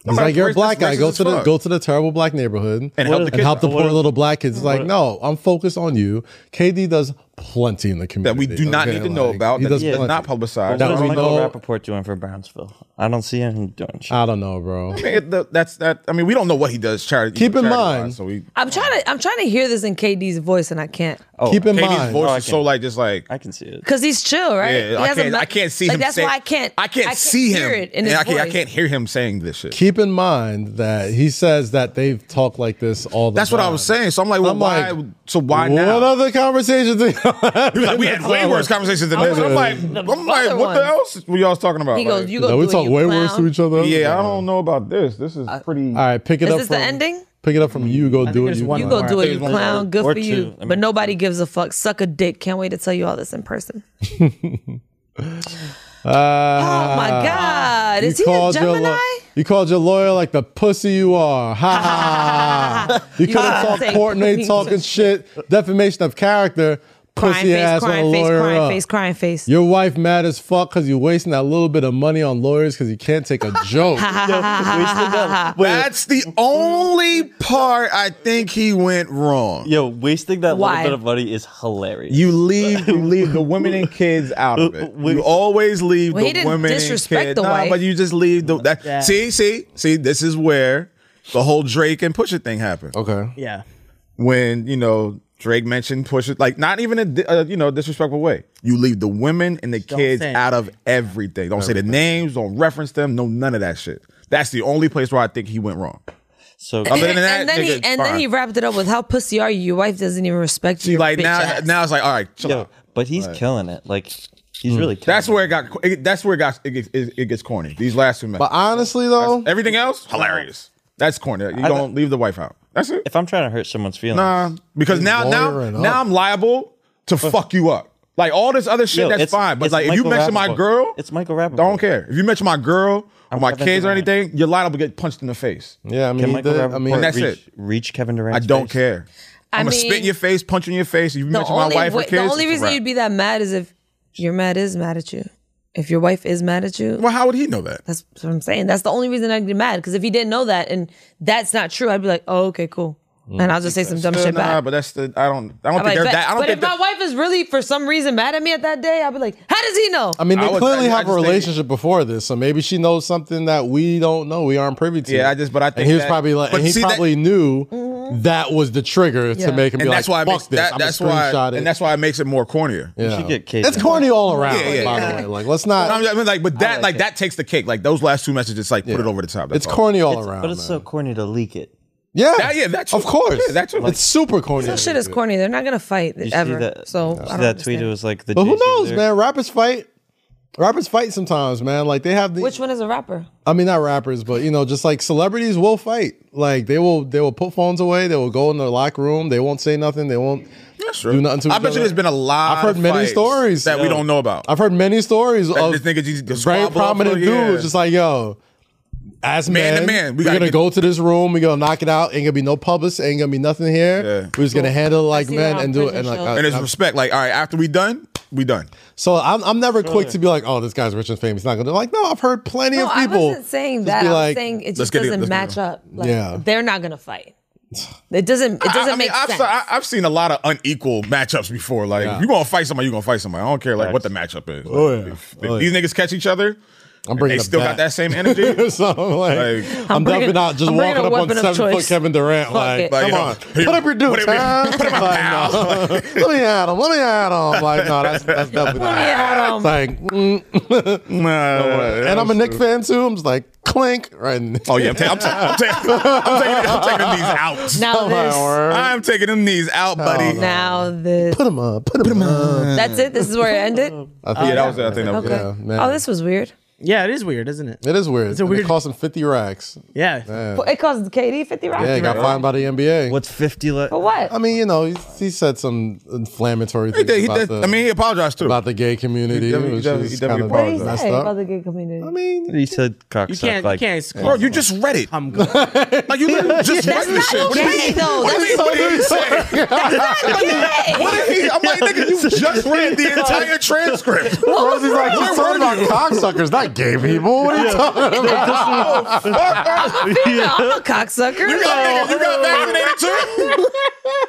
[SPEAKER 2] He's like, you're a
[SPEAKER 4] racist-
[SPEAKER 2] black guy.
[SPEAKER 4] racist
[SPEAKER 2] Go
[SPEAKER 4] as
[SPEAKER 2] to the
[SPEAKER 4] fuck.
[SPEAKER 2] go to the terrible black neighborhood
[SPEAKER 4] And help the kids out.
[SPEAKER 2] poor little black kids. It's like, no, I'm focused on you. KD does plenty in the
[SPEAKER 4] That we
[SPEAKER 2] community
[SPEAKER 4] do not
[SPEAKER 2] okay?
[SPEAKER 4] need to know
[SPEAKER 2] Like,
[SPEAKER 4] about.
[SPEAKER 2] He
[SPEAKER 4] That
[SPEAKER 2] does
[SPEAKER 4] is
[SPEAKER 2] plenty.
[SPEAKER 4] not
[SPEAKER 7] What
[SPEAKER 4] publicized.
[SPEAKER 2] That
[SPEAKER 7] is
[SPEAKER 2] we
[SPEAKER 7] Michael
[SPEAKER 2] know-
[SPEAKER 7] Rappaport doing for Brownsville? I don't see him doing shit.
[SPEAKER 2] I don't know, bro.
[SPEAKER 4] I mean, it- the- that's that. I mean, we don't know what he does. Charity.
[SPEAKER 2] Keep in
[SPEAKER 4] charity-wise,
[SPEAKER 2] mind-
[SPEAKER 4] So we.
[SPEAKER 5] I'm trying to I'm trying to hear this in KD's voice and I can't.
[SPEAKER 2] Keep in
[SPEAKER 4] Katie's
[SPEAKER 2] mind,
[SPEAKER 4] voice
[SPEAKER 7] I
[SPEAKER 4] is so
[SPEAKER 7] can-
[SPEAKER 4] like just like
[SPEAKER 7] Oh, I can see it.
[SPEAKER 5] Cause he's chill, right?
[SPEAKER 4] yeah.
[SPEAKER 5] He
[SPEAKER 4] I
[SPEAKER 5] has a
[SPEAKER 4] can't.
[SPEAKER 5] me-
[SPEAKER 4] I can't see
[SPEAKER 5] like,
[SPEAKER 4] him.
[SPEAKER 5] That's
[SPEAKER 4] say-
[SPEAKER 5] why I can't.
[SPEAKER 4] I can't see him.
[SPEAKER 5] hear it in his
[SPEAKER 4] and I can't. I
[SPEAKER 5] voice.
[SPEAKER 4] can't hear him saying this shit.
[SPEAKER 2] keep in mind that he says that they've talked like this all the
[SPEAKER 4] That's
[SPEAKER 2] time.
[SPEAKER 4] what I was saying. So I'm like, well,
[SPEAKER 2] I'm
[SPEAKER 4] why?
[SPEAKER 2] like,
[SPEAKER 4] so why
[SPEAKER 2] what
[SPEAKER 4] now?
[SPEAKER 2] other conversations? do y'all have?
[SPEAKER 4] He was like, we had way worse conversations than this. I'm like, I'm like,
[SPEAKER 5] other
[SPEAKER 4] what the
[SPEAKER 5] one.
[SPEAKER 4] else were y'all talking about?
[SPEAKER 5] He goes,
[SPEAKER 4] Like,
[SPEAKER 5] "You go
[SPEAKER 2] No,
[SPEAKER 5] do
[SPEAKER 2] we
[SPEAKER 5] it,
[SPEAKER 2] talk
[SPEAKER 5] you
[SPEAKER 2] way
[SPEAKER 5] clown."
[SPEAKER 2] worse to each other.
[SPEAKER 4] yeah, I don't know about this. This is pretty.
[SPEAKER 2] All right, pick it
[SPEAKER 5] Is
[SPEAKER 2] up.
[SPEAKER 5] this the
[SPEAKER 2] from-
[SPEAKER 5] ending?
[SPEAKER 2] Pick it up from you. Go do it.
[SPEAKER 6] there's
[SPEAKER 2] You
[SPEAKER 6] one
[SPEAKER 5] You
[SPEAKER 2] clown.
[SPEAKER 6] more.
[SPEAKER 5] go do
[SPEAKER 6] Alright.
[SPEAKER 5] it, you clown. Good
[SPEAKER 7] Or
[SPEAKER 5] for you.
[SPEAKER 7] two. I
[SPEAKER 5] but
[SPEAKER 7] mean-
[SPEAKER 5] nobody gives a fuck. Suck a dick. Can't wait to tell you all this in person. oh my God. Is he a
[SPEAKER 2] called your lo-
[SPEAKER 5] Gemini?
[SPEAKER 2] you called your lawyer like the pussy you are. Ha ha. ha. you could
[SPEAKER 5] Ah.
[SPEAKER 2] have talked
[SPEAKER 5] Saying
[SPEAKER 2] Courtney
[SPEAKER 5] pussy.
[SPEAKER 2] talking shit, defamation of character,
[SPEAKER 5] Crying
[SPEAKER 2] pussy
[SPEAKER 5] face,
[SPEAKER 2] ass
[SPEAKER 5] crying
[SPEAKER 2] on a
[SPEAKER 5] face,
[SPEAKER 2] lawyer.
[SPEAKER 5] crying
[SPEAKER 2] up.
[SPEAKER 5] face, crying face.
[SPEAKER 2] Your wife mad as fuck because you wasting that little bit of money on lawyers because you can't take a joke.
[SPEAKER 4] That's the only part I think he went wrong.
[SPEAKER 7] Yo, wasting that
[SPEAKER 5] Why?
[SPEAKER 7] little bit of money is hilarious.
[SPEAKER 4] You leave, you leave the women and kids out of it.
[SPEAKER 7] We-
[SPEAKER 4] You always leave
[SPEAKER 5] Well, he
[SPEAKER 4] the
[SPEAKER 5] didn't
[SPEAKER 4] women
[SPEAKER 5] disrespect
[SPEAKER 4] and kids.
[SPEAKER 5] the wife.
[SPEAKER 4] but you just leave the. That,
[SPEAKER 6] Yeah.
[SPEAKER 4] See, see, see. This is where the whole Drake and Pusha thing happened.
[SPEAKER 2] okay.
[SPEAKER 6] Yeah.
[SPEAKER 4] When you know Drake mentioned Pusha, like not even a di- uh, you know disrespectful way. You leave the women and the
[SPEAKER 6] don't
[SPEAKER 4] kids
[SPEAKER 6] say
[SPEAKER 4] out of everything. Don't say the names. Don't reference them. No, none of that shit. That's the only place where I think he went wrong.
[SPEAKER 7] so
[SPEAKER 4] Other than that,
[SPEAKER 5] And then
[SPEAKER 4] nigga,
[SPEAKER 5] he and then
[SPEAKER 4] fine.
[SPEAKER 5] he wrapped it up with how pussy are you? Your wife doesn't even respect you.
[SPEAKER 4] like
[SPEAKER 5] bitch
[SPEAKER 4] now,
[SPEAKER 5] ass."
[SPEAKER 4] now it's like all right, chill
[SPEAKER 7] yo,
[SPEAKER 4] out.
[SPEAKER 7] but he's killing it. Like
[SPEAKER 2] Hmm.
[SPEAKER 7] he's really killing
[SPEAKER 4] That's where it got. It, that's where it got. It gets, it, it gets corny. These last two minutes.
[SPEAKER 2] But honestly though,
[SPEAKER 4] Everything else, hilarious. That's corny. You don't leave the wife out. That's
[SPEAKER 7] it.
[SPEAKER 4] it.
[SPEAKER 7] If I'm trying to hurt someone's feelings,
[SPEAKER 4] Nah, because now, now,
[SPEAKER 2] lawyering up.
[SPEAKER 4] now I'm liable to fuck you up. Like all this other shit,
[SPEAKER 7] Yo,
[SPEAKER 4] that's
[SPEAKER 7] it's-
[SPEAKER 4] fine. But
[SPEAKER 7] it's
[SPEAKER 4] like, if you
[SPEAKER 7] Michael
[SPEAKER 4] mention my
[SPEAKER 7] Rappaport.
[SPEAKER 4] girl,
[SPEAKER 7] It's Michael Rappaport.
[SPEAKER 4] Don't care if you mention my girl or
[SPEAKER 7] I'm
[SPEAKER 4] my
[SPEAKER 7] Kevin
[SPEAKER 4] kids or
[SPEAKER 7] Durant.
[SPEAKER 4] anything. You're liable to get punched in the face.
[SPEAKER 2] yeah, I mean,
[SPEAKER 7] can
[SPEAKER 2] he
[SPEAKER 7] Michael
[SPEAKER 2] did-
[SPEAKER 7] Rappaport
[SPEAKER 2] I mean,
[SPEAKER 4] And that's
[SPEAKER 7] reach,
[SPEAKER 4] it.
[SPEAKER 7] reach Kevin Durant?
[SPEAKER 4] I don't care.
[SPEAKER 5] I
[SPEAKER 4] I'm gonna spit in
[SPEAKER 5] mean-
[SPEAKER 4] your face, punch you in your face. If you
[SPEAKER 5] the
[SPEAKER 4] mention my
[SPEAKER 5] only,
[SPEAKER 4] wife or
[SPEAKER 5] way-
[SPEAKER 4] kids,
[SPEAKER 5] the only
[SPEAKER 4] it's a
[SPEAKER 5] reason
[SPEAKER 4] wrap.
[SPEAKER 5] you'd be that mad is if your mad is mad at you. If your wife is mad at you,
[SPEAKER 4] well, how would he know that?
[SPEAKER 5] that's what I'm saying. That's the only reason I'd get mad. Because if he didn't know that and that's not true, I'd be like, oh, okay, cool. And I'll just say some dumb
[SPEAKER 4] Still,
[SPEAKER 5] shit
[SPEAKER 4] Mm. nah,
[SPEAKER 5] back.
[SPEAKER 4] but that's the. I don't. I don't think
[SPEAKER 5] I'm like,
[SPEAKER 4] they're
[SPEAKER 5] but
[SPEAKER 4] that. I don't
[SPEAKER 5] but
[SPEAKER 4] think
[SPEAKER 5] if my
[SPEAKER 4] that.
[SPEAKER 5] wife is really for some reason mad at me at that day, I'd be like, how does he know?
[SPEAKER 2] I mean,
[SPEAKER 4] I
[SPEAKER 2] they
[SPEAKER 4] was- I- I
[SPEAKER 2] clearly have a
[SPEAKER 4] just think-
[SPEAKER 2] relationship before this, so maybe she knows something that we don't know, we aren't privy to.
[SPEAKER 4] Yeah, I just- but I think
[SPEAKER 2] and he was
[SPEAKER 4] that-
[SPEAKER 2] probably like,
[SPEAKER 4] but
[SPEAKER 2] and he
[SPEAKER 4] see that-
[SPEAKER 2] probably knew that was the trigger
[SPEAKER 5] Mm-hmm. Yeah.
[SPEAKER 2] to make him be
[SPEAKER 4] And that's why
[SPEAKER 2] like,
[SPEAKER 4] it makes
[SPEAKER 2] "Fuck this."
[SPEAKER 4] that.
[SPEAKER 2] I'm
[SPEAKER 4] That's
[SPEAKER 2] gonna
[SPEAKER 4] why.
[SPEAKER 2] screenshot it.
[SPEAKER 4] And that's why it makes it more cornier.
[SPEAKER 2] yeah.
[SPEAKER 7] should get Kate
[SPEAKER 2] it's
[SPEAKER 7] to-
[SPEAKER 2] corny all around.
[SPEAKER 4] Yeah, yeah,
[SPEAKER 2] by
[SPEAKER 4] yeah.
[SPEAKER 2] the way, like let's not.
[SPEAKER 4] I mean, I mean, like, but that, like, that takes the cake. Like those last two messages, like, put it over the top. That's
[SPEAKER 2] it's
[SPEAKER 4] all.
[SPEAKER 2] corny all
[SPEAKER 7] It's-
[SPEAKER 2] around.
[SPEAKER 7] but it's so
[SPEAKER 2] man.
[SPEAKER 7] corny to leak it.
[SPEAKER 2] yeah,
[SPEAKER 4] That- yeah, that too.
[SPEAKER 2] of course.
[SPEAKER 4] Yeah, that too.
[SPEAKER 2] It's super corny.
[SPEAKER 5] That shit is corny. They're not gonna fight
[SPEAKER 7] You
[SPEAKER 5] ever.
[SPEAKER 7] see that?
[SPEAKER 5] so
[SPEAKER 7] you
[SPEAKER 5] I
[SPEAKER 7] see
[SPEAKER 5] don't
[SPEAKER 7] that tweet. It
[SPEAKER 5] understand.
[SPEAKER 7] was like the.
[SPEAKER 2] But who
[SPEAKER 7] Jay-Z
[SPEAKER 2] knows,
[SPEAKER 7] lyric.
[SPEAKER 2] man? Rappers fight. Rappers fight sometimes, man. Like they have the.
[SPEAKER 5] Which one is a rapper?
[SPEAKER 2] I mean, not rappers, but you know, just like celebrities will fight. Like they will, they will put phones away. They will go in the locker room. They won't say nothing. They won't do nothing to
[SPEAKER 4] I
[SPEAKER 2] each
[SPEAKER 4] bet
[SPEAKER 2] other.
[SPEAKER 4] you there's been a lot.
[SPEAKER 2] I've heard
[SPEAKER 4] of
[SPEAKER 2] many
[SPEAKER 4] fights
[SPEAKER 2] stories
[SPEAKER 4] that we don't know about.
[SPEAKER 2] I've heard many stories
[SPEAKER 4] That
[SPEAKER 2] of
[SPEAKER 4] this nigga just- just
[SPEAKER 2] very
[SPEAKER 4] squabble off
[SPEAKER 2] prominent
[SPEAKER 4] for- yeah.
[SPEAKER 2] dudes, just like yo. As
[SPEAKER 4] Man
[SPEAKER 2] men,
[SPEAKER 4] to man, we
[SPEAKER 2] we are
[SPEAKER 4] gotta
[SPEAKER 2] gonna
[SPEAKER 4] get-
[SPEAKER 2] go to this room. We gonna knock it out. Ain't gonna be no public. Ain't gonna be nothing here.
[SPEAKER 4] Yeah.
[SPEAKER 2] We're just gonna handle it like
[SPEAKER 5] see that
[SPEAKER 2] men
[SPEAKER 5] on
[SPEAKER 2] and do it.
[SPEAKER 5] prison
[SPEAKER 2] And like,
[SPEAKER 5] shows.
[SPEAKER 2] I-
[SPEAKER 4] and it's
[SPEAKER 2] I-
[SPEAKER 4] respect. Like, all right, after we done, we done.
[SPEAKER 2] so I'm, I'm never quick to be like, oh, this guy's rich and famous. He's not gonna do it. like, no. I've heard plenty
[SPEAKER 5] No,
[SPEAKER 2] of
[SPEAKER 5] I
[SPEAKER 2] people.
[SPEAKER 5] wasn't saying
[SPEAKER 2] just
[SPEAKER 5] that.
[SPEAKER 2] be
[SPEAKER 5] I was
[SPEAKER 2] like-
[SPEAKER 5] saying it
[SPEAKER 4] Let's
[SPEAKER 5] just
[SPEAKER 4] get it-
[SPEAKER 5] doesn't
[SPEAKER 4] let's get
[SPEAKER 5] match
[SPEAKER 4] it.
[SPEAKER 5] up. Like,
[SPEAKER 2] Yeah.
[SPEAKER 5] they're not gonna fight. It doesn't. It doesn't
[SPEAKER 4] I, I
[SPEAKER 5] make
[SPEAKER 4] I've,
[SPEAKER 5] sense.
[SPEAKER 4] se- I, have seen a lot of unequal matchups before. Like,
[SPEAKER 2] Yeah.
[SPEAKER 4] if you gonna fight somebody, you gonna fight somebody. I don't care like what the matchup is.
[SPEAKER 2] Oh,
[SPEAKER 4] Like,
[SPEAKER 2] yeah.
[SPEAKER 4] if,
[SPEAKER 2] Oh,
[SPEAKER 4] if
[SPEAKER 2] yeah.
[SPEAKER 4] these niggas catch each other,
[SPEAKER 2] I'm
[SPEAKER 4] they
[SPEAKER 2] bringing a
[SPEAKER 4] still got
[SPEAKER 2] bat.
[SPEAKER 4] that same energy.
[SPEAKER 2] so I'm
[SPEAKER 4] Like-
[SPEAKER 2] like, I'm,
[SPEAKER 5] I'm bringing-
[SPEAKER 2] definitely not just
[SPEAKER 5] I'm bringing
[SPEAKER 2] walking
[SPEAKER 5] a
[SPEAKER 2] up on
[SPEAKER 5] weapon of
[SPEAKER 2] seven foot
[SPEAKER 5] choice.
[SPEAKER 2] Kevin Durant.
[SPEAKER 5] Fuck
[SPEAKER 2] Like,
[SPEAKER 5] it.
[SPEAKER 2] come
[SPEAKER 4] Like, you know,
[SPEAKER 2] on,
[SPEAKER 4] here-
[SPEAKER 2] put up your
[SPEAKER 4] put
[SPEAKER 2] dudes,
[SPEAKER 4] it in-
[SPEAKER 2] huh?
[SPEAKER 4] put it in my
[SPEAKER 2] Like,
[SPEAKER 4] mouth.
[SPEAKER 2] no. let me at him. Let me at him. Like, no, that's that's definitely
[SPEAKER 5] Let me
[SPEAKER 2] not.
[SPEAKER 5] at 'em.
[SPEAKER 2] It's Like, mm,
[SPEAKER 4] Nah,
[SPEAKER 2] and I'm a Knicks fan too. I'm just like, clink right. in-
[SPEAKER 4] Oh yeah, I'm, ta- I'm, ta- I'm, ta- I'm taking, I'm taking these out.
[SPEAKER 5] Now
[SPEAKER 4] Oh,
[SPEAKER 5] this-
[SPEAKER 4] my word. I'm taking them knees out,
[SPEAKER 5] Oh,
[SPEAKER 4] buddy.
[SPEAKER 5] Now the
[SPEAKER 2] Put them up. Put them up.
[SPEAKER 5] that's it. This is where it ended.
[SPEAKER 2] I
[SPEAKER 4] Yeah, that was it. I think that was it.
[SPEAKER 5] Okay.
[SPEAKER 2] man.
[SPEAKER 5] oh, this was weird.
[SPEAKER 6] Yeah, it is weird, isn't it?
[SPEAKER 2] It is weird.
[SPEAKER 6] It's a
[SPEAKER 2] And It
[SPEAKER 6] weird-
[SPEAKER 2] cost him fifty racks.
[SPEAKER 6] Yeah.
[SPEAKER 2] Man.
[SPEAKER 5] It cost KD fifty racks.
[SPEAKER 2] Yeah, he got fined by the NBA.
[SPEAKER 7] What's 50 le-
[SPEAKER 5] For what?
[SPEAKER 2] I mean, you know, he, he said some inflammatory
[SPEAKER 4] He
[SPEAKER 2] things
[SPEAKER 4] did, he
[SPEAKER 2] about,
[SPEAKER 4] did-
[SPEAKER 2] the,
[SPEAKER 4] I mean, he apologized too.
[SPEAKER 2] about the gay community,
[SPEAKER 4] He definitely- he
[SPEAKER 2] which
[SPEAKER 4] definitely- he
[SPEAKER 2] is
[SPEAKER 4] definitely
[SPEAKER 2] kind of
[SPEAKER 5] what did he
[SPEAKER 2] messed
[SPEAKER 5] say
[SPEAKER 2] up.
[SPEAKER 5] about the gay community?
[SPEAKER 2] I mean,
[SPEAKER 7] He said cocksuck.
[SPEAKER 6] You can't.
[SPEAKER 7] like,
[SPEAKER 6] you can't.
[SPEAKER 4] Bro, you just read it.
[SPEAKER 6] I'm good.
[SPEAKER 4] Like you literally just read this shit. What
[SPEAKER 5] not
[SPEAKER 4] do you
[SPEAKER 5] okay,
[SPEAKER 4] mean?
[SPEAKER 5] though.
[SPEAKER 4] What do you mean? What did he say? What did he? I'm like, nigga, you just read the entire transcript.
[SPEAKER 5] Oh,
[SPEAKER 2] Rosie's like, he's talking about cocksuckers, not gay people. What are you talking about?
[SPEAKER 5] I'm a female. I'm a cocksucker.
[SPEAKER 4] You got, niggas, you got vaccinated too?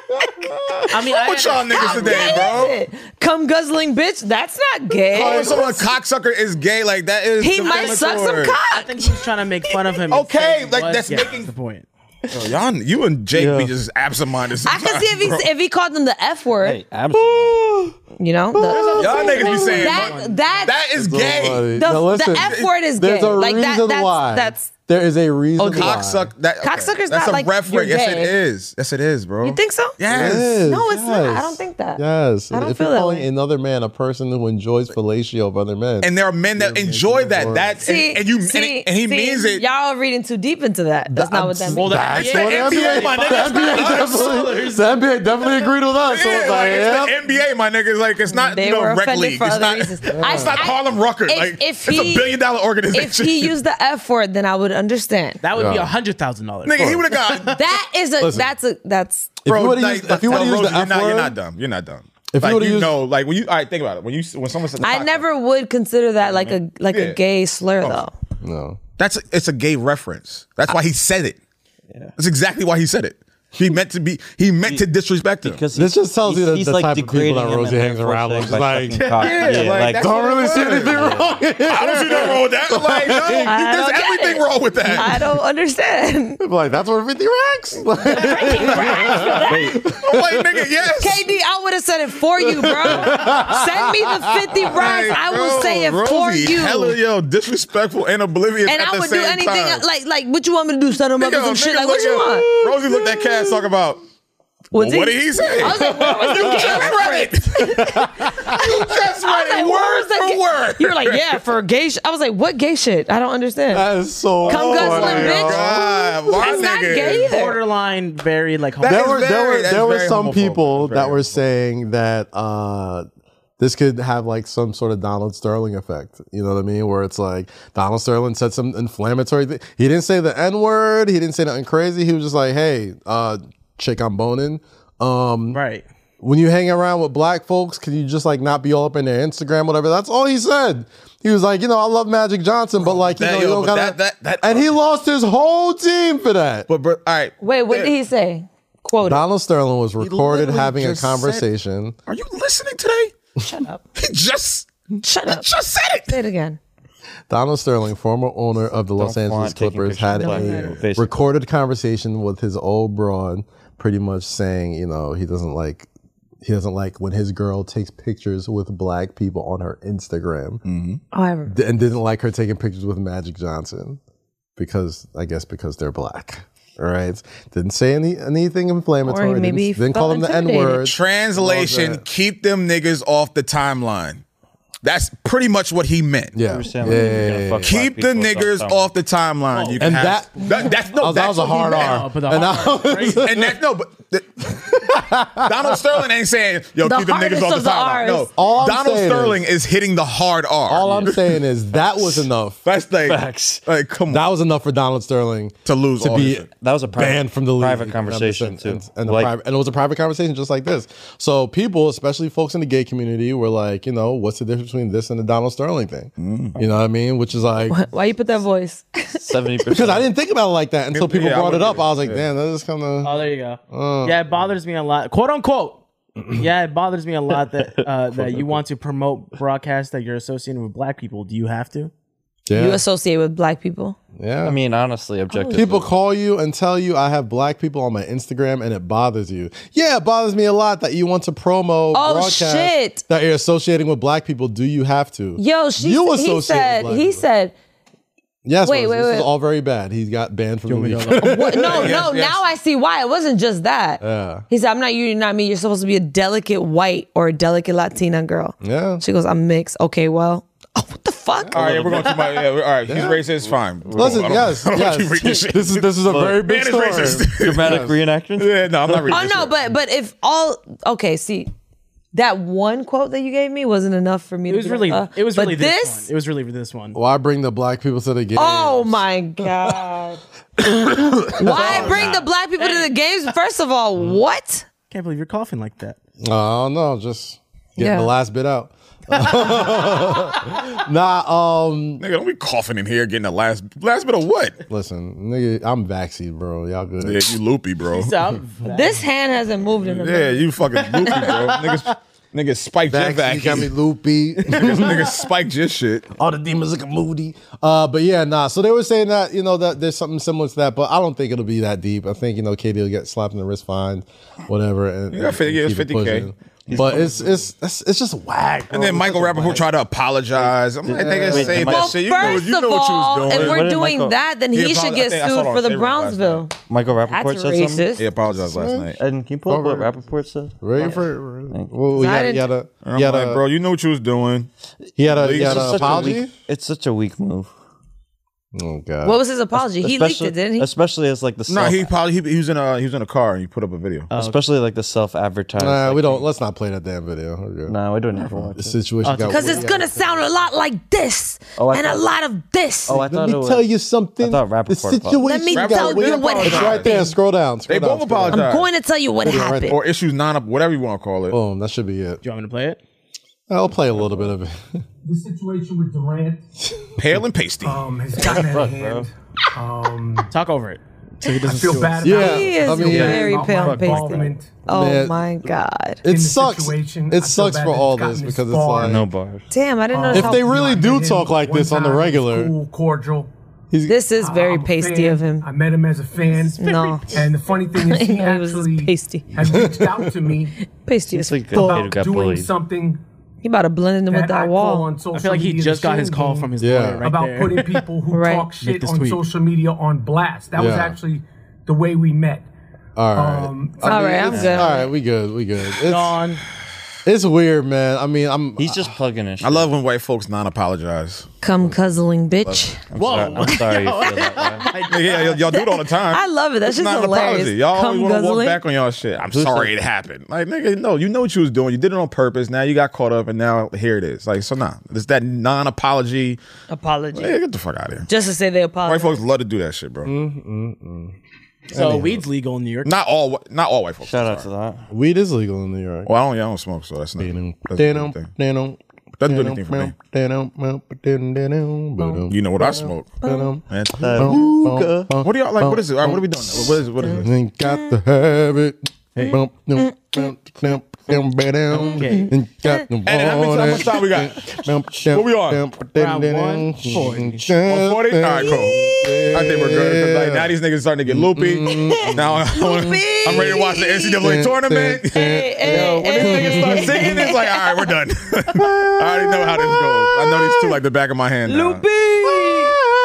[SPEAKER 6] I mean, I
[SPEAKER 4] What y'all niggas today,
[SPEAKER 5] What
[SPEAKER 4] bro?
[SPEAKER 5] is it? Come guzzling bitch. That's not gay.
[SPEAKER 4] Calling someone a cocksucker is gay, like that is.
[SPEAKER 5] He might suck some
[SPEAKER 4] defamatory.
[SPEAKER 6] I
[SPEAKER 5] cock.
[SPEAKER 6] think he's trying to make fun of him.
[SPEAKER 4] Okay,
[SPEAKER 6] instead.
[SPEAKER 4] like,
[SPEAKER 6] Well,
[SPEAKER 4] that's
[SPEAKER 6] yeah,
[SPEAKER 4] making-
[SPEAKER 6] the point.
[SPEAKER 4] Yo, y'all, you and Jake be just absent-minded.
[SPEAKER 5] I can see if
[SPEAKER 4] sometimes,
[SPEAKER 5] he if he called them the f word.
[SPEAKER 7] hey, absolutely.
[SPEAKER 5] You know, the,
[SPEAKER 4] bro. y'all niggas be saying
[SPEAKER 5] that that
[SPEAKER 4] that is gay.
[SPEAKER 2] Somebody-
[SPEAKER 5] The-
[SPEAKER 2] Now,
[SPEAKER 5] the
[SPEAKER 2] listen,
[SPEAKER 5] F word is
[SPEAKER 2] There's
[SPEAKER 5] gay.
[SPEAKER 2] a
[SPEAKER 5] Like, that-
[SPEAKER 2] reason
[SPEAKER 5] that's-
[SPEAKER 2] why.
[SPEAKER 5] that's-
[SPEAKER 2] there is a
[SPEAKER 4] Oh,
[SPEAKER 2] reason why.
[SPEAKER 4] Cocksuck. That, okay.
[SPEAKER 5] Cocksucker's
[SPEAKER 4] That's
[SPEAKER 5] not
[SPEAKER 4] a
[SPEAKER 5] like
[SPEAKER 4] ref
[SPEAKER 5] you're
[SPEAKER 4] word. Yes, it
[SPEAKER 5] gay.
[SPEAKER 4] is. Yes, it is, bro.
[SPEAKER 5] you think so?
[SPEAKER 4] Yes.
[SPEAKER 2] Yes,
[SPEAKER 5] No, it's not. I
[SPEAKER 2] yes.
[SPEAKER 5] don't think that.
[SPEAKER 2] Yes.
[SPEAKER 5] I don't
[SPEAKER 2] if
[SPEAKER 5] feel
[SPEAKER 2] you're
[SPEAKER 5] that
[SPEAKER 2] calling
[SPEAKER 5] way.
[SPEAKER 2] another man a person who enjoys fellatio of other men.
[SPEAKER 4] And there are men that enjoy that. That's
[SPEAKER 5] See,
[SPEAKER 4] and, and you and,
[SPEAKER 5] see,
[SPEAKER 4] it- and he
[SPEAKER 5] see,
[SPEAKER 4] means it.
[SPEAKER 5] Y'all are reading too deep into that. That's not what that means.
[SPEAKER 2] That's what
[SPEAKER 4] Yeah,
[SPEAKER 2] the
[SPEAKER 4] NBA,
[SPEAKER 2] NBA,
[SPEAKER 4] my nigga.
[SPEAKER 2] the NBA definitely, the NBA definitely agreed with us. So
[SPEAKER 4] Yeah,
[SPEAKER 2] it's
[SPEAKER 4] like,
[SPEAKER 2] like,
[SPEAKER 4] it's
[SPEAKER 2] yep.
[SPEAKER 4] the NBA, my nigga. Like it's not
[SPEAKER 5] They
[SPEAKER 4] you know,
[SPEAKER 5] were
[SPEAKER 4] rec
[SPEAKER 5] offended
[SPEAKER 4] league.
[SPEAKER 5] for
[SPEAKER 4] it's
[SPEAKER 5] other
[SPEAKER 4] not,
[SPEAKER 5] reasons. I-
[SPEAKER 4] It's not
[SPEAKER 5] Oh. I-
[SPEAKER 4] Harlem Rucker.
[SPEAKER 5] if-
[SPEAKER 4] like
[SPEAKER 5] if
[SPEAKER 4] it's a
[SPEAKER 5] he-
[SPEAKER 4] billion dollar organization.
[SPEAKER 5] If he used the F word, then I would understand.
[SPEAKER 6] That would be
[SPEAKER 2] Yeah.
[SPEAKER 6] a hundred thousand dollars.
[SPEAKER 4] nigga, he would have got.
[SPEAKER 5] That is a that's a that's
[SPEAKER 2] If
[SPEAKER 4] Bro,
[SPEAKER 2] you would have
[SPEAKER 4] like,
[SPEAKER 2] used, if you would've
[SPEAKER 4] no,
[SPEAKER 2] used
[SPEAKER 4] Rosie,
[SPEAKER 2] the F
[SPEAKER 4] you're not, you're
[SPEAKER 2] word,
[SPEAKER 4] not dumb. You're not dumb.
[SPEAKER 2] If you
[SPEAKER 4] like,
[SPEAKER 2] would've
[SPEAKER 4] you
[SPEAKER 2] used-
[SPEAKER 4] know, like when you, all right, think about it. When you, when someone says, the
[SPEAKER 5] I
[SPEAKER 4] cocksucker,
[SPEAKER 5] never would consider that like a like
[SPEAKER 4] Mm-hmm. Yeah. Oh.
[SPEAKER 5] a gay slur though.
[SPEAKER 2] no.
[SPEAKER 4] That's a, it's a gay reference. That's why he said it. That's exactly why he said it. He meant to be. He meant to disrespect him.
[SPEAKER 7] Because
[SPEAKER 2] This
[SPEAKER 7] he-
[SPEAKER 2] just tells you
[SPEAKER 7] he's-
[SPEAKER 2] the-
[SPEAKER 7] he's
[SPEAKER 2] the
[SPEAKER 7] like
[SPEAKER 2] type of people
[SPEAKER 7] degrading
[SPEAKER 2] that
[SPEAKER 7] him
[SPEAKER 2] Rosie
[SPEAKER 7] and
[SPEAKER 2] hangs
[SPEAKER 7] therefore
[SPEAKER 2] around with.
[SPEAKER 7] sucking
[SPEAKER 2] It's like-
[SPEAKER 7] cock. yeah,
[SPEAKER 4] Yeah, like,
[SPEAKER 7] like,
[SPEAKER 4] that's
[SPEAKER 2] Don't really see anything wrong.
[SPEAKER 4] I don't see nothing wrong with that. Like, no,
[SPEAKER 5] I
[SPEAKER 4] there's
[SPEAKER 5] don't get
[SPEAKER 4] everything
[SPEAKER 5] it.
[SPEAKER 4] wrong with that.
[SPEAKER 5] I don't understand.
[SPEAKER 2] Like that's worth fifty racks. Like,
[SPEAKER 4] I'm like, nigga, yes.
[SPEAKER 5] KD, I would have said it for you, bro. Send me the 50 racks. I will
[SPEAKER 4] Bro,
[SPEAKER 5] say it for
[SPEAKER 4] Rosie,
[SPEAKER 5] you.
[SPEAKER 4] Hella, yo, disrespectful and oblivious.
[SPEAKER 5] and
[SPEAKER 4] at
[SPEAKER 5] I
[SPEAKER 4] the
[SPEAKER 5] would do
[SPEAKER 4] same
[SPEAKER 5] anything
[SPEAKER 4] time.
[SPEAKER 5] else- like like what you want me to do? Set him up
[SPEAKER 4] Nigga,
[SPEAKER 5] with some shit?
[SPEAKER 4] nigga
[SPEAKER 5] Like what
[SPEAKER 4] look
[SPEAKER 5] you
[SPEAKER 4] at-
[SPEAKER 5] want?
[SPEAKER 4] Rosie looked at Cass talk about.
[SPEAKER 5] What's
[SPEAKER 4] well, what did he say?
[SPEAKER 5] I was like, where was the gay reference?
[SPEAKER 4] you just read
[SPEAKER 5] I was like,
[SPEAKER 4] it
[SPEAKER 5] where
[SPEAKER 4] word
[SPEAKER 5] was the
[SPEAKER 4] for
[SPEAKER 5] gay-
[SPEAKER 4] word.
[SPEAKER 5] You were like, yeah, for gay shit. I was like, what gay shit? I don't understand.
[SPEAKER 2] that is so.
[SPEAKER 5] Come guzzling,
[SPEAKER 2] funny,
[SPEAKER 5] bitch.
[SPEAKER 2] yo.
[SPEAKER 4] God, why
[SPEAKER 5] That's not
[SPEAKER 4] nigga?
[SPEAKER 5] gay either.
[SPEAKER 6] borderline very like.
[SPEAKER 4] That
[SPEAKER 2] there
[SPEAKER 4] is
[SPEAKER 2] were there
[SPEAKER 4] very-
[SPEAKER 2] were
[SPEAKER 4] that's
[SPEAKER 2] there were
[SPEAKER 4] very
[SPEAKER 2] some
[SPEAKER 4] homophobic.
[SPEAKER 2] people
[SPEAKER 4] That's
[SPEAKER 2] that
[SPEAKER 4] very
[SPEAKER 2] were
[SPEAKER 4] homophobic.
[SPEAKER 2] saying that uh, this could have like some sort of Donald Sterling effect. You know what I mean? Where it's like Donald Sterling said some inflammatory. thing. He didn't say the N word. He didn't say nothing crazy. He was just like, "Hey, uh, chick, I'm boning." Um,
[SPEAKER 6] right.
[SPEAKER 2] when you hang around with black folks, can you just like not be all up in their Instagram, whatever? That's all he said. He was like, you know, I love Magic Johnson, but like, you
[SPEAKER 4] Oh, that-
[SPEAKER 2] know,
[SPEAKER 4] yo,
[SPEAKER 2] you don't
[SPEAKER 4] but
[SPEAKER 2] gotta.
[SPEAKER 4] that- that- that-
[SPEAKER 2] and he lost his whole team for that.
[SPEAKER 4] But, bro, all right.
[SPEAKER 5] Wait, what did he say? Quote. it.
[SPEAKER 2] Donald Sterling was recorded
[SPEAKER 4] literally
[SPEAKER 2] having a
[SPEAKER 4] just said-
[SPEAKER 2] conversation.
[SPEAKER 4] Are you listening today?
[SPEAKER 5] Shut up.
[SPEAKER 4] He just
[SPEAKER 5] Shut up.
[SPEAKER 4] just said it.
[SPEAKER 5] Say it again.
[SPEAKER 2] Donald Sterling, former owner of the Los Angeles
[SPEAKER 7] font, taking
[SPEAKER 2] Clippers,
[SPEAKER 7] pictures
[SPEAKER 2] had
[SPEAKER 7] of black
[SPEAKER 2] a
[SPEAKER 7] people, basically.
[SPEAKER 2] recorded conversation with his old broad, pretty much saying, you know, he doesn't like he doesn't like when his girl takes pictures with black people on her Instagram,
[SPEAKER 5] However,
[SPEAKER 2] D- and didn't like her taking pictures with Magic Johnson because I guess because they're black. All right, didn't say any anything inflammatory.
[SPEAKER 5] Or maybe he
[SPEAKER 2] didn't, didn't
[SPEAKER 5] felt
[SPEAKER 2] call him the N
[SPEAKER 5] intimidated.
[SPEAKER 2] word.
[SPEAKER 4] Translation: Keep them niggas off the timeline. That's pretty much what he meant.
[SPEAKER 2] Yeah,
[SPEAKER 7] understand,
[SPEAKER 2] yeah,
[SPEAKER 7] like,
[SPEAKER 2] yeah,
[SPEAKER 7] you're gonna
[SPEAKER 2] yeah,
[SPEAKER 7] fuck
[SPEAKER 2] yeah.
[SPEAKER 4] Keep the
[SPEAKER 7] Black people
[SPEAKER 4] niggas
[SPEAKER 7] sometimes.
[SPEAKER 4] off the timeline. Oh. You can
[SPEAKER 2] And
[SPEAKER 4] have-
[SPEAKER 2] that-
[SPEAKER 4] that that's no
[SPEAKER 2] Oh, that
[SPEAKER 4] that's
[SPEAKER 2] was a
[SPEAKER 4] what he
[SPEAKER 2] hard
[SPEAKER 4] meant.
[SPEAKER 2] R.
[SPEAKER 6] Oh, but the
[SPEAKER 2] And
[SPEAKER 6] hard
[SPEAKER 2] I was-
[SPEAKER 4] and that no, but the, Donald Sterling ain't saying yo
[SPEAKER 5] The
[SPEAKER 4] keep them niggas
[SPEAKER 5] hardest
[SPEAKER 4] off
[SPEAKER 5] of
[SPEAKER 4] the
[SPEAKER 5] the
[SPEAKER 4] timeline.
[SPEAKER 5] Rs.
[SPEAKER 4] No,
[SPEAKER 2] All I'm
[SPEAKER 4] Donald
[SPEAKER 2] saying
[SPEAKER 4] Sterling is, hitting the hard R.
[SPEAKER 2] all I'm saying is that was enough.
[SPEAKER 4] that's like
[SPEAKER 7] Facts.
[SPEAKER 4] Like come on,
[SPEAKER 2] That was enough for Donald Sterling
[SPEAKER 4] To lose
[SPEAKER 2] to
[SPEAKER 4] all his
[SPEAKER 2] be
[SPEAKER 4] shit.
[SPEAKER 7] That was a private-
[SPEAKER 2] banned from the league.
[SPEAKER 7] private
[SPEAKER 2] And
[SPEAKER 7] conversation,
[SPEAKER 2] and-
[SPEAKER 7] too.
[SPEAKER 2] and, and, a
[SPEAKER 7] Like-
[SPEAKER 2] private- and it was a private conversation just like this. So people, especially folks in the gay community, were like, you know, what's the difference between this and the Donald Sterling thing?
[SPEAKER 4] Mm.
[SPEAKER 2] You know what I mean? Which is like
[SPEAKER 5] why you put that voice?
[SPEAKER 7] Seventy percent.
[SPEAKER 2] because I didn't think about it like that until people
[SPEAKER 4] Yeah, I
[SPEAKER 2] brought it
[SPEAKER 4] wouldn't
[SPEAKER 2] up. I was like,
[SPEAKER 4] either.
[SPEAKER 2] damn, that is kind of
[SPEAKER 6] Oh, there you go. yeah, it bothers me a lot. Quote unquote. yeah, it bothers me a lot that uh, that you want to promote broadcasts that you're associating with black people. Do you have to?
[SPEAKER 5] You
[SPEAKER 2] yeah,
[SPEAKER 5] associate with black people.
[SPEAKER 2] yeah.
[SPEAKER 7] I mean, honestly, objectively,
[SPEAKER 2] People call you and tell you I have black people on my Instagram and it bothers you. Yeah, it bothers me a lot that you want to promo
[SPEAKER 5] Oh,
[SPEAKER 2] broadcasts
[SPEAKER 5] shit.
[SPEAKER 2] that you're associating with black people. Do you have to?
[SPEAKER 5] Yo, she
[SPEAKER 2] You
[SPEAKER 5] sa-
[SPEAKER 2] associate
[SPEAKER 5] he
[SPEAKER 2] with
[SPEAKER 5] said
[SPEAKER 2] black
[SPEAKER 5] he
[SPEAKER 2] people.
[SPEAKER 5] said
[SPEAKER 2] Yes,
[SPEAKER 5] Wait,
[SPEAKER 2] wait,
[SPEAKER 5] wait,
[SPEAKER 2] this
[SPEAKER 5] wait.
[SPEAKER 2] is all very bad. He got banned from the league.
[SPEAKER 5] What? No, no. Now I see why it wasn't just that.
[SPEAKER 2] Yeah.
[SPEAKER 5] He said, "I'm not you, you're not me. You're supposed to be a delicate white or a delicate Latina girl."
[SPEAKER 2] Yeah.
[SPEAKER 5] She goes, "I'm mixed." Okay, well,
[SPEAKER 4] All right, yeah, we're going to my. Yeah, all right, he's racist. Fine.
[SPEAKER 2] Listen, yes, yes. This is this is a very big story.
[SPEAKER 4] Dramatic
[SPEAKER 7] reenactment.
[SPEAKER 4] Yeah, no, I'm not reading.
[SPEAKER 5] oh
[SPEAKER 4] this
[SPEAKER 5] no,
[SPEAKER 4] shit.
[SPEAKER 5] but but if all okay, see, that one quote that you gave me wasn't enough for me.
[SPEAKER 6] It
[SPEAKER 5] to
[SPEAKER 6] was
[SPEAKER 5] be
[SPEAKER 6] really,
[SPEAKER 5] like, uh,
[SPEAKER 6] it was
[SPEAKER 5] but
[SPEAKER 6] really this. one. It was really this one.
[SPEAKER 2] Why bring the black people to the game?
[SPEAKER 5] Oh my god! Why bring the black people to the games? First of all,
[SPEAKER 6] Mm.
[SPEAKER 5] what?
[SPEAKER 6] Can't believe you're coughing like that.
[SPEAKER 2] I don't know. Just getting
[SPEAKER 5] Yeah.
[SPEAKER 2] the last bit out. nah, um,
[SPEAKER 4] nigga, don't be coughing in here, getting the last last bit of what?
[SPEAKER 2] Listen, nigga, I'm vaccinated, bro. Y'all good?
[SPEAKER 4] Yeah, you loopy, bro.
[SPEAKER 5] This hand hasn't moved in a
[SPEAKER 4] Yeah,
[SPEAKER 5] minute.
[SPEAKER 4] you fucking loopy, bro. Niggas, niggas spiked your
[SPEAKER 2] Vaccine
[SPEAKER 4] vacuum.
[SPEAKER 2] got me loopy.
[SPEAKER 4] niggas, niggas spiked your shit.
[SPEAKER 2] All the demons look moody. Uh, but yeah, nah. So they were saying that you know that there's something similar to that, but I don't think it'll be that deep. I think you know KD will get slapped in the wrist, fined, whatever. And,
[SPEAKER 4] Yeah, I figure
[SPEAKER 2] and
[SPEAKER 4] it's
[SPEAKER 2] keep it
[SPEAKER 4] 50K.
[SPEAKER 2] pushing. But it's it's it's, it's just whack.
[SPEAKER 4] And then Michael Rappaport tried to apologize. I'm like, nigga,
[SPEAKER 7] Wait,
[SPEAKER 4] say
[SPEAKER 7] the
[SPEAKER 4] that
[SPEAKER 7] Mike-
[SPEAKER 5] Well,
[SPEAKER 4] shit. You know,
[SPEAKER 5] first
[SPEAKER 4] you know
[SPEAKER 5] of
[SPEAKER 4] what you was
[SPEAKER 5] all,
[SPEAKER 4] doing.
[SPEAKER 5] if
[SPEAKER 7] What
[SPEAKER 5] we're
[SPEAKER 7] did
[SPEAKER 5] doing
[SPEAKER 7] Michael-
[SPEAKER 5] that, then he,
[SPEAKER 4] He
[SPEAKER 5] should
[SPEAKER 4] apolog- I
[SPEAKER 5] get
[SPEAKER 4] think I saw it
[SPEAKER 5] sued
[SPEAKER 4] on
[SPEAKER 5] for the
[SPEAKER 4] Favorite last
[SPEAKER 5] Brownsville.
[SPEAKER 7] Michael
[SPEAKER 5] That's
[SPEAKER 7] Rappaport said something.
[SPEAKER 5] racist.
[SPEAKER 4] He apologized last night.
[SPEAKER 7] And can you pull up what Rappaport said?
[SPEAKER 2] Right for well,
[SPEAKER 5] I
[SPEAKER 2] yeah,
[SPEAKER 5] didn't-
[SPEAKER 2] yeah, the-
[SPEAKER 4] And I'm
[SPEAKER 2] yeah,
[SPEAKER 4] like,
[SPEAKER 2] the-
[SPEAKER 4] bro, you know what you was doing.
[SPEAKER 2] He had a he
[SPEAKER 4] It's
[SPEAKER 2] had
[SPEAKER 4] just
[SPEAKER 2] an
[SPEAKER 4] such
[SPEAKER 7] a
[SPEAKER 2] apology.
[SPEAKER 7] weak- it's such a weak move.
[SPEAKER 2] oh god.
[SPEAKER 5] What was his apology? He leaked
[SPEAKER 7] especially,
[SPEAKER 5] it, didn't he?
[SPEAKER 7] Especially as like the
[SPEAKER 4] No,
[SPEAKER 7] self,
[SPEAKER 4] he probably he, he was in a he was in a car and he put up a video.
[SPEAKER 5] Uh, Oh.
[SPEAKER 7] especially like the self-advertised.
[SPEAKER 2] Nah,
[SPEAKER 7] like,
[SPEAKER 2] we don't. Let's not play that damn video. We're good.
[SPEAKER 7] No, I don't ever watch
[SPEAKER 2] The
[SPEAKER 7] it.
[SPEAKER 2] situation got
[SPEAKER 5] Because it's
[SPEAKER 2] weird.
[SPEAKER 5] gonna sound a lot like this
[SPEAKER 7] Oh, I
[SPEAKER 5] and a
[SPEAKER 7] thought-
[SPEAKER 5] lot of this.
[SPEAKER 7] Oh, I thought
[SPEAKER 2] Let
[SPEAKER 7] it
[SPEAKER 2] me
[SPEAKER 7] was,
[SPEAKER 2] tell you something.
[SPEAKER 7] I thought Rappaport
[SPEAKER 2] the situation
[SPEAKER 5] Let me
[SPEAKER 2] got
[SPEAKER 5] tell
[SPEAKER 2] weird.
[SPEAKER 5] you what
[SPEAKER 2] It's right
[SPEAKER 5] happened.
[SPEAKER 2] there. Scroll down. Scroll
[SPEAKER 4] They
[SPEAKER 2] down,
[SPEAKER 4] both
[SPEAKER 2] scroll down.
[SPEAKER 4] apologized.
[SPEAKER 5] I'm going to tell you what
[SPEAKER 2] Video right
[SPEAKER 5] happened.
[SPEAKER 4] or issues non whatever you want to call it.
[SPEAKER 2] Boom. That should be it.
[SPEAKER 6] Do you want me to play it?
[SPEAKER 2] I'll play a little bit of it.
[SPEAKER 12] The situation with Durant
[SPEAKER 4] Pale and pasty.
[SPEAKER 12] um, has gotten out of hand. Um,
[SPEAKER 6] Talk over it. So he
[SPEAKER 12] I
[SPEAKER 6] doesn't
[SPEAKER 12] feel
[SPEAKER 6] sue
[SPEAKER 12] bad
[SPEAKER 6] us.
[SPEAKER 2] Yeah.
[SPEAKER 12] about
[SPEAKER 5] He is
[SPEAKER 2] I mean, yeah.
[SPEAKER 5] very
[SPEAKER 12] about
[SPEAKER 5] pale
[SPEAKER 12] my
[SPEAKER 5] and pasty.
[SPEAKER 12] involvement
[SPEAKER 5] Oh
[SPEAKER 2] Man.
[SPEAKER 5] my god!
[SPEAKER 12] in
[SPEAKER 2] It
[SPEAKER 12] the
[SPEAKER 2] sucks.
[SPEAKER 12] situation. I
[SPEAKER 2] It
[SPEAKER 12] feel
[SPEAKER 2] sucks
[SPEAKER 12] bad
[SPEAKER 2] for
[SPEAKER 12] that
[SPEAKER 2] all
[SPEAKER 12] it's gotten
[SPEAKER 2] this
[SPEAKER 12] this
[SPEAKER 2] because it's
[SPEAKER 12] far.
[SPEAKER 2] like
[SPEAKER 7] no bars.
[SPEAKER 5] Damn, I didn't know.
[SPEAKER 2] If
[SPEAKER 5] how-
[SPEAKER 2] they really
[SPEAKER 12] I
[SPEAKER 2] do
[SPEAKER 12] met him
[SPEAKER 2] talk like
[SPEAKER 12] one
[SPEAKER 2] this on the
[SPEAKER 12] time. He was
[SPEAKER 2] regular-
[SPEAKER 12] cool, cordial.
[SPEAKER 5] this is very
[SPEAKER 12] I'm a
[SPEAKER 5] pasty
[SPEAKER 12] fan.
[SPEAKER 5] of him.
[SPEAKER 12] I met him as a fan.
[SPEAKER 5] No,
[SPEAKER 12] And the funny thing
[SPEAKER 5] I
[SPEAKER 12] is, he
[SPEAKER 5] know he was
[SPEAKER 12] actually
[SPEAKER 5] just pasty.
[SPEAKER 12] had reached out to me
[SPEAKER 5] pasty as
[SPEAKER 7] It's like
[SPEAKER 5] f-
[SPEAKER 7] a kid who
[SPEAKER 12] about
[SPEAKER 7] got
[SPEAKER 12] doing
[SPEAKER 7] bullied.
[SPEAKER 12] something
[SPEAKER 5] he about to blend in with
[SPEAKER 12] that I
[SPEAKER 5] that
[SPEAKER 12] call on
[SPEAKER 5] wall.
[SPEAKER 12] social
[SPEAKER 6] I feel like he
[SPEAKER 12] media
[SPEAKER 6] just
[SPEAKER 12] the
[SPEAKER 6] got his
[SPEAKER 12] shame
[SPEAKER 6] call
[SPEAKER 12] game
[SPEAKER 6] from his
[SPEAKER 2] Yeah.
[SPEAKER 6] lawyer right
[SPEAKER 12] about
[SPEAKER 6] there.
[SPEAKER 12] putting people who
[SPEAKER 5] Right.
[SPEAKER 12] talk
[SPEAKER 6] Make
[SPEAKER 12] shit
[SPEAKER 6] this
[SPEAKER 12] on
[SPEAKER 6] tweet.
[SPEAKER 12] social media on blast. That was
[SPEAKER 2] Yeah.
[SPEAKER 12] actually the way we met.
[SPEAKER 2] all right.
[SPEAKER 12] Um,
[SPEAKER 5] All right, I'm
[SPEAKER 2] It's-
[SPEAKER 5] good.
[SPEAKER 2] All right, we good. We good. It's,
[SPEAKER 6] Gone.
[SPEAKER 2] it's weird, man. I mean, I'm.
[SPEAKER 7] He's just plugging his.
[SPEAKER 4] I love when white folks non apologize.
[SPEAKER 5] Come cuzzling, bitch.
[SPEAKER 7] Whoa, I'm sorry. you feel that way.
[SPEAKER 4] yeah, y'all, y'all do it all the time.
[SPEAKER 5] I love it. That's
[SPEAKER 4] It's
[SPEAKER 5] just
[SPEAKER 4] not an
[SPEAKER 5] hilarious.
[SPEAKER 4] apology. Y'all
[SPEAKER 5] Come
[SPEAKER 4] always want to walk
[SPEAKER 5] guzzling.
[SPEAKER 4] back on y'all shit. I'm sorry it happened. Like nigga, no, you know what you was doing. You did it on purpose. Now you got caught up, and now here it is. Like so, nah, it's that non-apology.
[SPEAKER 5] Apology.
[SPEAKER 4] Yeah, get the fuck out of here.
[SPEAKER 5] Just to say they
[SPEAKER 4] White
[SPEAKER 5] apologize.
[SPEAKER 4] folks love to do that shit, bro.
[SPEAKER 7] Hmm?
[SPEAKER 6] So weed's legal in New York.
[SPEAKER 4] Not all, not all white folks.
[SPEAKER 7] Shout
[SPEAKER 4] I'm
[SPEAKER 7] out to
[SPEAKER 4] sorry.
[SPEAKER 7] that.
[SPEAKER 2] Weed is legal in New York.
[SPEAKER 4] Well, I don't, yeah, I don't smoke, so that's not. Doesn't do anything. Doesn't do anything for me.
[SPEAKER 12] Oh.
[SPEAKER 4] You know what I smoke? Man. What do y'all like? What is it? All right,
[SPEAKER 7] Oh,
[SPEAKER 4] what are we doing? now? What is what is it?
[SPEAKER 2] Ain't got the habit. Bump,
[SPEAKER 5] Mm,
[SPEAKER 2] bump, bump, bump, bump, bam. Ain't got the
[SPEAKER 4] Hey, how
[SPEAKER 7] oh,
[SPEAKER 4] many- how much time we got?
[SPEAKER 2] What
[SPEAKER 4] we on?
[SPEAKER 6] Round 140.
[SPEAKER 4] 140? All right, cool. I think we're good. 'cause, Like, now these niggas starting to get loopy. Now I wanna, I'm ready to watch the NCAA tournament.
[SPEAKER 5] Hey, hey,
[SPEAKER 4] When
[SPEAKER 5] hey.
[SPEAKER 4] this nigga start singing, it's like, all right, we're done. I already know how this goes. I know these two like the back of my hand. now.
[SPEAKER 5] Loopy.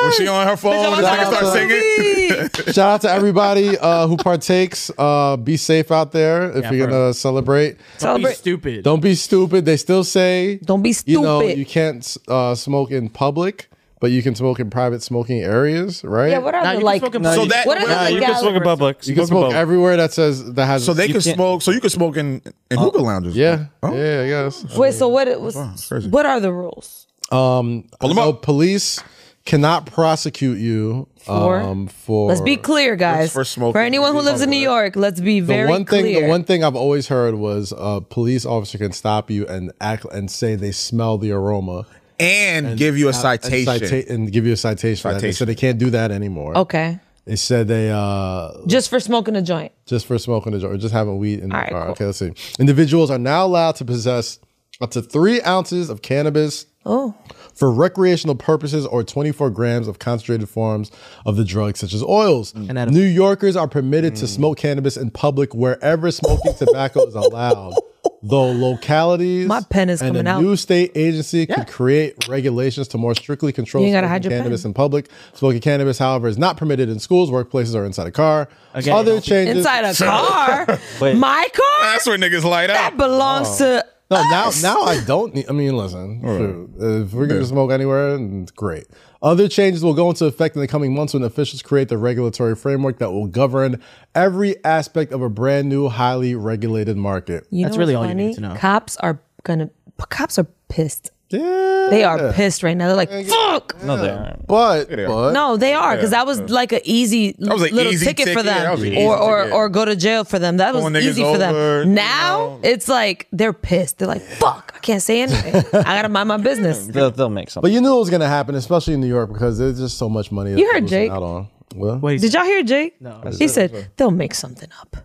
[SPEAKER 4] Was she on her phone when this nigga start singing?
[SPEAKER 2] Shout out to everybody uh, who partakes. Uh, be safe out there if
[SPEAKER 6] Yeah,
[SPEAKER 2] you're
[SPEAKER 6] for
[SPEAKER 2] gonna celebrate.
[SPEAKER 6] Don't be
[SPEAKER 5] Celebrate.
[SPEAKER 6] stupid.
[SPEAKER 2] Don't be stupid. They still say
[SPEAKER 5] Don't be stupid.
[SPEAKER 2] you know you can't uh, smoke in public, but you can smoke in private smoking areas, right?
[SPEAKER 5] yeah, what
[SPEAKER 6] Nah,
[SPEAKER 5] are
[SPEAKER 6] you
[SPEAKER 5] the
[SPEAKER 6] can
[SPEAKER 5] like?
[SPEAKER 6] smoke in
[SPEAKER 5] What
[SPEAKER 4] So
[SPEAKER 6] public.
[SPEAKER 4] that-
[SPEAKER 5] are
[SPEAKER 4] Nah,
[SPEAKER 5] the
[SPEAKER 4] you
[SPEAKER 7] You can smoke in
[SPEAKER 5] legalities?
[SPEAKER 7] public.
[SPEAKER 2] you can
[SPEAKER 7] in
[SPEAKER 2] smoke
[SPEAKER 7] public.
[SPEAKER 2] everywhere that says that has.
[SPEAKER 4] So they can
[SPEAKER 7] can't-
[SPEAKER 4] smoke. So you can smoke in in hookah lounges.
[SPEAKER 2] yeah,
[SPEAKER 4] Oh.
[SPEAKER 2] yeah, I guess.
[SPEAKER 5] Wait, so what? It was,
[SPEAKER 4] it's crazy.
[SPEAKER 5] what are the rules?
[SPEAKER 2] Um,
[SPEAKER 4] Pull 'em
[SPEAKER 2] so
[SPEAKER 4] up.
[SPEAKER 2] police cannot prosecute you
[SPEAKER 5] For?
[SPEAKER 2] um, for.
[SPEAKER 5] Let's be clear, guys.
[SPEAKER 4] for smoking
[SPEAKER 5] anyone who lives in New York, let's be
[SPEAKER 2] The
[SPEAKER 5] very
[SPEAKER 2] one thing,
[SPEAKER 5] clear.
[SPEAKER 2] the one thing I've always heard was a police officer can stop you and act and say they smell the aroma
[SPEAKER 4] And, give you a
[SPEAKER 2] and,
[SPEAKER 4] citation.
[SPEAKER 2] cita- and give you a citation. for that. They
[SPEAKER 4] Citation.
[SPEAKER 2] said they can't do that anymore.
[SPEAKER 5] okay,
[SPEAKER 2] They said they uh
[SPEAKER 5] just for smoking a joint.
[SPEAKER 2] just for smoking a joint or just having weed in the
[SPEAKER 5] All right,
[SPEAKER 2] car.
[SPEAKER 5] cool.
[SPEAKER 2] Okay, let's see. Individuals are now allowed to possess up to three ounces of cannabis
[SPEAKER 5] Oh,
[SPEAKER 2] for recreational purposes or 24 grams of concentrated forms of the drug such as oils.
[SPEAKER 5] Mm.
[SPEAKER 6] edible.
[SPEAKER 2] New Yorkers are permitted to smoke cannabis in public wherever smoking tobacco is allowed. the localities
[SPEAKER 5] My pen is
[SPEAKER 2] and
[SPEAKER 5] coming
[SPEAKER 2] a
[SPEAKER 5] out.
[SPEAKER 2] new state agency could create regulations to more strictly control
[SPEAKER 5] You ain't gotta
[SPEAKER 2] smoking
[SPEAKER 5] hide your
[SPEAKER 2] cannabis in public. Smoking cannabis, however, is not permitted in schools, workplaces, or inside a car. Other changes
[SPEAKER 5] Inside a car? My car?
[SPEAKER 4] That's where niggas light up.
[SPEAKER 5] That
[SPEAKER 7] Oh.
[SPEAKER 5] belongs to.
[SPEAKER 2] No, now
[SPEAKER 5] us.
[SPEAKER 2] now I don't need. I mean, listen, shoot, if we're gonna smoke anywhere, then it's great. Other changes will go into effect in the coming months when officials create the regulatory framework that will govern every aspect of a brand new, highly regulated market.
[SPEAKER 5] You know what's funny? Cops are gonna. p- Cops are pissed. They are pissed right now. They're like, fuck.
[SPEAKER 7] No, they aren't.
[SPEAKER 2] But,
[SPEAKER 7] but-
[SPEAKER 5] No, they are because
[SPEAKER 7] Yeah.
[SPEAKER 5] that was like an easy
[SPEAKER 7] That was an
[SPEAKER 5] little
[SPEAKER 7] easy
[SPEAKER 5] ticket, for
[SPEAKER 7] ticket. Yeah, that
[SPEAKER 5] them,
[SPEAKER 7] was an easy
[SPEAKER 5] or or
[SPEAKER 7] ticket.
[SPEAKER 5] or go to jail for them. That was
[SPEAKER 7] Pulling niggas
[SPEAKER 5] easy for
[SPEAKER 7] over,
[SPEAKER 5] them. Now it's like they're pissed. They're like, fuck, I can't say anything. I gotta mind my business.
[SPEAKER 7] They'll, they'll make something.
[SPEAKER 2] But you knew it was gonna happen, especially in New York, because there's just so much money.
[SPEAKER 5] You
[SPEAKER 2] that's
[SPEAKER 5] heard
[SPEAKER 2] losing
[SPEAKER 5] Jake.
[SPEAKER 2] Out on. What?
[SPEAKER 5] Did y'all hear Jake? No. He said they'll make something up.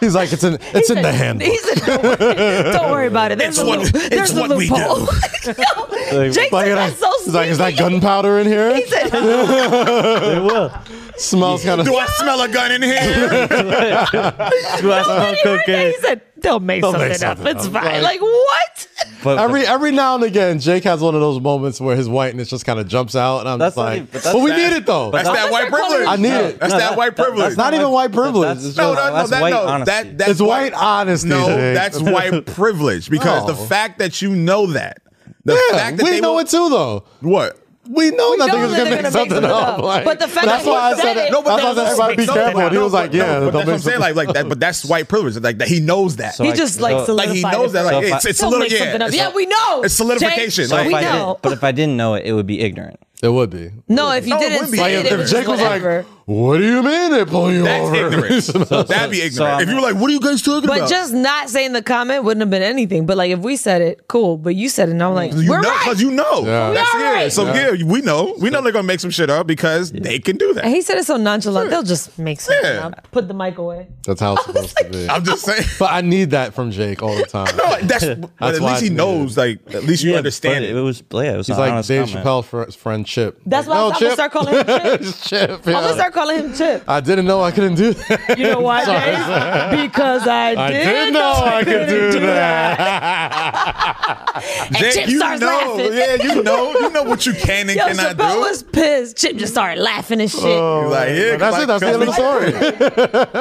[SPEAKER 2] He's like, it's in, it's in the handbook.
[SPEAKER 5] He said, don't worry, don't worry about it.
[SPEAKER 2] It's
[SPEAKER 5] There's a
[SPEAKER 2] what-
[SPEAKER 5] little,
[SPEAKER 2] it's
[SPEAKER 5] there's a
[SPEAKER 2] what we do.
[SPEAKER 5] loophole. Jake
[SPEAKER 2] Like,
[SPEAKER 5] said
[SPEAKER 2] "Is
[SPEAKER 5] that's
[SPEAKER 2] that-
[SPEAKER 5] so
[SPEAKER 2] He's like, is that gunpowder in here? He
[SPEAKER 5] said,
[SPEAKER 2] it will. Smells kind of.
[SPEAKER 4] Do I smell a gun in here?
[SPEAKER 7] Do I
[SPEAKER 5] smell cocaine? He said, they'll make
[SPEAKER 2] They'll
[SPEAKER 5] something
[SPEAKER 2] make
[SPEAKER 5] up.
[SPEAKER 2] something
[SPEAKER 5] It's
[SPEAKER 2] up. Like-
[SPEAKER 5] fine. Like, what?
[SPEAKER 2] every every now and again, Jake has one of those moments where his whiteness just kind of jumps out, and I'm just
[SPEAKER 7] not
[SPEAKER 2] like,
[SPEAKER 7] even- but
[SPEAKER 2] but,
[SPEAKER 7] that's
[SPEAKER 2] we
[SPEAKER 7] that-
[SPEAKER 2] need it though.
[SPEAKER 7] but That's that's- that white privilege.
[SPEAKER 2] I need
[SPEAKER 7] No,
[SPEAKER 2] it.
[SPEAKER 7] that's No, that that- white that- privilege.
[SPEAKER 2] It's not
[SPEAKER 7] that's
[SPEAKER 2] even
[SPEAKER 7] white-
[SPEAKER 2] white privilege.
[SPEAKER 7] that's-
[SPEAKER 2] It's
[SPEAKER 4] No,
[SPEAKER 2] just-
[SPEAKER 4] no, no,
[SPEAKER 7] that's
[SPEAKER 4] that,
[SPEAKER 7] white
[SPEAKER 4] no.
[SPEAKER 7] honesty.
[SPEAKER 4] That, that's
[SPEAKER 2] It's white honesty,
[SPEAKER 4] No,
[SPEAKER 2] Jake.
[SPEAKER 4] that's white privilege because the
[SPEAKER 2] No.
[SPEAKER 4] fact that you know that, the
[SPEAKER 2] Yeah,
[SPEAKER 4] fact that
[SPEAKER 2] we
[SPEAKER 4] they
[SPEAKER 2] know
[SPEAKER 4] will-
[SPEAKER 2] it too, though.
[SPEAKER 4] What?
[SPEAKER 2] We know
[SPEAKER 4] We
[SPEAKER 2] nothing
[SPEAKER 4] know that
[SPEAKER 2] is gonna
[SPEAKER 4] they're
[SPEAKER 2] make
[SPEAKER 4] gonna make
[SPEAKER 2] something
[SPEAKER 4] something
[SPEAKER 2] up.
[SPEAKER 4] up.
[SPEAKER 2] Like,
[SPEAKER 4] But the fact
[SPEAKER 2] that's
[SPEAKER 4] that he
[SPEAKER 2] why I said
[SPEAKER 4] said
[SPEAKER 2] it.
[SPEAKER 4] it- No, but
[SPEAKER 2] that's why I
[SPEAKER 4] that
[SPEAKER 2] said everybody be
[SPEAKER 4] doesn't-
[SPEAKER 2] careful.
[SPEAKER 4] no,
[SPEAKER 2] And he was
[SPEAKER 4] but-
[SPEAKER 2] like, yeah,
[SPEAKER 4] no, but
[SPEAKER 2] don't
[SPEAKER 4] that's what
[SPEAKER 2] make
[SPEAKER 4] I'm saying.
[SPEAKER 2] something
[SPEAKER 4] Like, like that. But that's white privilege. Like that, he knows that.
[SPEAKER 7] So He I- just, like, so-
[SPEAKER 4] like he
[SPEAKER 7] solidified
[SPEAKER 4] knows that.
[SPEAKER 7] it.
[SPEAKER 4] Like
[SPEAKER 7] So if
[SPEAKER 4] it's,
[SPEAKER 7] I-
[SPEAKER 4] it's
[SPEAKER 7] Don't
[SPEAKER 4] solid.
[SPEAKER 7] make
[SPEAKER 4] Yeah,
[SPEAKER 7] something up.
[SPEAKER 4] it's-
[SPEAKER 5] Yeah, we know.
[SPEAKER 4] It's solidification.
[SPEAKER 5] Jake,
[SPEAKER 4] Like
[SPEAKER 7] if
[SPEAKER 5] we
[SPEAKER 7] I did-
[SPEAKER 5] know.
[SPEAKER 7] but if I didn't know it, it would be ignorant.
[SPEAKER 2] It would be.
[SPEAKER 5] No, if you
[SPEAKER 4] No, it
[SPEAKER 5] didn't
[SPEAKER 4] wouldn't be
[SPEAKER 5] say it,
[SPEAKER 4] ignorant.
[SPEAKER 5] it
[SPEAKER 4] If
[SPEAKER 5] was
[SPEAKER 4] Jake was like,
[SPEAKER 5] whatever.
[SPEAKER 2] What do you mean they pull you
[SPEAKER 4] That's
[SPEAKER 2] over?
[SPEAKER 4] ignorant. That'd be ignorant.
[SPEAKER 7] I'm-
[SPEAKER 4] if you were like, "What are you guys talking
[SPEAKER 5] But
[SPEAKER 4] about?"
[SPEAKER 5] just not saying the comment wouldn't have been anything. But like if we said it, cool. But you said it, and I'm like,
[SPEAKER 4] you
[SPEAKER 5] we're
[SPEAKER 4] know,
[SPEAKER 5] right.
[SPEAKER 4] because you know.
[SPEAKER 2] Yeah. We
[SPEAKER 4] That's
[SPEAKER 5] are
[SPEAKER 4] yeah.
[SPEAKER 5] right.
[SPEAKER 4] So yeah. we know. We know they're gonna make some shit up because they can do
[SPEAKER 5] And
[SPEAKER 4] that.
[SPEAKER 5] he said it so nonchalant. They'll just make something
[SPEAKER 4] Yeah.
[SPEAKER 5] up. Put the mic away.
[SPEAKER 2] That's how it's supposed to be.
[SPEAKER 4] I'm just saying.
[SPEAKER 2] But I need that from Jake all the time.
[SPEAKER 4] No, that's, but at
[SPEAKER 2] why
[SPEAKER 4] least he
[SPEAKER 2] I-
[SPEAKER 4] knows. Like at least you
[SPEAKER 7] Yeah,
[SPEAKER 4] understand
[SPEAKER 7] but
[SPEAKER 4] it.
[SPEAKER 7] It was yeah. It was
[SPEAKER 2] He's
[SPEAKER 7] an
[SPEAKER 2] like
[SPEAKER 7] honest
[SPEAKER 2] Dave
[SPEAKER 7] comment.
[SPEAKER 2] Chappelle's fr- friend Chip.
[SPEAKER 5] That's why I
[SPEAKER 2] Like,
[SPEAKER 5] said- I'm gonna start calling him Chip.
[SPEAKER 2] Just Chip.
[SPEAKER 5] I'm gonna
[SPEAKER 2] yeah.
[SPEAKER 5] start calling him Chip.
[SPEAKER 2] I didn't know I couldn't do that.
[SPEAKER 5] You know why? Dave? because I
[SPEAKER 2] I
[SPEAKER 5] did,
[SPEAKER 2] did know I could do that.
[SPEAKER 5] And Chip
[SPEAKER 4] you
[SPEAKER 5] starts
[SPEAKER 4] know,
[SPEAKER 5] laughing.
[SPEAKER 4] yeah, you know, you know what you can and
[SPEAKER 5] Yo,
[SPEAKER 4] cannot
[SPEAKER 5] Chappelle
[SPEAKER 4] do.
[SPEAKER 5] was pissed. Chip just started laughing and shit. Oh,
[SPEAKER 4] He's like, yeah,
[SPEAKER 2] That's it. That's the end of the story.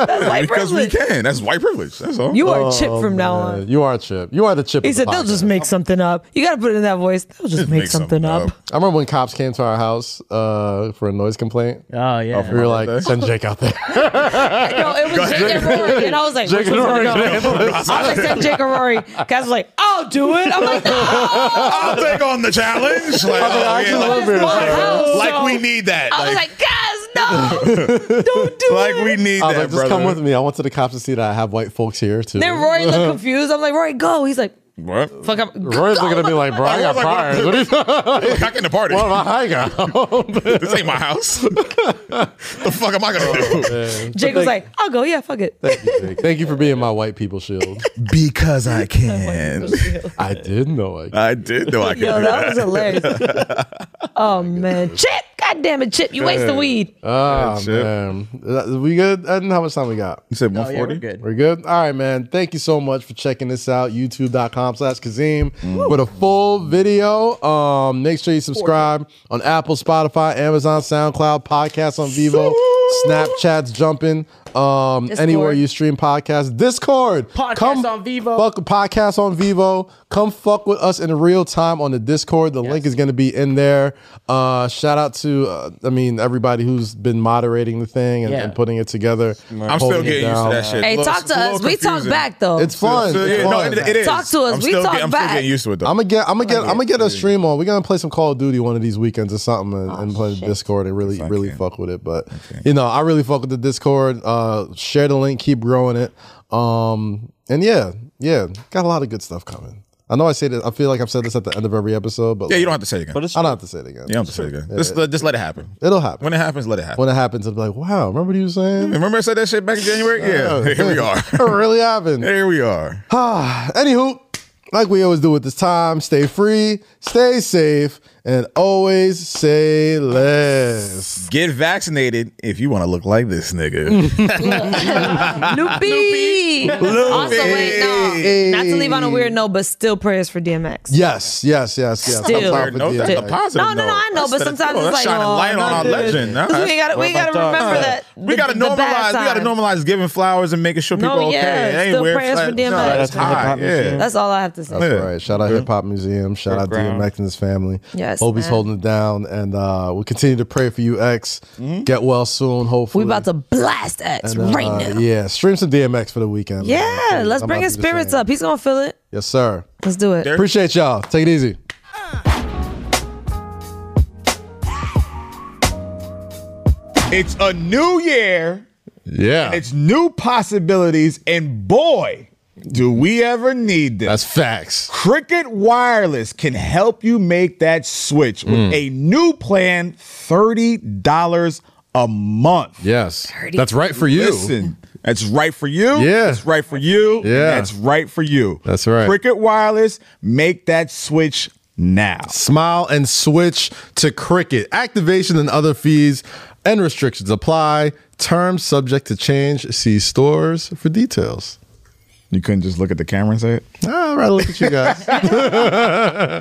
[SPEAKER 5] That's white
[SPEAKER 4] Because we
[SPEAKER 5] privilege.
[SPEAKER 4] can. That's white privilege. That's all.
[SPEAKER 5] You are Chip from now
[SPEAKER 2] Uh,
[SPEAKER 5] on.
[SPEAKER 2] you are Chip. You are the Chip.
[SPEAKER 5] He
[SPEAKER 2] of the
[SPEAKER 5] said they'll
[SPEAKER 2] podcast.
[SPEAKER 5] just make something up. You gotta put it in that voice. They'll just, make, something, up.
[SPEAKER 2] I remember when cops came to our house uh, for a noise complaint.
[SPEAKER 6] Oh yeah.
[SPEAKER 2] We were like,
[SPEAKER 4] birthday.
[SPEAKER 2] send Jake out there.
[SPEAKER 5] Yo, it was Jake and Rory, and I was like,
[SPEAKER 2] Jake
[SPEAKER 5] which
[SPEAKER 2] and Rory
[SPEAKER 5] one's gonna go?
[SPEAKER 2] can handle this.
[SPEAKER 5] I was like, send Jake and Rory. Guys was like, I'll do it. I'm like, no.
[SPEAKER 4] I'll take on the challenge. Like,
[SPEAKER 2] mean, I
[SPEAKER 4] oh, yeah,
[SPEAKER 2] actually
[SPEAKER 4] like-
[SPEAKER 2] love it.
[SPEAKER 5] my house,
[SPEAKER 4] like
[SPEAKER 5] so-
[SPEAKER 4] we need that.
[SPEAKER 5] I was
[SPEAKER 4] Like,
[SPEAKER 5] like, guys, no, don't do
[SPEAKER 4] like
[SPEAKER 5] it.
[SPEAKER 4] we need
[SPEAKER 2] I
[SPEAKER 4] that,
[SPEAKER 2] was like, just
[SPEAKER 4] brother.
[SPEAKER 2] come with me. I wanted the cops to see that I have white folks here too.
[SPEAKER 5] Then Rory looked confused. I'm like, Rory, go. He's like,
[SPEAKER 4] What?
[SPEAKER 5] fuck up.
[SPEAKER 2] Rory's looking at me like, bro, I got priors. What are you
[SPEAKER 4] Look, I can depart it.
[SPEAKER 2] What am I high got?
[SPEAKER 4] this ain't my house. the fuck am I gonna
[SPEAKER 2] Oh,
[SPEAKER 4] do?
[SPEAKER 5] Jake was like, I'll go. Yeah, fuck it.
[SPEAKER 2] Thank you for being my white people shield.
[SPEAKER 4] Because
[SPEAKER 5] Oh
[SPEAKER 4] I can.
[SPEAKER 2] I did know I
[SPEAKER 4] I did know I could.
[SPEAKER 5] Yo,
[SPEAKER 4] do
[SPEAKER 5] that was hilarious. oh man, Chip! God damn it, Chip! You wasting weed.
[SPEAKER 2] Ah,
[SPEAKER 4] Good shit.
[SPEAKER 2] man. That- Uh, We good? I don't know how much time we got.
[SPEAKER 4] You said
[SPEAKER 6] Oh, yeah, we're
[SPEAKER 4] 140.
[SPEAKER 6] good.
[SPEAKER 2] We're good? All right, man. Thank you so much for checking this out. YouTube.com slash Kazim with a full video. Um, make sure you subscribe on Apple, Spotify, Amazon, SoundCloud, podcasts on Vivo, Snapchat's jumping. Um,
[SPEAKER 5] Discord.
[SPEAKER 2] anywhere you stream podcasts. Discord.
[SPEAKER 6] Podcast on Vivo.
[SPEAKER 2] Fuck podcast on Vivo. Come fuck with us in real time on the Discord. The link is going to be in there. Uh, shout out to, uh, I mean, everybody who's been moderating the thing and,
[SPEAKER 6] Yeah.
[SPEAKER 2] and putting it together.
[SPEAKER 4] I'm still
[SPEAKER 2] holding it
[SPEAKER 4] getting used to
[SPEAKER 2] down.
[SPEAKER 4] that shit.
[SPEAKER 5] Hey,
[SPEAKER 4] Little-
[SPEAKER 5] talk to
[SPEAKER 4] little
[SPEAKER 5] us. We talk
[SPEAKER 4] confusing.
[SPEAKER 5] back though.
[SPEAKER 2] It's fun.
[SPEAKER 4] Still-
[SPEAKER 2] it's
[SPEAKER 4] Oh, yeah,
[SPEAKER 2] fun.
[SPEAKER 4] no, it- it is.
[SPEAKER 5] Talk to us.
[SPEAKER 4] I'm
[SPEAKER 5] We
[SPEAKER 4] still
[SPEAKER 5] talk
[SPEAKER 4] get- I'm still
[SPEAKER 5] back.
[SPEAKER 4] getting used to it though.
[SPEAKER 2] I'm gonna get. I'm gonna get. I'm gonna get a stream on. We're gonna play some Call of Duty one of these weekends or something, and, and play the Discord and really, really fuck with it. But you know, I really fuck with the Discord. Uh, share the link. Keep growing it. Um, and yeah, yeah, got a lot of good stuff coming. I know I say that. I feel like I've said this at the end of every episode, but
[SPEAKER 4] yeah, you don't have to say it again.
[SPEAKER 7] But it's
[SPEAKER 2] I don't have to say it again.
[SPEAKER 4] You don't have to say it again. Just, let- just let it happen.
[SPEAKER 2] It'll happen.
[SPEAKER 4] When it happens, let it happen.
[SPEAKER 2] When it happens, I'll be like, wow. Remember what you were saying?
[SPEAKER 4] Remember I said that shit back in January? Yeah. Here we
[SPEAKER 2] it
[SPEAKER 4] are.
[SPEAKER 2] really happened.
[SPEAKER 4] Here we are.
[SPEAKER 2] Anywho, like we always do at this time, stay free, stay safe, and always say less.
[SPEAKER 7] Get vaccinated if you want to look like this nigga.
[SPEAKER 5] Loopy. Also, wait, no. Not to leave on a weird note, but still prayers for DMX.
[SPEAKER 2] Yes, yes, yes, yes.
[SPEAKER 5] Still.
[SPEAKER 2] I'm proud of
[SPEAKER 5] No,
[SPEAKER 2] you.
[SPEAKER 5] that's a positive No, no, no, I know, note. but That's- sometimes oh, it's that's like, shining oh, light on not our good. legend. All 'Cause we right. gotta- we What gotta about remember that? that
[SPEAKER 7] We gotta
[SPEAKER 5] the- the
[SPEAKER 7] normalize.
[SPEAKER 5] bad
[SPEAKER 7] We gotta
[SPEAKER 5] times.
[SPEAKER 7] normalize giving flowers and making sure people
[SPEAKER 5] No,
[SPEAKER 7] okay.
[SPEAKER 5] yeah,
[SPEAKER 7] It ain't
[SPEAKER 5] still
[SPEAKER 7] weird
[SPEAKER 5] prayers for
[SPEAKER 7] flag- no,
[SPEAKER 5] DMX.
[SPEAKER 7] that's
[SPEAKER 5] That's
[SPEAKER 7] high,
[SPEAKER 2] hip-hop
[SPEAKER 7] yeah.
[SPEAKER 2] museum.
[SPEAKER 5] That's all I have to say.
[SPEAKER 2] That's right. Shout out Hip Hop Museum. Shout out
[SPEAKER 5] Brown.
[SPEAKER 2] DMX and his family.
[SPEAKER 5] Mm-hmm. Yes,
[SPEAKER 2] Hope he's
[SPEAKER 5] man.
[SPEAKER 2] holding it down. And uh, we'll continue to pray for you, X. Get well soon, hopefully.
[SPEAKER 5] We about to blast X
[SPEAKER 2] And, uh,
[SPEAKER 5] right now.
[SPEAKER 2] Yeah, stream some DMX for the weekend. man.
[SPEAKER 5] Yeah,
[SPEAKER 2] Please,
[SPEAKER 5] let's
[SPEAKER 2] I'm
[SPEAKER 5] bring
[SPEAKER 2] about
[SPEAKER 5] his
[SPEAKER 2] to do the
[SPEAKER 5] spirits
[SPEAKER 2] same.
[SPEAKER 5] up. He's gonna feel it.
[SPEAKER 2] Yes, sir.
[SPEAKER 5] Let's do it.
[SPEAKER 2] Appreciate y'all. Take it easy.
[SPEAKER 4] It's a new year.
[SPEAKER 2] Yeah.
[SPEAKER 4] It's new possibilities. And boy, do we ever need this.
[SPEAKER 2] That's facts.
[SPEAKER 4] Cricket Wireless can help you make that switch with
[SPEAKER 2] Mm.
[SPEAKER 4] a new plan $30 a month.
[SPEAKER 2] Yes. That's right for you.
[SPEAKER 4] Listen, that's right for you.
[SPEAKER 2] Yeah.
[SPEAKER 4] That's right for you. and
[SPEAKER 2] Yeah.
[SPEAKER 4] That's right for you.
[SPEAKER 2] That's right.
[SPEAKER 4] Cricket Wireless, make that switch now.
[SPEAKER 2] Smile and switch to Cricket. Activation and other fees and restrictions apply. Terms subject to change. See stores for details.
[SPEAKER 4] You couldn't just look at the camera and say it?
[SPEAKER 2] All right, look at you guys.